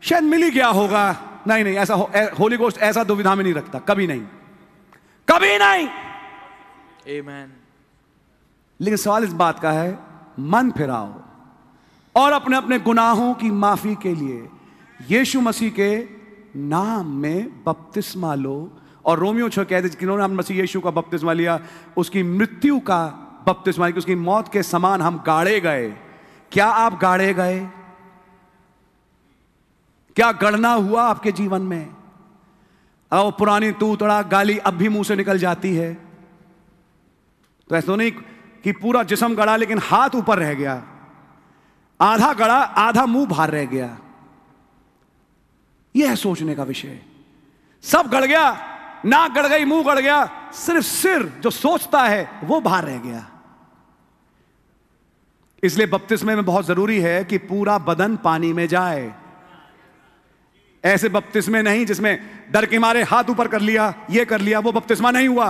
[SPEAKER 2] शायद मिल ही गया होगा नहीं नहीं ऐसा हो, ए- होली गोस्ट ऐसा दुविधा में नहीं रखता कभी नहीं कभी नहीं
[SPEAKER 1] Amen.
[SPEAKER 2] लेकिन सवाल इस बात का है मन फिराओ और अपने अपने गुनाहों की माफी के लिए यीशु मसीह के नाम में बपतिस्मा लो और रोमियो छो कहते हैं, जिन्होंने हम मसीह यीशु का बपतिस्मा लिया उसकी मृत्यु का बपतिस्मा यानी कि उसकी मौत के समान हम गाड़े गए क्या आप गाड़े गए क्या गढ़ना हुआ आपके जीवन में अगर वो पुरानी तू तड़ा गाली अब भी मुंह से निकल जाती है तो ऐसा तो नहीं कि पूरा जिसम गड़ा लेकिन हाथ ऊपर रह गया आधा गड़ा आधा मुंह बाहर रह गया यह है सोचने का विषय सब गड़ गया नाक गड़ गई मुंह गड़ गया सिर्फ सिर जो सोचता है वो बाहर रह गया इसलिए बपतिस्मे में बहुत जरूरी है कि पूरा बदन पानी में जाए ऐसे बपतिस्मे नहीं जिसमें डर के मारे हाथ ऊपर कर लिया ये कर लिया वो बपतिस्मा नहीं हुआ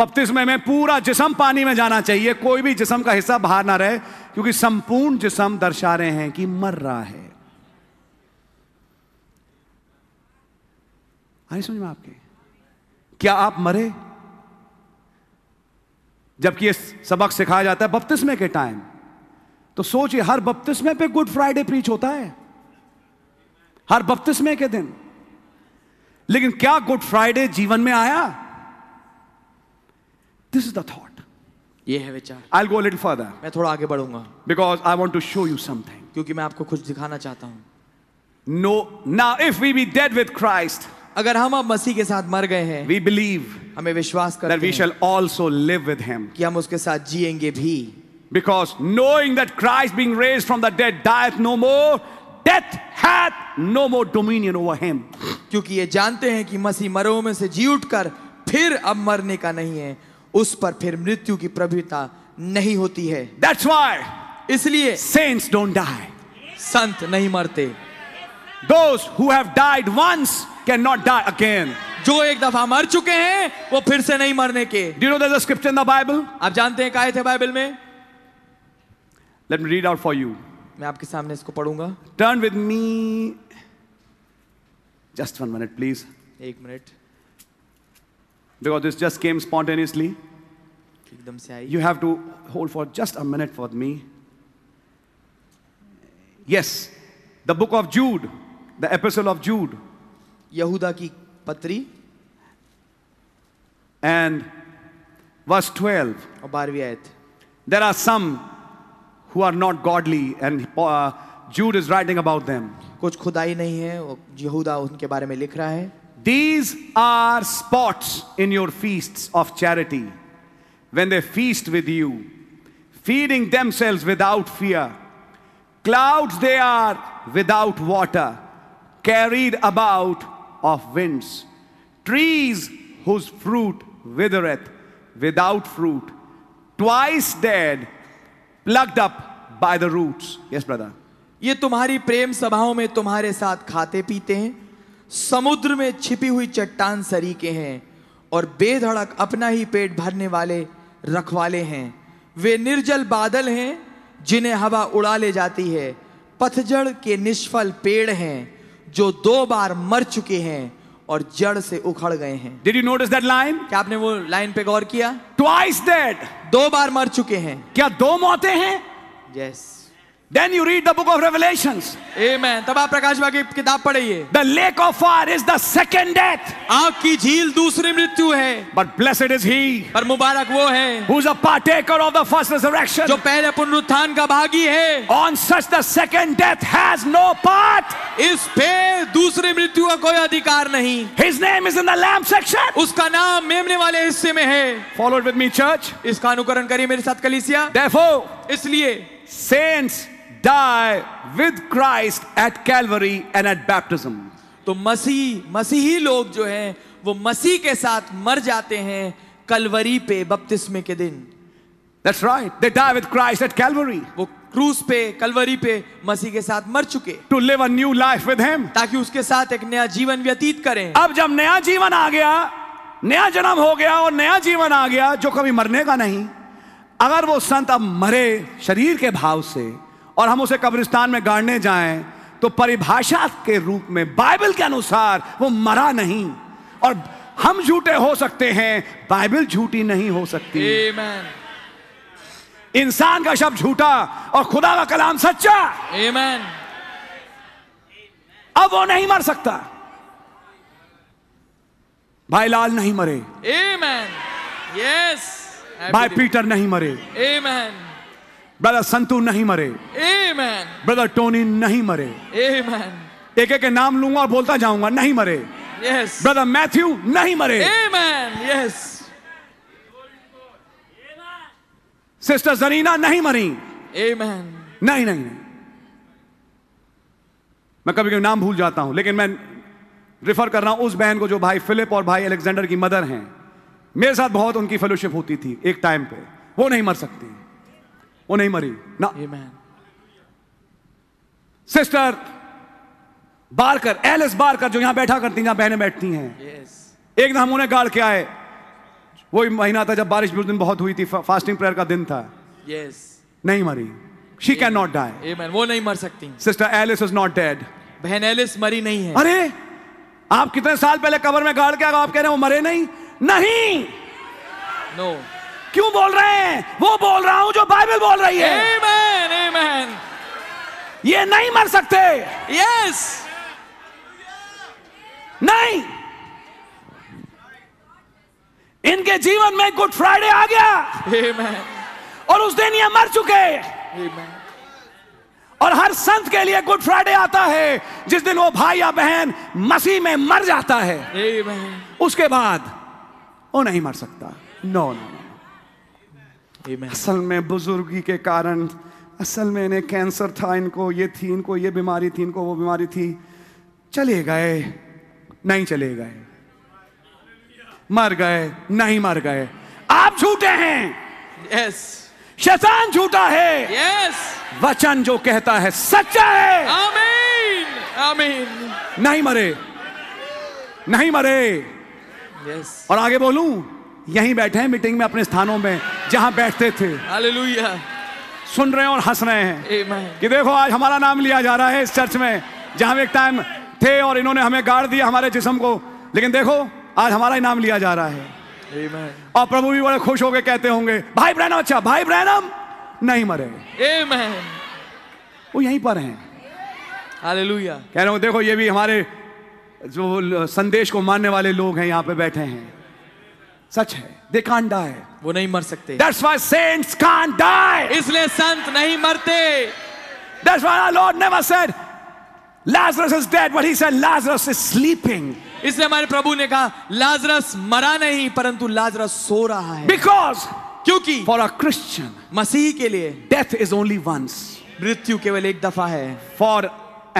[SPEAKER 2] बपतिस्मे में पूरा जिसम पानी में जाना चाहिए कोई भी जिसम का हिस्सा बाहर ना रहे क्योंकि संपूर्ण जिसम दर्शा रहे हैं कि मर रहा है आई हाँ समझ में आपके क्या आप मरे जबकि ये सबक सिखाया जाता है बपतिस्मे के टाइम तो सोचिए हर बपतिस्मे पे गुड फ्राइडे प्रीच होता है हर बपतिस्मे के दिन लेकिन क्या गुड फ्राइडे जीवन में आया This is the thought.
[SPEAKER 1] ये है विचार
[SPEAKER 2] I'll go a little further
[SPEAKER 1] मैं थोड़ा आगे बढ़ूंगा
[SPEAKER 2] because I want to show you something.
[SPEAKER 1] क्योंकि मैं आपको कुछ दिखाना चाहता हूँ
[SPEAKER 2] No, now if we be dead with Christ,
[SPEAKER 1] अगर हम अब मसीह के साथ मर गए हैं
[SPEAKER 2] we believe
[SPEAKER 1] हमें विश्वास
[SPEAKER 2] that
[SPEAKER 1] करते
[SPEAKER 2] we
[SPEAKER 1] हैं
[SPEAKER 2] shall also live with him.
[SPEAKER 1] कि हम उसके साथ जिएंगे भी
[SPEAKER 2] Because knowing that Christ being raised from the dead dieth no more, death hath no more dominion over him.
[SPEAKER 1] क्योंकि ये जानते हैं कि मसीह मरों में से जी उठकर फिर अब मरने का नहीं है उस पर फिर मृत्यु की प्रभुता नहीं होती है
[SPEAKER 2] That's why
[SPEAKER 1] इसलिए
[SPEAKER 2] saints don't die.
[SPEAKER 1] संत नहीं मरते
[SPEAKER 2] Those who have died once cannot die again.
[SPEAKER 1] जो एक दफा मर चुके हैं वो फिर से नहीं मरने के
[SPEAKER 2] Do you know there's a scripture in the Bible?
[SPEAKER 1] आप जानते हैं काय थे बाइबल में
[SPEAKER 2] Let me read out for you.
[SPEAKER 1] मैं आपके सामने इसको पढ़ूंगा
[SPEAKER 2] Turn with me. Just one minute, please.
[SPEAKER 1] एक minute
[SPEAKER 2] Because this just came spontaneously.
[SPEAKER 1] एकदम से आई
[SPEAKER 2] You have to hold for just a minute for me. Yes, the book of Jude, the epistle of Jude,
[SPEAKER 1] यहूदा की पत्री
[SPEAKER 2] and verse 12.
[SPEAKER 1] और बारहवीं आयत
[SPEAKER 2] There are some who are not godly, and uh, Jude is writing about them.
[SPEAKER 1] कुछ खुदाई नहीं है और यहूदा उनके बारे में लिख रहा है
[SPEAKER 2] These are spots in your feasts of charity when they feast with you, feeding themselves without fear. Clouds they are without water, carried about of winds. Trees whose fruit withereth without fruit, twice dead, plucked up by the roots. Yes, brother.
[SPEAKER 1] ये तुम्हारी प्रेम सभाओं में तुम्हारे साथ खाते पीते हैं समुद्र में छिपी हुई चट्टान सरीके हैं और बेधड़क अपना ही पेट भरने वाले रखवाले हैं वे निर्जल बादल हैं जिन्हें हवा उड़ा ले जाती है पतझड़ के निष्फल पेड़ हैं जो दो बार मर चुके हैं और जड़ से उखड़ गए हैं
[SPEAKER 2] Did you notice that line?
[SPEAKER 1] क्या आपने वो लाइन पे गौर किया
[SPEAKER 2] Twice dead.
[SPEAKER 1] दो बार मर चुके हैं
[SPEAKER 2] क्या दो मौतें हैं?
[SPEAKER 1] Yes
[SPEAKER 2] Then you read the book of Revelations.
[SPEAKER 1] Amen तब आप प्रकाश बाग की किताब पढ़िए
[SPEAKER 2] The lake of fire is the second death.
[SPEAKER 1] आग की झील दूसरी मृत्यु है
[SPEAKER 2] But blessed is he
[SPEAKER 1] पर मुबारक वो है
[SPEAKER 2] who's a partaker of the first resurrection.
[SPEAKER 1] जो पहले पुनरुत्थान का भागी है
[SPEAKER 2] On such the second death has no part.
[SPEAKER 1] इस पे दूसरी मृत्यु का कोई अधिकार नहीं
[SPEAKER 2] His name is in the lamb section.
[SPEAKER 1] उसका नाम मेमने वाले हिस्से में है
[SPEAKER 2] Follow it with me, church.
[SPEAKER 1] इसका अनुकरण करिए मेरे साथ कलीसिया
[SPEAKER 2] Therefore,
[SPEAKER 1] इसलिए
[SPEAKER 2] saints die with Christ at Calvary and at baptism.
[SPEAKER 1] तो मसीह मसीही लोग जो हैं वो मसीह के साथ मर जाते हैं कलवरी पे बपतिस्मे के दिन
[SPEAKER 2] That's right. They die with Christ at Calvary
[SPEAKER 1] वो क्रूस पे कलवरी पे मसीह के साथ मर चुके
[SPEAKER 2] to live a new life with him.
[SPEAKER 1] ताकि उसके साथ एक नया जीवन व्यतीत करें
[SPEAKER 2] अब जब नया जीवन आ गया नया जन्म हो गया और नया जीवन आ गया जो कभी मरने का नहीं अगर वो संत अब मरे शरीर के भाव से और हम उसे कब्रिस्तान में गाड़ने जाएं तो परिभाषा के रूप में बाइबल के अनुसार वो मरा नहीं और हम झूठे हो सकते हैं बाइबल झूठी नहीं हो सकती
[SPEAKER 1] आमेन
[SPEAKER 2] इंसान का शब्द झूठा और खुदा का कलाम सच्चा
[SPEAKER 1] आमेन
[SPEAKER 2] अब वो नहीं मर सकता भाई लाल नहीं मरे
[SPEAKER 1] Amen. Yes.
[SPEAKER 2] भाई पीटर नहीं मरे
[SPEAKER 1] Amen.
[SPEAKER 2] ब्रदर संतू नहीं मरे
[SPEAKER 1] Amen.
[SPEAKER 2] ब्रदर टोनी नहीं मरे
[SPEAKER 1] Amen.
[SPEAKER 2] एक एक के नाम लूंगा और बोलता जाऊंगा नहीं मरे
[SPEAKER 1] Yes.
[SPEAKER 2] ब्रदर मैथ्यू नहीं मरे
[SPEAKER 1] Eh? Amen. Yes.
[SPEAKER 2] Sister Zarina नहीं मरी
[SPEAKER 1] Amen.
[SPEAKER 2] नहीं नहीं नहीं मैं कभी कभी नाम भूल जाता हूं लेकिन मैं रिफर कर रहा हूं उस बहन को जो भाई फिलिप और भाई अलेक्जेंडर की मदर हैं मेरे साथ बहुत उनकी फेलोशिप होती थी एक टाइम पे वो नहीं मर सकती वो नहीं मरी ना
[SPEAKER 1] Amen.
[SPEAKER 2] Sister Barker Alice Barker जो यहां बैठा करती हैं, यहां बहनें बैठती हैं
[SPEAKER 1] Yes.
[SPEAKER 2] एक दिन हम उन्हें गाड़ के आए वही महीना था जब बारिश भी उस दिन बहुत हुई थी फा- फास्टिंग प्रेयर का दिन था
[SPEAKER 1] Yes.
[SPEAKER 2] नहीं मरी she can not die
[SPEAKER 1] Amen. वो नहीं मर सकती
[SPEAKER 2] sister Alice is not dead
[SPEAKER 1] बहन एलिस मरी नहीं है
[SPEAKER 2] अरे आप कितने साल पहले कबर में गाड़ के आप कह रहे हो मरे नहीं नहीं
[SPEAKER 1] नो
[SPEAKER 2] क्यों बोल रहे हैं वो बोल रहा हूं जो बाइबल बोल रही है
[SPEAKER 1] Amen. Amen.
[SPEAKER 2] ये नहीं मर सकते
[SPEAKER 1] Yes.
[SPEAKER 2] नहीं इनके जीवन में गुड फ्राइडे आ गया
[SPEAKER 1] Amen.
[SPEAKER 2] और उस दिन ये मर चुके
[SPEAKER 1] Amen.
[SPEAKER 2] और हर संत के लिए गुड फ्राइडे आता है जिस दिन वो भाई या बहन मसीह में मर जाता है
[SPEAKER 1] Amen.
[SPEAKER 2] उसके बाद वो नहीं मर सकता नो नो
[SPEAKER 1] Amen.
[SPEAKER 2] असल में बुजुर्गी के कारण असल में इन्हें कैंसर था इनको ये थी इनको ये बीमारी थी इनको वो बीमारी थी चले गए नहीं चले गए मर गए नहीं मर गए आप झूठे हैं
[SPEAKER 1] Yes.
[SPEAKER 2] शैतान झूठा है
[SPEAKER 1] Yes.
[SPEAKER 2] वचन जो कहता है सच्चा है
[SPEAKER 1] Amen. Amen.
[SPEAKER 2] नहीं मरे नहीं मरे
[SPEAKER 1] Yes.
[SPEAKER 2] और आगे बोलूं यहीं बैठे हैं मीटिंग में अपने स्थानों में जहां बैठते थे
[SPEAKER 1] Hallelujah.
[SPEAKER 2] सुन रहे हैं और हंस रहे हैं
[SPEAKER 1] Amen.
[SPEAKER 2] कि देखो आज हमारा नाम लिया जा रहा है इस चर्च में जहां एक टाइम थे और इन्होंने हमें गाड़ दिया हमारे जिस्म को लेकिन देखो आज हमारा ही नाम लिया जा रहा है
[SPEAKER 1] Amen.
[SPEAKER 2] और प्रभु भी बड़े खुश होकर कहते होंगे भाई ब्रैनम अच्छा भाई ब्रैनम नहीं मरे
[SPEAKER 1] Amen.
[SPEAKER 2] वो यहीं पर हैं
[SPEAKER 1] Hallelujah.
[SPEAKER 2] कह रहे हो देखो ये भी हमारे जो ल- संदेश को मानने वाले लोग हैं यहाँ पे बैठे हैं सच है दे कान डाई
[SPEAKER 1] वो नहीं मर सकते
[SPEAKER 2] that's why saints can't die
[SPEAKER 1] इसलिए संत नहीं मरते
[SPEAKER 2] that's why our Lord never said Lazarus is dead, but he said Lazarus is sleeping.
[SPEAKER 1] इसलिए हमारे प्रभु ने कहा लाजरस मरा नहीं परंतु लाजरस सो रहा है
[SPEAKER 2] Because
[SPEAKER 1] क्योंकि
[SPEAKER 2] For a Christian,
[SPEAKER 1] मसीह के लिए
[SPEAKER 2] death is only once.
[SPEAKER 1] मृत्यु केवल एक दफा है
[SPEAKER 2] For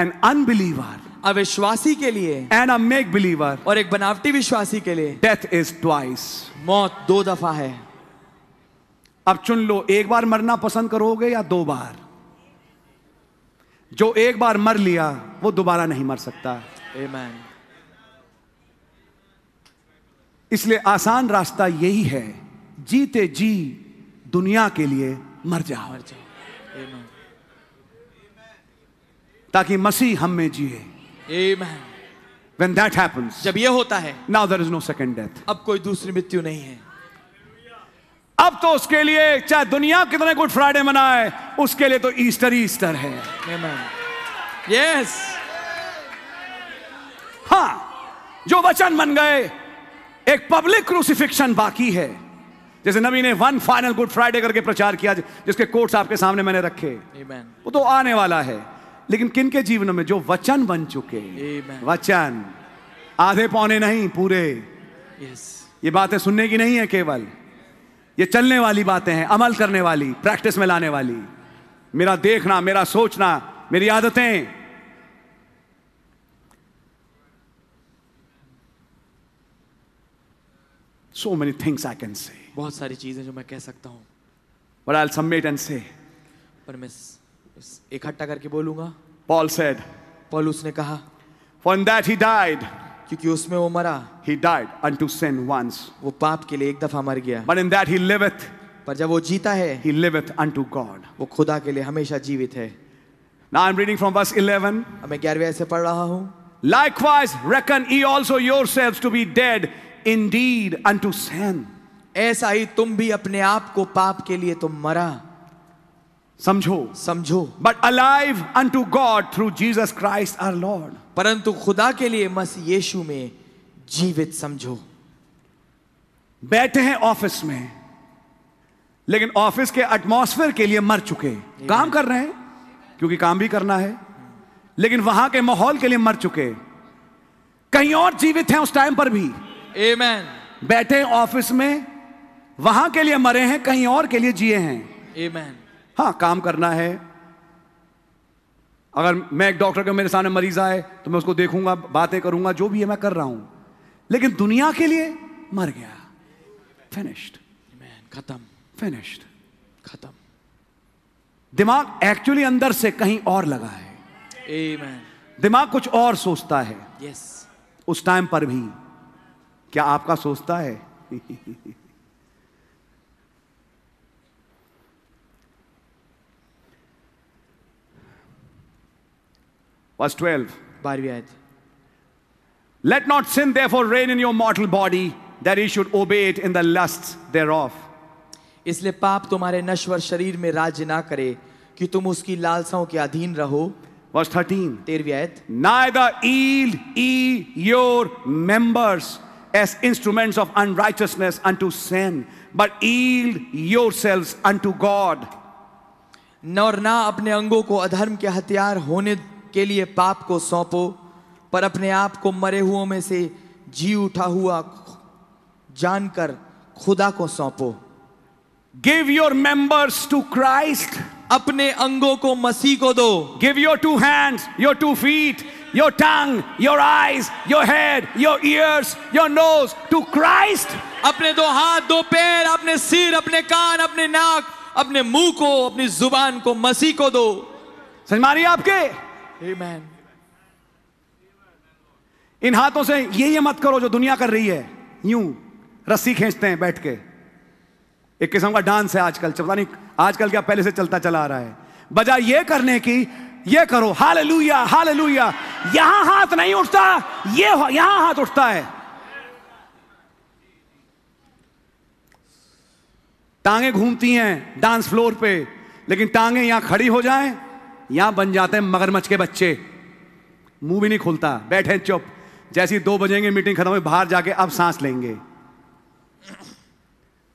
[SPEAKER 2] an unbeliever
[SPEAKER 1] अविश्वासी के लिए
[SPEAKER 2] and a make believer,
[SPEAKER 1] और एक बनावटी विश्वासी के लिए
[SPEAKER 2] death is twice.
[SPEAKER 1] मौत दो दफा है
[SPEAKER 2] अब चुन लो एक बार मरना पसंद करोगे या दो बार जो एक बार मर लिया वो दोबारा नहीं मर सकता
[SPEAKER 1] Amen.
[SPEAKER 2] इसलिए आसान रास्ता यही है जीते जी दुनिया के लिए मर जाओ
[SPEAKER 1] मर जाओ Amen.
[SPEAKER 2] ताकि मसीह हम में जिए
[SPEAKER 1] Amen.
[SPEAKER 2] When that happens,
[SPEAKER 1] जब ये होता है
[SPEAKER 2] now there is no second death.
[SPEAKER 1] अब कोई दूसरी मृत्यु नहीं है
[SPEAKER 2] अब तो उसके लिए चाहे दुनिया कितने गुड फ्राइडे मनाए उसके लिए तो ईस्टर ही ईस्टर है
[SPEAKER 1] Amen. Yes.
[SPEAKER 2] हाँ जो वचन बन गए एक पब्लिक क्रूसिफिक्शन बाकी है जैसे नबी ने वन फाइनल गुड फ्राइडे करके प्रचार किया जिसके कोट्स आपके सामने मैंने रखे
[SPEAKER 1] Amen.
[SPEAKER 2] वो तो आने वाला है लेकिन किन के जीवन में जो वचन बन चुके
[SPEAKER 1] Amen.
[SPEAKER 2] वचन आधे पौने नहीं पूरे
[SPEAKER 1] Yes.
[SPEAKER 2] ये बातें सुनने की नहीं है केवल ये चलने वाली बातें हैं अमल करने वाली प्रैक्टिस में लाने वाली मेरा देखना मेरा सोचना मेरी आदतें so many things I can say
[SPEAKER 1] बहुत सारी चीजें जो मैं कह सकता हूँ
[SPEAKER 2] but I submit and say
[SPEAKER 1] पर मैं इस- इस- इकट्ठा करके बोलूंगा
[SPEAKER 2] पॉल सेड
[SPEAKER 1] पॉलूस ने कहा
[SPEAKER 2] for in that he died
[SPEAKER 1] क्योंकि उसमें वो मरा
[SPEAKER 2] he died unto sin once
[SPEAKER 1] वो पाप के लिए एक दफा मर गया
[SPEAKER 2] but in that he liveth
[SPEAKER 1] पर जब वो जीता है
[SPEAKER 2] ही लिवेथ अनटू गॉड
[SPEAKER 1] वो खुदा के लिए हमेशा जीवित है
[SPEAKER 2] now I am reading from verse 11
[SPEAKER 7] अब मैं ग्यारहवें से पढ़ रहा हूं
[SPEAKER 2] Likewise, reckon ye also yourselves to be dead indeed unto sin.
[SPEAKER 7] ऐसा ही तुम भी अपने आप को पाप के लिए तो मरा
[SPEAKER 2] समझो
[SPEAKER 7] समझो
[SPEAKER 2] But alive unto God through Jesus Christ our Lord.
[SPEAKER 7] परंतु खुदा के लिए मसीह यीशु में जीवित समझो
[SPEAKER 2] बैठे हैं ऑफिस में लेकिन ऑफिस के एटमॉस्फेयर के लिए मर चुके काम कर रहे हैं क्योंकि काम भी करना है लेकिन वहां के माहौल के लिए मर चुके कहीं और जीवित हैं उस टाइम पर भी
[SPEAKER 1] Amen.
[SPEAKER 2] बैठे हैं ऑफिस में वहां के लिए मरे हैं कहीं और के लिए जिए हैं
[SPEAKER 1] Amen.
[SPEAKER 2] हाँ काम करना है अगर मैं एक डॉक्टर के मेरे सामने मरीज आए तो मैं उसको देखूंगा बातें करूंगा जो भी है मैं कर रहा हूं लेकिन दुनिया के लिए मर गया फिनिश्ड
[SPEAKER 1] Amen. खत्म
[SPEAKER 2] फिनिश्ड
[SPEAKER 1] खत्म
[SPEAKER 2] दिमाग एक्चुअली अंदर से कहीं और लगा है
[SPEAKER 1] Amen.
[SPEAKER 2] दिमाग कुछ और सोचता है
[SPEAKER 1] Yes.
[SPEAKER 2] उस टाइम पर भी क्या आपका सोचता है वर्स 12
[SPEAKER 7] बारहवीं आयत
[SPEAKER 2] Let not sin therefore reign in your mortal body, that ye should obey it in the lusts thereof.
[SPEAKER 7] इसलिए पाप तुम्हारे नश्वर शरीर में राज्य ना करे कि तुम उसकी लालसाओं के अधीन रहो
[SPEAKER 2] Verse 13
[SPEAKER 7] तेरहवीं आयत
[SPEAKER 2] Neither yield ye your members as instruments of unrighteousness unto sin, but yield yourselves unto God.
[SPEAKER 1] न और ना अपने अंगों को अधर्म के हथियार होने के लिए पाप को सौंपो पर अपने आप को मरे हुओं में से जी उठा हुआ जानकर खुदा को सौंपो
[SPEAKER 2] Give your members to Christ.
[SPEAKER 1] अपने अंगों को मसीह को दो
[SPEAKER 2] Give your two hands, your two feet, your tongue, your eyes, your head, your ears, your nose to Christ.
[SPEAKER 1] अपने दो हाथ दो पैर अपने सिर अपने कान अपने नाक अपने मुंह को अपनी जुबान को मसीह को दो
[SPEAKER 2] समझ मारिए आपके
[SPEAKER 1] Amen.
[SPEAKER 2] इन हाथों से ये ये मत करो जो दुनिया कर रही है यूं रस्सी खींचते हैं बैठ के एक किस्म का डांस है आजकल पता नहीं आजकल क्या पहले से चलता चला आ रहा है बजाय ये करने की ये करो हालेलुया हालेलुया यहां हाथ नहीं उठता ये हो- यहां हाथ उठता है टांगे घूमती हैं डांस फ्लोर पे लेकिन टांगे यहां खड़ी हो जाएं यहां बन जाते हैं मगरमच्छ के बच्चे मुंह भी नहीं खुलता बैठे चुप जैसी दो बजेंगे मीटिंग खत्म हुई बाहर जाके अब सांस लेंगे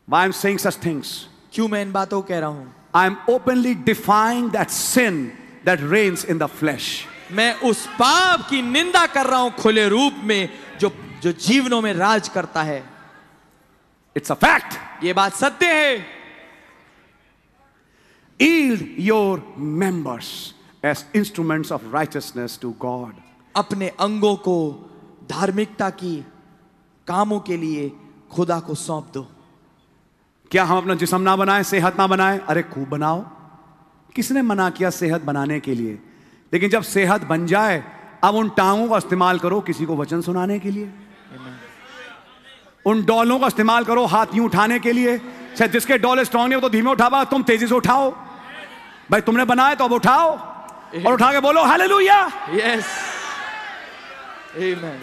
[SPEAKER 2] why am saying such things
[SPEAKER 1] क्यों मैं इन बातों को कह रहा हूं
[SPEAKER 2] I am openly defying that sin that reigns in the flesh
[SPEAKER 1] मैं उस पाप की निंदा कर रहा हूं खुले रूप में जो जो जीवनों में राज करता है
[SPEAKER 2] इट्स अ फैक्ट
[SPEAKER 1] ये बात सत्य है
[SPEAKER 2] yield your members as instruments of righteousness to God
[SPEAKER 1] अपने अंगों को धार्मिकता की कामों के लिए खुदा को सौंप दो
[SPEAKER 2] क्या हम अपना जिसम ना बनाए सेहत ना बनाए अरे खूब बनाओ किसने मना किया सेहत बनाने के लिए लेकिन जब सेहत बन जाए अब उन टांगों का इस्तेमाल करो किसी को वचन सुनाने के लिए उन डॉलों का इस्तेमाल करो हाथ यूं उठाने के लिए शायद जिसके डॉल स्ट्रांग है वो तो धीमे उठा पा तुम तेजी से उठाओ भाई तुमने बनाए तो अब उठाओ और उठा के बोलो हालेलुया
[SPEAKER 1] यस आमेन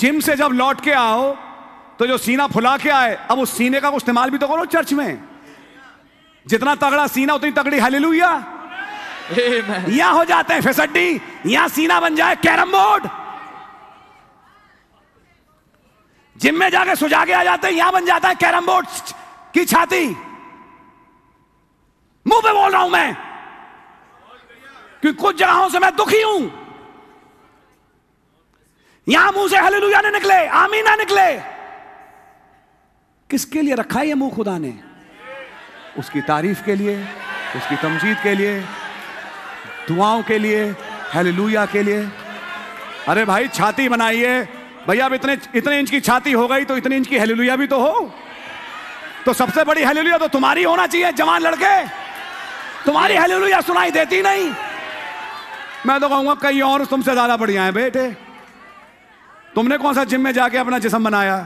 [SPEAKER 2] जिम से जब लौट के आओ तो जो सीना फुला के आए अब उस सीने का इस्तेमाल भी तो करो चर्च में जितना तगड़ा सीना उतनी तगड़ी हालेलुया
[SPEAKER 1] आमेन
[SPEAKER 2] यहां हो जाते हैं फिसड्डी यहां सीना बन जाए कैरम बोर्ड जिम में जाके सुजा के आ जाते हैं यहां बन जाता है कैरम बोर्ड की छाती मुंह पे बोल रहा हूं मैं कि कुछ जगहों से मैं दुखी हूं यहां मुंह से हलेलुया ना निकले आमीन ना निकले किसके लिए रखा है ये मुंह खुदा ने उसकी तारीफ के लिए उसकी तमजीद के लिए दुआओं के लिए हेलुया के लिए अरे भाई छाती बनाइए भैया अब इतने इतने इंच की छाती हो गई तो इतने इंच की हेलुया भी तो हो तो सबसे बड़ी हेलुया तो तुम्हारी होना चाहिए जवान लड़के तुम्हारी हेलुया सुनाई देती नहीं मैं तो कहूंगा कई और तुमसे ज्यादा बढ़िया है बेटे तुमने कौन सा जिम में जाके अपना जिसम बनाया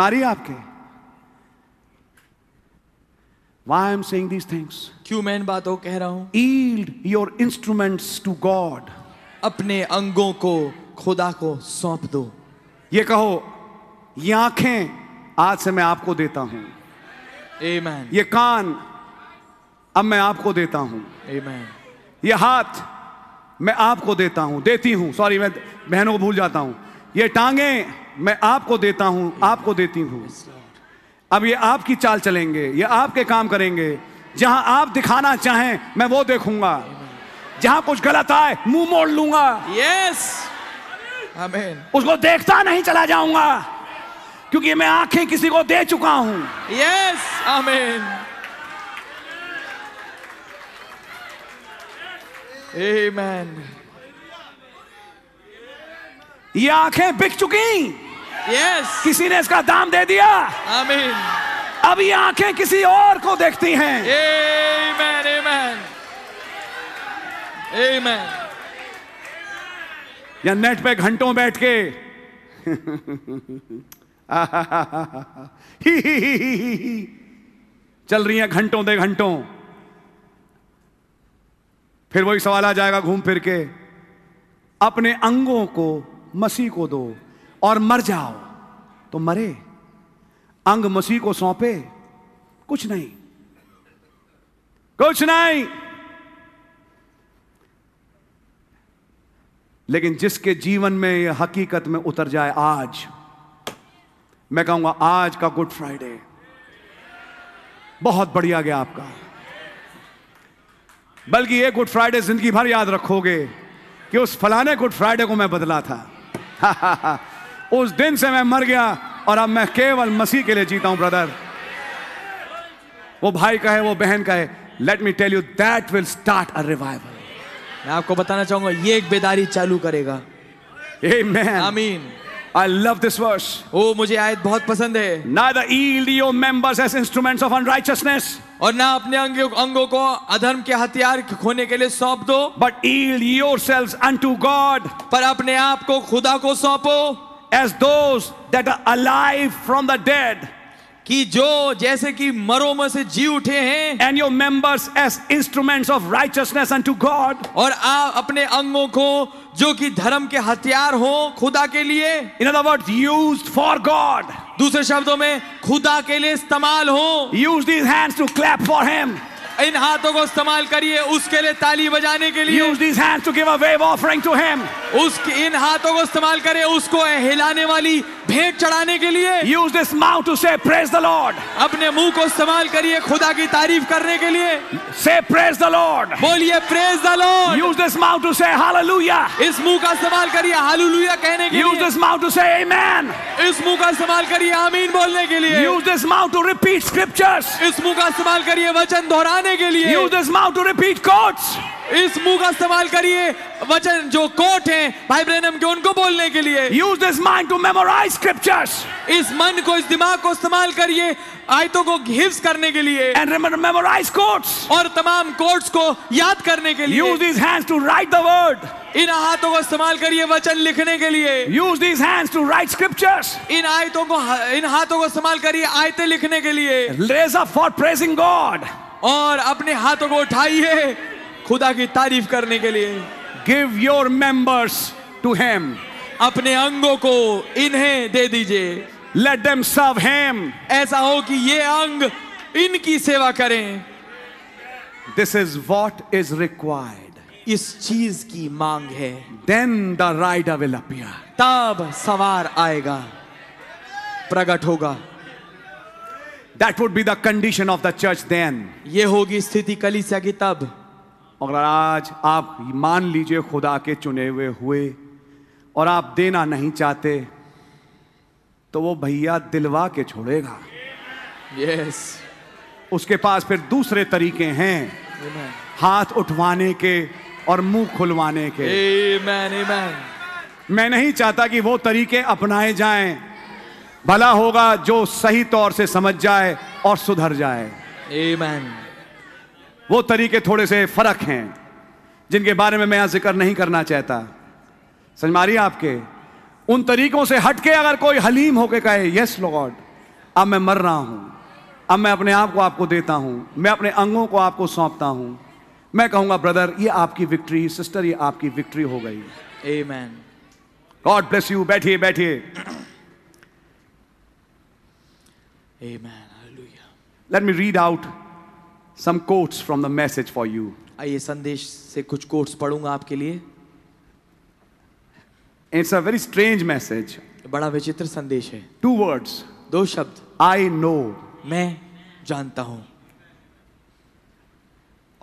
[SPEAKER 2] मारी आपके why am saying these things
[SPEAKER 1] क्यों मैं इन बातों को कह रहा हूं
[SPEAKER 2] yield your instruments to God.
[SPEAKER 1] अपने अंगों को खुदा को सौंप दो
[SPEAKER 2] ये कहो ये आंखें आज से मैं आपको देता हूं
[SPEAKER 1] आमेन
[SPEAKER 2] ये कान अब मैं आपको देता हूं
[SPEAKER 1] आमेन
[SPEAKER 2] ये हाथ मैं आपको देता हूं देती हूं सॉरी मैं बहनों को भूल जाता हूं ये टांगे मैं आपको देता हूं आपको देती हूं अब ये आपकी चाल चलेंगे ये आपके काम करेंगे जहां आप दिखाना चाहें मैं वो देखूंगा जहां कुछ गलत आए मुंह मोड़ लूंगा
[SPEAKER 1] यस आमेन
[SPEAKER 2] उसको देखता नहीं चला जाऊंगा क्योंकि मैं आंखें किसी को दे चुका हूं
[SPEAKER 1] यस आमेन आमेन
[SPEAKER 2] ये आंखें बिक चुकी
[SPEAKER 1] यस
[SPEAKER 2] किसी ने इसका दाम दे दिया
[SPEAKER 1] आमीन
[SPEAKER 2] अब ये आंखें किसी और को देखती हैं
[SPEAKER 1] आमेन आमेन आमेन
[SPEAKER 2] या नेट पे घंटों बैठ के ही ही ही ही ही ही। चल रही हैं घंटों दे घंटों फिर वही सवाल आ जाएगा घूम फिर के अपने अंगों को मसीह को दो और मर जाओ तो मरे अंग मसीह को सौंपे कुछ नहीं कुछ नहीं लेकिन जिसके जीवन में ये हकीकत में उतर जाए आज मैं कहूंगा आज का गुड फ्राइडे बहुत बढ़िया गया आपका बल्कि ये गुड फ्राइडे जिंदगी भर याद रखोगे कि उस फलाने गुड फ्राइडे को मैं बदला था उस दिन से मैं मर गया और अब मैं केवल मसीह के लिए जीता हूं ब्रदर वो भाई का है वो बहन का है let me tell you that will start a revival
[SPEAKER 1] मैं आपको बताना चाहूंगा ये एक बेदारी चालू करेगा
[SPEAKER 2] Amen.
[SPEAKER 1] आमीन
[SPEAKER 2] I love this verse.
[SPEAKER 1] ओ मुझे आयत बहुत पसंद है
[SPEAKER 2] Neither yield your members as instruments of unrighteousness,
[SPEAKER 1] और ना अपने अंगों अंगों को अधर्म के हथियार खोने के लिए सौंप दो
[SPEAKER 2] but yield yourselves unto God
[SPEAKER 1] पर अपने आप को खुदा को सौंपो
[SPEAKER 2] as those that are alive from the dead,
[SPEAKER 1] कि जो जैसे कि मरो में से जी उठे हैं
[SPEAKER 2] and your members as instruments of righteousness unto God.
[SPEAKER 1] और आप अपने अंगों को जो कि धर्म के हथियार हो खुदा के लिए
[SPEAKER 2] In other words, used for God.
[SPEAKER 1] दूसरे शब्दों में खुदा के लिए इस्तेमाल हो
[SPEAKER 2] Use these hands to clap for Him.
[SPEAKER 1] इन हाथों को इस्तेमाल करिए उसके लिए ताली बजाने के लिए
[SPEAKER 2] Use these hands to give a wave offering to Him.
[SPEAKER 1] उसके इन हाथों को इस्तेमाल करें उसको हिलाने वाली भेंट चढ़ाने के लिए
[SPEAKER 2] Use this mouth to say, Praise the Lord.
[SPEAKER 1] अपने मुंह को इस्तेमाल करिए खुदा की तारीफ करने के लिए
[SPEAKER 2] Say, Praise the Lord.
[SPEAKER 1] बोलिए praise the Lord
[SPEAKER 2] Use this mouth to say, Hallelujah.
[SPEAKER 1] इस मुंह का इस्तेमाल करिए हालेलुया कहने के
[SPEAKER 2] Use
[SPEAKER 1] लिए
[SPEAKER 2] this mouth to say amen.
[SPEAKER 1] इस मुंह का इस्तेमाल करिए आमीन बोलने के लिए
[SPEAKER 2] Use this mouth to repeat scriptures.
[SPEAKER 1] इस मुंह का इस्तेमाल करिए वचन दोहराने के लिए
[SPEAKER 2] Use this mouth to repeat quotes.
[SPEAKER 1] इस मुंह का इस्तेमाल करिए वचन जो कोट हैं भाई ब्रहणम के उनको बोलने के लिए
[SPEAKER 2] Use this mind to memorize scriptures
[SPEAKER 1] इस मन को इस दिमाग को इस्तेमाल करिए आयतों को हिफ्स करने के लिए
[SPEAKER 2] and remember memorize quotes.
[SPEAKER 1] और तमाम कोर्ट्स को याद करने के
[SPEAKER 2] Use
[SPEAKER 1] लिए
[SPEAKER 2] these hands to write the word.
[SPEAKER 1] इन हाथों को इस्तेमाल करिए वचन लिखने के लिए
[SPEAKER 2] Use these hands to write scriptures.
[SPEAKER 1] इन आयतों को इन हाथों को इस्तेमाल करिए आयतें लिखने के लिए
[SPEAKER 2] Raise up for praising God.
[SPEAKER 1] और अपने हाथों को उठाइए खुदा की तारीफ करने के लिए
[SPEAKER 2] Give your members to Him.
[SPEAKER 1] अपने अंगों को इन्हें दे दीजिए
[SPEAKER 2] Let them serve Him.
[SPEAKER 1] ऐसा हो कि ये अंग इनकी सेवा करें
[SPEAKER 2] This is what is required.
[SPEAKER 1] इस चीज की मांग है
[SPEAKER 2] Then the rider will appear.
[SPEAKER 1] तब सवार आएगा प्रकट होगा
[SPEAKER 2] That would be the condition of the church then.
[SPEAKER 1] ये होगी स्थिति कलीसिया की तब
[SPEAKER 2] और आज आप मान लीजिए खुदा के चुने हुए हुए और आप देना नहीं चाहते तो वो भैया दिलवा के छोड़ेगा
[SPEAKER 1] यस
[SPEAKER 2] उसके पास फिर दूसरे तरीके हैं हाथ उठवाने के और मुंह खुलवाने के
[SPEAKER 1] Amen, amen.
[SPEAKER 2] मैं नहीं चाहता कि वो तरीके अपनाए जाएं भला होगा जो सही तौर से समझ जाए और सुधर जाए
[SPEAKER 1] Amen.
[SPEAKER 2] वो तरीके थोड़े से फर्क हैं जिनके बारे में मैं यहां जिक्र नहीं करना चाहता समझ मारिए आपके उन तरीकों से हटके अगर कोई हलीम होके कहे यस लॉर्ड अब मैं मर रहा हूं अब मैं अपने आप को आपको देता हूं मैं अपने अंगों को आपको सौंपता हूं मैं कहूंगा ब्रदर ये आपकी विक्ट्री सिस्टर ये आपकी विक्ट्री हो गई
[SPEAKER 1] Amen.
[SPEAKER 2] गॉड ब्लेस यू बैठिए बैठिए
[SPEAKER 1] Amen. Hallelujah.
[SPEAKER 2] Let me read out some quotes from the message for you
[SPEAKER 1] आइए संदेश से कुछ कोट्स पढ़ूंगा आपके लिए
[SPEAKER 2] it's a very strange message
[SPEAKER 1] बड़ा विचित्र संदेश है
[SPEAKER 2] टू वर्ड्स
[SPEAKER 1] दो शब्द
[SPEAKER 2] आई नो
[SPEAKER 1] मैं जानता हूं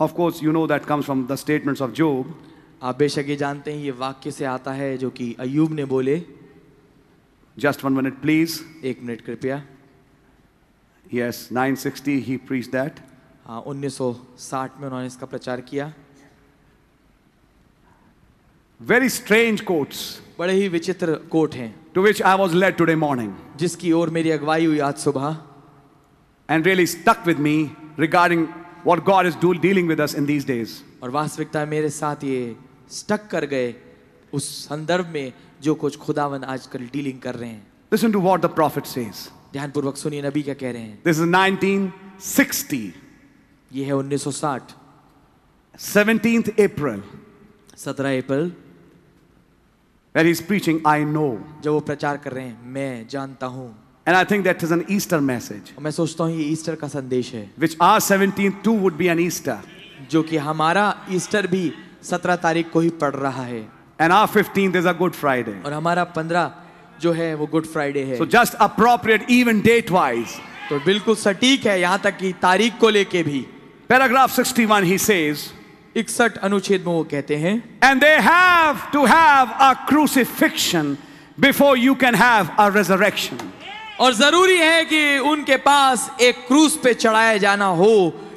[SPEAKER 2] Of course, you know that comes from the statements of Job.
[SPEAKER 1] आप बेशक ये जानते हैं ये वाक्य से आता है जो कि अयूब ने बोले
[SPEAKER 2] Just one minute, please.
[SPEAKER 1] एक मिनट कृपया
[SPEAKER 2] Yes, 960, he preached that.
[SPEAKER 1] हाँ 1960 में उन्होंने इसका प्रचार किया
[SPEAKER 2] Very strange quotes
[SPEAKER 1] बड़े ही विचित्र कोट हैं
[SPEAKER 2] to which I was led today morning
[SPEAKER 1] जिसकी ओर मेरी अगुवाई हुई आज सुबह
[SPEAKER 2] and really stuck with me regarding what God is do- dealing with us in these days.
[SPEAKER 1] और वास्तविकता मेरे साथ ये स्टक कर गए उस संदर्भ में जो कुछ खुदावन आजकल डीलिंग कर रहे हैं
[SPEAKER 2] Listen to what the prophet says.
[SPEAKER 1] ध्यानपूर्वक सुनिए नबी क्या कह रहे हैं
[SPEAKER 2] This is 1960,
[SPEAKER 1] ये है 1960
[SPEAKER 2] 17th April,
[SPEAKER 1] 17 अप्रैल
[SPEAKER 2] where he's preaching, I know.
[SPEAKER 1] जब वो प्रचार कर रहे हैं मैं जानता हूँ
[SPEAKER 2] And I think that is an Easter message,
[SPEAKER 1] और मैं सोचता हूँ ये ईस्टर का संदेश है
[SPEAKER 2] which our 17th too would be an Easter,
[SPEAKER 1] जो कि हमारा ईस्टर भी 17 तारीख को ही पड़ रहा है
[SPEAKER 2] and our 15th is a Good Friday.
[SPEAKER 1] और हमारा 15 जो है वो गुड फ्राइडे है
[SPEAKER 2] So just appropriate even date wise.
[SPEAKER 1] तो बिल्कुल सटीक है यहां तक कि तारीख को लेके भी
[SPEAKER 2] Paragraph 61, he says,
[SPEAKER 1] इकसठ अनुच्छेद में वो कहते हैं
[SPEAKER 2] And they have to have a crucifixion before you can have a resurrection.
[SPEAKER 1] और जरूरी है कि उनके पास एक क्रूस पे चढ़ाया जाना हो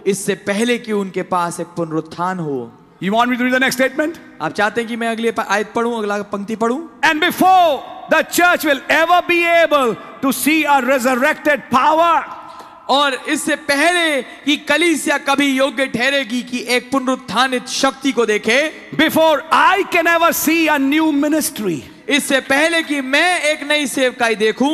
[SPEAKER 1] इससे पहले कि उनके पास एक पुनरुत्थान हो
[SPEAKER 2] You want me to read the next statement?
[SPEAKER 1] आप चाहते हैं कि मैं अगली प- आयत पढ़ूं अगला पंक्ति पढ़ूं
[SPEAKER 2] And before the church will ever be able to see a resurrected power,
[SPEAKER 1] और इससे पहले कि कलीसिया कभी योग्य ठहरेगी कि एक पुनरुत्थानित शक्ति को देखे
[SPEAKER 2] before I can ever see a new ministry
[SPEAKER 1] इससे पहले कि मैं एक नई सेवकाई देखूं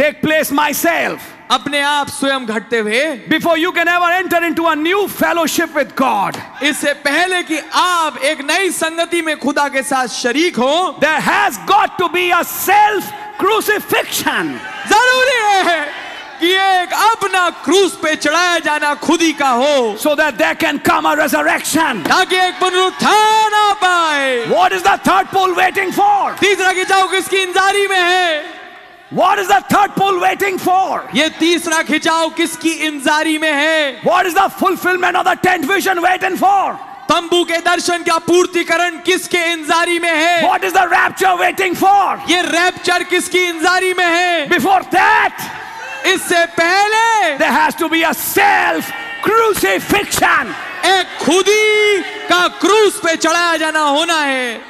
[SPEAKER 2] take place myself,
[SPEAKER 1] अपने आप स्वयं घटते हुए
[SPEAKER 2] before you can ever enter into a new fellowship with God,
[SPEAKER 1] इससे पहले कि आप एक नई संगति में खुदा के साथ शरीक हो
[SPEAKER 2] there has got to be a self crucifixion.
[SPEAKER 1] जरूरी है कि एक अपना क्रूस पे चढ़ाया जाना खुद ही का हो
[SPEAKER 2] so that there can come a resurrection.
[SPEAKER 1] ताकि एक पुनरुत्थान आ पाए
[SPEAKER 2] What is the third pool waiting for?
[SPEAKER 1] तीसरा खिंचाव किसकी इंतजारी में है
[SPEAKER 2] What is the third pool waiting for?
[SPEAKER 1] ये तीसरा खिंचाव किसकी इंतजारी में है
[SPEAKER 2] What is the fulfillment of the tenth vision waiting for?
[SPEAKER 1] तंबू के दर्शन का पूर्तिकरण किसके इंतजारी में है
[SPEAKER 2] What is the rapture waiting for?
[SPEAKER 1] ये रैप्चर किसकी इंतजारी में है
[SPEAKER 2] Before that,
[SPEAKER 1] इससे पहले
[SPEAKER 2] there has to be a self crucifixion.
[SPEAKER 1] एक खुदी का क्रूस पे चढ़ाया जाना होना है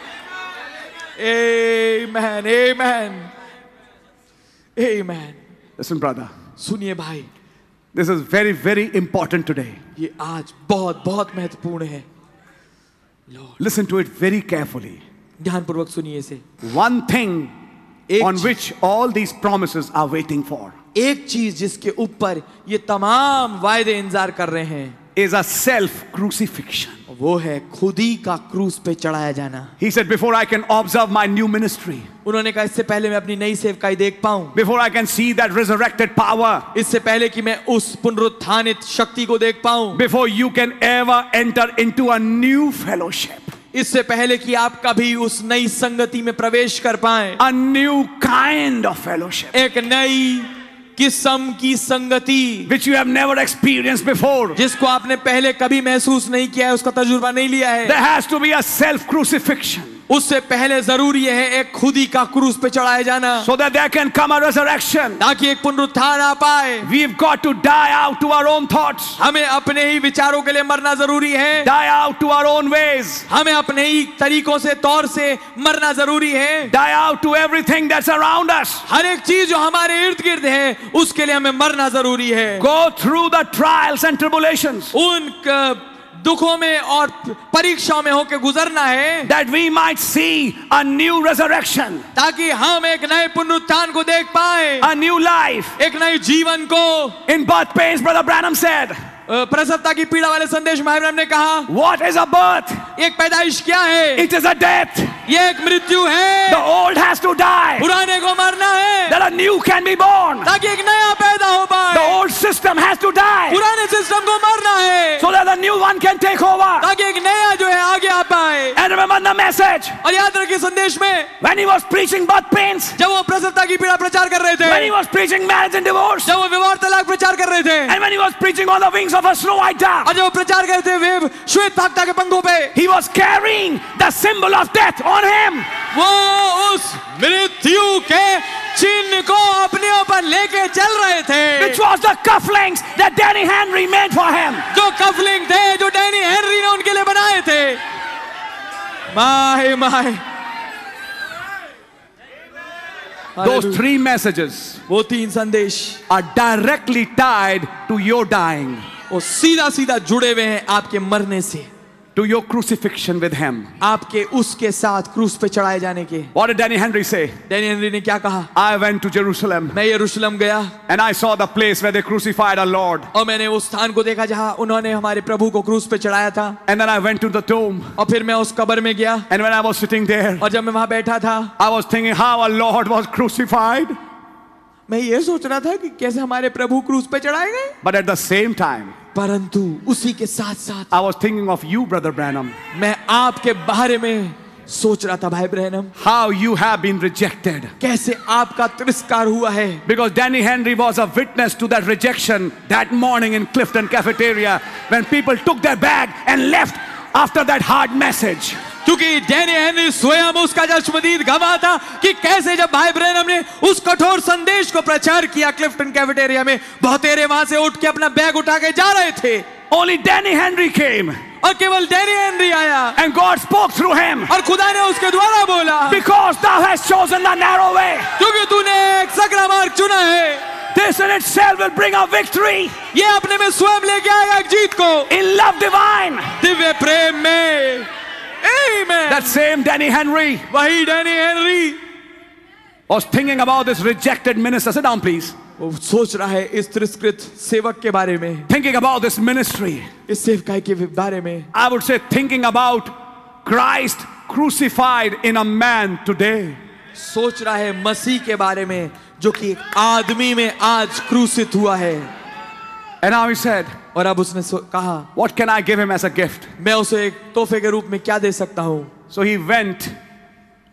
[SPEAKER 1] amen amen amen
[SPEAKER 2] Listen, brother,
[SPEAKER 1] सुनिए भाई
[SPEAKER 2] this is very, very important today.
[SPEAKER 1] ये आज बहुत बहुत महत्वपूर्ण है
[SPEAKER 2] Listen to it very carefully.
[SPEAKER 1] ध्यानपूर्वक सुनिए इसे
[SPEAKER 2] One thing
[SPEAKER 1] एक
[SPEAKER 2] on which all these promises are waiting for
[SPEAKER 1] एक चीज जिसके ऊपर ये तमाम वायदे इंतजार कर रहे हैं
[SPEAKER 2] is a self crucifixion.
[SPEAKER 1] वो है खुदी का क्रूस पे चढ़ाया जाना
[SPEAKER 2] He said, Before I can observe my new ministry,
[SPEAKER 1] उन्होंने कहा इससे पहले मैं अपनी नई सेवकाई देख पाऊं
[SPEAKER 2] before I can see that resurrected power,
[SPEAKER 1] इससे पहले कि मैं उस पुनरुत्थानित शक्ति को देख पाऊं
[SPEAKER 2] before you can ever enter into a new fellowship,
[SPEAKER 1] इससे पहले कि आप कभी उस नई संगति में प्रवेश कर पाए
[SPEAKER 2] a new kind of fellowship
[SPEAKER 1] एक नई किस्म की संगति
[SPEAKER 2] which you have never experienced before.
[SPEAKER 1] जिसको आपने पहले कभी महसूस नहीं किया है उसका तजुर्बा नहीं लिया
[SPEAKER 2] There
[SPEAKER 1] है
[SPEAKER 2] has to be a self crucifixion
[SPEAKER 1] उससे पहले जरूरी है एक खुदी का क्रूस पे चढ़ाया जाना
[SPEAKER 2] so that there can come a resurrection.
[SPEAKER 1] ताकि एक पुनरुत्थान आ पाए
[SPEAKER 2] We've got to die out to our own thoughts,
[SPEAKER 1] हमें अपने ही विचारों के लिए मरना जरूरी है
[SPEAKER 2] die out to our own ways,
[SPEAKER 1] हमें अपने ही तरीकों से तौर से मरना जरूरी है
[SPEAKER 2] die out to everything that's around us.
[SPEAKER 1] हर एक चीज जो हमारे इर्द गिर्द है उसके लिए हमें मरना जरूरी है
[SPEAKER 2] Go through the trials and tribulations
[SPEAKER 1] उन क- दुखों में और परीक्षाओं में होकर गुजरना है
[SPEAKER 2] that we might see a new resurrection.
[SPEAKER 1] ताकि हम एक नए पुनरुत्थान को देख पाए
[SPEAKER 2] a new life.
[SPEAKER 1] एक नए जीवन को
[SPEAKER 2] In birth pains, Brother Branham said,
[SPEAKER 1] अ, प्रसन्नता की पीड़ा वाले संदेश में भाई ने कहा
[SPEAKER 2] What is a birth?
[SPEAKER 1] एक पैदाइश क्या है
[SPEAKER 2] It is a death.
[SPEAKER 1] ये एक मृत्यु है
[SPEAKER 2] The old has to die,
[SPEAKER 1] पुराने को मरना है
[SPEAKER 2] that a new can be born.
[SPEAKER 1] ताकि एक नया पैदा हो
[SPEAKER 2] The
[SPEAKER 1] पाए
[SPEAKER 2] old system has to die,
[SPEAKER 1] पुराने सिस्टम को मरना है
[SPEAKER 2] so that a new one can take over.
[SPEAKER 1] ताकि एक नया जो है आगे आ पाए
[SPEAKER 2] And remember the message
[SPEAKER 1] और याद रखिए संदेश में
[SPEAKER 2] when he was preaching birth pains,
[SPEAKER 1] जब वो प्रसन्नता की पीड़ा प्रचार कर रहे
[SPEAKER 2] when
[SPEAKER 1] थे
[SPEAKER 2] he was preaching marriage and divorce,
[SPEAKER 1] जब वो विवाह तलाक प्रचार कर रहे थे
[SPEAKER 2] and when he was preaching on the wings of a snow white dove.
[SPEAKER 1] और जब वो प्रचार करते हुए श्वेत भागता के पंखों पे
[SPEAKER 2] He was carrying the symbol of death on him.
[SPEAKER 1] वो उस मृत्यु के चिन्ह को अपने ऊपर लेके चल रहे थे
[SPEAKER 2] Which was the cufflinks that Danny Henry made for him.
[SPEAKER 1] जो कफलिंग थे जो डैनी हेनरी ने उनके लिए बनाए थे my my
[SPEAKER 2] Those three messages
[SPEAKER 1] वो तीन संदेश
[SPEAKER 2] are directly tied to your dying.
[SPEAKER 1] वो सीधा सीधा जुड़े हुए हैं आपके मरने से
[SPEAKER 2] to your crucifixion with him.
[SPEAKER 1] आपके उसके साथ क्रूस पे चढ़ाए जाने के
[SPEAKER 2] What did Danny Henry say?
[SPEAKER 1] Danny Henry ने क्या कहा
[SPEAKER 2] I went to Jerusalem
[SPEAKER 1] मैं यरूशलेम गया
[SPEAKER 2] and I saw the place where they crucified our Lord.
[SPEAKER 1] और मैंने उस स्थान को देखा जहां उन्होंने हमारे प्रभु को क्रूस पे चढ़ाया था
[SPEAKER 2] And then I went to the tomb.
[SPEAKER 1] और फिर मैं उस कब्र में गया
[SPEAKER 2] And when I was sitting there,
[SPEAKER 1] और जब मैं वहां बैठा था
[SPEAKER 2] I was thinking how our Lord was crucified.
[SPEAKER 1] मैं ये सोच रहा था कि कैसे हमारे प्रभु क्रूस पे चढ़ाए गए
[SPEAKER 2] But at the same time,
[SPEAKER 1] परंतु उसी के साथ साथ
[SPEAKER 2] I was thinking of you, Brother Branham.
[SPEAKER 1] मैं आपके बारे में सोच रहा था भाई ब्रहणम
[SPEAKER 2] how you have been rejected.
[SPEAKER 1] कैसे आपका तिरस्कार हुआ है
[SPEAKER 2] Because Danny Henry was a witness to that rejection that morning in Clifton cafeteria when people took their bag and left after that hard message.
[SPEAKER 1] क्योंकि डेनी हेनरी स्वयं उसका जश्मदीद गवाह था कि कैसे जब भाई ब्रहणम ने उस कठोर संदेश को प्रचार किया क्लिफ्टन कैफेटेरिया में बहुतेरे वहां से उठ के अपना बैग उठा के जा रहे थे
[SPEAKER 2] Only Danny Henry came
[SPEAKER 1] और केवल डेनी हेनरी आया
[SPEAKER 2] and God spoke through him
[SPEAKER 1] और खुदा ने उसके द्वारा बोला
[SPEAKER 2] because thou hast chosen the narrow way.
[SPEAKER 1] क्योंकि तूने एक सकरा मार्ग चुना है
[SPEAKER 2] This in itself will bring a victory
[SPEAKER 1] ये अपने में स्वयं लेके आएगा एक जीत को
[SPEAKER 2] in love divine.
[SPEAKER 1] दिव्य प्रेम में Amen.
[SPEAKER 2] That same Danny Henry
[SPEAKER 1] वही Danny Henry
[SPEAKER 2] was thinking about this rejected minister. Sit down, please.
[SPEAKER 1] वो सोच रहा है इस तिरस्कृत सेवक के बारे में
[SPEAKER 2] Thinking about this ministry.
[SPEAKER 1] इस सेवकाई के बारे में
[SPEAKER 2] I would say thinking about Christ crucified in a man today.
[SPEAKER 1] सोच रहा है मसीह के बारे में जो कि एक आदमी में आज क्रूसित हुआ है
[SPEAKER 2] And now he said,
[SPEAKER 1] और अब उसने सो- कहा
[SPEAKER 2] What can I give him as a gift?
[SPEAKER 1] मैं उसे एक तोहफे के रूप में क्या दे सकता हूँ
[SPEAKER 2] So he went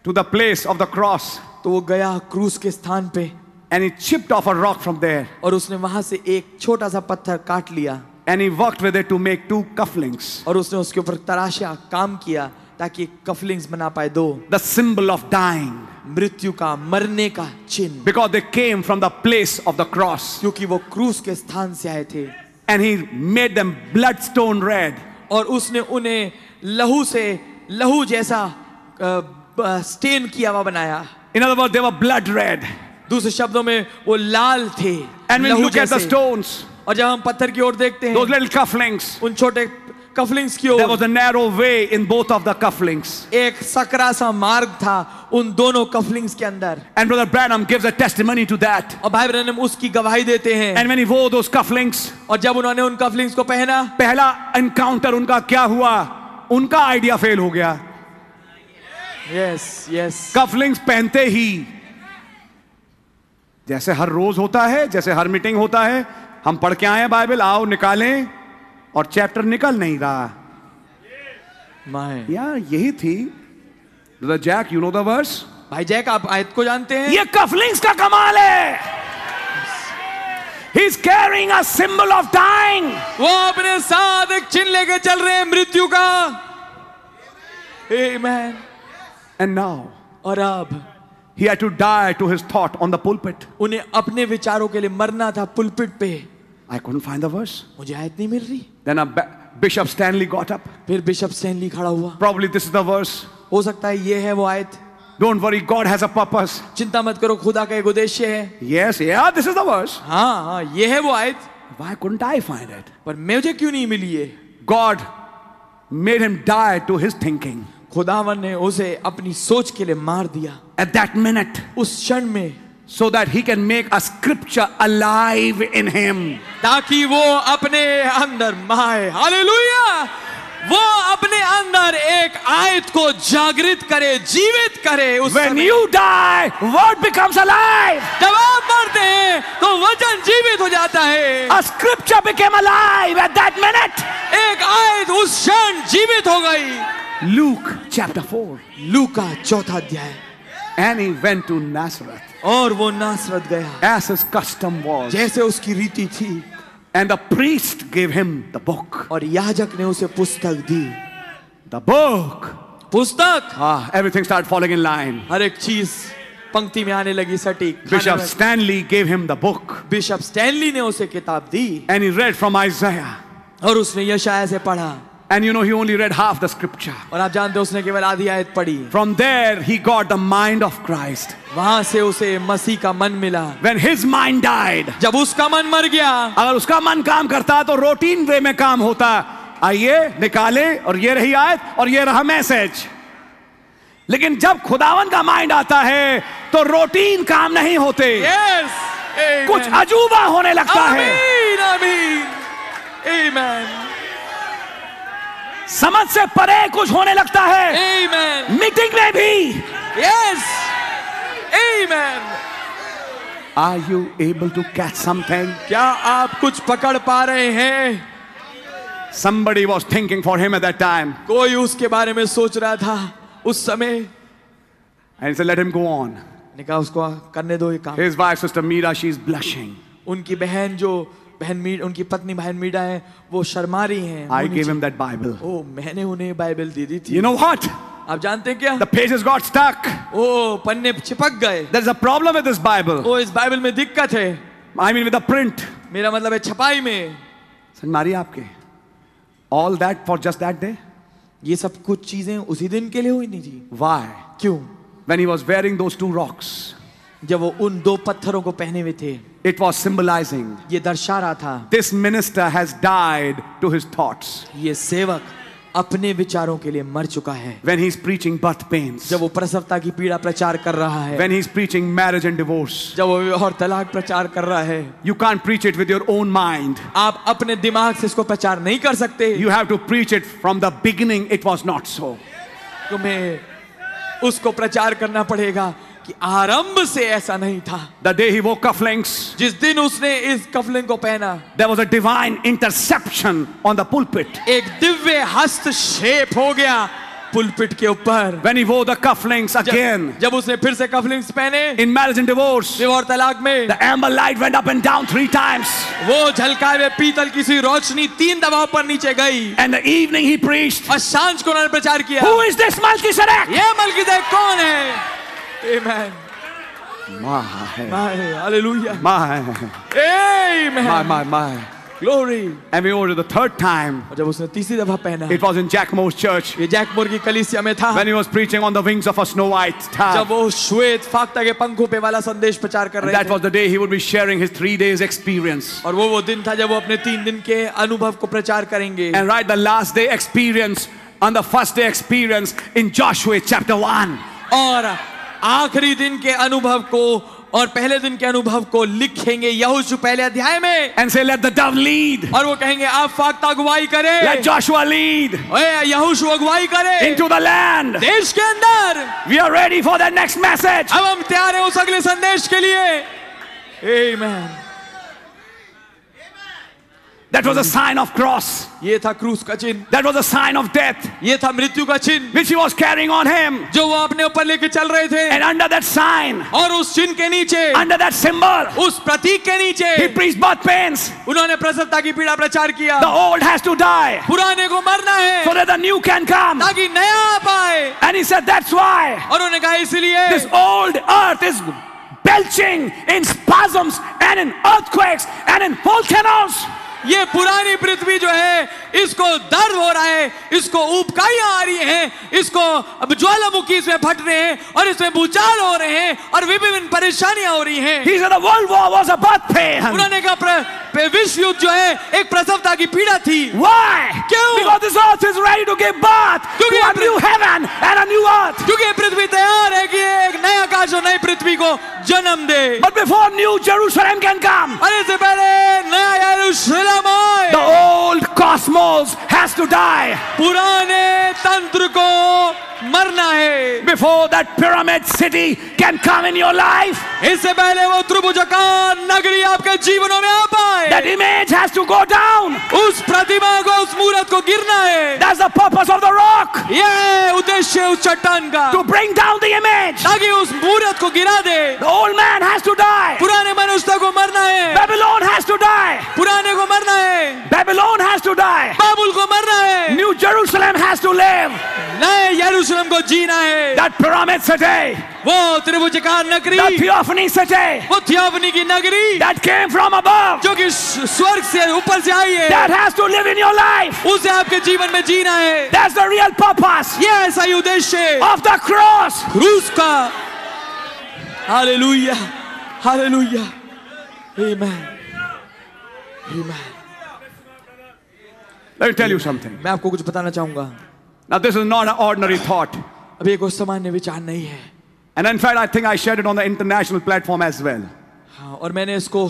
[SPEAKER 2] to the place of the cross
[SPEAKER 1] तो वो गया क्रूस के स्थान पे
[SPEAKER 2] and he chipped off a rock from there
[SPEAKER 1] और उसने वहां से एक छोटा सा पत्थर काट लिया
[SPEAKER 2] and he worked with it to make two cufflinks,
[SPEAKER 1] और उसने उसके ऊपर तराशा काम किया ताकि एक कफलिंग्स बना पाए दो
[SPEAKER 2] the symbol of dying,
[SPEAKER 1] मृत्यु का मरने का चिन्ह
[SPEAKER 2] because they came from the place of the cross.
[SPEAKER 1] क्योंकि वो क्रूस के स्थान से आए थे
[SPEAKER 2] And he made them bloodstone red.
[SPEAKER 1] और उसने उन्हें लहू से लहू जैसा स्टेन किया हुआ बनाया
[SPEAKER 2] In other words, they were blood red.
[SPEAKER 1] दूसरे शब्दों में वो लाल थे
[SPEAKER 2] And when you
[SPEAKER 1] लहू
[SPEAKER 2] look at the
[SPEAKER 1] जैसे।
[SPEAKER 2] stones,
[SPEAKER 1] और जब हम पत्थर की ओर देखते
[SPEAKER 2] those
[SPEAKER 1] हैं
[SPEAKER 2] little cufflinks,
[SPEAKER 1] उन छोटे कफलिंग्स की
[SPEAKER 2] there was
[SPEAKER 1] ओर
[SPEAKER 2] a narrow way in both of the cufflinks.
[SPEAKER 1] एक सकरा सा मार्ग था उन दोनों कफलिंग्स के अंदर
[SPEAKER 2] And Brother Branham gives a testimony to that.
[SPEAKER 1] और भाई ब्रहणम उसकी गवाही देते हैं
[SPEAKER 2] And when he wore those cufflinks,
[SPEAKER 1] और जब उन्होंने उन कफलिंग्स को पहना
[SPEAKER 2] पहला encounter उनका क्या हुआ उनका आइडिया फेल हो गया
[SPEAKER 1] यस यस
[SPEAKER 2] कफलिंग्स पहनते ही जैसे हर रोज होता है जैसे हर मीटिंग होता है हम पढ़ के आए हैं बाइबल आओ निकालें और चैप्टर निकल नहीं रहा
[SPEAKER 1] माय
[SPEAKER 2] यार यही थी brother Jack you know the verse
[SPEAKER 1] भाई जैक आप आयत को जानते हैं
[SPEAKER 2] ये कफलिंग्स का कमाल है He's carrying a symbol of dying.
[SPEAKER 1] वो अपने साथ एक चिन्ह लेके चल रहे हैं मृत्यु का Amen.
[SPEAKER 2] And now
[SPEAKER 1] और अब
[SPEAKER 2] He had to die to his thought on the pulpit.
[SPEAKER 1] उन्हें अपने विचारों के लिए मरना था पुलपिट पे
[SPEAKER 2] I couldn't find the verse.
[SPEAKER 1] मुझे आयत नहीं मिल रही
[SPEAKER 2] Then a ba- Bishop Stanley got up.
[SPEAKER 1] फिर बिशप स्टैनली खड़ा हुआ
[SPEAKER 2] Probably this is the verse.
[SPEAKER 1] हो सकता है ये है वो आयत
[SPEAKER 2] Don't worry, God has a purpose.
[SPEAKER 1] चिंता मत करो खुदा का एक उद्देश्य है
[SPEAKER 2] Yes, yeah, this is the verse.
[SPEAKER 1] हाँ हाँ ये है वो आयत
[SPEAKER 2] Why couldn't I find it?
[SPEAKER 1] पर मुझे क्यों नहीं मिली ये
[SPEAKER 2] God made him die to his thinking.
[SPEAKER 1] खुदावन ने उसे अपनी सोच के लिए मार दिया
[SPEAKER 2] At that minute,
[SPEAKER 1] उस क्षण में
[SPEAKER 2] so that he can make a scripture alive in him.
[SPEAKER 1] ताकि वो अपने अंदर माए हालेलुया वो अपने अंदर एक आयत को जागृत करे जीवित करे उस
[SPEAKER 2] When
[SPEAKER 1] समय
[SPEAKER 2] you die, word becomes alive.
[SPEAKER 1] जब आप मरते हैं तो वचन जीवित हो जाता है
[SPEAKER 2] A scripture became alive at that minute.
[SPEAKER 1] एक आयत उस क्षण जीवित हो गई
[SPEAKER 2] Luke chapter 4.
[SPEAKER 1] लू का चौथा अध्याय
[SPEAKER 2] And he went to Nazareth.
[SPEAKER 1] और वो नासरत गया
[SPEAKER 2] as his custom was.
[SPEAKER 1] जैसे उसकी रीति थी
[SPEAKER 2] And the priest gave him the book.
[SPEAKER 1] और याजक ने उसे पुस्तक दी
[SPEAKER 2] The book.
[SPEAKER 1] पुस्तक
[SPEAKER 2] Ah, everything started falling in line.
[SPEAKER 1] हर एक चीज पंक्ति में आने लगी सटीक
[SPEAKER 2] Bishop Stanley gave him the book.
[SPEAKER 1] Bishop Stanley ने उसे किताब दी
[SPEAKER 2] And he read from Isaiah.
[SPEAKER 1] और उसने यशाया से पढ़ा
[SPEAKER 2] And you know, he only read half the scripture.
[SPEAKER 1] और आप जानते हो उसने केवल आधी आयत पढ़ी
[SPEAKER 2] From there, he got the mind of Christ.
[SPEAKER 1] वहां से उसे मसीह का मन मिला
[SPEAKER 2] When his mind died,
[SPEAKER 1] जब उसका मन मर गया
[SPEAKER 2] अगर उसका मन काम करता तो रोटीन वे में काम होता आइए निकाले और ये रही आयत और ये रहा मैसेज लेकिन जब खुदावन का माइंड आता है तो रोटीन काम नहीं होते
[SPEAKER 1] यस
[SPEAKER 2] कुछ अजूबा होने लगता है
[SPEAKER 1] आमीन आमीन आमीन
[SPEAKER 2] समझ से परे कुछ होने लगता है
[SPEAKER 1] आमीन
[SPEAKER 2] मीटिंग में भी
[SPEAKER 1] यस आमीन
[SPEAKER 2] are you able to catch something
[SPEAKER 1] क्या आप कुछ पकड़ पा रहे हैं
[SPEAKER 2] somebody was thinking for him at that time
[SPEAKER 1] कोई उसके बारे में सोच रहा था उस समय
[SPEAKER 2] And he said, Let him go on.
[SPEAKER 1] मैंने कहा उसको करने दो ये काम
[SPEAKER 2] His wife, Sister Mira, she's blushing.
[SPEAKER 1] उनकी बहन जो बहन मीड उनकी पत्नी बहन मीडा है वो शर्मा रही हैं
[SPEAKER 2] I
[SPEAKER 1] उन्हें
[SPEAKER 2] gave
[SPEAKER 1] ji-
[SPEAKER 2] him that Bible.
[SPEAKER 1] ओ मैंने उन्हें बाइबल दे दी थी
[SPEAKER 2] You know what?
[SPEAKER 1] आप जानते हैं क्या
[SPEAKER 2] The pages got stuck.
[SPEAKER 1] ओ पन्ने चिपक गए
[SPEAKER 2] There's a problem with this Bible.
[SPEAKER 1] ओ इस बाइबल में दिक्कत है
[SPEAKER 2] I mean, with the print.
[SPEAKER 1] मेरा मतलब है छपाई में
[SPEAKER 2] Said, Mari, aapke. All that for just that day?
[SPEAKER 1] ये सब कुछ चीजें उसी दिन के लिए हुई नहीं थी
[SPEAKER 2] Why?
[SPEAKER 1] क्यों
[SPEAKER 2] When he was wearing those two rocks,
[SPEAKER 1] जब वो उन दो पत्थरों को पहने हुए थे
[SPEAKER 2] it was symbolizing
[SPEAKER 1] ये दर्शा रहा था
[SPEAKER 2] this minister has died to his thoughts
[SPEAKER 1] ये सेवक अपने विचारों के लिए मर चुका है
[SPEAKER 2] when he's preaching birth pains,
[SPEAKER 1] जब वो प्रसवता की पीड़ा प्रचार कर रहा है
[SPEAKER 2] when he's preaching marriage and divorce.
[SPEAKER 1] जब वो विवाह और तलाक प्रचार कर रहा है
[SPEAKER 2] You can't preach it with your own mind.
[SPEAKER 1] आप अपने दिमाग से इसको प्रचार नहीं कर सकते
[SPEAKER 2] You have to preach it from the beginning. It was not so.
[SPEAKER 1] तुम्हें उसको प्रचार करना पड़ेगा कि आरंभ से ऐसा नहीं था
[SPEAKER 2] The day he wore cufflinks,
[SPEAKER 1] जिस दिन उसने इस कफलिंग को पहना
[SPEAKER 2] there was a divine interception on the pulpit.
[SPEAKER 1] एक दिव्य हस्तक्षेप हो गया पुलपिट के ऊपर
[SPEAKER 2] When he wore the cufflinks again
[SPEAKER 1] जब, जब उसने फिर से कफलिंग्स पहने
[SPEAKER 2] in marriage and divorce,
[SPEAKER 1] विवाह और तलाक में
[SPEAKER 2] the amber light went up and down three times.
[SPEAKER 1] वो झलकाए हुए पीतल की सी रोशनी तीन दबाव पर नीचे गई
[SPEAKER 2] And the evening he preached,
[SPEAKER 1] और सांझ को उन्होंने प्रचार किया
[SPEAKER 2] Who is this Melchizedek?
[SPEAKER 1] ये मलकीदेव कौन है amen
[SPEAKER 2] My,
[SPEAKER 1] my hallelujah
[SPEAKER 2] my, my,
[SPEAKER 1] amen
[SPEAKER 2] my, my.
[SPEAKER 1] Glory
[SPEAKER 2] And we were to the third time.
[SPEAKER 1] और जब उसने तीसरी दफा पहना
[SPEAKER 2] It was in Jack Moore's church
[SPEAKER 1] ये जैकमोर की कलीसिया में था
[SPEAKER 2] when he was preaching on the wings of a snow white
[SPEAKER 1] जब
[SPEAKER 2] dove.
[SPEAKER 1] वो श्वेत फाख्ता के पंखों पे वाला संदेश प्रचार कर
[SPEAKER 2] Ah.
[SPEAKER 1] रहे
[SPEAKER 2] And that
[SPEAKER 1] थे
[SPEAKER 2] was the day he would be sharing his three days experience.
[SPEAKER 1] और वो वो दिन था जब वो अपने तीन दिन के अनुभव को प्रचार करेंगे
[SPEAKER 2] And write the last day experience and the first day experience in Joshua chapter 1.
[SPEAKER 1] और आखिरी दिन के अनुभव को और पहले दिन के अनुभव को लिखेंगे यहोशू पहले अध्याय में
[SPEAKER 2] And say, Let the dove lead.
[SPEAKER 1] और वो कहेंगे आप फाख्ता अगुवाई करें
[SPEAKER 2] Let Joshua lead
[SPEAKER 1] ओए यहोशू अगुवाई करें
[SPEAKER 2] into the land.
[SPEAKER 1] देश के अंदर
[SPEAKER 2] We are ready for the next message.
[SPEAKER 1] अब हम तैयार हैं उस अगले संदेश के लिए Amen.
[SPEAKER 2] That was a sign of cross.
[SPEAKER 1] ये था क्रूस का चिन्ह
[SPEAKER 2] That was a sign of death,
[SPEAKER 1] ये था मृत्यु का चिन्ह
[SPEAKER 2] which he was carrying on him.
[SPEAKER 1] जो वो अपने ऊपर लेके चल रहे थे
[SPEAKER 2] And under that sign,
[SPEAKER 1] और उस चिन्ह के नीचे
[SPEAKER 2] under that symbol,
[SPEAKER 1] उस प्रतीक के नीचे
[SPEAKER 2] he preached birth pains.
[SPEAKER 1] उन्होंने प्रसन्नता की पीड़ा प्रचार किया
[SPEAKER 2] The old has to die
[SPEAKER 1] पुराने को मरना
[SPEAKER 2] so
[SPEAKER 1] है
[SPEAKER 2] that the new can come.
[SPEAKER 1] ताकि नया आ पाए
[SPEAKER 2] And he said, That's why
[SPEAKER 1] और उन्होंने कहा इसीलिए
[SPEAKER 2] this old earth is belching in spasms and in earthquakes and in volcanoes.
[SPEAKER 1] ये पुरानी पृथ्वी जो है इसको दर्द हो रहा है इसको उपकाइयां आ रही हैं इसको अब ज्वालामुखी इसमें फट रहे हैं और इसमें भूचाल हो रहे हैं और विभिन्न परेशानियां हो रही हैं
[SPEAKER 2] He said, The world war was a birth pain.
[SPEAKER 1] उन्होंने कहा प्र- प्र- विश्व युद्ध जो है एक प्रसवता की पीड़ा थी
[SPEAKER 2] Why?
[SPEAKER 1] क्यों?
[SPEAKER 2] Because this earth is ready to give birth to
[SPEAKER 1] क्योंकि
[SPEAKER 2] a
[SPEAKER 1] अपने-
[SPEAKER 2] new heaven and a new earth.
[SPEAKER 1] क्योंकि ये पृथ्वी तैयार है कि ये एक नया आकाश और नई पृथ्वी को जन्म दे
[SPEAKER 2] But before new Jerusalem can come,
[SPEAKER 1] और इससे पहले नया यरूशलेम आए
[SPEAKER 2] the old cosmos has to die.
[SPEAKER 1] पुराने तंत्र को मरना है
[SPEAKER 2] Before that pyramid city can come in your life,
[SPEAKER 1] इससे पहले वो त्रिभुजाकार नगरी आपके जीवनों में आ पाए
[SPEAKER 2] that image has to go down.
[SPEAKER 1] उस प्रतिमा को उस मूर्त को गिरना है
[SPEAKER 2] That's the purpose of the rock
[SPEAKER 1] यह है उद्देश्य है उस चट्टान का
[SPEAKER 2] to bring down the image.
[SPEAKER 1] ताकि उस मूर्त को गिरा दे
[SPEAKER 2] The old man has to die.
[SPEAKER 1] पुराने मनुष्य को मरना है
[SPEAKER 2] Babylon has to die.
[SPEAKER 1] पुराने को मरना है
[SPEAKER 2] Babylon has to die.
[SPEAKER 1] बाबुल को मरना है
[SPEAKER 2] New Jerusalem has to live.
[SPEAKER 1] नए यरूशलेम को जीना है
[SPEAKER 2] That pyramid city,
[SPEAKER 1] वो त्रिभुजाकार
[SPEAKER 2] the
[SPEAKER 1] नगरी
[SPEAKER 2] theophany city
[SPEAKER 1] वो थियावनी की नगरी
[SPEAKER 2] that came from above,
[SPEAKER 1] जो कि स्वर्ग से ऊपर से आई है
[SPEAKER 2] that has to live in your life.
[SPEAKER 1] उसे आपके जीवन में जीना है
[SPEAKER 2] That's the real purpose
[SPEAKER 1] ये ऐसा ही उद्देश्य है
[SPEAKER 2] of the cross.
[SPEAKER 1] क्रूस का hallelujah hallelujah amen amen
[SPEAKER 2] Let me tell you something.
[SPEAKER 1] मैं आपको कुछ बताना चाहूंगा
[SPEAKER 2] Now, this is not an ordinary thought.
[SPEAKER 1] अब ये कोई सामान्य विचार नहीं है
[SPEAKER 2] And in fact, I think I shared it on the international platform as well.
[SPEAKER 1] हाँ, और मैंने इसको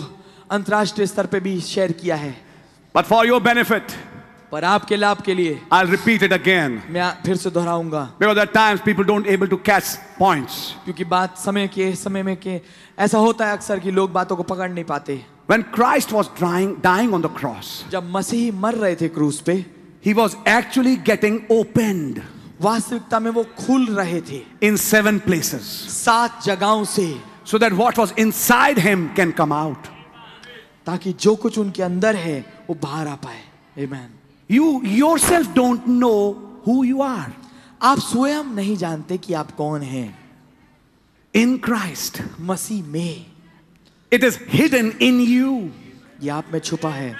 [SPEAKER 1] अंतर्राष्ट्रीय स्तर पे भी शेयर किया है
[SPEAKER 2] But for your benefit,
[SPEAKER 1] पर आपके लाभ के लिए
[SPEAKER 2] I'll repeat it again.
[SPEAKER 1] मैं आ- फिर से दोहराऊंगा
[SPEAKER 2] Because at times people don't able to catch points.
[SPEAKER 1] क्योंकि बात समय के समय में के ऐसा होता है अक्सर कि लोग बातों को पकड़ नहीं पाते
[SPEAKER 2] When Christ was dying, dying on the cross,
[SPEAKER 1] जब मसीह मर रहे थे क्रूस पे
[SPEAKER 2] he was actually getting opened.
[SPEAKER 1] वास्तविकता में वो खुल रहे थे
[SPEAKER 2] in seven places
[SPEAKER 1] सात जगहों से
[SPEAKER 2] so that what was inside him can come out.
[SPEAKER 1] ताकि जो कुछ उनके अंदर है वो बाहर आ पाए Amen.
[SPEAKER 2] You yourself don't know who you are
[SPEAKER 1] आप स्वयं नहीं जानते कि आप कौन हैं
[SPEAKER 2] in Christ,
[SPEAKER 1] मसीह में
[SPEAKER 2] it is hidden in you.
[SPEAKER 1] ये आप में छुपा है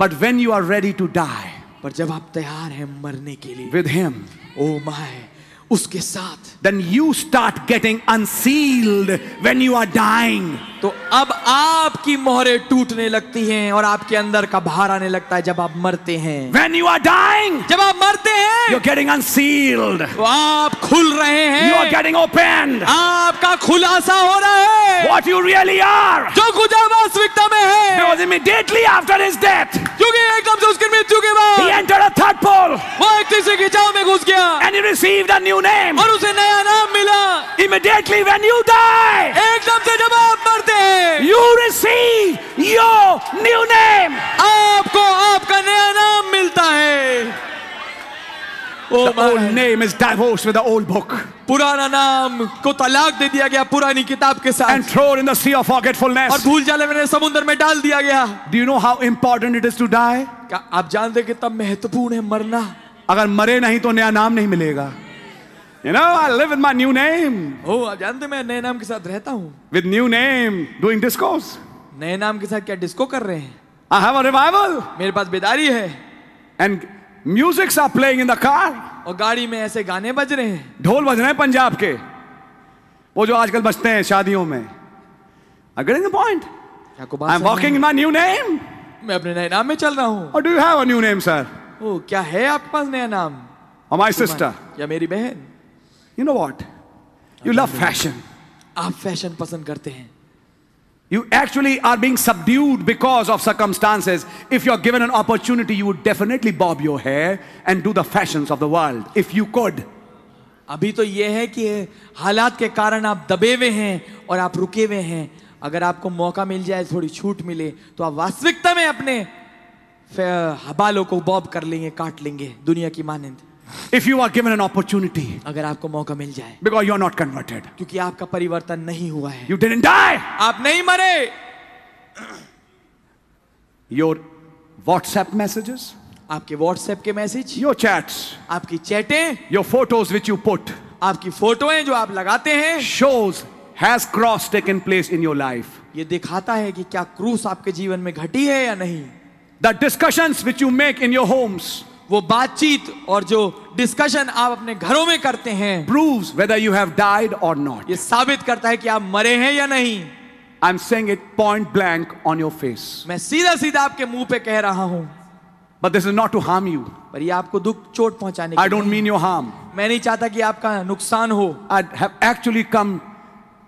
[SPEAKER 2] But when you are ready to die
[SPEAKER 1] पर जब आप तैयार हैं मरने के लिए
[SPEAKER 2] with him,
[SPEAKER 1] ओ माय उसके साथ
[SPEAKER 2] then you start getting unsealed when you are dying.
[SPEAKER 1] तो अब आपकी मोहरे टूटने लगती हैं और आपके अंदर का भार आने लगता है जब आप मरते हैं
[SPEAKER 2] When you are dying,
[SPEAKER 1] जब आप मरते हैं
[SPEAKER 2] you're getting unsealed.
[SPEAKER 1] तो आप खुल रहे
[SPEAKER 2] You are
[SPEAKER 1] हैं
[SPEAKER 2] getting opened.
[SPEAKER 1] आपका खुलासा हो रहा है
[SPEAKER 2] What you really are.
[SPEAKER 1] जो कुछ आप वास्तविकता में है
[SPEAKER 2] Because immediately after his death,
[SPEAKER 1] क्योंकि एकदम से उसकी मृत्यु के
[SPEAKER 2] he
[SPEAKER 1] बाद
[SPEAKER 2] entered a third pole
[SPEAKER 1] वो एक तीसरे खिंचाव में घुस गया
[SPEAKER 2] and he received a new name.
[SPEAKER 1] और उसे नया नाम मिला
[SPEAKER 2] Immediately when you die,
[SPEAKER 1] एकदम से जब आप मरते हैं
[SPEAKER 2] you receive your new name.
[SPEAKER 1] आपको आपका नया नाम मिलता है ओ
[SPEAKER 2] The
[SPEAKER 1] my.
[SPEAKER 2] old name is divorced with the old book
[SPEAKER 1] पुराना नाम को तलाक दे दिया गया पुरानी किताब के
[SPEAKER 2] and
[SPEAKER 1] साथ
[SPEAKER 2] thrown in the sea of
[SPEAKER 1] और
[SPEAKER 2] forgetfulness.
[SPEAKER 1] भूल जाले मैंने समुद्र में डाल दिया गया
[SPEAKER 2] Do you know how important it is to die?
[SPEAKER 1] क्या आप जानते हैं कितना महत्वपूर्ण है मरना
[SPEAKER 2] अगर मरे नहीं तो नया नाम नहीं मिलेगा You know, I live in my new name,
[SPEAKER 1] हो आप जानते हैं, मैं नए नाम के साथ रहता हूँ
[SPEAKER 2] with new name, doing discourse.
[SPEAKER 1] नए नाम के साथ क्या डिस्को कर रहे हैं
[SPEAKER 2] I have a revival,
[SPEAKER 1] मेरे पास बेदारी है
[SPEAKER 2] and musics are playing in the car.
[SPEAKER 1] और गाड़ी में ऐसे गाने बज रहे हैं
[SPEAKER 2] ढोल बज रहे हैं पंजाब के वो जो आजकल बजते हैं शादियों में आई गेटिंग द पॉइंट
[SPEAKER 1] क्या को
[SPEAKER 2] आई एम
[SPEAKER 1] बात
[SPEAKER 2] walking in my new name
[SPEAKER 1] मैं अपने नए नाम में चल रहा हूँ
[SPEAKER 2] और do you have a new name sir
[SPEAKER 1] ओ क्या है आपके पास नया नाम
[SPEAKER 2] or Oh, my sister.
[SPEAKER 1] या मेरी बहन
[SPEAKER 2] You know what? You love fashion.
[SPEAKER 1] आप फैशन पसंद करते हैं
[SPEAKER 2] You actually are being subdued because of circumstances. If you're given an opportunity, you would definitely bob your hair and do the fashions of the world if you could.
[SPEAKER 1] अभी तो ये है कि हालात के कारण आप दबे हुए हैं और आप रुके हुए हैं अगर आपको मौका मिल जाए थोड़ी छूट मिले तो आप वास्तविकता में अपने फे- बालों को बॉब कर लेंगे काट लेंगे दुनिया की मानंद
[SPEAKER 2] If you are given an opportunity
[SPEAKER 1] अगर आपको मौका मिल जाए
[SPEAKER 2] because you're not converted,
[SPEAKER 1] क्योंकि आपका परिवर्तन नहीं हुआ है
[SPEAKER 2] you didn't die.
[SPEAKER 1] आप नहीं मरे
[SPEAKER 2] Your WhatsApp messages,
[SPEAKER 1] आपके व्हाट्सएप के मैसेज
[SPEAKER 2] your chats,
[SPEAKER 1] आपकी चैटें
[SPEAKER 2] your photos which you put
[SPEAKER 1] आपकी फोटोएं जो आप लगाते हैं
[SPEAKER 2] shows has cross taken place in your life.
[SPEAKER 1] ये दिखाता है कि क्या क्रूस आपके जीवन में घटी है या नहीं
[SPEAKER 2] The discussions which you make in your homes
[SPEAKER 1] वो बातचीत और जो डिस्कशन आप अपने घरों में करते हैं
[SPEAKER 2] proves whether you have died or not.
[SPEAKER 1] ये साबित करता है कि आप मरे हैं या नहीं
[SPEAKER 2] I'm saying it point blank on your face.
[SPEAKER 1] मैं सीधा सीधा आपके मुंह पे कह रहा हूं
[SPEAKER 2] But this is not to harm you.
[SPEAKER 1] पर ये आपको दुख चोट पहुंचाने के
[SPEAKER 2] I don't
[SPEAKER 1] लिए
[SPEAKER 2] mean your harm.
[SPEAKER 1] नहीं। मैं नहीं चाहता कि आपका नुकसान हो
[SPEAKER 2] I have actually come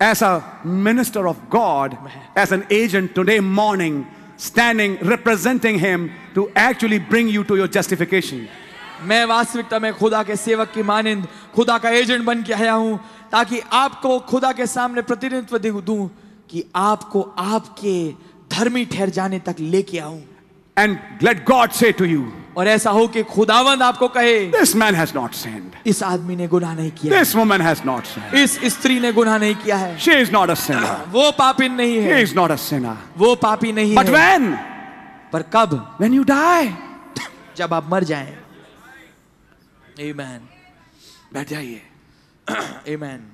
[SPEAKER 2] as a minister of God, as an agent today morning, standing representing Him to actually bring you to your justification.
[SPEAKER 1] मैं वास्तविकता में खुदा के सेवक की मानिंद खुदा का एजेंट बन के आया हूं ताकि आपको खुदा के सामने प्रतिनिधित्व दे- दूं कि आपको आपके धर्मी ठहर जाने तक लेके आऊं
[SPEAKER 2] And let God say to you,
[SPEAKER 1] और ऐसा हो कि खुदावंद आपको कहे
[SPEAKER 2] This man has not sinned.
[SPEAKER 1] इस आदमी ने गुनाह नहीं किया
[SPEAKER 2] This woman has not sinned.
[SPEAKER 1] इस स्त्री ने गुनाह नहीं किया है
[SPEAKER 2] She is not a sinner.
[SPEAKER 1] वो पापी नहीं
[SPEAKER 2] He
[SPEAKER 1] है
[SPEAKER 2] is not a sinner.
[SPEAKER 1] वो पापी नहीं
[SPEAKER 2] But
[SPEAKER 1] है
[SPEAKER 2] when?
[SPEAKER 1] पर कब
[SPEAKER 2] When you die.
[SPEAKER 1] जब आप मर जाएं आमेन
[SPEAKER 2] बैठ जाइए।
[SPEAKER 1] आमेन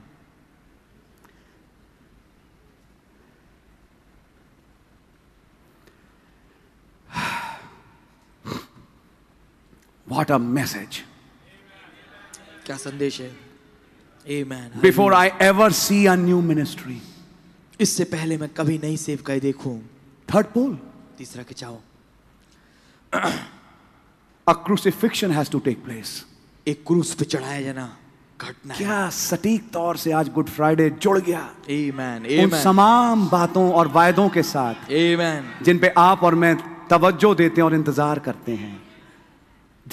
[SPEAKER 2] What a message.
[SPEAKER 1] क्या संदेश है आमेन
[SPEAKER 2] Before I ever see a new ministry.
[SPEAKER 1] इससे पहले मैं कभी नई सेवकाई देखूं
[SPEAKER 2] Third pole.
[SPEAKER 1] तीसरा खिंचाओ
[SPEAKER 2] A crucifixion has to take place.
[SPEAKER 1] एक क्रूस पे चढ़ाया जाना घटना है
[SPEAKER 2] क्या सटीक तौर से आज गुड फ्राइडे जुड़ गया
[SPEAKER 1] आमेन
[SPEAKER 2] उन
[SPEAKER 1] आमेन
[SPEAKER 2] तमाम बातों और वायदों के साथ
[SPEAKER 1] आमेन
[SPEAKER 2] जिन पे आप और मैं तवज्जो देते हैं और इंतजार करते हैं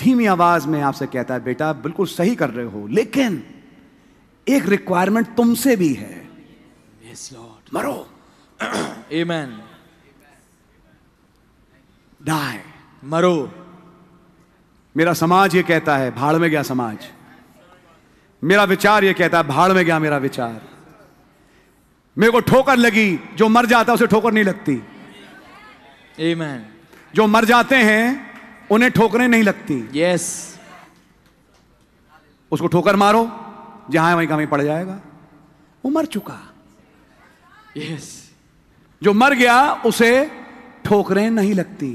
[SPEAKER 2] धीमी आवाज में आपसे कहता है बेटा बिल्कुल सही कर रहे हो लेकिन एक रिक्वायरमेंट तुमसे भी है
[SPEAKER 1] यस लॉर्ड
[SPEAKER 2] मरो
[SPEAKER 1] आमेन
[SPEAKER 2] डाय
[SPEAKER 1] मरो
[SPEAKER 2] मेरा समाज ये कहता है भाड़ में गया समाज मेरा विचार ये कहता है भाड़ में गया मेरा विचार मेरे को ठोकर लगी जो मर जाता है उसे ठोकर नहीं लगती
[SPEAKER 1] Amen.
[SPEAKER 2] जो मर जाते हैं उन्हें ठोकरें नहीं लगती
[SPEAKER 1] Yes.
[SPEAKER 2] उसको ठोकर मारो जहां है वहीं का वहीं पड़ जाएगा वो मर चुका
[SPEAKER 1] Yes.
[SPEAKER 2] जो मर गया उसे ठोकरें नहीं लगती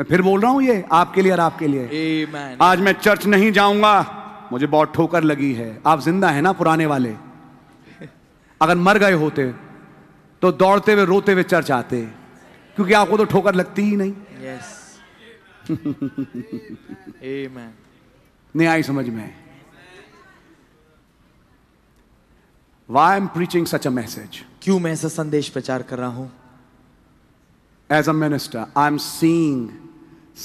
[SPEAKER 2] मैं फिर बोल रहा हूं ये आपके लिए और आपके लिए
[SPEAKER 1] Amen.
[SPEAKER 2] आज मैं चर्च नहीं जाऊंगा मुझे बहुत ठोकर लगी है आप जिंदा है ना पुराने वाले अगर मर गए होते तो दौड़ते हुए रोते हुए चर्च आते क्योंकि आपको तो ठोकर लगती ही नहीं
[SPEAKER 1] Yes. Amen.
[SPEAKER 2] नहीं आई समझ में why am preaching such a message
[SPEAKER 1] क्यों मैं ऐसा संदेश प्रचार कर रहा हूं
[SPEAKER 2] as a minister I am seeing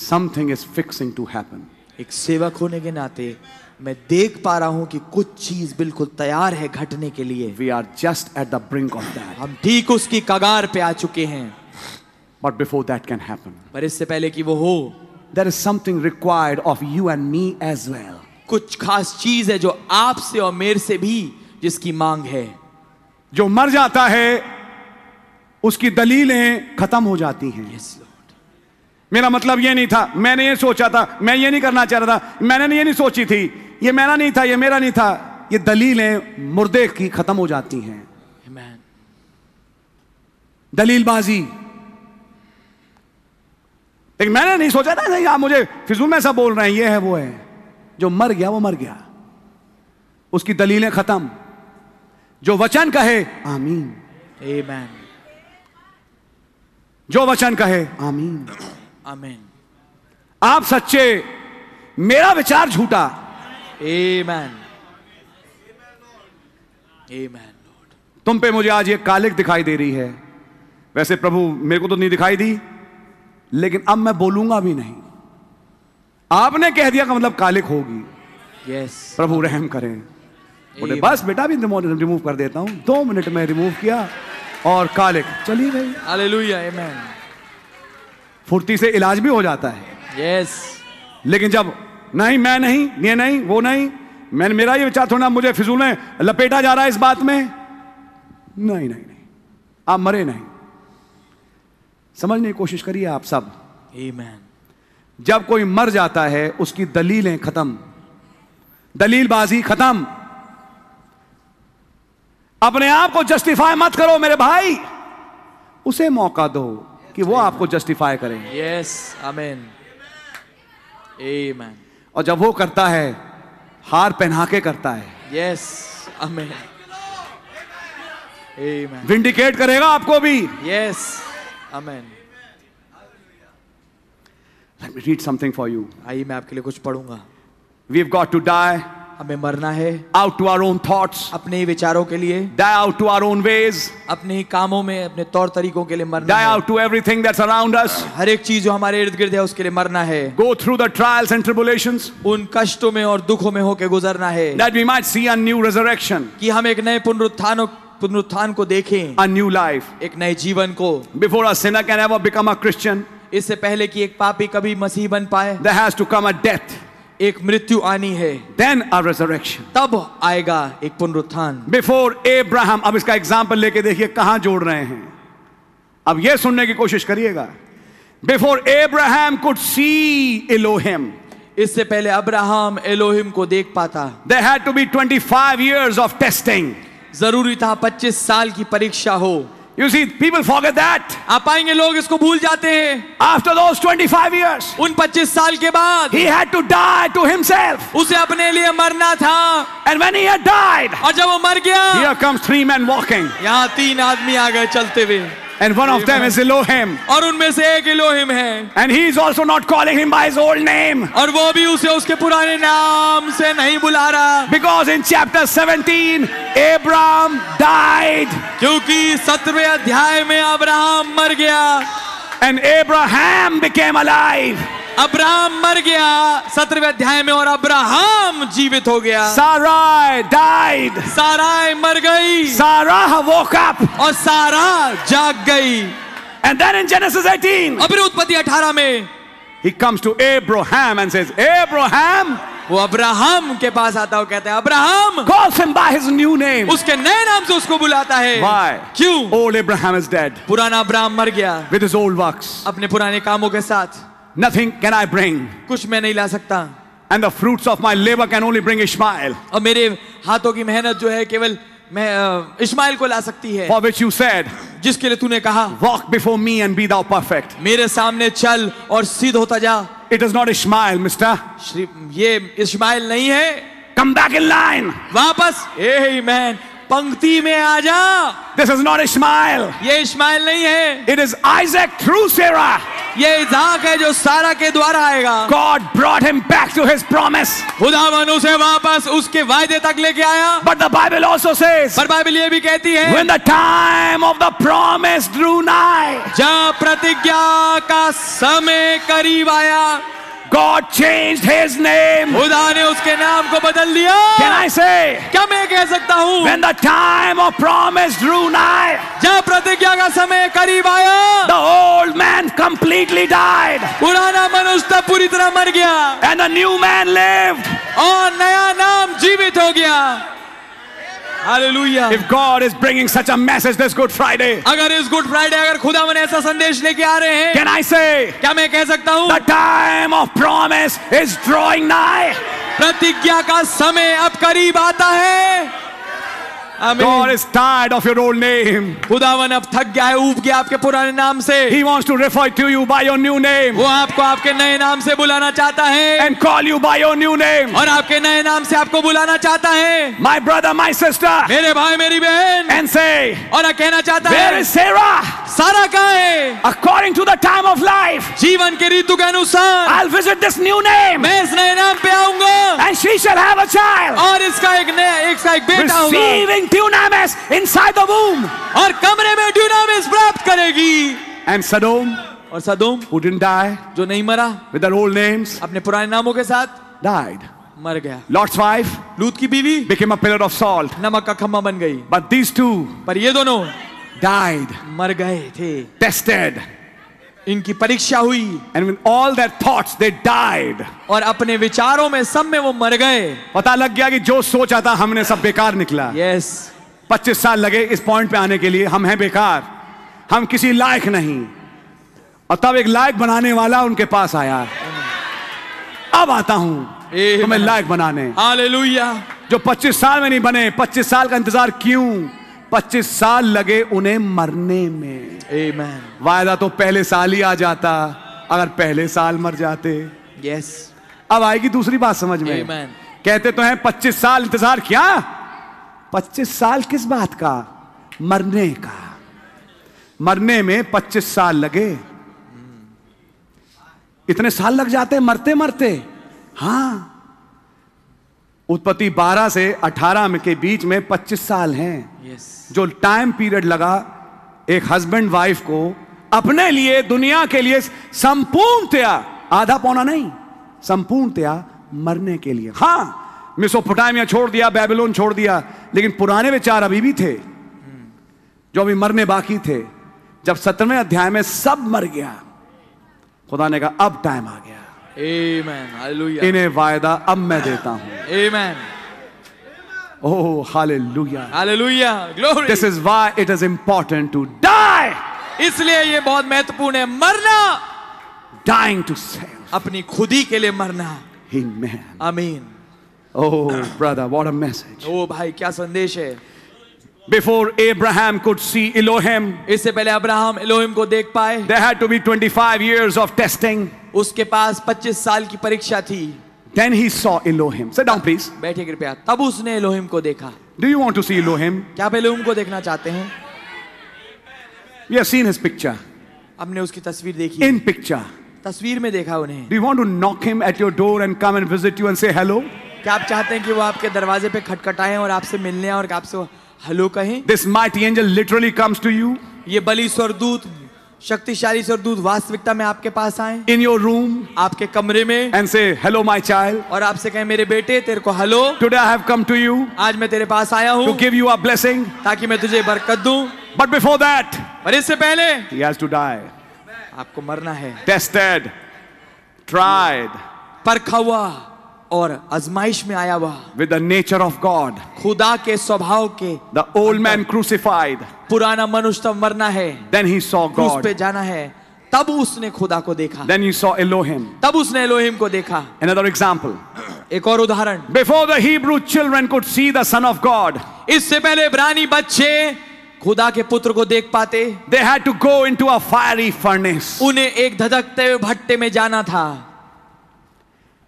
[SPEAKER 2] something is fixing to happen
[SPEAKER 1] एक सेवक होने के नाते मैं देख पा रहा हूं कि कुछ चीज बिल्कुल तैयार है घटने के लिए
[SPEAKER 2] we are just at the brink of that
[SPEAKER 1] हम ठीक उसकी कगार पे आ चुके हैं
[SPEAKER 2] but before that can happen
[SPEAKER 1] पर इससे पहले कि वो हो
[SPEAKER 2] there is something required of you and me as well.
[SPEAKER 1] कुछ खास चीज है जो आपसे और मेरे से भी जिसकी मांग है
[SPEAKER 2] जो मर जाता है उसकी दलीलें खत्म हो जाती हैं
[SPEAKER 1] Yes, Lord.
[SPEAKER 2] मेरा मतलब ये नहीं था मैंने ये सोचा था मैं ये नहीं करना चाह रहा था मैंने ये नहीं सोची थी ये मेरा नहीं था ये मेरा नहीं था ये दलीलें मुर्दे की खत्म हो जाती हैं
[SPEAKER 1] Amen.
[SPEAKER 2] दलीलबाजी लेकिन मैंने नहीं सोचा था नहीं आप मुझे फिजूल में ऐसा बोल रहे हैं ये है वो है जो मर गया वो मर गया उसकी दलीलें खत्म जो वचन कहे आमीन
[SPEAKER 1] Amen.
[SPEAKER 2] जो वचन कहे आमीन
[SPEAKER 1] Amen.
[SPEAKER 2] आप सच्चे मेरा विचार झूठा
[SPEAKER 1] Amen. Amen, Lord.
[SPEAKER 2] तुम पे मुझे आज ये कालिक दिखाई दे रही है वैसे प्रभु मेरे को तो नहीं दिखाई दी लेकिन अब मैं बोलूंगा भी नहीं आपने कह दिया का मतलब कालिक होगी
[SPEAKER 1] Yes.
[SPEAKER 2] प्रभु रहम करें बोले बस बेटा भी रिमूव कर देता हूं दो मिनट में रिमूव किया और कालिक चली गई
[SPEAKER 1] Hallelujah. Amen.
[SPEAKER 2] फुर्ती से इलाज भी हो जाता है
[SPEAKER 1] Yes.
[SPEAKER 2] लेकिन जब नहीं मैं नहीं ये नहीं वो नहीं मैंने मेरा ये विचार थोड़ा मुझे फिजूल में लपेटा जा रहा है इस बात में नहीं नहीं नहीं आप मरे नहीं समझने की कोशिश करिए आप सब
[SPEAKER 1] Amen.
[SPEAKER 2] जब कोई मर जाता है उसकी दलीलें खत्म दलीलबाजी खत्म अपने आप को जस्टिफाई मत करो मेरे भाई उसे मौका दो कि वो आपको जस्टिफाई करे
[SPEAKER 1] Yes. Amen. Amen.
[SPEAKER 2] और जब वो करता है हार पहना के करता है
[SPEAKER 1] Yes. Amen. Amen.
[SPEAKER 2] विंडिकेट करेगा आपको भी
[SPEAKER 1] Yes. Amen.
[SPEAKER 2] Let me read something for you
[SPEAKER 1] आइए मैं आपके लिए कुछ पढ़ूंगा
[SPEAKER 2] we have got to die
[SPEAKER 1] हमें मरना है
[SPEAKER 2] out to our own thoughts
[SPEAKER 1] अपने ही विचारों के लिए
[SPEAKER 2] die out to our own ways
[SPEAKER 1] अपने ही कामों में अपने तौर तरीकों के लिए मरना
[SPEAKER 2] डाई
[SPEAKER 1] है
[SPEAKER 2] out to everything that's around us
[SPEAKER 1] हर एक चीज जो हमारे इर्द गिर्द है उसके लिए मरना है
[SPEAKER 2] go through the trials and tribulations
[SPEAKER 1] उन कष्टों में और दुखों में होके गुजरना है
[SPEAKER 2] that we might see a new resurrection,
[SPEAKER 1] कि हम एक नए पुनरुत्थानों पुनरुत्थान को देखें
[SPEAKER 2] a new life.
[SPEAKER 1] एक नए जीवन को
[SPEAKER 2] Before a sinner can ever become a Christian,
[SPEAKER 1] इससे पहले कि एक पापी कभी मसीह बन पाए
[SPEAKER 2] there has to come a death,
[SPEAKER 1] एक मृत्यु आनी है
[SPEAKER 2] then a resurrection.
[SPEAKER 1] तब आएगा एक पुनरुत्थान
[SPEAKER 2] Before Abraham, अब इसका एग्जाम्पल लेके देखिए कहां जोड़ रहे हैं अब यह सुनने की कोशिश करिएगा before Abraham could see Elohim
[SPEAKER 1] इससे पहले अब्राहम एलोहिम को देख पाता
[SPEAKER 2] there had to be 25 years of testing.
[SPEAKER 1] जरूरी था 25 साल की परीक्षा हो
[SPEAKER 2] You see, people forget that.
[SPEAKER 1] आप पाएंगे लोग इसको भूल जाते हैं
[SPEAKER 2] After those 25 years,
[SPEAKER 1] उन 25 साल के बाद
[SPEAKER 2] he had to die to himself.
[SPEAKER 1] उसे अपने लिए मरना था
[SPEAKER 2] And when he had died,
[SPEAKER 1] और जब वो मर गया
[SPEAKER 2] here comes three men walking.
[SPEAKER 1] यहाँ तीन आदमी आ गए चलते हुए
[SPEAKER 2] And one of them is Elohim.
[SPEAKER 1] और उनमें से एक एलोहिम है
[SPEAKER 2] And he is also not calling him by his old name.
[SPEAKER 1] और वो भी उसे उसके पुराने नाम से नहीं बुला रहा
[SPEAKER 2] Because in chapter 17, Abraham died.
[SPEAKER 1] क्योंकि सत्रहवें अध्याय में अब्राहम मर गया
[SPEAKER 2] And Abraham became alive.
[SPEAKER 1] Abraham मर गया सत्रहवें अध्याय में और अब्राहम जीवित हो गया
[SPEAKER 2] Sarai died.
[SPEAKER 1] साराय मर गई
[SPEAKER 2] Sarah woke up.
[SPEAKER 1] और सारा जाग गई
[SPEAKER 2] And then in Genesis 18,
[SPEAKER 1] अब उत्पत्ति 18 में
[SPEAKER 2] he comes to Abraham and says, Abraham,
[SPEAKER 1] वो अब्राहम के पास आता है और कहता है Abraham
[SPEAKER 2] calls him by his new name.
[SPEAKER 1] उसके नए नाम से उसको बुलाता है
[SPEAKER 2] Why?
[SPEAKER 1] क्यों
[SPEAKER 2] Old Abraham is dead
[SPEAKER 1] पुराना अब्राहम मर गया
[SPEAKER 2] with his old works.
[SPEAKER 1] अपने पुराने कामों के साथ
[SPEAKER 2] Nothing can I bring,
[SPEAKER 1] कुछ मैं नहीं ला सकता
[SPEAKER 2] and the fruits of my labor can only bring Ishmael,
[SPEAKER 1] और मेरे हाथों की मेहनत जो है केवल मैं अ, इस्माइल को ला सकती है
[SPEAKER 2] for which you said,
[SPEAKER 1] जिसके लिए तूने कहा
[SPEAKER 2] Walk before me and be thou perfect.
[SPEAKER 1] मेरे सामने चल और सिद्ध होता जा
[SPEAKER 2] It is not Ishmael, mister.
[SPEAKER 1] Shri ये इस्माइल नहीं है
[SPEAKER 2] Come back in line.
[SPEAKER 1] वापस ए मैन पंक्ति में आ जा
[SPEAKER 2] This is not Ishmael.
[SPEAKER 1] ये इस्माइल नहीं है
[SPEAKER 2] It is Isaac through Sarah.
[SPEAKER 1] ये इजाक है जो सारा के द्वारा आएगा
[SPEAKER 2] God brought him back to his promise.
[SPEAKER 1] खुदावन उसे वापस उसके वायदे तक लेके आया
[SPEAKER 2] But the Bible also says,
[SPEAKER 1] पर बाइबल ये भी कहती है
[SPEAKER 2] When the time of the promise drew nigh,
[SPEAKER 1] जहाँ प्रतिज्ञा का समय करीब आया
[SPEAKER 2] God changed his name.
[SPEAKER 1] खुदा ने उसके नाम को बदल दिया
[SPEAKER 2] Can I say,
[SPEAKER 1] क्या मैं कह सकता हूँ
[SPEAKER 2] When the time of promise drew nigh,
[SPEAKER 1] जहाँ प्रतिज्ञा का समय करीब आया
[SPEAKER 2] the old man completely died,
[SPEAKER 1] पुराना मनुष्य तब पूरी तरह मर गया
[SPEAKER 2] and the new man lived.
[SPEAKER 1] और नया नाम जीवित हो गया hallelujah
[SPEAKER 2] If God is bringing such a message this Good Friday,
[SPEAKER 1] अगर इस गुड फ्राइडे अगर खुदा मन ऐसा संदेश लेके आ रहे हैं
[SPEAKER 2] can I say,
[SPEAKER 1] क्या मैं कह सकता हूँ
[SPEAKER 2] The time of promise is drawing nigh.
[SPEAKER 1] प्रतिज्ञा का समय अब करीब आता है
[SPEAKER 2] God
[SPEAKER 1] आमीन
[SPEAKER 2] is tired of your old name.
[SPEAKER 1] खुदावन अब थक गया है ऊब गया आपके पुराने नाम से
[SPEAKER 2] He wants to refer to you by your new name
[SPEAKER 1] वो आपको आपके नए नाम से बुलाना चाहता है
[SPEAKER 2] and call you by your new name.
[SPEAKER 1] और आपके नए नाम से आपको बुलाना चाहता है
[SPEAKER 2] My brother, my sister,
[SPEAKER 1] मेरे भाई मेरी बहन
[SPEAKER 2] and say,
[SPEAKER 1] और कहना चाहता
[SPEAKER 2] Where
[SPEAKER 1] है
[SPEAKER 2] is Sarah?
[SPEAKER 1] सारा कहाँ है
[SPEAKER 2] According to the time of life,
[SPEAKER 1] जीवन के ऋतु के अनुसार
[SPEAKER 2] I'll visit this new name
[SPEAKER 1] मैं इस नए नाम पे आऊंगा
[SPEAKER 2] and she shall have a child.
[SPEAKER 1] और इसका एक नया इसका एक बेटा होगा
[SPEAKER 2] Receiving dunamis inside the womb.
[SPEAKER 1] और कमरे में ड्यूनामिस प्राप्त करेगी
[SPEAKER 2] And Sodom,
[SPEAKER 1] और सदोम
[SPEAKER 2] who didn't die
[SPEAKER 1] जो नहीं मरा
[SPEAKER 2] with their old names,
[SPEAKER 1] अपने पुराने नामों के साथ
[SPEAKER 2] died.
[SPEAKER 1] मर गया
[SPEAKER 2] Lot's wife
[SPEAKER 1] लूत की बीवी
[SPEAKER 2] became a pillar of salt.
[SPEAKER 1] नमक का खम्मा बन गई
[SPEAKER 2] But these two
[SPEAKER 1] पर ये दोनों
[SPEAKER 2] died,
[SPEAKER 1] मर गए थे
[SPEAKER 2] tested.
[SPEAKER 1] इनकी परीक्षा हुई
[SPEAKER 2] And with all their thoughts, they died.
[SPEAKER 1] और अपने विचारों में सब में वो मर गए
[SPEAKER 2] पता लग गया कि जो सोचा था हमने सब बेकार निकला
[SPEAKER 1] यस
[SPEAKER 2] पच्चीस साल लगे इस पॉइंट पे आने के लिए हम हैं बेकार हम किसी लायक नहीं और तब एक लायक बनाने वाला उनके पास आया अब आता हूं
[SPEAKER 1] Amen.
[SPEAKER 2] तुम्हें लायक बनाने
[SPEAKER 1] हालेलुया
[SPEAKER 2] जो 25 साल में नहीं बने 25 साल का इंतजार क्यों 25 साल लगे उन्हें मरने में
[SPEAKER 1] आमेन
[SPEAKER 2] वायदा तो पहले साल ही आ जाता अगर पहले साल मर जाते
[SPEAKER 1] यस
[SPEAKER 2] अब आएगी दूसरी बात समझ में
[SPEAKER 1] Amen.
[SPEAKER 2] कहते तो हैं 25 साल इंतजार क्या 25 साल किस बात का मरने का मरने में 25 साल लगे इतने साल लग जाते हैं मरते मरते हाँ उत्पत्ति 12 से 18 में के बीच में 25 साल हैं
[SPEAKER 1] यस
[SPEAKER 2] जो टाइम पीरियड लगा एक हस्बैंड वाइफ को अपने लिए दुनिया के लिए संपूर्णतया आधा पौना नहीं संपूर्णतया मरने के लिए हां मिसोपोटामिया छोड़ दिया बेबीलोन छोड़ दिया लेकिन पुराने विचार अभी भी थे जो अभी मरने बाकी थे जब सत्रहवें अध्याय में सब मर गया खुदा ने कहा अब टाइम आ गया
[SPEAKER 1] आमेन हालेलुया
[SPEAKER 2] इन्हें वायदा अब मैं देता हूं
[SPEAKER 1] amen
[SPEAKER 2] oh hallelujah
[SPEAKER 1] hallelujah glory
[SPEAKER 2] this is why it is important to die
[SPEAKER 1] इसलिए ये बहुत महत्वपूर्ण है मरना
[SPEAKER 2] dying to self.
[SPEAKER 1] अपनी खुदी के लिए मरना
[SPEAKER 2] Amen.
[SPEAKER 1] आमीन
[SPEAKER 2] Oh, brother, what a message.
[SPEAKER 1] ओ भाई क्या संदेश है
[SPEAKER 2] Before Abraham could see Elohim,
[SPEAKER 1] इससे पहले अब्राहम एलोहिम को देख पाए
[SPEAKER 2] there had to be 25 years of testing.
[SPEAKER 1] उसके पास 25 साल की परीक्षा थी
[SPEAKER 2] Then he saw Elohim. Sit down, please.
[SPEAKER 1] बैठे कृपया तब उसने एलोहिम को देखा
[SPEAKER 2] Do you want to see Elohim?
[SPEAKER 1] क्या आप एलोहिम को देखना चाहते हैं
[SPEAKER 2] We have seen his picture.
[SPEAKER 1] हमने उसकी तस्वीर देखी
[SPEAKER 2] In picture.
[SPEAKER 1] तस्वीर में देखा उन्हें
[SPEAKER 2] Do you want to knock him at your door and come and visit you and say hello?
[SPEAKER 1] क्या आप चाहते हैं कि वो आपके दरवाजे पे खटखटाएं और आपसे मिलने आएं और आपसे हेलो कहें
[SPEAKER 2] This mighty angel literally comes to you
[SPEAKER 1] ये बलि स्वरदूत शक्तिशाली स्वरदूत वास्तविकता में आपके पास आए
[SPEAKER 2] in your room
[SPEAKER 1] आपके कमरे में
[SPEAKER 2] and say, Hello, my child.
[SPEAKER 1] और आपसे कहें मेरे बेटे तेरे को hello
[SPEAKER 2] Today I have come to you
[SPEAKER 1] आज मैं तेरे पास आया
[SPEAKER 2] to
[SPEAKER 1] हूँ
[SPEAKER 2] give you a blessing.
[SPEAKER 1] ताकि मैं तुझे बरकत दूं
[SPEAKER 2] But before that,
[SPEAKER 1] पर इससे पहले
[SPEAKER 2] he has to die.
[SPEAKER 1] आपको मरना है
[SPEAKER 2] Tested. tried
[SPEAKER 1] परखा हुआ और आजमाइश में आया हुआ
[SPEAKER 2] with the nature of God.
[SPEAKER 1] खुदा के स्वभाव के
[SPEAKER 2] The old man crucified,
[SPEAKER 1] पुराना मनुष्य मरना है
[SPEAKER 2] then he saw
[SPEAKER 1] क्रूस पे
[SPEAKER 2] God,
[SPEAKER 1] जाना है तब उसने खुदा को देखा
[SPEAKER 2] then he saw Elohim.
[SPEAKER 1] तब उसने एलोहिम को देखा
[SPEAKER 2] Another example.
[SPEAKER 1] एक और उदाहरण
[SPEAKER 2] Before the Hebrew children could see the Son of God,
[SPEAKER 1] इससे पहले इब्रानी बच्चे खुदा के पुत्र को देख पाते
[SPEAKER 2] they had to go into a fiery furnace.
[SPEAKER 1] उन्हें एक धधकते हुए भट्टे में जाना था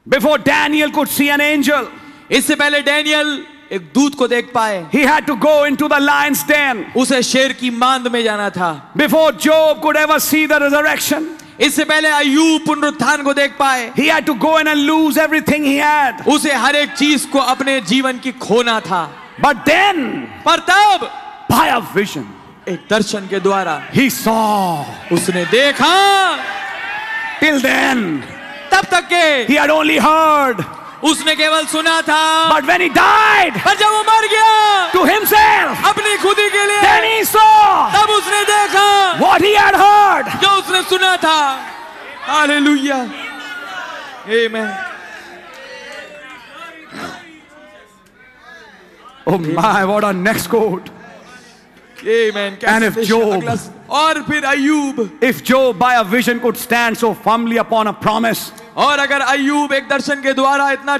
[SPEAKER 2] Before Daniel could see an angel,
[SPEAKER 1] इससे पहले डैनियल एक दूत को देख पाए
[SPEAKER 2] he had to go into the lion's den.
[SPEAKER 1] उसे शेर की मांद में जाना था
[SPEAKER 2] Before Job could ever see the resurrection,
[SPEAKER 1] इससे पहले अयूब पुनरुत्थान को देख पाए
[SPEAKER 2] he had to go in and lose everything he had.
[SPEAKER 1] उसे हर एक चीज को अपने जीवन की खोना था
[SPEAKER 2] But then,
[SPEAKER 1] पर तब
[SPEAKER 2] by a vision,
[SPEAKER 1] एक दर्शन के द्वारा
[SPEAKER 2] he saw.
[SPEAKER 1] उसने देखा
[SPEAKER 2] Till then,
[SPEAKER 1] तब तक के
[SPEAKER 2] he had only heard.
[SPEAKER 1] उसने केवल सुना था
[SPEAKER 2] But when he died
[SPEAKER 1] पर जब वो मर गया
[SPEAKER 2] to himself,
[SPEAKER 1] अपनी खुदी के लिए
[SPEAKER 2] then he saw
[SPEAKER 1] तब उसने देखा
[SPEAKER 2] what he had heard.
[SPEAKER 1] जो उसने सुना था hallelujah amen
[SPEAKER 2] Oh my, what a next quote.
[SPEAKER 1] Amen
[SPEAKER 2] And if Job-
[SPEAKER 1] और फिर अयूब
[SPEAKER 2] If Job by a vision could stand so firmly upon a promise,
[SPEAKER 1] और अगर अयूब एक दर्शन के द्वारा इतना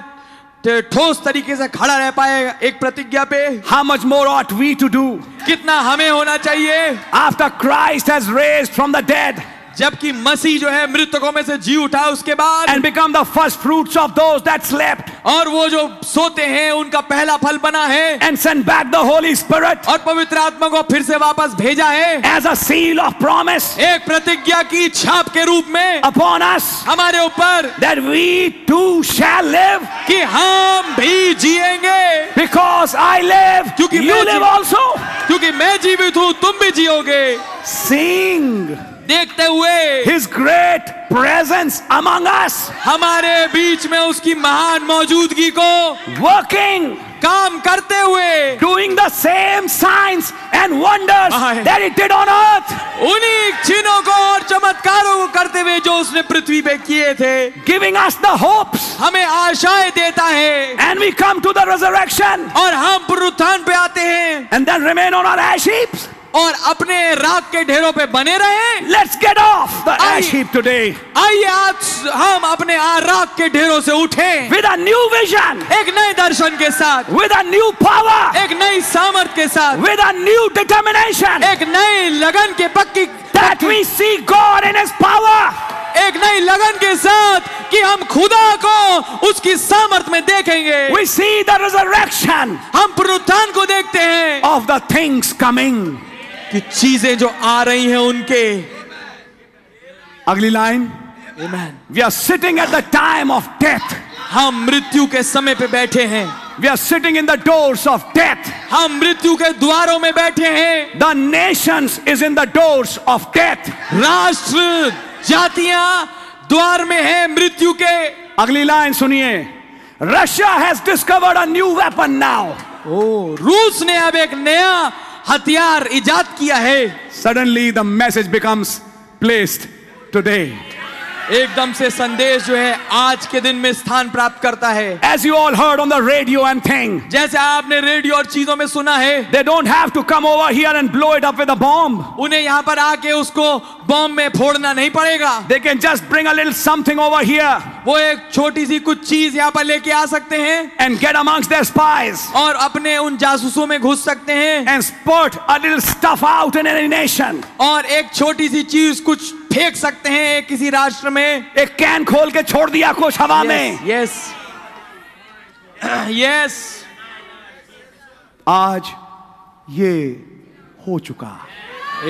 [SPEAKER 1] ठ- ठोस तरीके से खड़ा रह पाए एक प्रतिज्ञा पे
[SPEAKER 2] how much more ought we to do
[SPEAKER 1] कितना हमें होना चाहिए
[SPEAKER 2] after Christ has raised from the dead
[SPEAKER 1] जबकि मसीह जो है मृतकों में से जी उठा उसके बाद
[SPEAKER 2] and become the first fruits of those that slept
[SPEAKER 1] और वो जो सोते हैं उनका पहला फल बना है
[SPEAKER 2] and send back the Holy Spirit
[SPEAKER 1] और पवित्र आत्मा को फिर से वापस भेजा है
[SPEAKER 2] as a seal of promise
[SPEAKER 1] एक प्रतिज्ञा की छाप के रूप में
[SPEAKER 2] upon us
[SPEAKER 1] हमारे ऊपर
[SPEAKER 2] that we too shall live
[SPEAKER 1] कि हम भी जिएंगे
[SPEAKER 2] because I live,
[SPEAKER 1] क्योंकि
[SPEAKER 2] you
[SPEAKER 1] मैं
[SPEAKER 2] live
[SPEAKER 1] जी-
[SPEAKER 2] also.
[SPEAKER 1] क्योंकि मैं जीवित हूं तुम भी जियोगे
[SPEAKER 2] Sing
[SPEAKER 1] देखते हुए
[SPEAKER 2] His great presence among us,
[SPEAKER 1] हमारे बीच में उसकी महान मौजूदगी को
[SPEAKER 2] working,
[SPEAKER 1] काम करते हुए
[SPEAKER 2] doing the same signs and wonders
[SPEAKER 1] Aye.
[SPEAKER 2] that He did on earth,
[SPEAKER 1] उन्हीं चिन्हों को और चमत्कारों को करते हुए जो उसने पृथ्वी पे किए थे
[SPEAKER 2] giving us the hopes.
[SPEAKER 1] हमें आशाएं देता है
[SPEAKER 2] And we come to the resurrection
[SPEAKER 1] और हम पुनरुत्थान पे आते हैं
[SPEAKER 2] and then remain on our ash heaps.
[SPEAKER 1] और अपने राख के ढेरों पे बने रहे
[SPEAKER 2] Let's get off the
[SPEAKER 1] Aye.
[SPEAKER 2] ash heap today
[SPEAKER 1] आइए आज हम अपने आ- राख के ढेरों से उठें
[SPEAKER 2] with a new vision,
[SPEAKER 1] एक नए दर्शन के साथ
[SPEAKER 2] with a new power,
[SPEAKER 1] एक नई सामर्थ के साथ
[SPEAKER 2] with a new determination
[SPEAKER 1] एक नई लगन के पक्की
[SPEAKER 2] that we see God in His power.
[SPEAKER 1] एक नई लगन के साथ कि हम खुदा को उसकी सामर्थ में देखेंगे
[SPEAKER 2] We see the resurrection
[SPEAKER 1] हम पुनरुत्थान को देखते हैं
[SPEAKER 2] of the things coming.
[SPEAKER 1] कि चीजें जो आ रही हैं उनके
[SPEAKER 2] अगली line
[SPEAKER 1] Amen.
[SPEAKER 2] We are sitting at the time of death.
[SPEAKER 1] हम मृत्यु के समय पे बैठे हैं
[SPEAKER 2] We are sitting in the doors of death.
[SPEAKER 1] हम मृत्यु के द्वारों में बैठे हैं
[SPEAKER 2] The nations is in the doors of death.
[SPEAKER 1] राष्ट्र जातियां द्वार में है मृत्यु के
[SPEAKER 2] अगली लाइन सुनिए Russia has discovered a new weapon now.
[SPEAKER 1] ओ रूस ने अब एक नया हथियार इजाद किया है
[SPEAKER 2] Suddenly the message becomes placed today.
[SPEAKER 1] एकदम से संदेश जो है आज के दिन में स्थान प्राप्त करता है
[SPEAKER 2] As you all heard on the radio and thing,
[SPEAKER 1] जैसे आपने रेडियो और चीजों में सुना है
[SPEAKER 2] they don't have to come over here and blow it up with a bomb.
[SPEAKER 1] उन्हें यहाँ पर आके उसको बॉम्ब में फोड़ना नहीं पड़ेगा
[SPEAKER 2] They can just bring a little something over here
[SPEAKER 1] वो एक छोटी सी कुछ चीज यहाँ पर लेके आ सकते हैं
[SPEAKER 2] and get amongst their spies
[SPEAKER 1] और अपने उन जासूसों में घुस सकते हैं
[SPEAKER 2] and spurt a little stuff out in any nation.
[SPEAKER 1] और एक छोटी सी चीज कुछ फेंक सकते हैं किसी राष्ट्र में
[SPEAKER 2] एक कैन खोल के छोड़ दिया कुछ हवा में
[SPEAKER 1] यस यस
[SPEAKER 2] आज ये हो चुका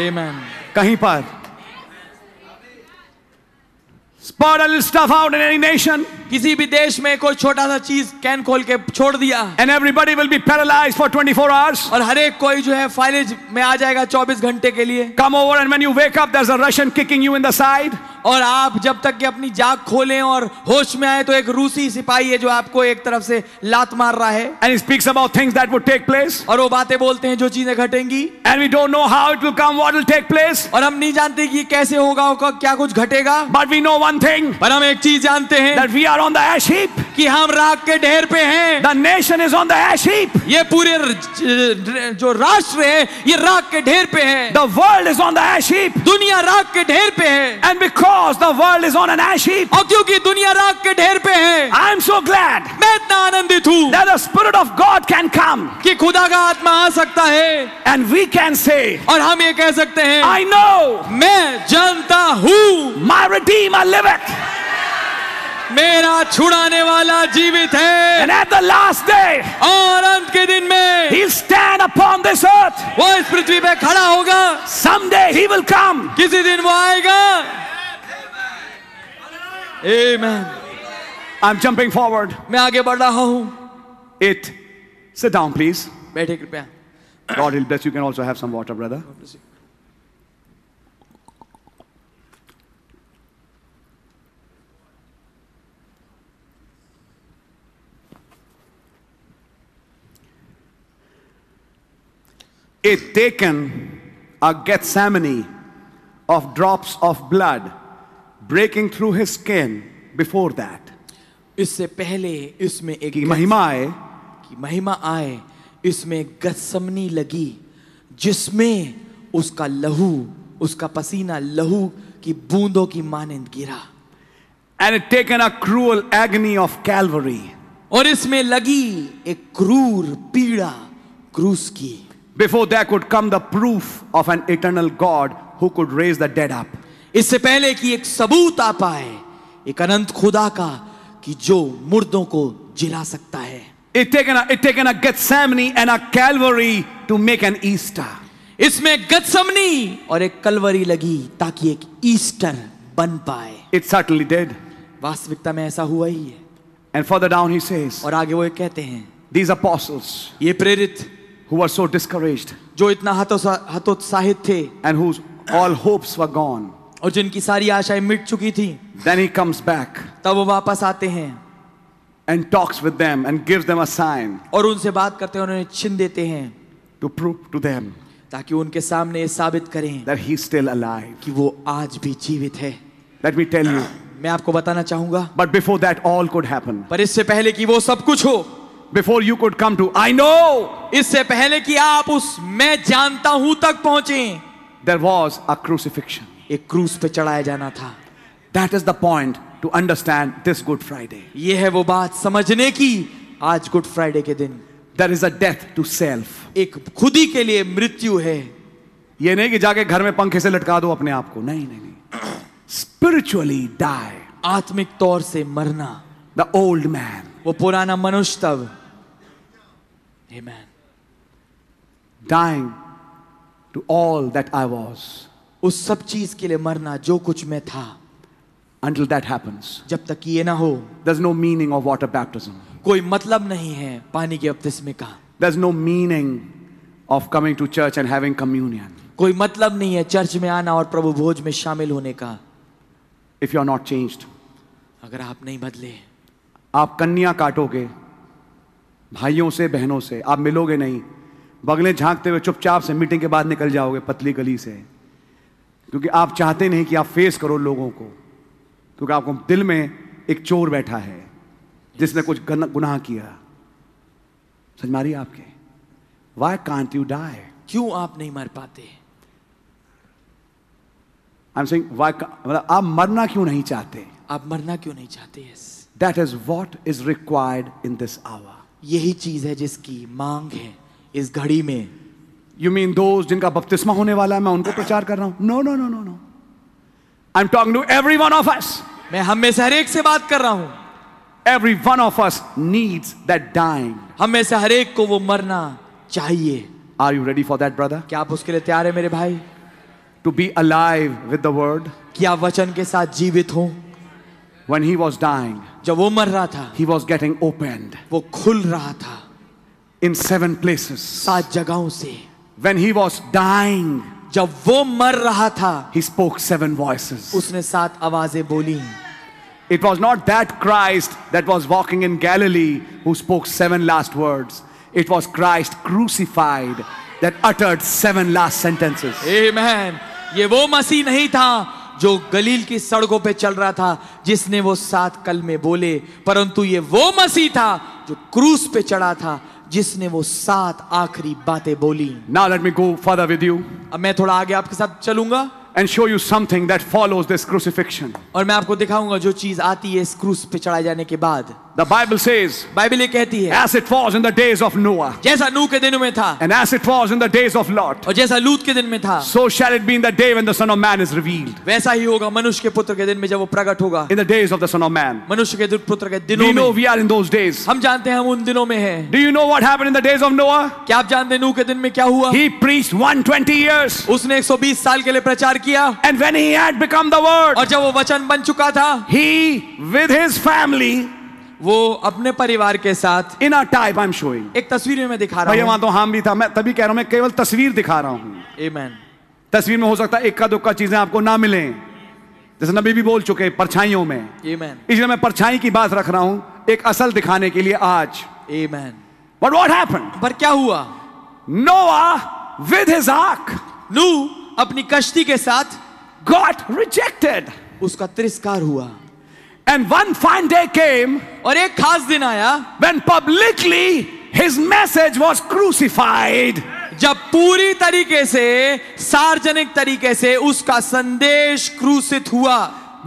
[SPEAKER 1] आमेन
[SPEAKER 2] कहीं पर Spot a little stuff out in any nation,
[SPEAKER 1] किसी भी देश में कोई छोटा सा चीज कैन खोल के छोड़ दिया
[SPEAKER 2] and everybody will be paralyzed for 24 hours.
[SPEAKER 1] और हर एक कोई जो है फाइलेज में आ जाएगा 24 घंटे के लिए
[SPEAKER 2] Come over, and when you wake up, there's a Russian kicking you in the side.
[SPEAKER 1] और आप जब तक कि अपनी जाग खोलें और होश में आए तो एक रूसी सिपाही है जो आपको एक तरफ से लात मार रहा है
[SPEAKER 8] And he speaks about things that would take place.
[SPEAKER 1] और वो बातें बोलते हैं जो चीजें घटेंगी
[SPEAKER 8] And we don't know how it will come, what will take place.
[SPEAKER 1] और हम नहीं जानते कि ये कैसे होगा होगा क्या कुछ घटेगा
[SPEAKER 8] But we know one thing
[SPEAKER 1] पर हम एक चीज जानते हैं
[SPEAKER 8] that we are on the ash heap.
[SPEAKER 1] कि हम राग के ढेर पे हैं
[SPEAKER 8] The nation is on the ash heap.
[SPEAKER 1] ये पूरे र- ज- जो राष्ट्र है ये राग के ढेर पे है
[SPEAKER 8] The world is on the ash heap.
[SPEAKER 1] दुनिया राग के ढेर पे है
[SPEAKER 8] And because the world is on an ash heap,
[SPEAKER 1] और क्योंकि दुनिया राग के ढेर पे है
[SPEAKER 8] I am so glad
[SPEAKER 1] मैं इतना आनंदित हूँ
[SPEAKER 8] that the Spirit of God can come
[SPEAKER 1] कि खुदा का आत्मा आ सकता है
[SPEAKER 8] and we can say,
[SPEAKER 1] और हम ये कह सकते हैं
[SPEAKER 8] I know
[SPEAKER 1] मैं जानता हूँ
[SPEAKER 8] my Redeemer liveth.
[SPEAKER 1] मेरा छुड़ाने वाला जीवित है
[SPEAKER 8] And at the last day,
[SPEAKER 1] और अंत के दिन में
[SPEAKER 8] he'll stand upon this earth.
[SPEAKER 1] वो इस पृथ्वी पे खड़ा होगा
[SPEAKER 8] Someday he will come.
[SPEAKER 1] किसी दिन वो आएगा Amen.
[SPEAKER 8] I'm jumping forward.
[SPEAKER 1] मैं आगे बढ़ रहा हूँ
[SPEAKER 8] It. Sit down, please.
[SPEAKER 1] बैठे कृपया
[SPEAKER 8] God will bless you. You can also have some water, brother.
[SPEAKER 2] it taken a Gethsemane of drops of blood breaking through his skin before that.
[SPEAKER 1] इससे पहले इसमें एक
[SPEAKER 2] कि महिमा आए
[SPEAKER 1] की महिमा आए इसमें एक गतसमनी लगी जिसमें उसका लहू उसका पसीना लहू की बूंदों की मानंद गिरा
[SPEAKER 2] and it taken a cruel agony of Calvary
[SPEAKER 1] और इसमें लगी एक क्रूर पीड़ा क्रूस की
[SPEAKER 2] before there could come the proof of an eternal God who could raise the dead up.
[SPEAKER 1] इससे पहले कि एक सबूत आ पाए एक अनंत खुदा का कि जो मुर्दों को जिला सकता है
[SPEAKER 2] It taken a, it taken a Gethsemane and a Calvary to make an Easter.
[SPEAKER 1] इसमें एक गतसमनी और एक कलवरी लगी ताकि एक ईस्टर बन पाए
[SPEAKER 2] It certainly did.
[SPEAKER 1] वास्तविकता में ऐसा हुआ ही है
[SPEAKER 2] And further down he says,
[SPEAKER 1] और आगे वो ये कहते हैं
[SPEAKER 2] these apostles
[SPEAKER 1] ये प्रेरित
[SPEAKER 2] who were so discouraged
[SPEAKER 1] जो इतना हतोसा- हतोत्साहित थे
[SPEAKER 2] and whose all hopes were gone.
[SPEAKER 1] और जिनकी सारी आशाएं मिट चुकी थी
[SPEAKER 2] Then he comes back
[SPEAKER 1] तब वो वापस आते हैं
[SPEAKER 2] and talks with them and gives them a sign
[SPEAKER 1] और उनसे बात करते हैं उन्हें छिन देते हैं
[SPEAKER 2] to prove to them
[SPEAKER 1] ताकि उनके सामने ये साबित करें
[SPEAKER 2] that he's still alive.
[SPEAKER 1] कि वो आज भी जीवित है
[SPEAKER 2] Let me tell you.
[SPEAKER 1] मैं आपको बताना चाहूंगा
[SPEAKER 2] But before that, all could happen.
[SPEAKER 1] पर इससे पहले कि वो सब कुछ हो
[SPEAKER 2] Before you could come to, I know
[SPEAKER 1] इससे पहले कि आप उस मैं जानता हूं तक पहुंचे
[SPEAKER 2] there was a crucifixion.
[SPEAKER 1] एक क्रूज पे चढ़ाया जाना था
[SPEAKER 2] That is the point to understand this Good Friday.
[SPEAKER 1] ये है वो बात समझने की आज गुड फ्राइडे के दिन
[SPEAKER 2] There is a death to self.
[SPEAKER 1] एक खुदी के लिए मृत्यु है
[SPEAKER 2] ये नहीं कि जाके घर में पंखे से लटका दो अपने आप को नहीं नहीं नहीं स्पिरिचुअली die
[SPEAKER 1] आत्मिक तौर से मरना
[SPEAKER 2] the old man
[SPEAKER 1] वो पुराना मनुष्यत्व Amen.
[SPEAKER 2] dying to all that I was
[SPEAKER 1] उस सब चीज के लिए मरना जो कुछ मैं था
[SPEAKER 2] until that happens.
[SPEAKER 1] जब तक ये ना हो
[SPEAKER 2] There's no meaning of water baptism.
[SPEAKER 1] कोई मतलब नहीं है पानी के बपतिस्मे का
[SPEAKER 2] There's no meaning of coming to church and having communion
[SPEAKER 1] कोई मतलब नहीं है चर्च में आना और प्रभु भोज में शामिल होने का
[SPEAKER 2] if you're not changed.
[SPEAKER 1] अगर आप नहीं बदले
[SPEAKER 2] आप कन्या काटोगे भाइयों से बहनों से आप मिलोगे नहीं बगले झांकते हुए चुपचाप से मीटिंग के बाद निकल जाओगे पतली गली से क्योंकि आप चाहते नहीं कि आप फेस करो लोगों को क्योंकि आपको दिल में एक चोर बैठा है जिसने कुछ गन- गुनाह किया समझ मारी आपके वाई कांट यू डाई
[SPEAKER 1] क्यों आप नहीं मर पाते
[SPEAKER 2] आई एम सेइंग वाई मतलब आप मरना क्यों नहीं चाहते
[SPEAKER 1] आप मरना क्यों नहीं चाहते yes
[SPEAKER 2] That is what is required in this hour.
[SPEAKER 1] यही चीज है जिसकी मांग है इस घड़ी में
[SPEAKER 2] You mean those जिनका बपतिस्मा होने वाला है मैं उनको प्रचार कर रहा हूं no no no no no I am talking to every one of us
[SPEAKER 1] मैं हम में से हर एक से बात कर रहा हूं
[SPEAKER 2] every one of us needs that dying
[SPEAKER 1] हम में से हर एक को वो मरना चाहिए
[SPEAKER 2] are you ready for that brother
[SPEAKER 1] क्या आप उसके लिए तैयार है मेरे भाई
[SPEAKER 2] to be alive with the word
[SPEAKER 1] कि आप वचन के साथ जीवित हो
[SPEAKER 2] when he was dying
[SPEAKER 1] जब वो मर रहा था
[SPEAKER 2] he was getting opened
[SPEAKER 1] वो खुल रहा था
[SPEAKER 2] in seven places
[SPEAKER 1] सात जगहों से
[SPEAKER 2] when he was dying
[SPEAKER 1] जब वो मर रहा था
[SPEAKER 2] He spoke seven voices.
[SPEAKER 1] उसने सात आवाजें बोली
[SPEAKER 2] It was not that Christ that was walking in Galilee who spoke seven last words. It was Christ crucified that uttered seven last sentences.
[SPEAKER 1] Amen. ये वो मसीह नहीं था जो गलील की सड़कों पे चल रहा था जिसने वो सात कलमे बोले परंतु ये वो मसीह था जो क्रूस पे चढ़ा था जिसने वो सात आखिरी बातें बोली
[SPEAKER 2] Now let me go further with you
[SPEAKER 1] अब मैं थोड़ा आगे आपके साथ चलूंगा
[SPEAKER 2] and show you something that follows this crucifixion.
[SPEAKER 1] और मैं आपको दिखाऊंगा जो चीज आती है इस क्रूस पे चढ़ाए जाने के बाद
[SPEAKER 2] The Bible says,
[SPEAKER 1] बाइबल ये कहती है
[SPEAKER 2] as it was in the days of Noah,
[SPEAKER 1] जैसा नूह के दिनों में था
[SPEAKER 2] and as it was in the days of Lot,
[SPEAKER 1] और जैसा लूत के दिन में था
[SPEAKER 2] so shall it be in the day when the Son of Man is revealed.
[SPEAKER 1] वैसा ही होगा मनुष्य के पुत्र के दिन में जब वो प्रकट होगा
[SPEAKER 2] In the days of the Son of Man.
[SPEAKER 1] मनुष्य के दुख- पुत्र के
[SPEAKER 2] Do
[SPEAKER 1] दिनों
[SPEAKER 2] you know
[SPEAKER 1] में
[SPEAKER 2] we are in those days?
[SPEAKER 1] हम जानते हैं हम उन दिनों में हैं
[SPEAKER 2] Do you know what happened in the days of Noah?
[SPEAKER 1] क्या आप जानते हैं नूह के दिन में क्या हुआ
[SPEAKER 2] He preached 120 years.
[SPEAKER 1] उसने 120 साल के लिए प्रचार किया
[SPEAKER 2] And when he had become the Word,
[SPEAKER 1] और जब वो वचन बन चुका था
[SPEAKER 2] he with his family
[SPEAKER 1] वो अपने परिवार के साथ
[SPEAKER 2] in our type i'm showing
[SPEAKER 1] एक तस्वीर में मैं दिखा
[SPEAKER 2] भैया
[SPEAKER 1] रहा
[SPEAKER 2] वहां
[SPEAKER 1] हूँ
[SPEAKER 2] तो हम भी था मैं तभी कह रहा हूं मैं केवल तस्वीर दिखा रहा हूं
[SPEAKER 1] Amen.
[SPEAKER 2] तस्वीर में हो सकता है इक्का दुक्का चीजें आपको ना मिलें जैसे नबी भी बोल चुके हैं परछाइयों में
[SPEAKER 1] Amen.
[SPEAKER 2] इसलिए मैं परछाई की बात रख रहा हूं एक असल दिखाने के लिए आज
[SPEAKER 1] Amen.
[SPEAKER 2] बट वॉट हैपन
[SPEAKER 1] पर क्या हुआ
[SPEAKER 2] नोआ विद हिज आर्क
[SPEAKER 1] नूह अपनी कश्ती के साथ
[SPEAKER 2] गॉट रिजेक्टेड
[SPEAKER 1] उसका तिरस्कार हुआ
[SPEAKER 2] and one fine day came
[SPEAKER 1] और एक खास दिन आया
[SPEAKER 2] when publicly his message was crucified
[SPEAKER 1] जब पूरी तरीके से सार्वजनिक तरीके से उसका संदेश क्रूसित हुआ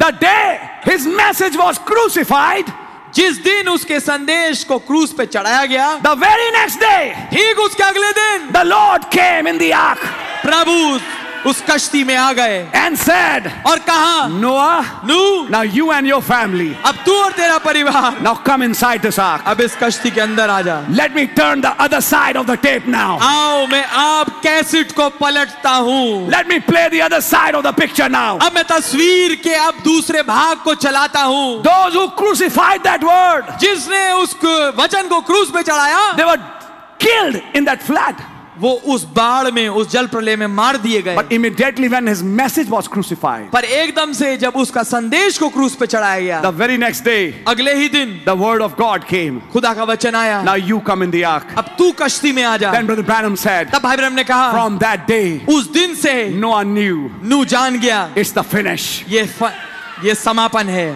[SPEAKER 2] the day his message was crucified
[SPEAKER 1] जिस दिन उसके संदेश को क्रूस पे चढ़ाया गया
[SPEAKER 2] The very next day,
[SPEAKER 1] ठीक उसके अगले दिन
[SPEAKER 2] the Lord came in the ark
[SPEAKER 1] प्रभु उस कश्ती में आ गए
[SPEAKER 2] and said,
[SPEAKER 1] और कहा
[SPEAKER 2] Noah,
[SPEAKER 1] नू
[SPEAKER 2] now you and your family,
[SPEAKER 1] अब तू और तेरा परिवार
[SPEAKER 2] now come inside this ark.
[SPEAKER 1] अब इस कश्ती के अंदर आ जा
[SPEAKER 2] Let me turn the other side of the tape now.
[SPEAKER 1] आओ मैं आप कैसेट को पलटता हूँ
[SPEAKER 2] Let me play the other side of the picture now.
[SPEAKER 1] अब मैं तस्वीर के अब दूसरे भाग को चलाता हूँ
[SPEAKER 2] Those who crucified that word,
[SPEAKER 1] जिसने उस क- वचन को क्रूस पे चढ़ाया
[SPEAKER 2] they were killed in that flood.
[SPEAKER 1] वो उस बाढ़ में उस जल प्रलय में मार दिए गए
[SPEAKER 2] But immediately when his message was crucified,
[SPEAKER 1] पर एकदम से जब उसका संदेश को क्रूस पे चढ़ाया
[SPEAKER 2] the
[SPEAKER 1] गया
[SPEAKER 2] very next day,
[SPEAKER 1] अगले ही दिन
[SPEAKER 2] the word of God came.
[SPEAKER 1] खुदा का वचन आया
[SPEAKER 2] Now you come in the ark.
[SPEAKER 1] अब तू कश्ती में आ जा
[SPEAKER 2] Then Brother Branham said,
[SPEAKER 1] तब भाई ब्रह्म ने कहा
[SPEAKER 2] From that day,
[SPEAKER 1] उस दिन से
[SPEAKER 2] Noah knew
[SPEAKER 1] नू जान गया
[SPEAKER 2] it's the finish.
[SPEAKER 1] ये फ, ये समापन है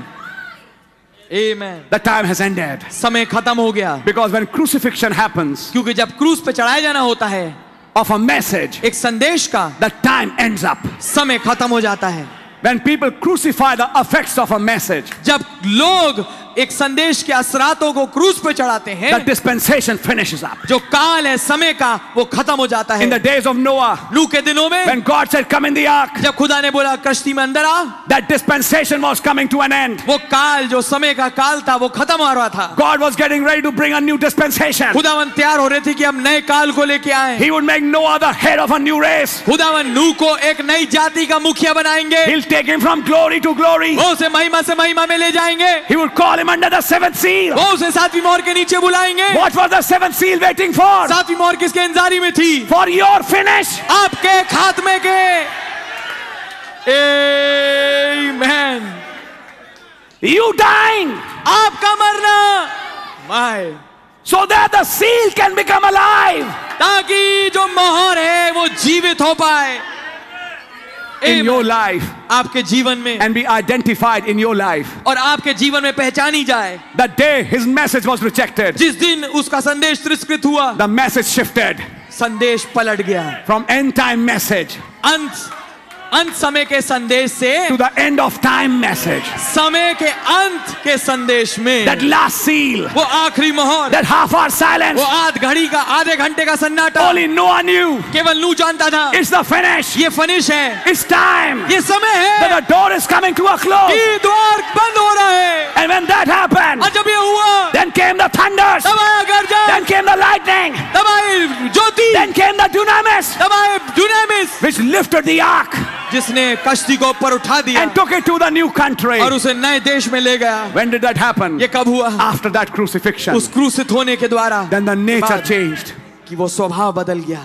[SPEAKER 1] Amen.
[SPEAKER 2] The time has ended.
[SPEAKER 1] समय खत्म हो गया
[SPEAKER 2] Because when crucifixion happens
[SPEAKER 1] क्योंकि जब क्रूस पे चढ़ाया जाना होता है
[SPEAKER 2] of a message,
[SPEAKER 1] एक संदेश का
[SPEAKER 2] the time ends up.
[SPEAKER 1] समय खत्म हो जाता है
[SPEAKER 2] When people crucify the effects of a message,
[SPEAKER 1] जब लोग एक संदेश के असरातों को क्रूस पे चढ़ाते
[SPEAKER 2] the
[SPEAKER 1] हैं
[SPEAKER 2] dispensation finishes up.
[SPEAKER 1] जो काल है समय का वो खत्म हो जाता है
[SPEAKER 2] In the days of Noah,
[SPEAKER 1] नू के दिनों में
[SPEAKER 2] when God said, Come in the ark,
[SPEAKER 1] जब खुदा ने बोला कश्ती में अंदर आ
[SPEAKER 2] that dispensation was coming to an end.
[SPEAKER 1] वो काल जो समय का काल था वो खत्म हो रहा था
[SPEAKER 2] God was getting ready to bring a new dispensation.
[SPEAKER 1] खुदावन तैयार हो रहे थे कि हम नए काल को लेके आए
[SPEAKER 2] He would make Noah the head of a new race.
[SPEAKER 1] खुदावन नू को एक नई जाति का मुखिया बनाएंगे
[SPEAKER 2] He'll take him from glory to glory.
[SPEAKER 1] वो उसे महिमा से महिमा में ले जाएंगे
[SPEAKER 2] He will call him under the seventh seal.
[SPEAKER 1] वो उसे सातवीं मोहर के नीचे बुलाएंगे
[SPEAKER 2] What was the seventh seal waiting for?
[SPEAKER 1] सातवीं मोहर किसके इंतजारी में थी
[SPEAKER 2] For your finish.
[SPEAKER 1] आपके खात्मे के Amen.
[SPEAKER 2] You dying.
[SPEAKER 1] आपका मरना my
[SPEAKER 2] so that the seal can become alive
[SPEAKER 1] ताकि जो मोहर है वो जीवित हो पाए
[SPEAKER 2] in
[SPEAKER 1] Amen.
[SPEAKER 2] your life
[SPEAKER 1] आपके जीवन में
[SPEAKER 2] and be identified in your life.
[SPEAKER 1] और आपके जीवन में पहचानी जाए
[SPEAKER 2] The day his message was rejected,
[SPEAKER 1] जिस दिन उसका संदेश तिरस्कृत हुआ
[SPEAKER 2] the message shifted
[SPEAKER 1] संदेश पलट गया
[SPEAKER 2] from end time message
[SPEAKER 1] अंत अंत समय के संदेश से
[SPEAKER 2] to the end of time message.
[SPEAKER 1] समय के अंत के संदेश में
[SPEAKER 2] That last seal,
[SPEAKER 1] वो आखिरी मोहर
[SPEAKER 2] that half hour silence,
[SPEAKER 1] वो आध घड़ी का आधे घंटे का सन्नाटा
[SPEAKER 2] only Noah knew.
[SPEAKER 1] केवल नू जानता था
[SPEAKER 2] It's the finish.
[SPEAKER 1] ये फिनिश है
[SPEAKER 2] It's time.
[SPEAKER 1] ये समय है
[SPEAKER 2] That the door is coming to a close.
[SPEAKER 1] कि द्वार बंद हो रहा है
[SPEAKER 2] And when that happened,
[SPEAKER 1] और जब ये हुआ
[SPEAKER 2] then came the thunders,
[SPEAKER 1] तब आया गर्जन
[SPEAKER 2] then came the lightning,
[SPEAKER 1] तब आई ज्योति
[SPEAKER 2] then came the dunamis,
[SPEAKER 1] तब आए डुनेमिस
[SPEAKER 2] which lifted the ark
[SPEAKER 1] जिसने कश्ती को ऊपर उठा दिया
[SPEAKER 2] and took it to the new country.
[SPEAKER 1] और उसे नए देश में ले गया
[SPEAKER 2] When did that happen?
[SPEAKER 1] ये कब हुआ
[SPEAKER 2] After that crucifixion.
[SPEAKER 1] उस क्रूसित होने के द्वारा
[SPEAKER 2] Then the nature
[SPEAKER 1] बाद
[SPEAKER 2] changed.
[SPEAKER 1] कि वो स्वभाव बदल गया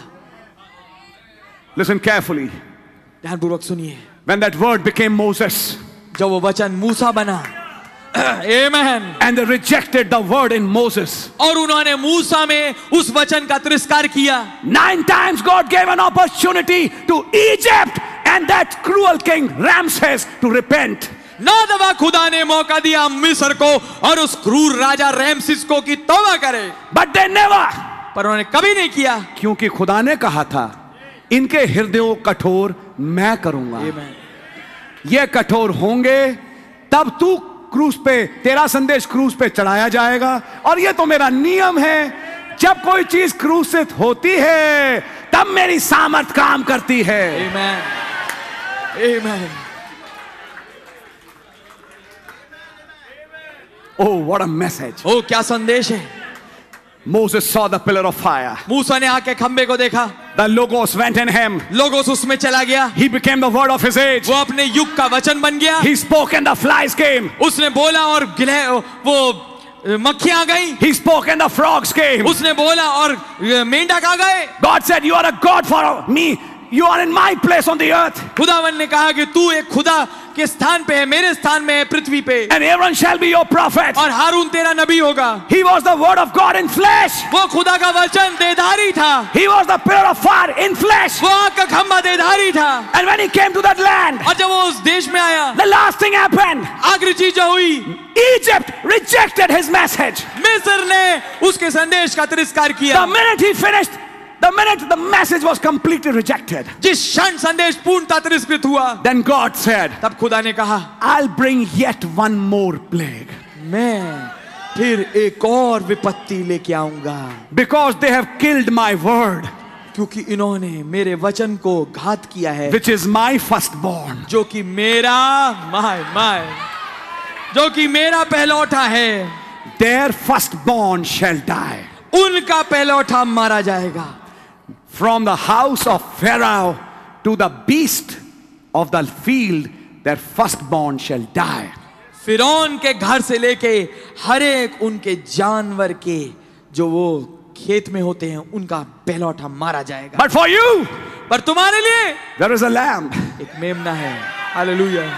[SPEAKER 2] Listen carefully.
[SPEAKER 1] ध्यानपूर्वक सुनिए
[SPEAKER 2] when that word became Moses
[SPEAKER 1] जब वो वचन मूसा बना Amen.
[SPEAKER 2] and they rejected the word in Moses.
[SPEAKER 1] और उन्होंने मूसा में उस वचन का तिरस्कार किया
[SPEAKER 2] Nine times God gave an opportunity to Egypt and that cruel king Ramses to repent.
[SPEAKER 1] नौ दफा खुदा ने मौका दिया मिस्र को और उस क्रूर राजा रैमसिस को कि तौबा करे
[SPEAKER 2] But they never.
[SPEAKER 1] पर उन्होंने कभी नहीं किया
[SPEAKER 2] क्योंकि खुदा ने कहा था इनके हृदयों कठोर मैं करूंगा ये कठोर होंगे तब तू क्रूस पे तेरा संदेश क्रूस पे चढ़ाया जाएगा और ये तो मेरा नियम है जब कोई चीज क्रूस से होती है तब मेरी सामर्थ काम करती है
[SPEAKER 1] Amen. Amen.
[SPEAKER 2] Oh what a message
[SPEAKER 1] oh क्या संदेश है
[SPEAKER 2] Moses saw the pillar of fire
[SPEAKER 1] मूसा ने आके खंबे को देखा
[SPEAKER 2] the Logos went in him
[SPEAKER 1] लोगों से उसमें चला गया
[SPEAKER 2] he became the word of his age
[SPEAKER 1] वो अपने युग का वचन बन गया
[SPEAKER 2] he spoke and the flies came
[SPEAKER 1] उसने बोला और गिलह वो मक्खियां आ गई
[SPEAKER 2] he spoke and the frogs केम
[SPEAKER 1] उसने बोला और अ, मेंढक आ गए
[SPEAKER 2] God said, You are a God for me. You are in my place on the earth.
[SPEAKER 1] खुदावन ने कहा कि तू एक खुदा के स्थान पे है मेरे स्थान में है पृथ्वी पे
[SPEAKER 2] And Aaron shall be your prophet.
[SPEAKER 1] और हारून तेरा नबी होगा
[SPEAKER 2] He was the word of God in flesh.
[SPEAKER 1] वो खुदा का वचन देधारी था
[SPEAKER 2] He was the pillar of fire in flesh.
[SPEAKER 1] वो आग का खंबा देधारी था
[SPEAKER 2] And when he came to that land,
[SPEAKER 1] और जब वो उस देश में आया
[SPEAKER 2] the last thing happened.
[SPEAKER 1] आखिरी चीज जो हुई
[SPEAKER 2] Egypt rejected his message.
[SPEAKER 1] मिस्र ने उसके संदेश का तिरस्कार किया
[SPEAKER 2] The minute he finished, the minute the message was completely rejected,
[SPEAKER 1] जिस क्षण संदेश पूर्णतः तिरस्कृत हुआ
[SPEAKER 2] then God said,
[SPEAKER 1] तब खुदा ने कहा
[SPEAKER 2] I'll bring yet one more plague.
[SPEAKER 1] मैं फिर एक और विपत्ति लेके आऊंगा
[SPEAKER 2] Because they have killed my word,
[SPEAKER 1] क्योंकि इन्होंने मेरे वचन को घात किया है
[SPEAKER 2] which is my firstborn.
[SPEAKER 1] जो कि मेरा माय माय जो कि मेरा पहलौठा है
[SPEAKER 2] Their firstborn shall die.
[SPEAKER 1] उनका पहलौठा मारा जाएगा
[SPEAKER 2] from the house of Pharaoh to the beast of the field, their firstborn shall die.
[SPEAKER 1] फिरौन के घर से लेके हर एक उनके जानवर के जो वो खेत में होते हैं उनका पहलौठा मारा जाएगा
[SPEAKER 2] But for you,
[SPEAKER 1] पर तुम्हारे लिए
[SPEAKER 2] there is a lamb
[SPEAKER 1] एक मेमना है hallelujah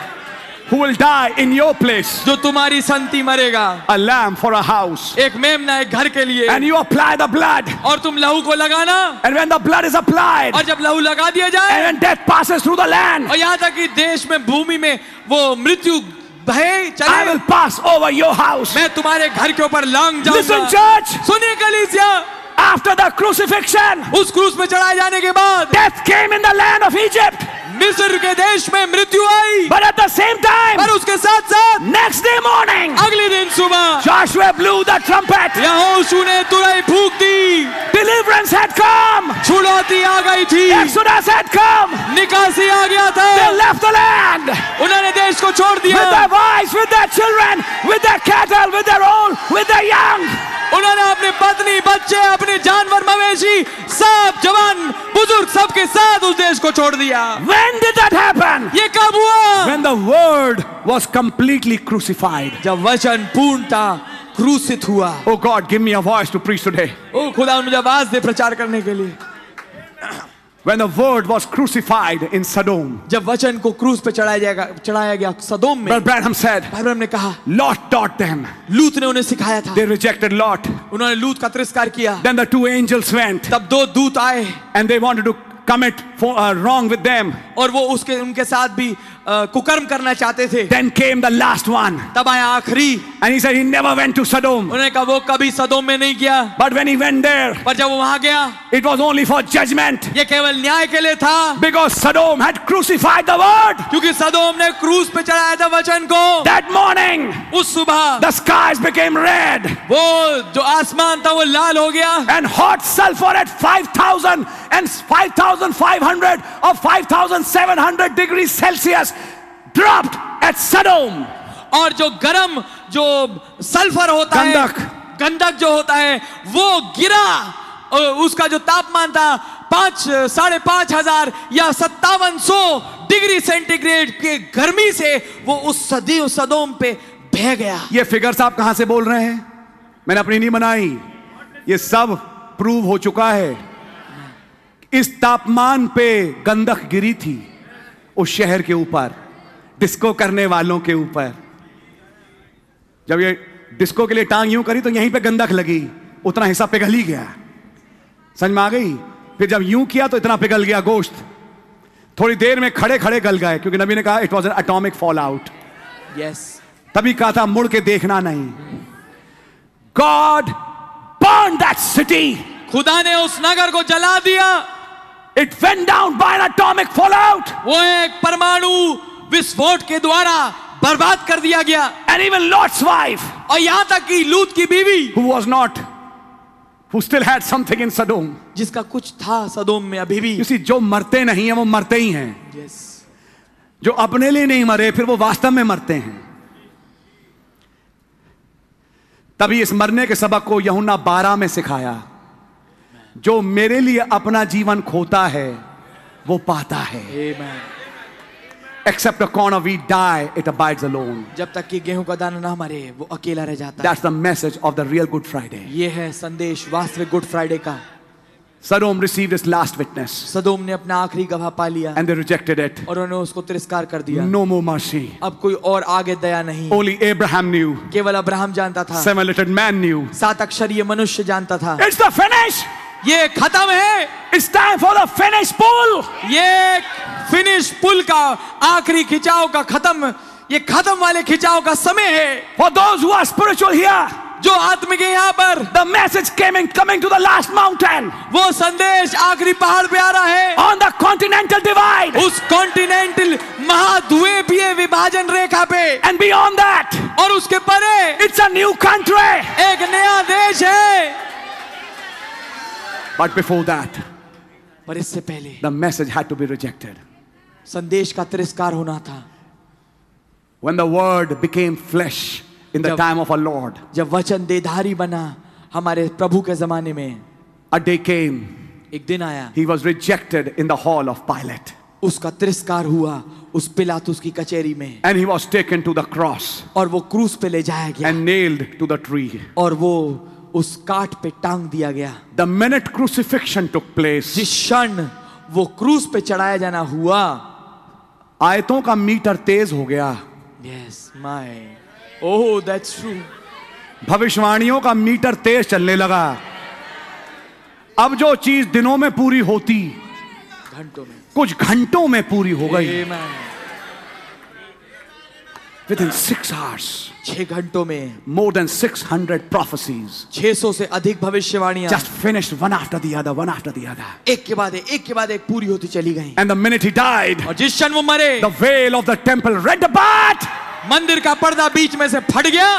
[SPEAKER 2] who will die in your place,
[SPEAKER 1] जो तुम्हारी संति मरेगा
[SPEAKER 2] a lamb for a house.
[SPEAKER 1] एक मेमना है घर के लिए
[SPEAKER 2] And you apply the blood,
[SPEAKER 1] और तुम लहू को लगाना
[SPEAKER 2] and when the blood is applied,
[SPEAKER 1] और जब लहू लगा दिया
[SPEAKER 2] and
[SPEAKER 1] जाए
[SPEAKER 2] when death passes through the land,
[SPEAKER 1] और यहाँ तक कि देश में भूमि में वो मृत्यु भय
[SPEAKER 2] I
[SPEAKER 1] चले
[SPEAKER 2] will pass over your house.
[SPEAKER 1] मैं तुम्हारे घर के ऊपर लांग
[SPEAKER 2] Listen,
[SPEAKER 1] जाऊंगा
[SPEAKER 2] church,
[SPEAKER 1] सुनिए कलीसिया
[SPEAKER 2] after the crucifixion,
[SPEAKER 1] उस क्रूस में चढ़ाए जाने के बाद
[SPEAKER 2] death came in the land of Egypt,
[SPEAKER 1] मिस्र के देश में मृत्यु आई
[SPEAKER 2] but at the same time,
[SPEAKER 1] पर उसके साथ साथ
[SPEAKER 2] next day morning,
[SPEAKER 1] अगले दिन सुबह
[SPEAKER 2] Joshua blew the trumpet.
[SPEAKER 1] यहोशू ने तुरई फूक दी
[SPEAKER 2] Deliverance had come.
[SPEAKER 1] छुड़ौती आ गई थी
[SPEAKER 2] Exodus had come.
[SPEAKER 1] निकासी आ गया था
[SPEAKER 2] They left the land
[SPEAKER 1] उन्होंने देश को छोड़ दिया
[SPEAKER 2] with their wives, with their children, with their cattle, with their old, with their young.
[SPEAKER 1] उन्होंने अपनी पत्नी बच्चे अपने जानवर मवेशी सब जवान बुजुर्ग सबके साथ उस देश को छोड़ दिया
[SPEAKER 2] When did that happen?
[SPEAKER 1] ये कब हुआ
[SPEAKER 2] When the word was completely crucified.
[SPEAKER 1] जब वचन पूर्णता क्रूसित हुआ
[SPEAKER 2] Oh God, give me a voice to preach today.
[SPEAKER 1] ओ खुदा मुझे आवाज दे प्रचार करने के लिए
[SPEAKER 2] When the word was crucified in Sodom,
[SPEAKER 1] जब वचन को क्रूस पे चढ़ाया जाएगा चढ़ाया गया सदोम में
[SPEAKER 2] Brother Branham said,
[SPEAKER 1] भाई ने कहा
[SPEAKER 2] Lot taught them.
[SPEAKER 1] लूत ने उन्हें सिखाया था
[SPEAKER 2] They rejected Lot.
[SPEAKER 1] उन्होंने लूत का तिरस्कार किया
[SPEAKER 2] Then the two angels went
[SPEAKER 1] तब दो दूत आए
[SPEAKER 2] and they wanted to commit for, uh, wrong with them.
[SPEAKER 1] और वो उसके उनके साथ भी अ, कुकर्म करना चाहते थे
[SPEAKER 2] Then came the last one.
[SPEAKER 1] तब आया आखिरी
[SPEAKER 2] And he said he never went to Sodom.
[SPEAKER 1] उन्होंने कहा वो कभी सदोम में नहीं गया
[SPEAKER 2] But when he went there,
[SPEAKER 1] पर जब वो वहां गया
[SPEAKER 2] it was only for judgment
[SPEAKER 1] ये केवल न्याय के लिए था
[SPEAKER 2] because Sodom had crucified the word.
[SPEAKER 1] क्योंकि सदोम ने क्रूस पे चढ़ाया था वचन को
[SPEAKER 2] That morning,
[SPEAKER 1] उस सुबह
[SPEAKER 2] the skies became red
[SPEAKER 1] वो जो आसमान था वो लाल हो गया
[SPEAKER 2] and hot sulfur at 5,000 and 5,500 or 5,700 degrees Celsius dropped at Sodom.
[SPEAKER 1] और जो गरम जो सल्फर होता है
[SPEAKER 2] गंधक।
[SPEAKER 1] गंधक जो होता है वो गिरा और उसका जो तापमान था पांच साढ़े पांच हजार या सत्तावन सौ डिग्री सेंटीग्रेड के गर्मी से वो उस सदी उस सदोम पे बह गया
[SPEAKER 2] ये फिगर्स आप कहां से बोल रहे हैं मैंने अपनी नहीं बनाई ये सब प्रूव हो चुका है इस तापमान पे गंधक गिरी थी उस शहर के ऊपर डिस्को करने वालों के ऊपर जब ये डिस्को के लिए टांग यूं करी तो यहीं पे गंदक लगी उतना हिस्सा पिघल ही गया समझ में आ गई फिर जब यूं किया तो इतना पिघल गया गोश्त थोड़ी देर में खड़े खड़े गल गए क्योंकि नबी ने कहा it was an atomic fall out
[SPEAKER 1] yes
[SPEAKER 2] तभी कहा था मुड़ के देखना नहीं गॉड बर्न दैट सिटी
[SPEAKER 1] खुदा ने उस नगर को जला दिया
[SPEAKER 2] it went down by an atomic fall out
[SPEAKER 1] वो एक परमाणु विस्फोट के द्वारा बर्बाद कर दिया गया
[SPEAKER 2] एंड इवन लॉट्स वाइफ
[SPEAKER 1] और यहाँ तक कि लूत की बीवी
[SPEAKER 2] who was not, who still had something in Sodom.
[SPEAKER 1] जिसका कुछ था सदोम में अभी भी
[SPEAKER 2] You see, जो मरते नहीं हैं वो मरते ही हैं
[SPEAKER 1] यस
[SPEAKER 2] जो अपने लिए नहीं मरे फिर वो वास्तव में मरते हैं तभी इस मरने के सबक को यहुना बारह में सिखाया जो मेरे लिए अपना जीवन खोता है वो पाता है except a corn of we die it abides alone
[SPEAKER 1] जब तक कि गेहूं का दाना ना मरे वो अकेला रह जाता है
[SPEAKER 2] that's the message of the real Good Friday
[SPEAKER 1] ये है संदेश वास्तविक गुड फ्राइडे का
[SPEAKER 2] Sodom receive this last witness
[SPEAKER 1] सदोम ने अपना आखिरी गवाह पा लिया
[SPEAKER 2] एंड दे रिजेक्टेड इट
[SPEAKER 1] और उन्होंने उसको तिरस्कार कर दिया
[SPEAKER 2] नो मोर मर्सी
[SPEAKER 1] अब कोई और आगे दया नहीं
[SPEAKER 2] Only Abraham knew.
[SPEAKER 1] केवल अब्राहम जानता था
[SPEAKER 2] Seven letter man knew.
[SPEAKER 1] सात अक्षर ये मनुष्य जानता था
[SPEAKER 2] It's the finish.
[SPEAKER 1] ये खत्म है
[SPEAKER 2] It's time for the finish pull.
[SPEAKER 1] ये फिनिश पुल का आखिरी खिंचाव का खत्म ये खत्म वाले खिंचाव का समय है
[SPEAKER 2] For those who are spiritual here,
[SPEAKER 1] जो आत्म के यहाँ पर
[SPEAKER 2] the message came in coming to the last mountain
[SPEAKER 1] वो संदेश आखिरी पहाड़ पे आ रहा है
[SPEAKER 2] on the continental divide.
[SPEAKER 1] उस कॉन्टिनेंटल महाधुए पिए विभाजन रेखा पे
[SPEAKER 2] And beyond that,
[SPEAKER 1] और उसके परे
[SPEAKER 2] it's a new country.
[SPEAKER 1] एक नया देश है
[SPEAKER 2] But before that,
[SPEAKER 1] पर इससे पहले
[SPEAKER 2] the message had to be rejected.
[SPEAKER 1] संदेश का तिरस्कार होना था
[SPEAKER 2] When the word became flesh in the
[SPEAKER 1] Jab-
[SPEAKER 2] time of our Lord,
[SPEAKER 1] जब वचन देधारी बना हमारे प्रभु के जमाने में
[SPEAKER 2] a day came,
[SPEAKER 1] एक दिन आया
[SPEAKER 2] he was rejected in the hall of Pilate.
[SPEAKER 1] उसका तिरस्कार हुआ उस पिलातुस की कचहरी में
[SPEAKER 2] And he was taken to the cross
[SPEAKER 1] और वो क्रूस पे ले जाया गया
[SPEAKER 2] and nailed to the tree.
[SPEAKER 1] और वो उस काट पे टांग दिया गया
[SPEAKER 2] The minute crucifixion took place,
[SPEAKER 1] जिस क्षण वो क्रूस पे चढ़ाया जाना हुआ
[SPEAKER 2] आयतों का मीटर तेज हो गया
[SPEAKER 1] yes my oh that's true
[SPEAKER 2] भविष्यवाणियों का मीटर तेज चलने लगा अब जो चीज दिनों में पूरी होती
[SPEAKER 1] घंटों में
[SPEAKER 2] कुछ घंटों में पूरी हो गई
[SPEAKER 1] Amen.
[SPEAKER 2] Within six hours
[SPEAKER 1] छह घंटों में
[SPEAKER 2] more than six hundred prophecies
[SPEAKER 1] 600 से अधिक भविष्यवाणियां
[SPEAKER 2] just finished one after the other one after the other
[SPEAKER 1] एक के बाद एक एक के बाद एक पूरी होती चली गई
[SPEAKER 2] and the minute he died
[SPEAKER 1] और जिस क्षण वो मरे
[SPEAKER 2] the veil of the temple rent apart
[SPEAKER 1] मंदिर का पर्दा बीच में से फट गया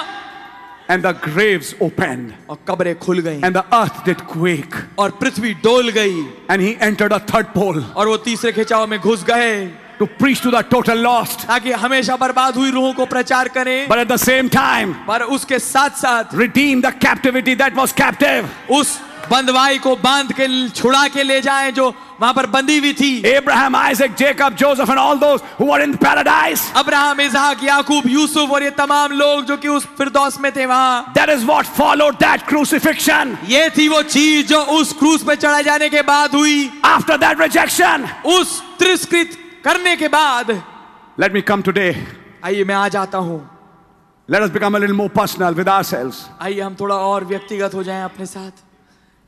[SPEAKER 2] एंड द ग्रेव्स ओपन
[SPEAKER 1] और कब्रें खुल गईं
[SPEAKER 2] and the earth did quake
[SPEAKER 1] और पृथ्वी डोल गई
[SPEAKER 2] and he entered a third pull
[SPEAKER 1] और वो तीसरे खिंचाव में घुस गए
[SPEAKER 2] to preach to the total lost
[SPEAKER 1] ताकि हमेशा बर्बाद हुई रूहों को प्रचार करें
[SPEAKER 2] but at the same time
[SPEAKER 1] पर उसके साथ साथ
[SPEAKER 2] redeem the captivity that was captive.
[SPEAKER 1] उस बंदवाई को बांध के छुड़ा के ले जाएं जो वहां पर बंदी हुई थी
[SPEAKER 2] Abraham, Isaac, Jacob, Joseph, and all those who were in paradise.
[SPEAKER 1] Abraham इसहाक याकूब यूसुफ और ये तमाम लोग जो कि उस फिरदौस में थे वहां
[SPEAKER 2] That is what followed that crucifixion.
[SPEAKER 1] ये थी वो चीज जो उस क्रूज पे चढ़ाए जाने के बाद हुई
[SPEAKER 2] After that rejection,
[SPEAKER 1] उस तिरस्कृत करने के बाद
[SPEAKER 2] let me come today.
[SPEAKER 1] आइए मैं आ जाता हूं
[SPEAKER 2] Let us become a little more personal with ourselves.
[SPEAKER 1] आइए हम थोड़ा और व्यक्तिगत हो जाएं अपने साथ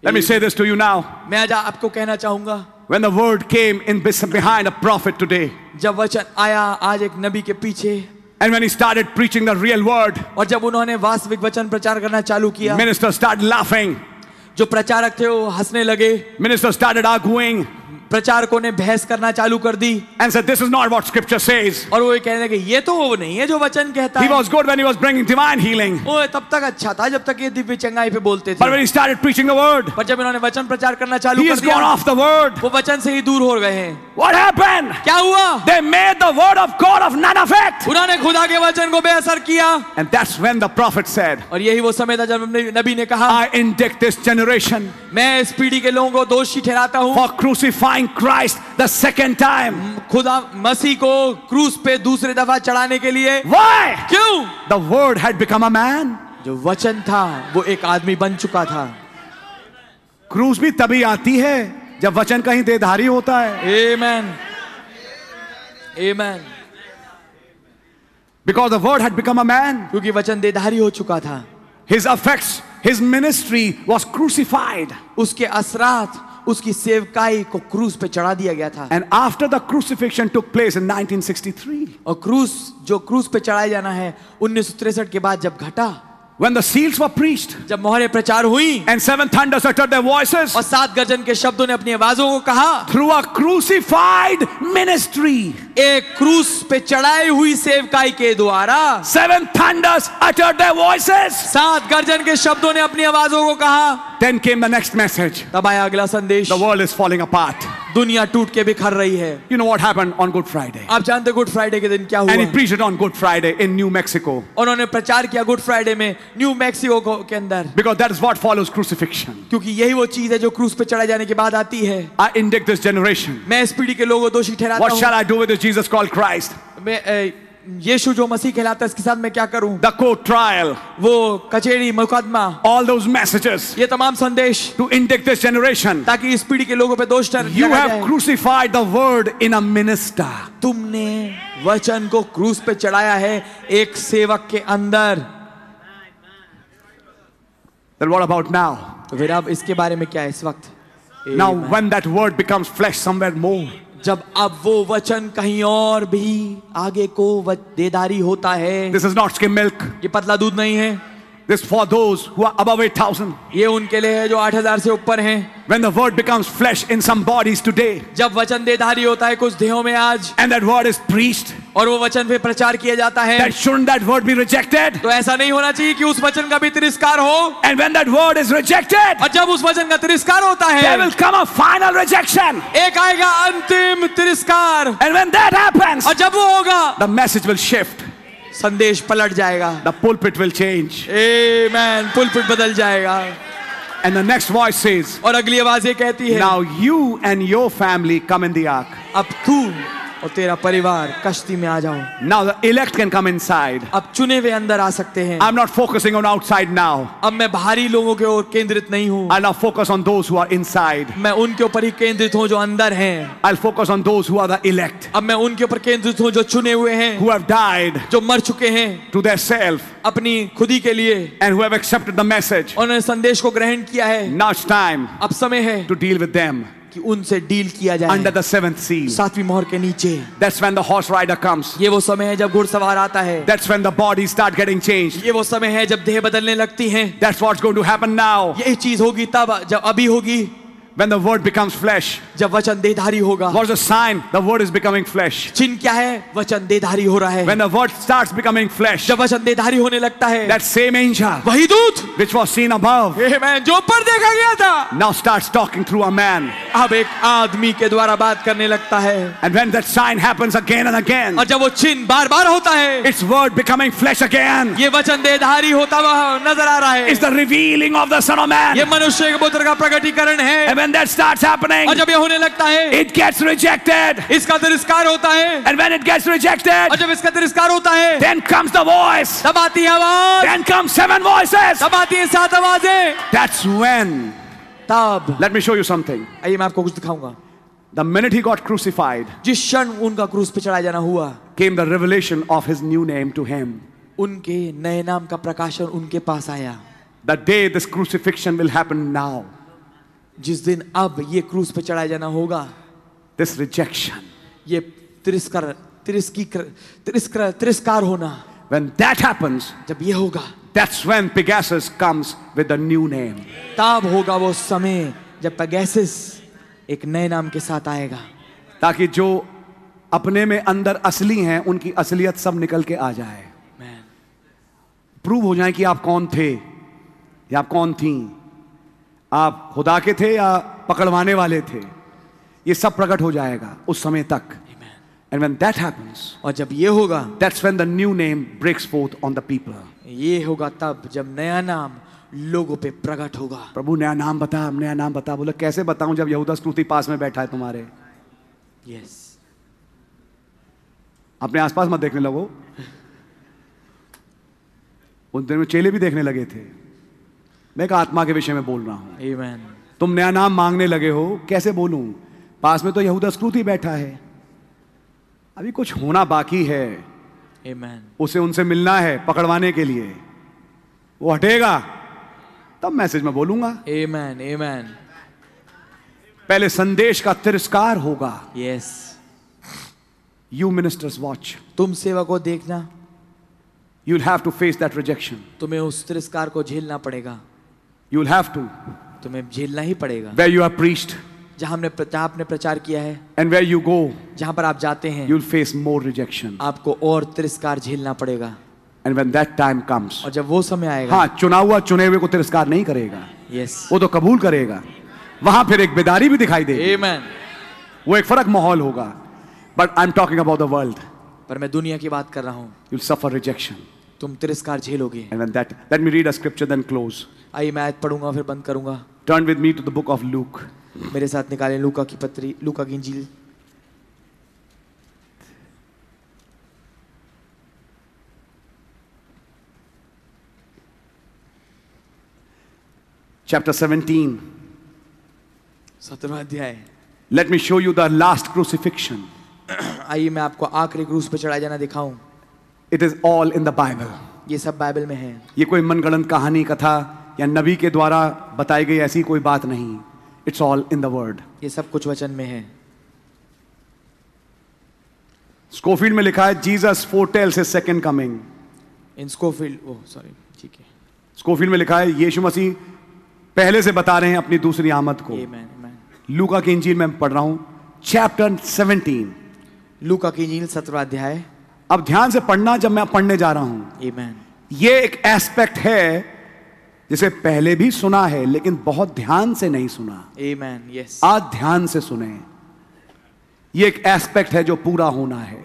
[SPEAKER 2] Let me say this to you now.
[SPEAKER 1] मैं आज आपको कहना चाहूंगा
[SPEAKER 2] When the word came in bes- behind a prophet today,
[SPEAKER 1] जब वचन आया आज एक नबी के पीछे
[SPEAKER 2] and when he started preaching the real word,
[SPEAKER 1] और जब उन्होंने वास्तविक वचन प्रचार करना चालू किया
[SPEAKER 2] ministers started laughing.
[SPEAKER 1] जो प्रचारक थे वो हंसने लगे
[SPEAKER 2] Ministers started arguing
[SPEAKER 1] प्रचारकों ने बहस करना चालू कर दी
[SPEAKER 2] and said, This is not what scripture says.
[SPEAKER 1] और वो ये कहने लगे ये तो वो नहीं है जो वचन कहता
[SPEAKER 2] He
[SPEAKER 1] है
[SPEAKER 2] was good when he was bringing divine healing.
[SPEAKER 1] वो तब तक अच्छा था जब तक ये दिव्य चंगाई पे बोलते
[SPEAKER 2] But when
[SPEAKER 1] थे
[SPEAKER 2] he started preaching the word,
[SPEAKER 1] पर जब इन्होंने वचन प्रचार करना चालू
[SPEAKER 2] He
[SPEAKER 1] कर
[SPEAKER 2] has gone
[SPEAKER 1] दिया
[SPEAKER 2] off the word.
[SPEAKER 1] वो वचन से ही दूर हो गए हैं
[SPEAKER 2] What happened?
[SPEAKER 1] क्या हुआ
[SPEAKER 2] They made the word of God of none effect.
[SPEAKER 1] उन्होंने खुदा के वचन को बेअसर किया
[SPEAKER 2] And that's when the prophet said,
[SPEAKER 1] और यही वो समय था जब हमने- नबी ने कहा
[SPEAKER 2] I indict this generation
[SPEAKER 1] मैं इस पीढ़ी के लोगों को दोषी ठहराता हूँ
[SPEAKER 2] for crucifying Christ the second time.
[SPEAKER 1] खुदा मसीह को क्रूस पे दूसरी दफा चढ़ाने के लिए
[SPEAKER 2] Why?
[SPEAKER 1] क्यों
[SPEAKER 2] The word had become a man.
[SPEAKER 1] जो वचन था वो एक आदमी बन चुका था
[SPEAKER 2] क्रूस भी तभी आती है जब वचन कहीं देधारी होता है
[SPEAKER 1] Amen. Amen.
[SPEAKER 2] Because the word had become a man.
[SPEAKER 1] क्योंकि वचन देधारी हो चुका था
[SPEAKER 2] His effects, his ministry was crucified.
[SPEAKER 1] उसके असरात उसकी सेवकाई को क्रूज पे चढ़ा दिया गया था
[SPEAKER 2] And after the crucifixion took place in 1963,
[SPEAKER 1] और क्रूज जो क्रूज पे चढ़ाया जाना है उन्नीस के बाद जब घटा
[SPEAKER 2] when the seals were preached
[SPEAKER 1] जब मोहरे प्रचार हुई
[SPEAKER 2] and seven thunders uttered their voices
[SPEAKER 1] और सात गर्जन के शब्दों ने अपनी आवाजों को कहा
[SPEAKER 2] through a crucified ministry,
[SPEAKER 1] एक क्रूज पे चढ़ाई हुई सेवकाई के द्वारा
[SPEAKER 2] seven thunders uttered their voices.
[SPEAKER 1] सात गर्जन के शब्दों ने अपनी आवाजों को कहा
[SPEAKER 2] Then came the next message
[SPEAKER 1] तब आया अगला संदेश
[SPEAKER 2] the world is falling apart.
[SPEAKER 1] दुनिया टूट के बिखर रही है
[SPEAKER 2] You know what happened on Good Friday?
[SPEAKER 1] आप जानते हो गुड फ्राइडे के दिन क्या
[SPEAKER 2] And he
[SPEAKER 1] हुआ
[SPEAKER 2] preached it on Good Friday in New Mexico
[SPEAKER 1] उन्होंने प्रचार किया गुड फ्राइडे में न्यू मैक्सिको को- के अंदर
[SPEAKER 2] because that is what follows crucifixion.
[SPEAKER 1] क्योंकि यही वो चीज है जो क्रूज पे चढ़ाए जाने के बाद आती है
[SPEAKER 2] I indict this generation.
[SPEAKER 1] मैं इस पीढ़ी के लोगों को दोषी
[SPEAKER 2] What shall
[SPEAKER 1] ठहराता
[SPEAKER 2] I do with this Jesus called Christ?
[SPEAKER 1] हूँ मैं ए, यीशु जो मसीह कहलाता है इसके साथ मैं क्या करूं
[SPEAKER 2] The court trial,
[SPEAKER 1] वो कचेरी मुकदमा
[SPEAKER 2] all those messages
[SPEAKER 1] ये तमाम संदेश
[SPEAKER 2] to indict this generation.
[SPEAKER 1] ताकि इस पीढ़ी के लोगों पे दोष ठहर-
[SPEAKER 2] You
[SPEAKER 1] लगा
[SPEAKER 2] have
[SPEAKER 1] जाए
[SPEAKER 2] crucified the word in a minister.
[SPEAKER 1] तुमने वचन को क्रूज पे चढ़ाया है एक सेवक के अंदर
[SPEAKER 2] Then what about now?
[SPEAKER 1] तो फिर अब इसके बारे में क्या है इस वक्त
[SPEAKER 2] Now, when that word becomes flesh somewhere more,
[SPEAKER 1] जब अब वो वचन कहीं और भी आगे को व- देदारी होता है
[SPEAKER 2] this is not skim milk.
[SPEAKER 1] ये पतला दूध नहीं है
[SPEAKER 2] This for those who are above 8,000.
[SPEAKER 1] ये उनके लिए है जो 8000 से ऊपर हैं
[SPEAKER 2] When the word becomes flesh in some bodies today,
[SPEAKER 1] जब वचन देधारी होता है कुछ देहों में आज
[SPEAKER 2] and that word is preached,
[SPEAKER 1] और वो वचन पे प्रचार किया जाता है
[SPEAKER 2] that shouldn't that word be rejected?
[SPEAKER 1] तो ऐसा नहीं होना चाहिए कि उस वचन का भी तिरस्कार हो
[SPEAKER 2] And when that word is rejected,
[SPEAKER 1] और जब उस वचन का तिरस्कार होता
[SPEAKER 2] there will
[SPEAKER 1] है
[SPEAKER 2] come a final rejection.
[SPEAKER 1] एक आएगा अंतिम तिरस्कार
[SPEAKER 2] And when that happens,
[SPEAKER 1] और जब वो होगा
[SPEAKER 2] the message will shift,
[SPEAKER 1] संदेश पलट जाएगा
[SPEAKER 2] the pulpit will change.
[SPEAKER 1] Man pulpit बदल जाएगा
[SPEAKER 2] And the next voice says,
[SPEAKER 1] और अगली आवाज ये कहती है
[SPEAKER 2] Now you and your family come in the ark.
[SPEAKER 1] अब तू और तेरा परिवार कश्ती में आ जाओ
[SPEAKER 2] Now the elect can come inside.
[SPEAKER 1] अब चुने हुए अंदर आ सकते हैं
[SPEAKER 2] I'm not focusing on outside now.
[SPEAKER 1] अब मैं बाहरी लोगों के ओर केंद्रित नहीं हूँ
[SPEAKER 2] I'll now focus on those who are inside.
[SPEAKER 1] मैं उनके ऊपर ही केंद्रित हूँ जो अंदर हैं
[SPEAKER 2] I'll focus on those who are the elect,
[SPEAKER 1] अब मैं उनके ऊपर केंद्रित हूँ जो चुने हुए हैं
[SPEAKER 2] who have died
[SPEAKER 1] जो मर चुके हैं
[SPEAKER 2] to their self
[SPEAKER 1] अपनी खुदी के लिए
[SPEAKER 2] and who have accepted the message.
[SPEAKER 1] उन्होंने संदेश को ग्रहण किया है
[SPEAKER 2] Now it's time
[SPEAKER 1] अब समय है
[SPEAKER 2] to deal with them
[SPEAKER 1] कि उनसे डील किया
[SPEAKER 2] under
[SPEAKER 1] जाए
[SPEAKER 2] the seventh seal.
[SPEAKER 1] सातवीं मोहर के नीचे
[SPEAKER 2] That's when the horse rider comes.
[SPEAKER 1] ये वो समय है जब घुड़सवार आता है
[SPEAKER 2] That's when the bodies start getting changed.
[SPEAKER 1] ये वो समय है जब देह बदलने लगती हैं
[SPEAKER 2] That's what's going to happen now
[SPEAKER 1] यही चीज होगी तब जब अभी होगी
[SPEAKER 2] when the word becomes flesh.
[SPEAKER 1] जब वचन देधारी होगा
[SPEAKER 2] What's the sign? The word is becoming flesh.
[SPEAKER 1] चिन्ह क्या है वचन देधारी हो रहा है
[SPEAKER 2] When the word starts becoming flesh,
[SPEAKER 1] जब वचन देधारी होने लगता है
[SPEAKER 2] that same angel
[SPEAKER 1] वही दूत
[SPEAKER 2] which was seen above
[SPEAKER 1] Amen, जो पर देखा गया था
[SPEAKER 2] now starts talking through a man.
[SPEAKER 1] अब एक आदमी के द्वारा बात करने लगता है
[SPEAKER 2] And when that sign happens again and again,
[SPEAKER 1] और जब वो चिन्ह बार बार होता है
[SPEAKER 2] its word becoming flesh again
[SPEAKER 1] ये वचन देधारी होता हुआ नजर आ रहा है
[SPEAKER 2] is the revealing of the Son of
[SPEAKER 1] ये
[SPEAKER 2] Man.
[SPEAKER 1] मनुष्य के पुत्र का प्रकटीकरण है
[SPEAKER 2] And when that starts
[SPEAKER 1] और
[SPEAKER 2] happening,
[SPEAKER 1] जब ये होने लगता है
[SPEAKER 2] it gets rejected.
[SPEAKER 1] इसका तिरस्कार होता है
[SPEAKER 2] And when it gets rejected,
[SPEAKER 1] और जब इसका तिरस्कार होता है
[SPEAKER 2] then comes the voice.
[SPEAKER 1] तब आती है आवाज
[SPEAKER 2] Then come seven voices.
[SPEAKER 1] तब आती है सात आवाजें
[SPEAKER 2] That's when.
[SPEAKER 1] तब
[SPEAKER 2] Let me show you something.
[SPEAKER 1] आइए मैं आपको कुछ दिखाऊंगा
[SPEAKER 2] The minute he got crucified,
[SPEAKER 1] जिस क्षण उनका क्रूस पे चढ़ाया जाना हुआ
[SPEAKER 2] came the revelation of his new name to him.
[SPEAKER 1] उनके नए नाम का प्रकाशन उनके पास आया
[SPEAKER 2] The day this crucifixion will happen now,
[SPEAKER 1] जिस दिन अब ये क्रूस पे चढ़ाया जाना होगा
[SPEAKER 2] this rejection.
[SPEAKER 1] ये तिरस्कार तिरस्की तिरस्कार तिरस्कार होना
[SPEAKER 2] When that happens,
[SPEAKER 1] जब ये होगा
[SPEAKER 2] that's when Pegasus comes with the new name.
[SPEAKER 1] तब होगा वो समय जब पैगेसिस एक नए नाम के साथ आएगा
[SPEAKER 2] ताकि जो अपने में अंदर असली हैं उनकी असलियत सब निकल के आ जाए
[SPEAKER 1] मैन
[SPEAKER 2] प्रूव हो जाए कि आप कौन थे या आप कौन थी आप खुदा के थे या पकड़वाने वाले थे ये सब प्रकट हो जाएगा उस समय तक एंड when that happens
[SPEAKER 1] और जब ये होगा
[SPEAKER 2] that's when the new name breaks forth on the people
[SPEAKER 1] ये होगा तब जब नया नाम लोगों पे प्रकट होगा
[SPEAKER 2] प्रभु नया नाम बता नया नाम बता बोला कैसे बताऊं जब यहूदा स्कृति पास में बैठा है तुम्हारे
[SPEAKER 1] यस
[SPEAKER 2] अपने आसपास मत देखने लगो उन दिन में चेले भी देखने लगे थे मैं एक आत्मा के विषय में बोल रहा हूं
[SPEAKER 1] आमेन
[SPEAKER 2] तुम नया नाम मांगने लगे हो कैसे बोलूं पास में तो यहूदा स्क्रूती बैठा है अभी कुछ होना बाकी है
[SPEAKER 1] Amen.
[SPEAKER 2] उसे उनसे मिलना है पकड़वाने के लिए वो हटेगा तब मैसेज में बोलूंगा
[SPEAKER 1] Amen. Amen.
[SPEAKER 2] पहले संदेश का तिरस्कार होगा
[SPEAKER 1] Yes.
[SPEAKER 2] यू मिनिस्टर्स वॉच
[SPEAKER 1] तुम सेवा को देखना
[SPEAKER 2] you have to face that rejection
[SPEAKER 1] तुम्हें उस तिरस्कार को झेलना पड़ेगा
[SPEAKER 2] यू विल हैव टू
[SPEAKER 1] तुम्हें झेलना ही पड़ेगा
[SPEAKER 2] वेर यू आर प्रीस्ट
[SPEAKER 1] जहां हमने जहां आपने प्रचार किया है
[SPEAKER 2] एंड वेर यू गो
[SPEAKER 1] जहां पर आप जाते हैं
[SPEAKER 2] you will face more rejection
[SPEAKER 1] आपको और तिरस्कार झेलना पड़ेगा
[SPEAKER 2] and when that time comes
[SPEAKER 1] और जब वो समय आएगा
[SPEAKER 2] हाँ चुना हुआ चुने हुए को तिरस्कार नहीं करेगा
[SPEAKER 1] यस
[SPEAKER 2] वो तो कबूल करेगा वहां फिर एक बेदारी भी दिखाई देगी
[SPEAKER 1] Amen.
[SPEAKER 2] वो एक फर्क माहौल होगा but I am talking about the world you
[SPEAKER 1] पर मैं दुनिया की बात कर रहा हूं
[SPEAKER 2] विल सफर रिजेक्शन
[SPEAKER 1] तुम तिरस्कार झेलोगे
[SPEAKER 2] and when that let me read a scripture then close
[SPEAKER 1] आइए मैं आज पढ़ूंगा फिर बंद करूंगा
[SPEAKER 2] turn with me to the book of Luke
[SPEAKER 1] मेरे साथ निकालें लूका की पत्री लूका की इंजील
[SPEAKER 2] chapter 17
[SPEAKER 1] सत्रह अध्याय
[SPEAKER 2] let me show you the last crucifixion
[SPEAKER 1] आइए मैं आपको आखिरी क्रूस पर चढ़ाए जाना दिखाऊं
[SPEAKER 2] it is all in the bible
[SPEAKER 1] ये सब बाइबल में है
[SPEAKER 2] ये कोई मनगढ़ंत कहानी कथा या नबी के द्वारा बताई गई ऐसी कोई बात नहीं it's all in the word
[SPEAKER 1] ये सब कुछ वचन में है
[SPEAKER 2] स्कोफील्ड में लिखा है Jesus foretells his second coming
[SPEAKER 1] in Scofield oh sorry oh, ठीक है
[SPEAKER 2] स्कोफील्ड में लिखा है यीशु मसीह पहले से बता रहे हैं अपनी दूसरी आमद को
[SPEAKER 1] आमेन आमेन
[SPEAKER 2] लूका की इंजील में पढ़ रहा हूं चैप्टर 17
[SPEAKER 1] लूका की इंजील सत्रह अध्याय
[SPEAKER 2] अब ध्यान से पढ़ना जब मैं पढ़ने जा रहा हूं
[SPEAKER 1] आमेन
[SPEAKER 2] ये एक एस्पेक्ट है जिसे पहले भी सुना है लेकिन बहुत ध्यान से नहीं सुना
[SPEAKER 1] आमेन यस
[SPEAKER 2] आज ध्यान से सुने ये एक एस्पेक्ट है जो पूरा होना है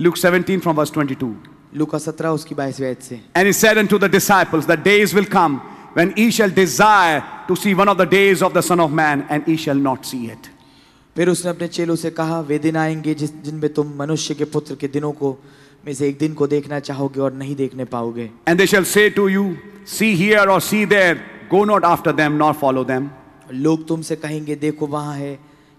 [SPEAKER 2] लुक 17 फ्रॉम वर्स 22 एंड
[SPEAKER 1] लूका सत्रह उसकी बाईस वैद से
[SPEAKER 2] ही said and to the disciples the days will come when ye shall desire to see one of the days of the son of man and ye shall not see it
[SPEAKER 1] फिर उसने अपने चेलों से कहा वे दिन आएंगे जिस जिनमें तुम मनुष्य के पुत्र के दिनों को में से एक दिन को देखना चाहोगे और नहीं देखने पाओगे
[SPEAKER 2] and they shall say to you see here और see there go not after them not follow them
[SPEAKER 1] लोग तुमसे कहेंगे देखो वहाँ है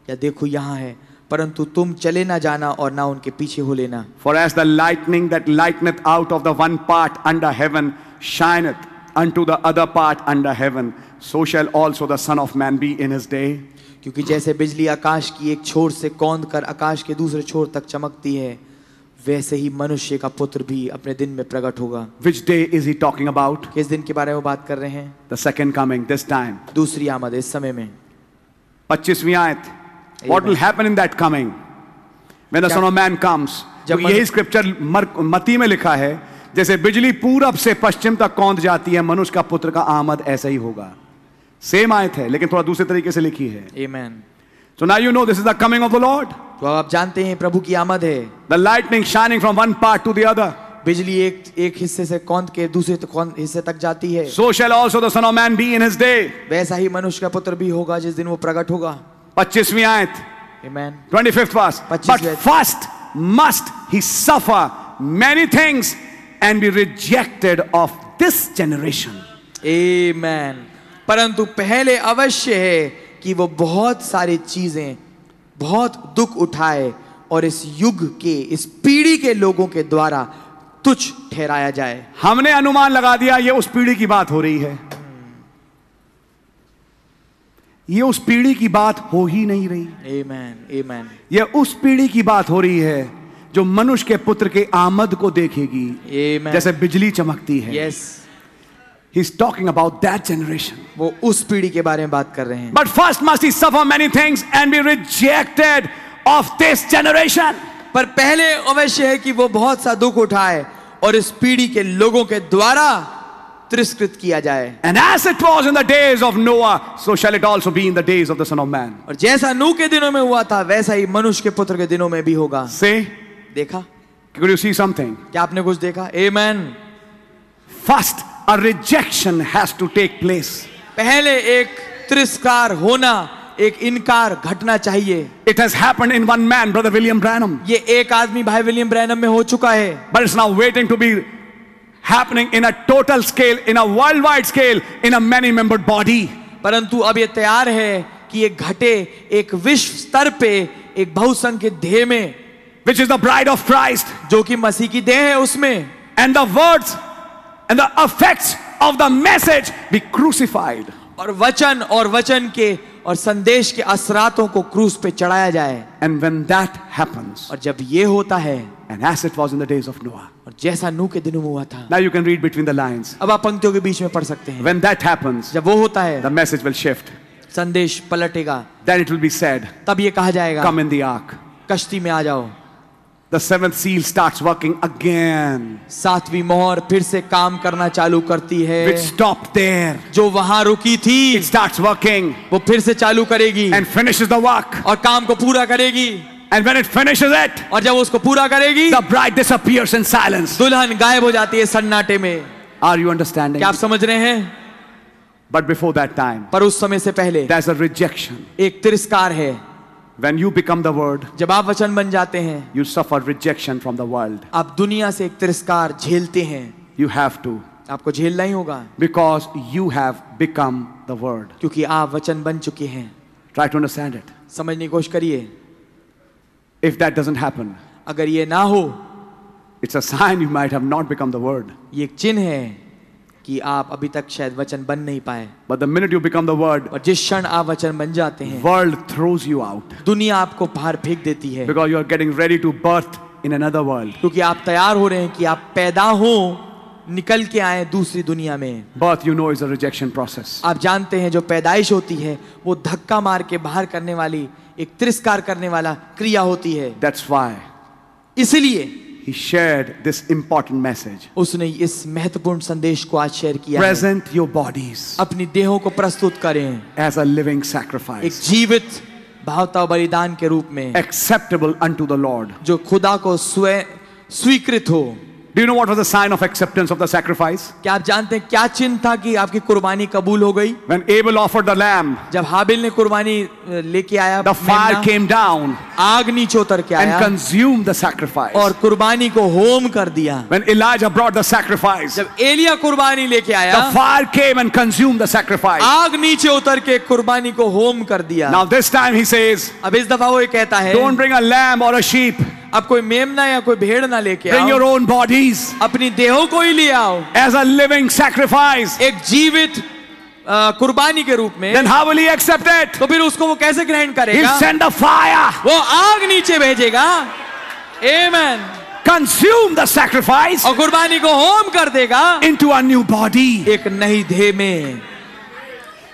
[SPEAKER 1] या देखो यहाँ है परंतु तुम चले ना जाना और ना उनके पीछे हो लेना
[SPEAKER 2] For as the lightning that lighteneth out of the one part under heaven shineth unto the other part under heaven, so shall also the Son of Man be in his day.
[SPEAKER 1] क्योंकि जैसे बिजली आकाश की एक छोर से कौंद कर आकाश के दूसरे छोर तक चमकती है वैसे ही मनुष्य का पुत्र भी अपने दिन में प्रकट होगा
[SPEAKER 2] Which day is he talking about?
[SPEAKER 1] किस दिन के बारे में बात कर रहे हैं
[SPEAKER 2] The second coming, this time.
[SPEAKER 1] दूसरी आमद इस समय में
[SPEAKER 2] 25वीं आयत. What will happen in that coming? When the
[SPEAKER 1] जब-
[SPEAKER 2] Son of Man comes.
[SPEAKER 1] जब
[SPEAKER 2] तो
[SPEAKER 1] मनु-
[SPEAKER 2] यही स्क्रिप्चर मती में लिखा है जैसे बिजली पूरब से पश्चिम तक कौंद जाती है मनुष्य का पुत्र का आमद ऐसा ही होगा सेम आयत है लेकिन थोड़ा दूसरे तरीके से लिखी है
[SPEAKER 1] Amen.
[SPEAKER 2] So now you know this is the coming of the Lord.
[SPEAKER 1] तो अब आप जानते हैं प्रभु की आमद है
[SPEAKER 2] The lightning shining from one part to the other.
[SPEAKER 1] बिजली एक एक हिस्से से कौंद के दूसरे तक- कौंद हिस्से तक जाती है
[SPEAKER 2] So shall also the Son of Man be in his day.
[SPEAKER 1] वैसा ही मनुष्य का पुत्र भी होगा जिस दिन वो प्रकट होगा
[SPEAKER 2] 25वीं आयत,
[SPEAKER 1] Amen.
[SPEAKER 2] 25th verse.
[SPEAKER 1] 25वीं
[SPEAKER 2] But
[SPEAKER 1] आयत।
[SPEAKER 2] first must he suffer many things and be rejected of this generation.
[SPEAKER 1] Amen. परंतु पहले अवश्य है कि वो बहुत सारी चीजें बहुत दुख उठाए और इस युग के इस पीढ़ी के लोगों के द्वारा तुच्छ ठहराया जाए
[SPEAKER 2] हमने अनुमान लगा दिया ये उस पीढ़ी की बात हो रही है ये उस पीढ़ी की बात हो ही नहीं रही
[SPEAKER 1] Amen. Amen.
[SPEAKER 2] ये उस पीढ़ी की बात हो रही है जो मनुष्य के पुत्र के आमद को देखेगी
[SPEAKER 1] Amen.
[SPEAKER 2] जैसे बिजली चमकती है
[SPEAKER 1] Yes.
[SPEAKER 2] He's talking about that generation.
[SPEAKER 1] वो उस पीढ़ी के बारे में बात कर रहे हैं
[SPEAKER 2] But first must he suffer many things and be rejected of this generation.
[SPEAKER 1] पर पहले अवश्य है कि वो बहुत सा दुख उठाए और इस पीढ़ी के लोगों के द्वारा तिरस्कृत किया जाए
[SPEAKER 2] And as it was in the days of Noah, so shall it also be in the days of the Son of Man.
[SPEAKER 1] और जैसा नू के दिनों में हुआ था वैसा ही मनुष्य के पुत्र के दिनों में भी होगा
[SPEAKER 2] Say,
[SPEAKER 1] देखा
[SPEAKER 2] could you see something?
[SPEAKER 1] क्या आपने कुछ देखा Amen.
[SPEAKER 2] First, a rejection has to take place.
[SPEAKER 1] पहले एक तिरस्कार होना एक इनकार घटना चाहिए
[SPEAKER 2] It has happened in one man, Brother William Branham,
[SPEAKER 1] ये एक आदमी भाई विलियम ब्रैनम में हो चुका है
[SPEAKER 2] but it's now waiting to be happening in a total scale, in a worldwide scale, in a many membered body.
[SPEAKER 1] परंतु अब ये तैयार है कि ये घटे एक विश्व स्तर पे एक बहुसंघ के देह में
[SPEAKER 2] which is the bride of Christ,
[SPEAKER 1] जो कि मसीह की देह है उसमें
[SPEAKER 2] and the words and the effects of the message be crucified.
[SPEAKER 1] और वचन और वचन के और संदेश के असरातों को क्रूस पे चढ़ाया जाए
[SPEAKER 2] And when that happens,
[SPEAKER 1] और जब ये होता है
[SPEAKER 2] and as it was in the days of Noah,
[SPEAKER 1] और जैसा नू के दिनों में हुआ था
[SPEAKER 2] now you can read between the lines.
[SPEAKER 1] अब आप पंक्तियों के बीच में पढ़ सकते हैं
[SPEAKER 2] When that happens,
[SPEAKER 1] जब वो होता
[SPEAKER 2] the
[SPEAKER 1] है
[SPEAKER 2] message will shift.
[SPEAKER 1] संदेश पलटेगा
[SPEAKER 2] Then it will be said,
[SPEAKER 1] तब ये कहा जाएगा
[SPEAKER 2] Come in the ark.
[SPEAKER 1] कश्ती में आ जाओ
[SPEAKER 2] The seventh seal starts working again,
[SPEAKER 1] सातवीं मोहर फिर से काम करना चालू करती है
[SPEAKER 2] which stopped there.
[SPEAKER 1] जो वहां रुकी थी
[SPEAKER 2] It starts working
[SPEAKER 1] वो फिर से चालू करेगी
[SPEAKER 2] and finishes the work.
[SPEAKER 1] और काम को पूरा करेगी
[SPEAKER 2] And when it finishes it,
[SPEAKER 1] और जब उसको पूरा करेगी
[SPEAKER 2] the bride disappears in silence.
[SPEAKER 1] दुल्हन गायब हो जाती है सन्नाटे में
[SPEAKER 2] Are you understanding?
[SPEAKER 1] क्या आप समझ रहे हैं
[SPEAKER 2] But before that time,
[SPEAKER 1] पर उस समय से पहले
[SPEAKER 2] there's a rejection.
[SPEAKER 1] एक तिरस्कार है
[SPEAKER 2] When you become the word,
[SPEAKER 1] जब आप वचन बन जाते हैं
[SPEAKER 2] you suffer rejection from the world.
[SPEAKER 1] आप दुनिया से एक तिरस्कार झेलते हैं
[SPEAKER 2] You have to,
[SPEAKER 1] आपको झेलना ही होगा
[SPEAKER 2] because you have become the word.
[SPEAKER 1] क्योंकि आप वचन बन चुके हैं
[SPEAKER 2] Try to understand it.
[SPEAKER 1] समझने की कोशिश करिए
[SPEAKER 2] If that doesn't happen,
[SPEAKER 1] अगर ये ना हो
[SPEAKER 2] it's a sign you might have not become the word.
[SPEAKER 1] ये एक चिन्ह है कि आप अभी तक शायद वचन बन नहीं पाए
[SPEAKER 2] But the minute you become the word,
[SPEAKER 1] और जिस क्षण आप वचन बन जाते हैं
[SPEAKER 2] world throws you out
[SPEAKER 1] दुनिया आपको बाहर फेंक देती है
[SPEAKER 2] because you are getting ready to birth in another world.
[SPEAKER 1] क्योंकि आप तैयार हो रहे हैं कि आप पैदा हो निकल के आए दूसरी दुनिया में
[SPEAKER 2] Birth, you know, is a rejection process.
[SPEAKER 1] आप जानते हैं जो पैदाइश होती है वो धक्का मार के बाहर करने वाली एक तिरस्कार करने वाला क्रिया होती है
[SPEAKER 2] That's why
[SPEAKER 1] इसलिए
[SPEAKER 2] he shared this important message.
[SPEAKER 1] उसने इस महत्वपूर्ण संदेश को आज शेयर किया है।
[SPEAKER 2] Present your bodies
[SPEAKER 1] अपनी देहों को प्रस्तुत करें
[SPEAKER 2] as a living
[SPEAKER 1] एक
[SPEAKER 2] sacrifice,
[SPEAKER 1] जीवित भावता बलिदान के रूप में
[SPEAKER 2] acceptable unto the Lord.
[SPEAKER 1] जो खुदा को स्वयं स्वीकृत हो
[SPEAKER 2] Do you know what was the sign of acceptance of the sacrifice?
[SPEAKER 1] क्या आप जानते हैं क्या चिन्ह था कि आपकी कुर्बानी कबूल हो गई
[SPEAKER 2] When Abel offered the lamb,
[SPEAKER 1] जब हाबिल ने कुर्बानी अ, लेके आया
[SPEAKER 2] the fire
[SPEAKER 1] मेमना,
[SPEAKER 2] came down
[SPEAKER 1] आग नीचे उतर के
[SPEAKER 2] and
[SPEAKER 1] आया
[SPEAKER 2] consumed the sacrifice.
[SPEAKER 1] और कुर्बानी को होम कर दिया
[SPEAKER 2] When Elijah brought the sacrifice, the
[SPEAKER 1] जब एलिया कुर्बानी लेके आया
[SPEAKER 2] fire came and consumed the sacrifice.
[SPEAKER 1] आग नीचे उतर के कुर्बानी को होम कर दिया
[SPEAKER 2] Now, this time he says,
[SPEAKER 1] अब इस दफा वो ये कहता है
[SPEAKER 2] Don't bring a lamb or a sheep,
[SPEAKER 1] अब कोई मेमना या कोई भेड़ ना लेके
[SPEAKER 2] bring your
[SPEAKER 1] आओ
[SPEAKER 2] own bodies
[SPEAKER 1] अपनी देहों को ही ले आओ
[SPEAKER 2] as a living sacrifice.
[SPEAKER 1] एक जीवित अ, कुर्बानी के रूप में
[SPEAKER 2] Then, how will he accept it?
[SPEAKER 1] तो फिर उसको वो कैसे ग्रहण
[SPEAKER 2] He'll
[SPEAKER 1] करेगा
[SPEAKER 2] send the fire,
[SPEAKER 1] वो आग नीचे भेजेगा एमन
[SPEAKER 2] consume the sacrifice
[SPEAKER 1] और कुर्बानी को होम कर देगा
[SPEAKER 2] into a new body.
[SPEAKER 1] एक नई देह में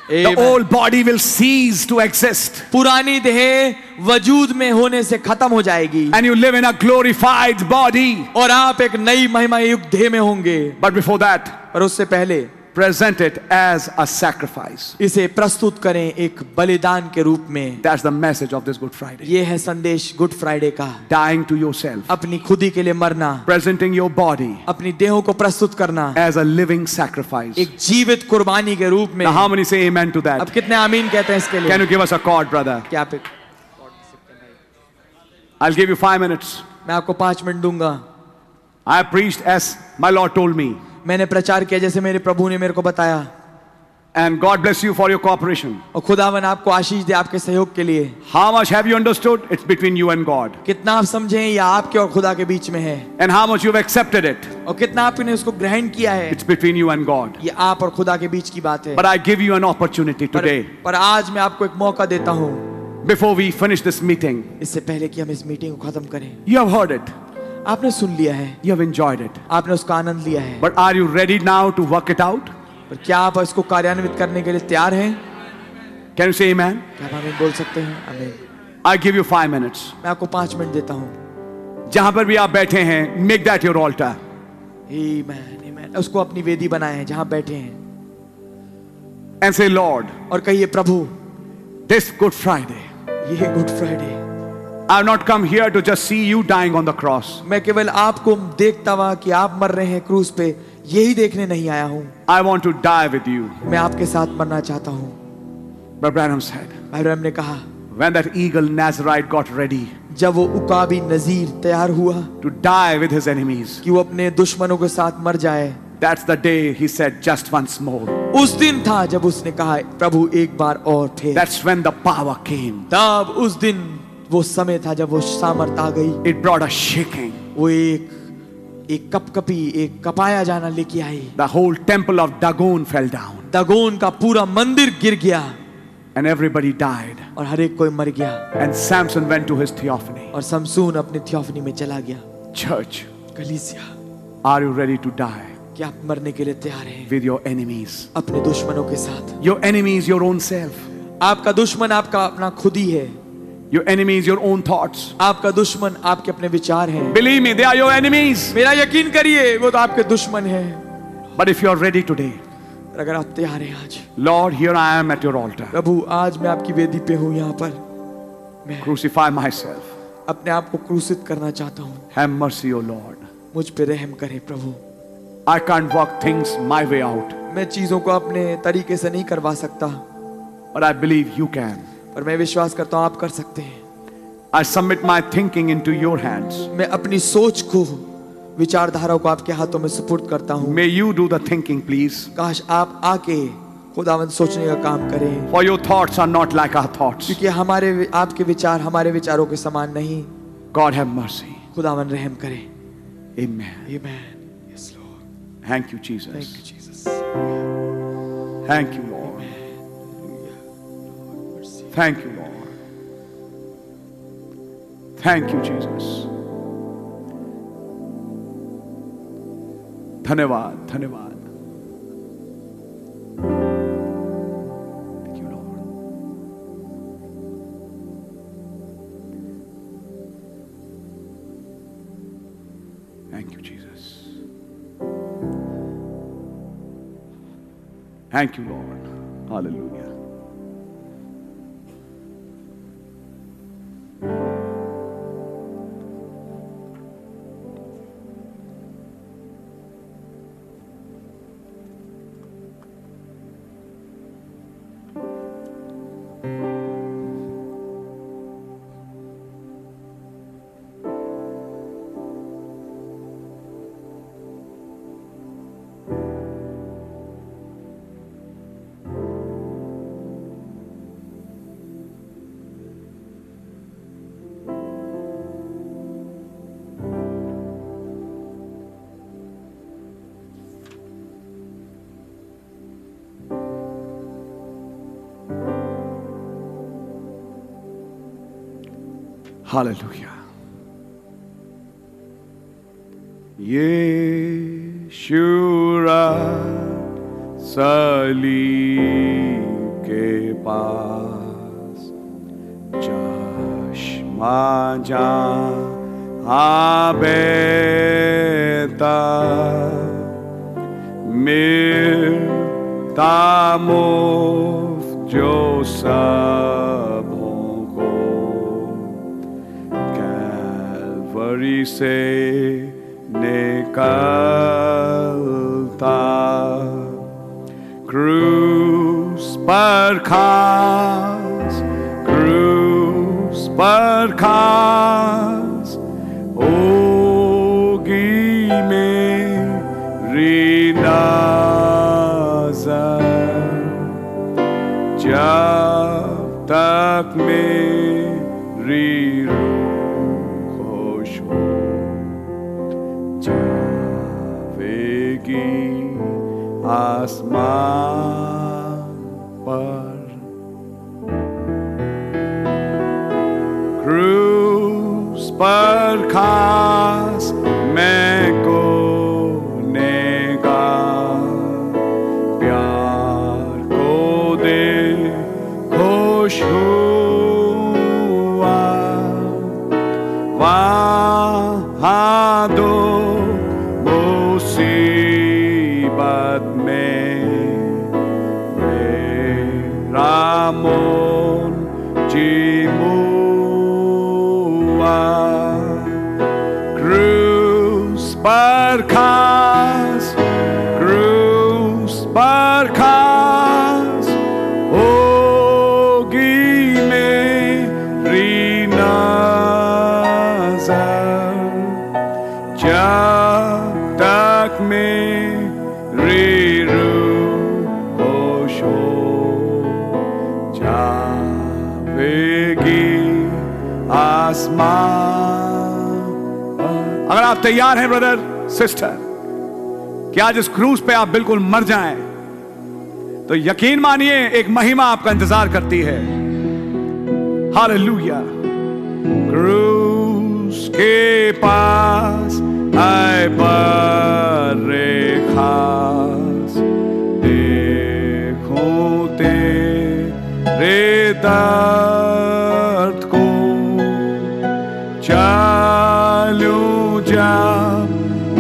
[SPEAKER 2] The
[SPEAKER 1] Amen.
[SPEAKER 2] old body will cease to exist,
[SPEAKER 1] पुरानी देह वजूद में होने से खत्म हो जाएगी
[SPEAKER 2] and you live in a glorified body.
[SPEAKER 1] और आप एक नई महिमा युक्त देह में होंगे
[SPEAKER 2] But before that,
[SPEAKER 1] पर उससे पहले
[SPEAKER 2] present it as a sacrifice.
[SPEAKER 1] इसे प्रस्तुत करें एक बलिदान के रूप में
[SPEAKER 2] That's the message of this Good Friday.
[SPEAKER 1] यह है संदेश गुड फ्राइडे का
[SPEAKER 2] Dying to yourself,
[SPEAKER 1] अपनी खुदी के लिए मरना
[SPEAKER 2] presenting your body
[SPEAKER 1] अपनी देहों को प्रस्तुत करना
[SPEAKER 2] as a living sacrifice.
[SPEAKER 1] एक जीवित कुर्बानी के रूप में
[SPEAKER 2] Now, how many say amen to
[SPEAKER 1] अब
[SPEAKER 2] that?
[SPEAKER 1] कितने आमीन कहते हैं इसके लिए
[SPEAKER 2] Can you give us a chord, brother?
[SPEAKER 1] क्या आप
[SPEAKER 2] I'll give you five minutes.
[SPEAKER 1] मैं आपको पांच मिनट दूंगा
[SPEAKER 2] I preached as my Lord told me,
[SPEAKER 1] मैंने प्रचार किया जैसे मेरे प्रभु ने मेरे को बताया
[SPEAKER 2] and God bless you for your cooperation.
[SPEAKER 1] और खुदावन आपको आशीष दे आपके सहयोग के लिए
[SPEAKER 2] How much have you understood? It's between you and God.
[SPEAKER 1] कितना आप समझे या आपके और खुदा के बीच में है
[SPEAKER 2] And how much you've accepted it?
[SPEAKER 1] और कितना आपने उसको ग्रहण किया है
[SPEAKER 2] It's between you and God.
[SPEAKER 1] ये आप और खुदा के बीच की बात है
[SPEAKER 2] But I give you an opportunity
[SPEAKER 1] पर,
[SPEAKER 2] today,
[SPEAKER 1] पर आज मैं आपको एक मौका देता हूँ
[SPEAKER 2] before we finish this meeting.
[SPEAKER 1] इससे पहले कि हम इस मीटिंग को खत्म करें
[SPEAKER 2] You have heard it,
[SPEAKER 1] आपने सुन लिया है
[SPEAKER 2] you have enjoyed it.
[SPEAKER 1] आपने उसका आनंद लिया है
[SPEAKER 2] But are you ready now to work it out?
[SPEAKER 1] पर क्या आप इसको कार्यान्वित करने के लिए तैयार हैं
[SPEAKER 2] Can you say amen?
[SPEAKER 1] क्या आप आमीन बोल सकते हैं आमीन
[SPEAKER 2] I give you five minutes.
[SPEAKER 1] मैं आपको पांच मिनट देता हूँ
[SPEAKER 2] जहां पर भी आप बैठे हैं, make that your altar.
[SPEAKER 1] आमीन आमीन उसको अपनी वेदी बनाए हैं जहाँ बैठे हैं
[SPEAKER 2] And say, Lord,
[SPEAKER 1] और कहिए प्रभु
[SPEAKER 2] this Good Friday,
[SPEAKER 1] ये good Friday
[SPEAKER 2] I've not come here to just see you dying on the cross.
[SPEAKER 1] मैं केवल आपको देखता हुआ कि आप मर रहे हैं क्रूज पे यही देखने नहीं आया हूँ
[SPEAKER 2] I want to die with you.
[SPEAKER 1] मैं आपके साथ मरना चाहता हूँ
[SPEAKER 2] But Branham said,
[SPEAKER 1] अब्राहम ने कहा
[SPEAKER 2] when that eagle Nazarite got ready
[SPEAKER 1] जब वो उकाबी नजीर तैयार हुआ
[SPEAKER 2] to die with his enemies,
[SPEAKER 1] कि वो अपने दुश्मनों के साथ मर जाए
[SPEAKER 2] that's the day he said, just once more.
[SPEAKER 1] उस दिन था जब उसने कहा प्रभु एक बार और थे
[SPEAKER 2] That's when the power came.
[SPEAKER 1] तब उस दिन वो समय था जब वो सामर्थ आ गई
[SPEAKER 2] It brought a shaking.
[SPEAKER 1] वो एक एक कपकपी एक कपाया जाना लेके आई
[SPEAKER 2] The whole temple of Dagon fell down
[SPEAKER 1] Dagon का पूरा मंदिर गिर गया
[SPEAKER 2] and everybody died.
[SPEAKER 1] और हर एक कोई मर गया
[SPEAKER 2] And Samson went to his theophany.
[SPEAKER 1] और समसून अपने थियोफनी में चला गया
[SPEAKER 2] Church,
[SPEAKER 1] कलीसिया
[SPEAKER 2] are you ready to die
[SPEAKER 1] क्या आप मरने के लिए तैयार हैं
[SPEAKER 2] with your enemies?
[SPEAKER 1] अपने दुश्मनों के साथ
[SPEAKER 2] Your enemy is your own self.
[SPEAKER 1] आपका दुश्मन आपका अपना खुद ही है
[SPEAKER 2] Your enemy is your own thoughts.
[SPEAKER 1] आपका दुश्मन आपके अपने विचार हैं
[SPEAKER 2] Believe me, they are your enemies.
[SPEAKER 1] मेरा यकीन करिए वो तो आपके दुश्मन है
[SPEAKER 2] But if you are ready today,
[SPEAKER 1] अगर आप तैयार हैं आज
[SPEAKER 2] Lord, here I am at your altar.
[SPEAKER 1] प्रभु आज मैं आपकी वेदी पे हूँ यहाँ पर
[SPEAKER 2] Crucify myself.
[SPEAKER 1] अपने आप को क्रूसित करना चाहता हूँ
[SPEAKER 2] Have mercy, O Lord.
[SPEAKER 1] मुझ पे रहम करे प्रभु
[SPEAKER 2] I can't work things my way out,
[SPEAKER 1] मैं चीजों को अपने तरीके से नहीं करवा सकता
[SPEAKER 2] but I believe you can.
[SPEAKER 1] पर मैं विश्वास करता हूँ आप कर सकते हैं
[SPEAKER 2] I submit my thinking into your hands.
[SPEAKER 1] मैं अपनी सोच को विचारधारा को आपके हाथों में सुपुर्द करता हूँ
[SPEAKER 2] May you do the thinking, please.
[SPEAKER 1] काश आप आके खुदावन सोचने का काम करें
[SPEAKER 2] For your thoughts are not like our thoughts.
[SPEAKER 1] क्योंकि हमारे आपके विचार हमारे विचारों के समान नहीं
[SPEAKER 2] God have mercy.
[SPEAKER 1] खुदावन रहम करे
[SPEAKER 2] Amen.
[SPEAKER 1] Amen yes Lord
[SPEAKER 2] Thank you,
[SPEAKER 1] thank you
[SPEAKER 2] Jesus.
[SPEAKER 1] Jesus
[SPEAKER 2] Thank you, Lord. Thank you, Lord. Thank you, Jesus. धन्यवाद धन्यवाद Thank you, Lord. Thank you, Jesus. Thank you, Lord. Hallelujah. Hallelujah. Yeshua Sali ke paas chashma ja abeta mir tamov jo sabon ko calvary se nikalta Cruz पर खास क्रूस पर खास ओगी में रीनाजर जब तक मेरी रूह खुश हो जावेगी आसमान पर क्रूस पर खास मैं कोने का प्यार को दे खुश हुआ वहाँ दो मुसीबत में मेरा मोन जी Cruz barcas, cruz barcas, oh guime rinazar, jab tak me riru osho, जावेगी अगर आप तैयार हैं ब्रदर सिस्टर कि आज इस क्रूज पे आप बिल्कुल मर जाएं तो यकीन मानिए एक महिमा आपका इंतजार करती है हालेलुया क्रूज के पास आए पर रेखास देखो तेरे दर्द को चालू जा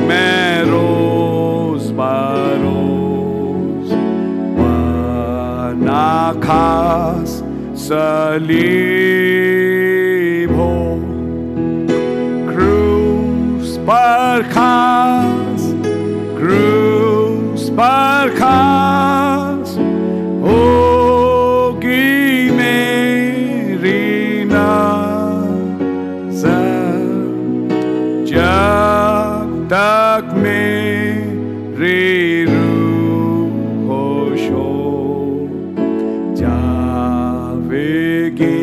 [SPEAKER 2] मैं रोज बरोज ना खास सलीब हो क्रूस पर खास क्रूस पर खास होगी मेरी नजर जब तक मेरी रूह होश हो जावेगी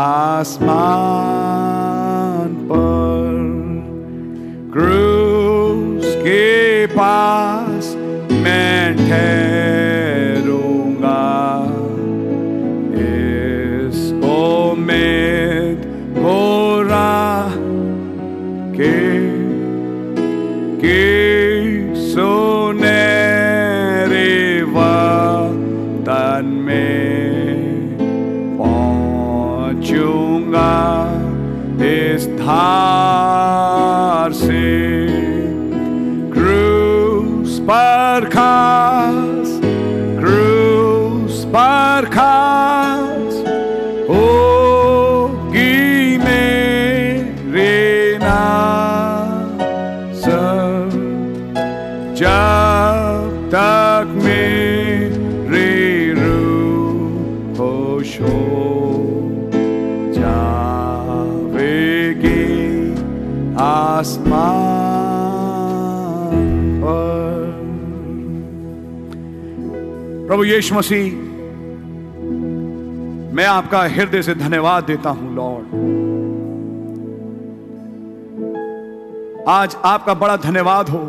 [SPEAKER 2] आसमान पर क्रूस के पास मैं ठहरूंगा इसको में हो रहा के के सोनेरे वतन में पहुंचूंगा इस धार से क्रूस पर खास क्रूस पर खास होगी मेरे सर जब तक मेरे रूह होश हो जावेगी आसमान पर प्रभु यीशु मसीह मैं आपका हृदय से धन्यवाद देता हूं लॉर्ड आज आपका बड़ा धन्यवाद हो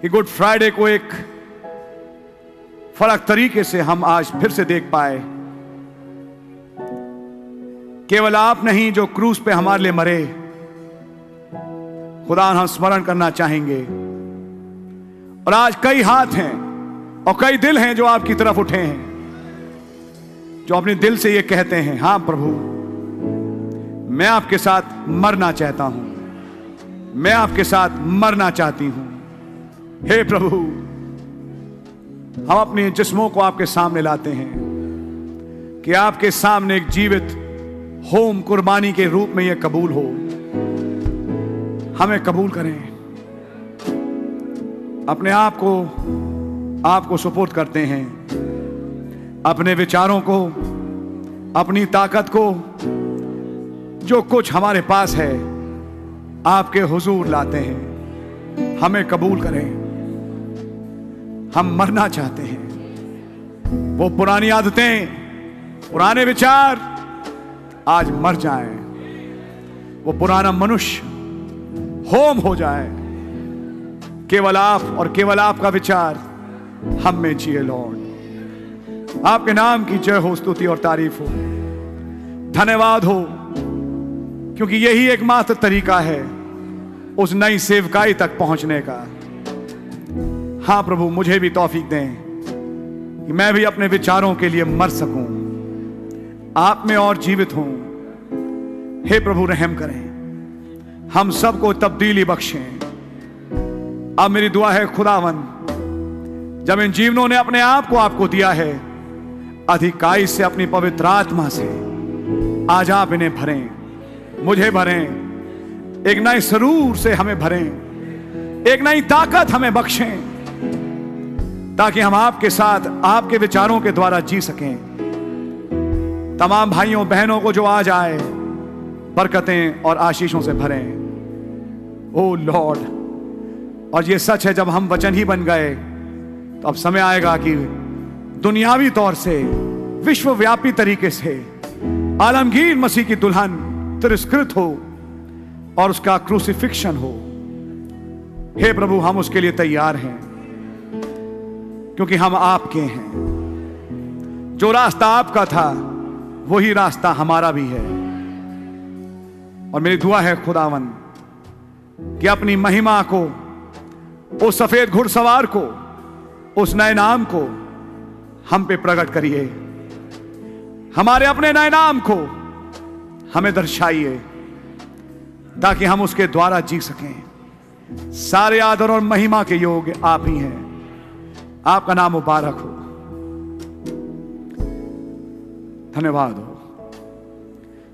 [SPEAKER 2] कि गुड फ्राइडे को एक फर्क तरीके से हम आज फिर से देख पाए केवल आप नहीं जो क्रूज पे हमारे लिए मरे खुदा हम स्मरण करना चाहेंगे और आज कई हाथ हैं और कई दिल हैं जो आपकी तरफ उठे हैं जो अपने दिल से ये कहते हैं हां प्रभु मैं आपके साथ मरना चाहता हूं मैं आपके साथ मरना चाहती हूं हे प्रभु हम अपने जिस्मों को आपके सामने लाते हैं कि आपके सामने एक जीवित होम कुर्बानी के रूप में यह कबूल हो हमें कबूल करें अपने आप को आपको सपोर्ट करते हैं अपने विचारों को अपनी ताकत को जो कुछ हमारे पास है आपके हुजूर लाते हैं हमें कबूल करें हम मरना चाहते हैं वो पुरानी आदतें पुराने विचार आज मर जाएं वो पुराना मनुष्य होम हो जाए केवल आप और केवल आपका विचार हम में जिए लॉर्ड आपके नाम की जय हो स्तुति और तारीफ हो धन्यवाद हो क्योंकि यही एकमात्र तरीका है उस नई सेवकाई तक पहुंचने का हां प्रभु मुझे भी तौफीक दें कि मैं भी अपने विचारों के लिए मर सकूं आप में और जीवित हूं हे प्रभु रहम करें हम सबको तब्दीली बख्शें अब मेरी दुआ है खुदावन जब इन जीवनों ने अपने आप को आपको दिया है अधिकाई से अपनी पवित्र आत्मा से आज आप इन्हें भरें मुझे भरें एक नए सरूर से हमें भरें एक नई ताकत हमें बख्शें ताकि हम आपके साथ आपके विचारों के द्वारा जी सकें तमाम भाइयों बहनों को जो आज आए बरकतें और आशीषों से भरें ओ लॉर्ड और ये सच है जब हम वचन ही बन गए तो अब समय आएगा कि दुनियावी तौर से विश्वव्यापी तरीके से आलमगीर मसीह की दुल्हन तिरस्कृत हो और उसका क्रूसिफिक्शन हो हे प्रभु हम उसके लिए तैयार हैं क्योंकि हम आपके हैं जो रास्ता आपका था वही रास्ता हमारा भी है और मेरी दुआ है खुदावन कि अपनी महिमा को उस सफेद घुड़सवार को उस नए नाम को हम पे प्रकट करिए हमारे अपने नए नाम को हमें दर्शाइए ताकि हम उसके द्वारा जी सकें सारे आदर और महिमा के योग आप ही हैं आपका नाम मुबारक हो धन्यवाद हो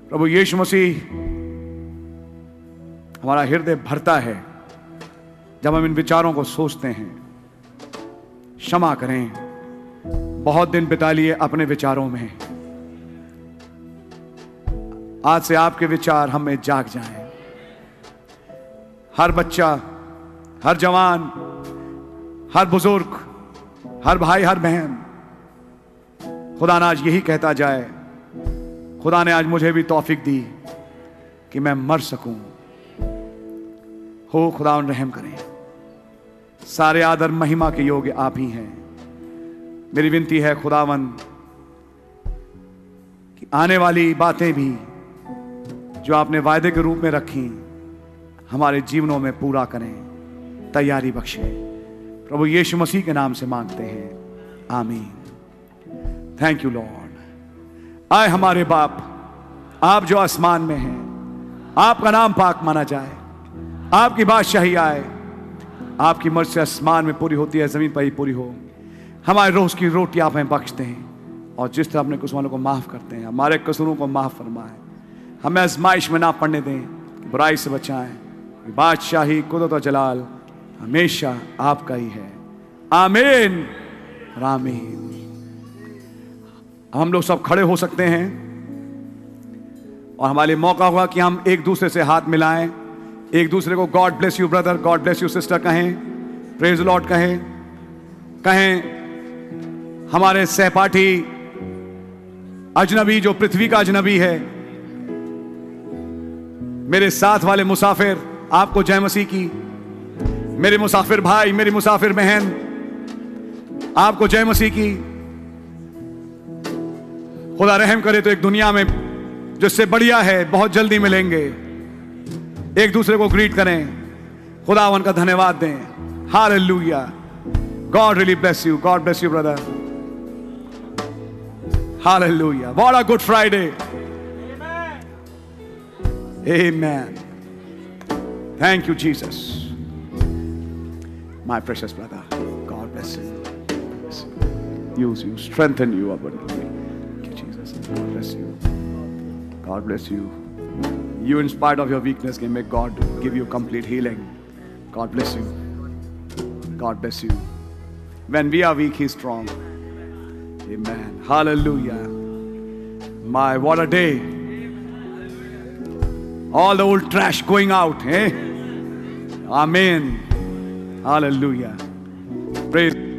[SPEAKER 2] प्रभु यीशु मसीह हमारा हृदय भरता है जब हम इन विचारों को सोचते हैं क्षमा करें बहुत दिन बिता लिए अपने विचारों में आज से आपके विचार हम में जाग जाएं हर बच्चा हर जवान हर बुजुर्ग हर भाई हर बहन खुदा ने आज यही कहता जाए खुदा ने आज मुझे भी तौफीक दी कि मैं मर सकूं हो खुदा उन रहम करें सारे आदर महिमा के योग्य आप ही हैं मेरी विनती है खुदावन कि आने वाली बातें भी जो आपने वायदे के रूप में रखी हमारे जीवनों में पूरा करें तैयारी बख्शें प्रभु यीशु मसीह के नाम से मांगते हैं आमीन थैंक यू लॉर्ड आए हमारे बाप आप जो आसमान में हैं आपका नाम पाक माना जाए आपकी बादशाही आए आपकी मर्जी आसमान में पूरी होती है जमीन पर ही पूरी हो हमारे रोज की रोटी आप हमें बख्शते हैं और जिस तरह अपने कसूरों को माफ करते हैं हमारे कसूरों को माफ फरमाएं हमें आजमाइश में ना पड़ने दें कि बुराई से बचाएं बादशाही कुदरत और जलाल हमेशा आपका ही है आमीन और आमीन हम लोग सब खड़े हो सकते हैं और हमारे लिए मौका होगा कि हम एक दूसरे से हाथ मिलाएं एक दूसरे को God bless you brother God bless you sister कहें प्रेज लॉर्ड कहें कहें हमारे सहपाठी अजनबी जो पृथ्वी का अजनबी है मेरे साथ वाले मुसाफिर आपको जय मसीह की मेरे मुसाफिर भाई मेरी मुसाफिर बहन आपको जय मसीह की खुदा रहम करे तो एक दुनिया में जिससे बढ़िया है बहुत जल्दी मिलेंगे एक दूसरे को ग्रीट करें खुदा उनका धन्यवाद दें hallelujah God really bless you God bless you brother hallelujah what a good Friday Amen. Thank you, Jesus. My precious brother, God bless you. Bless you. Use you, strengthen you abundantly. Thank you, Jesus. God bless you. God bless you. You, in spite of your weakness, can may God give you complete healing. God bless you. God bless you. When we are weak, He's strong. Amen. Hallelujah. My, what a day. all the old trash going out. Eh? Amen. Hallelujah. Praise.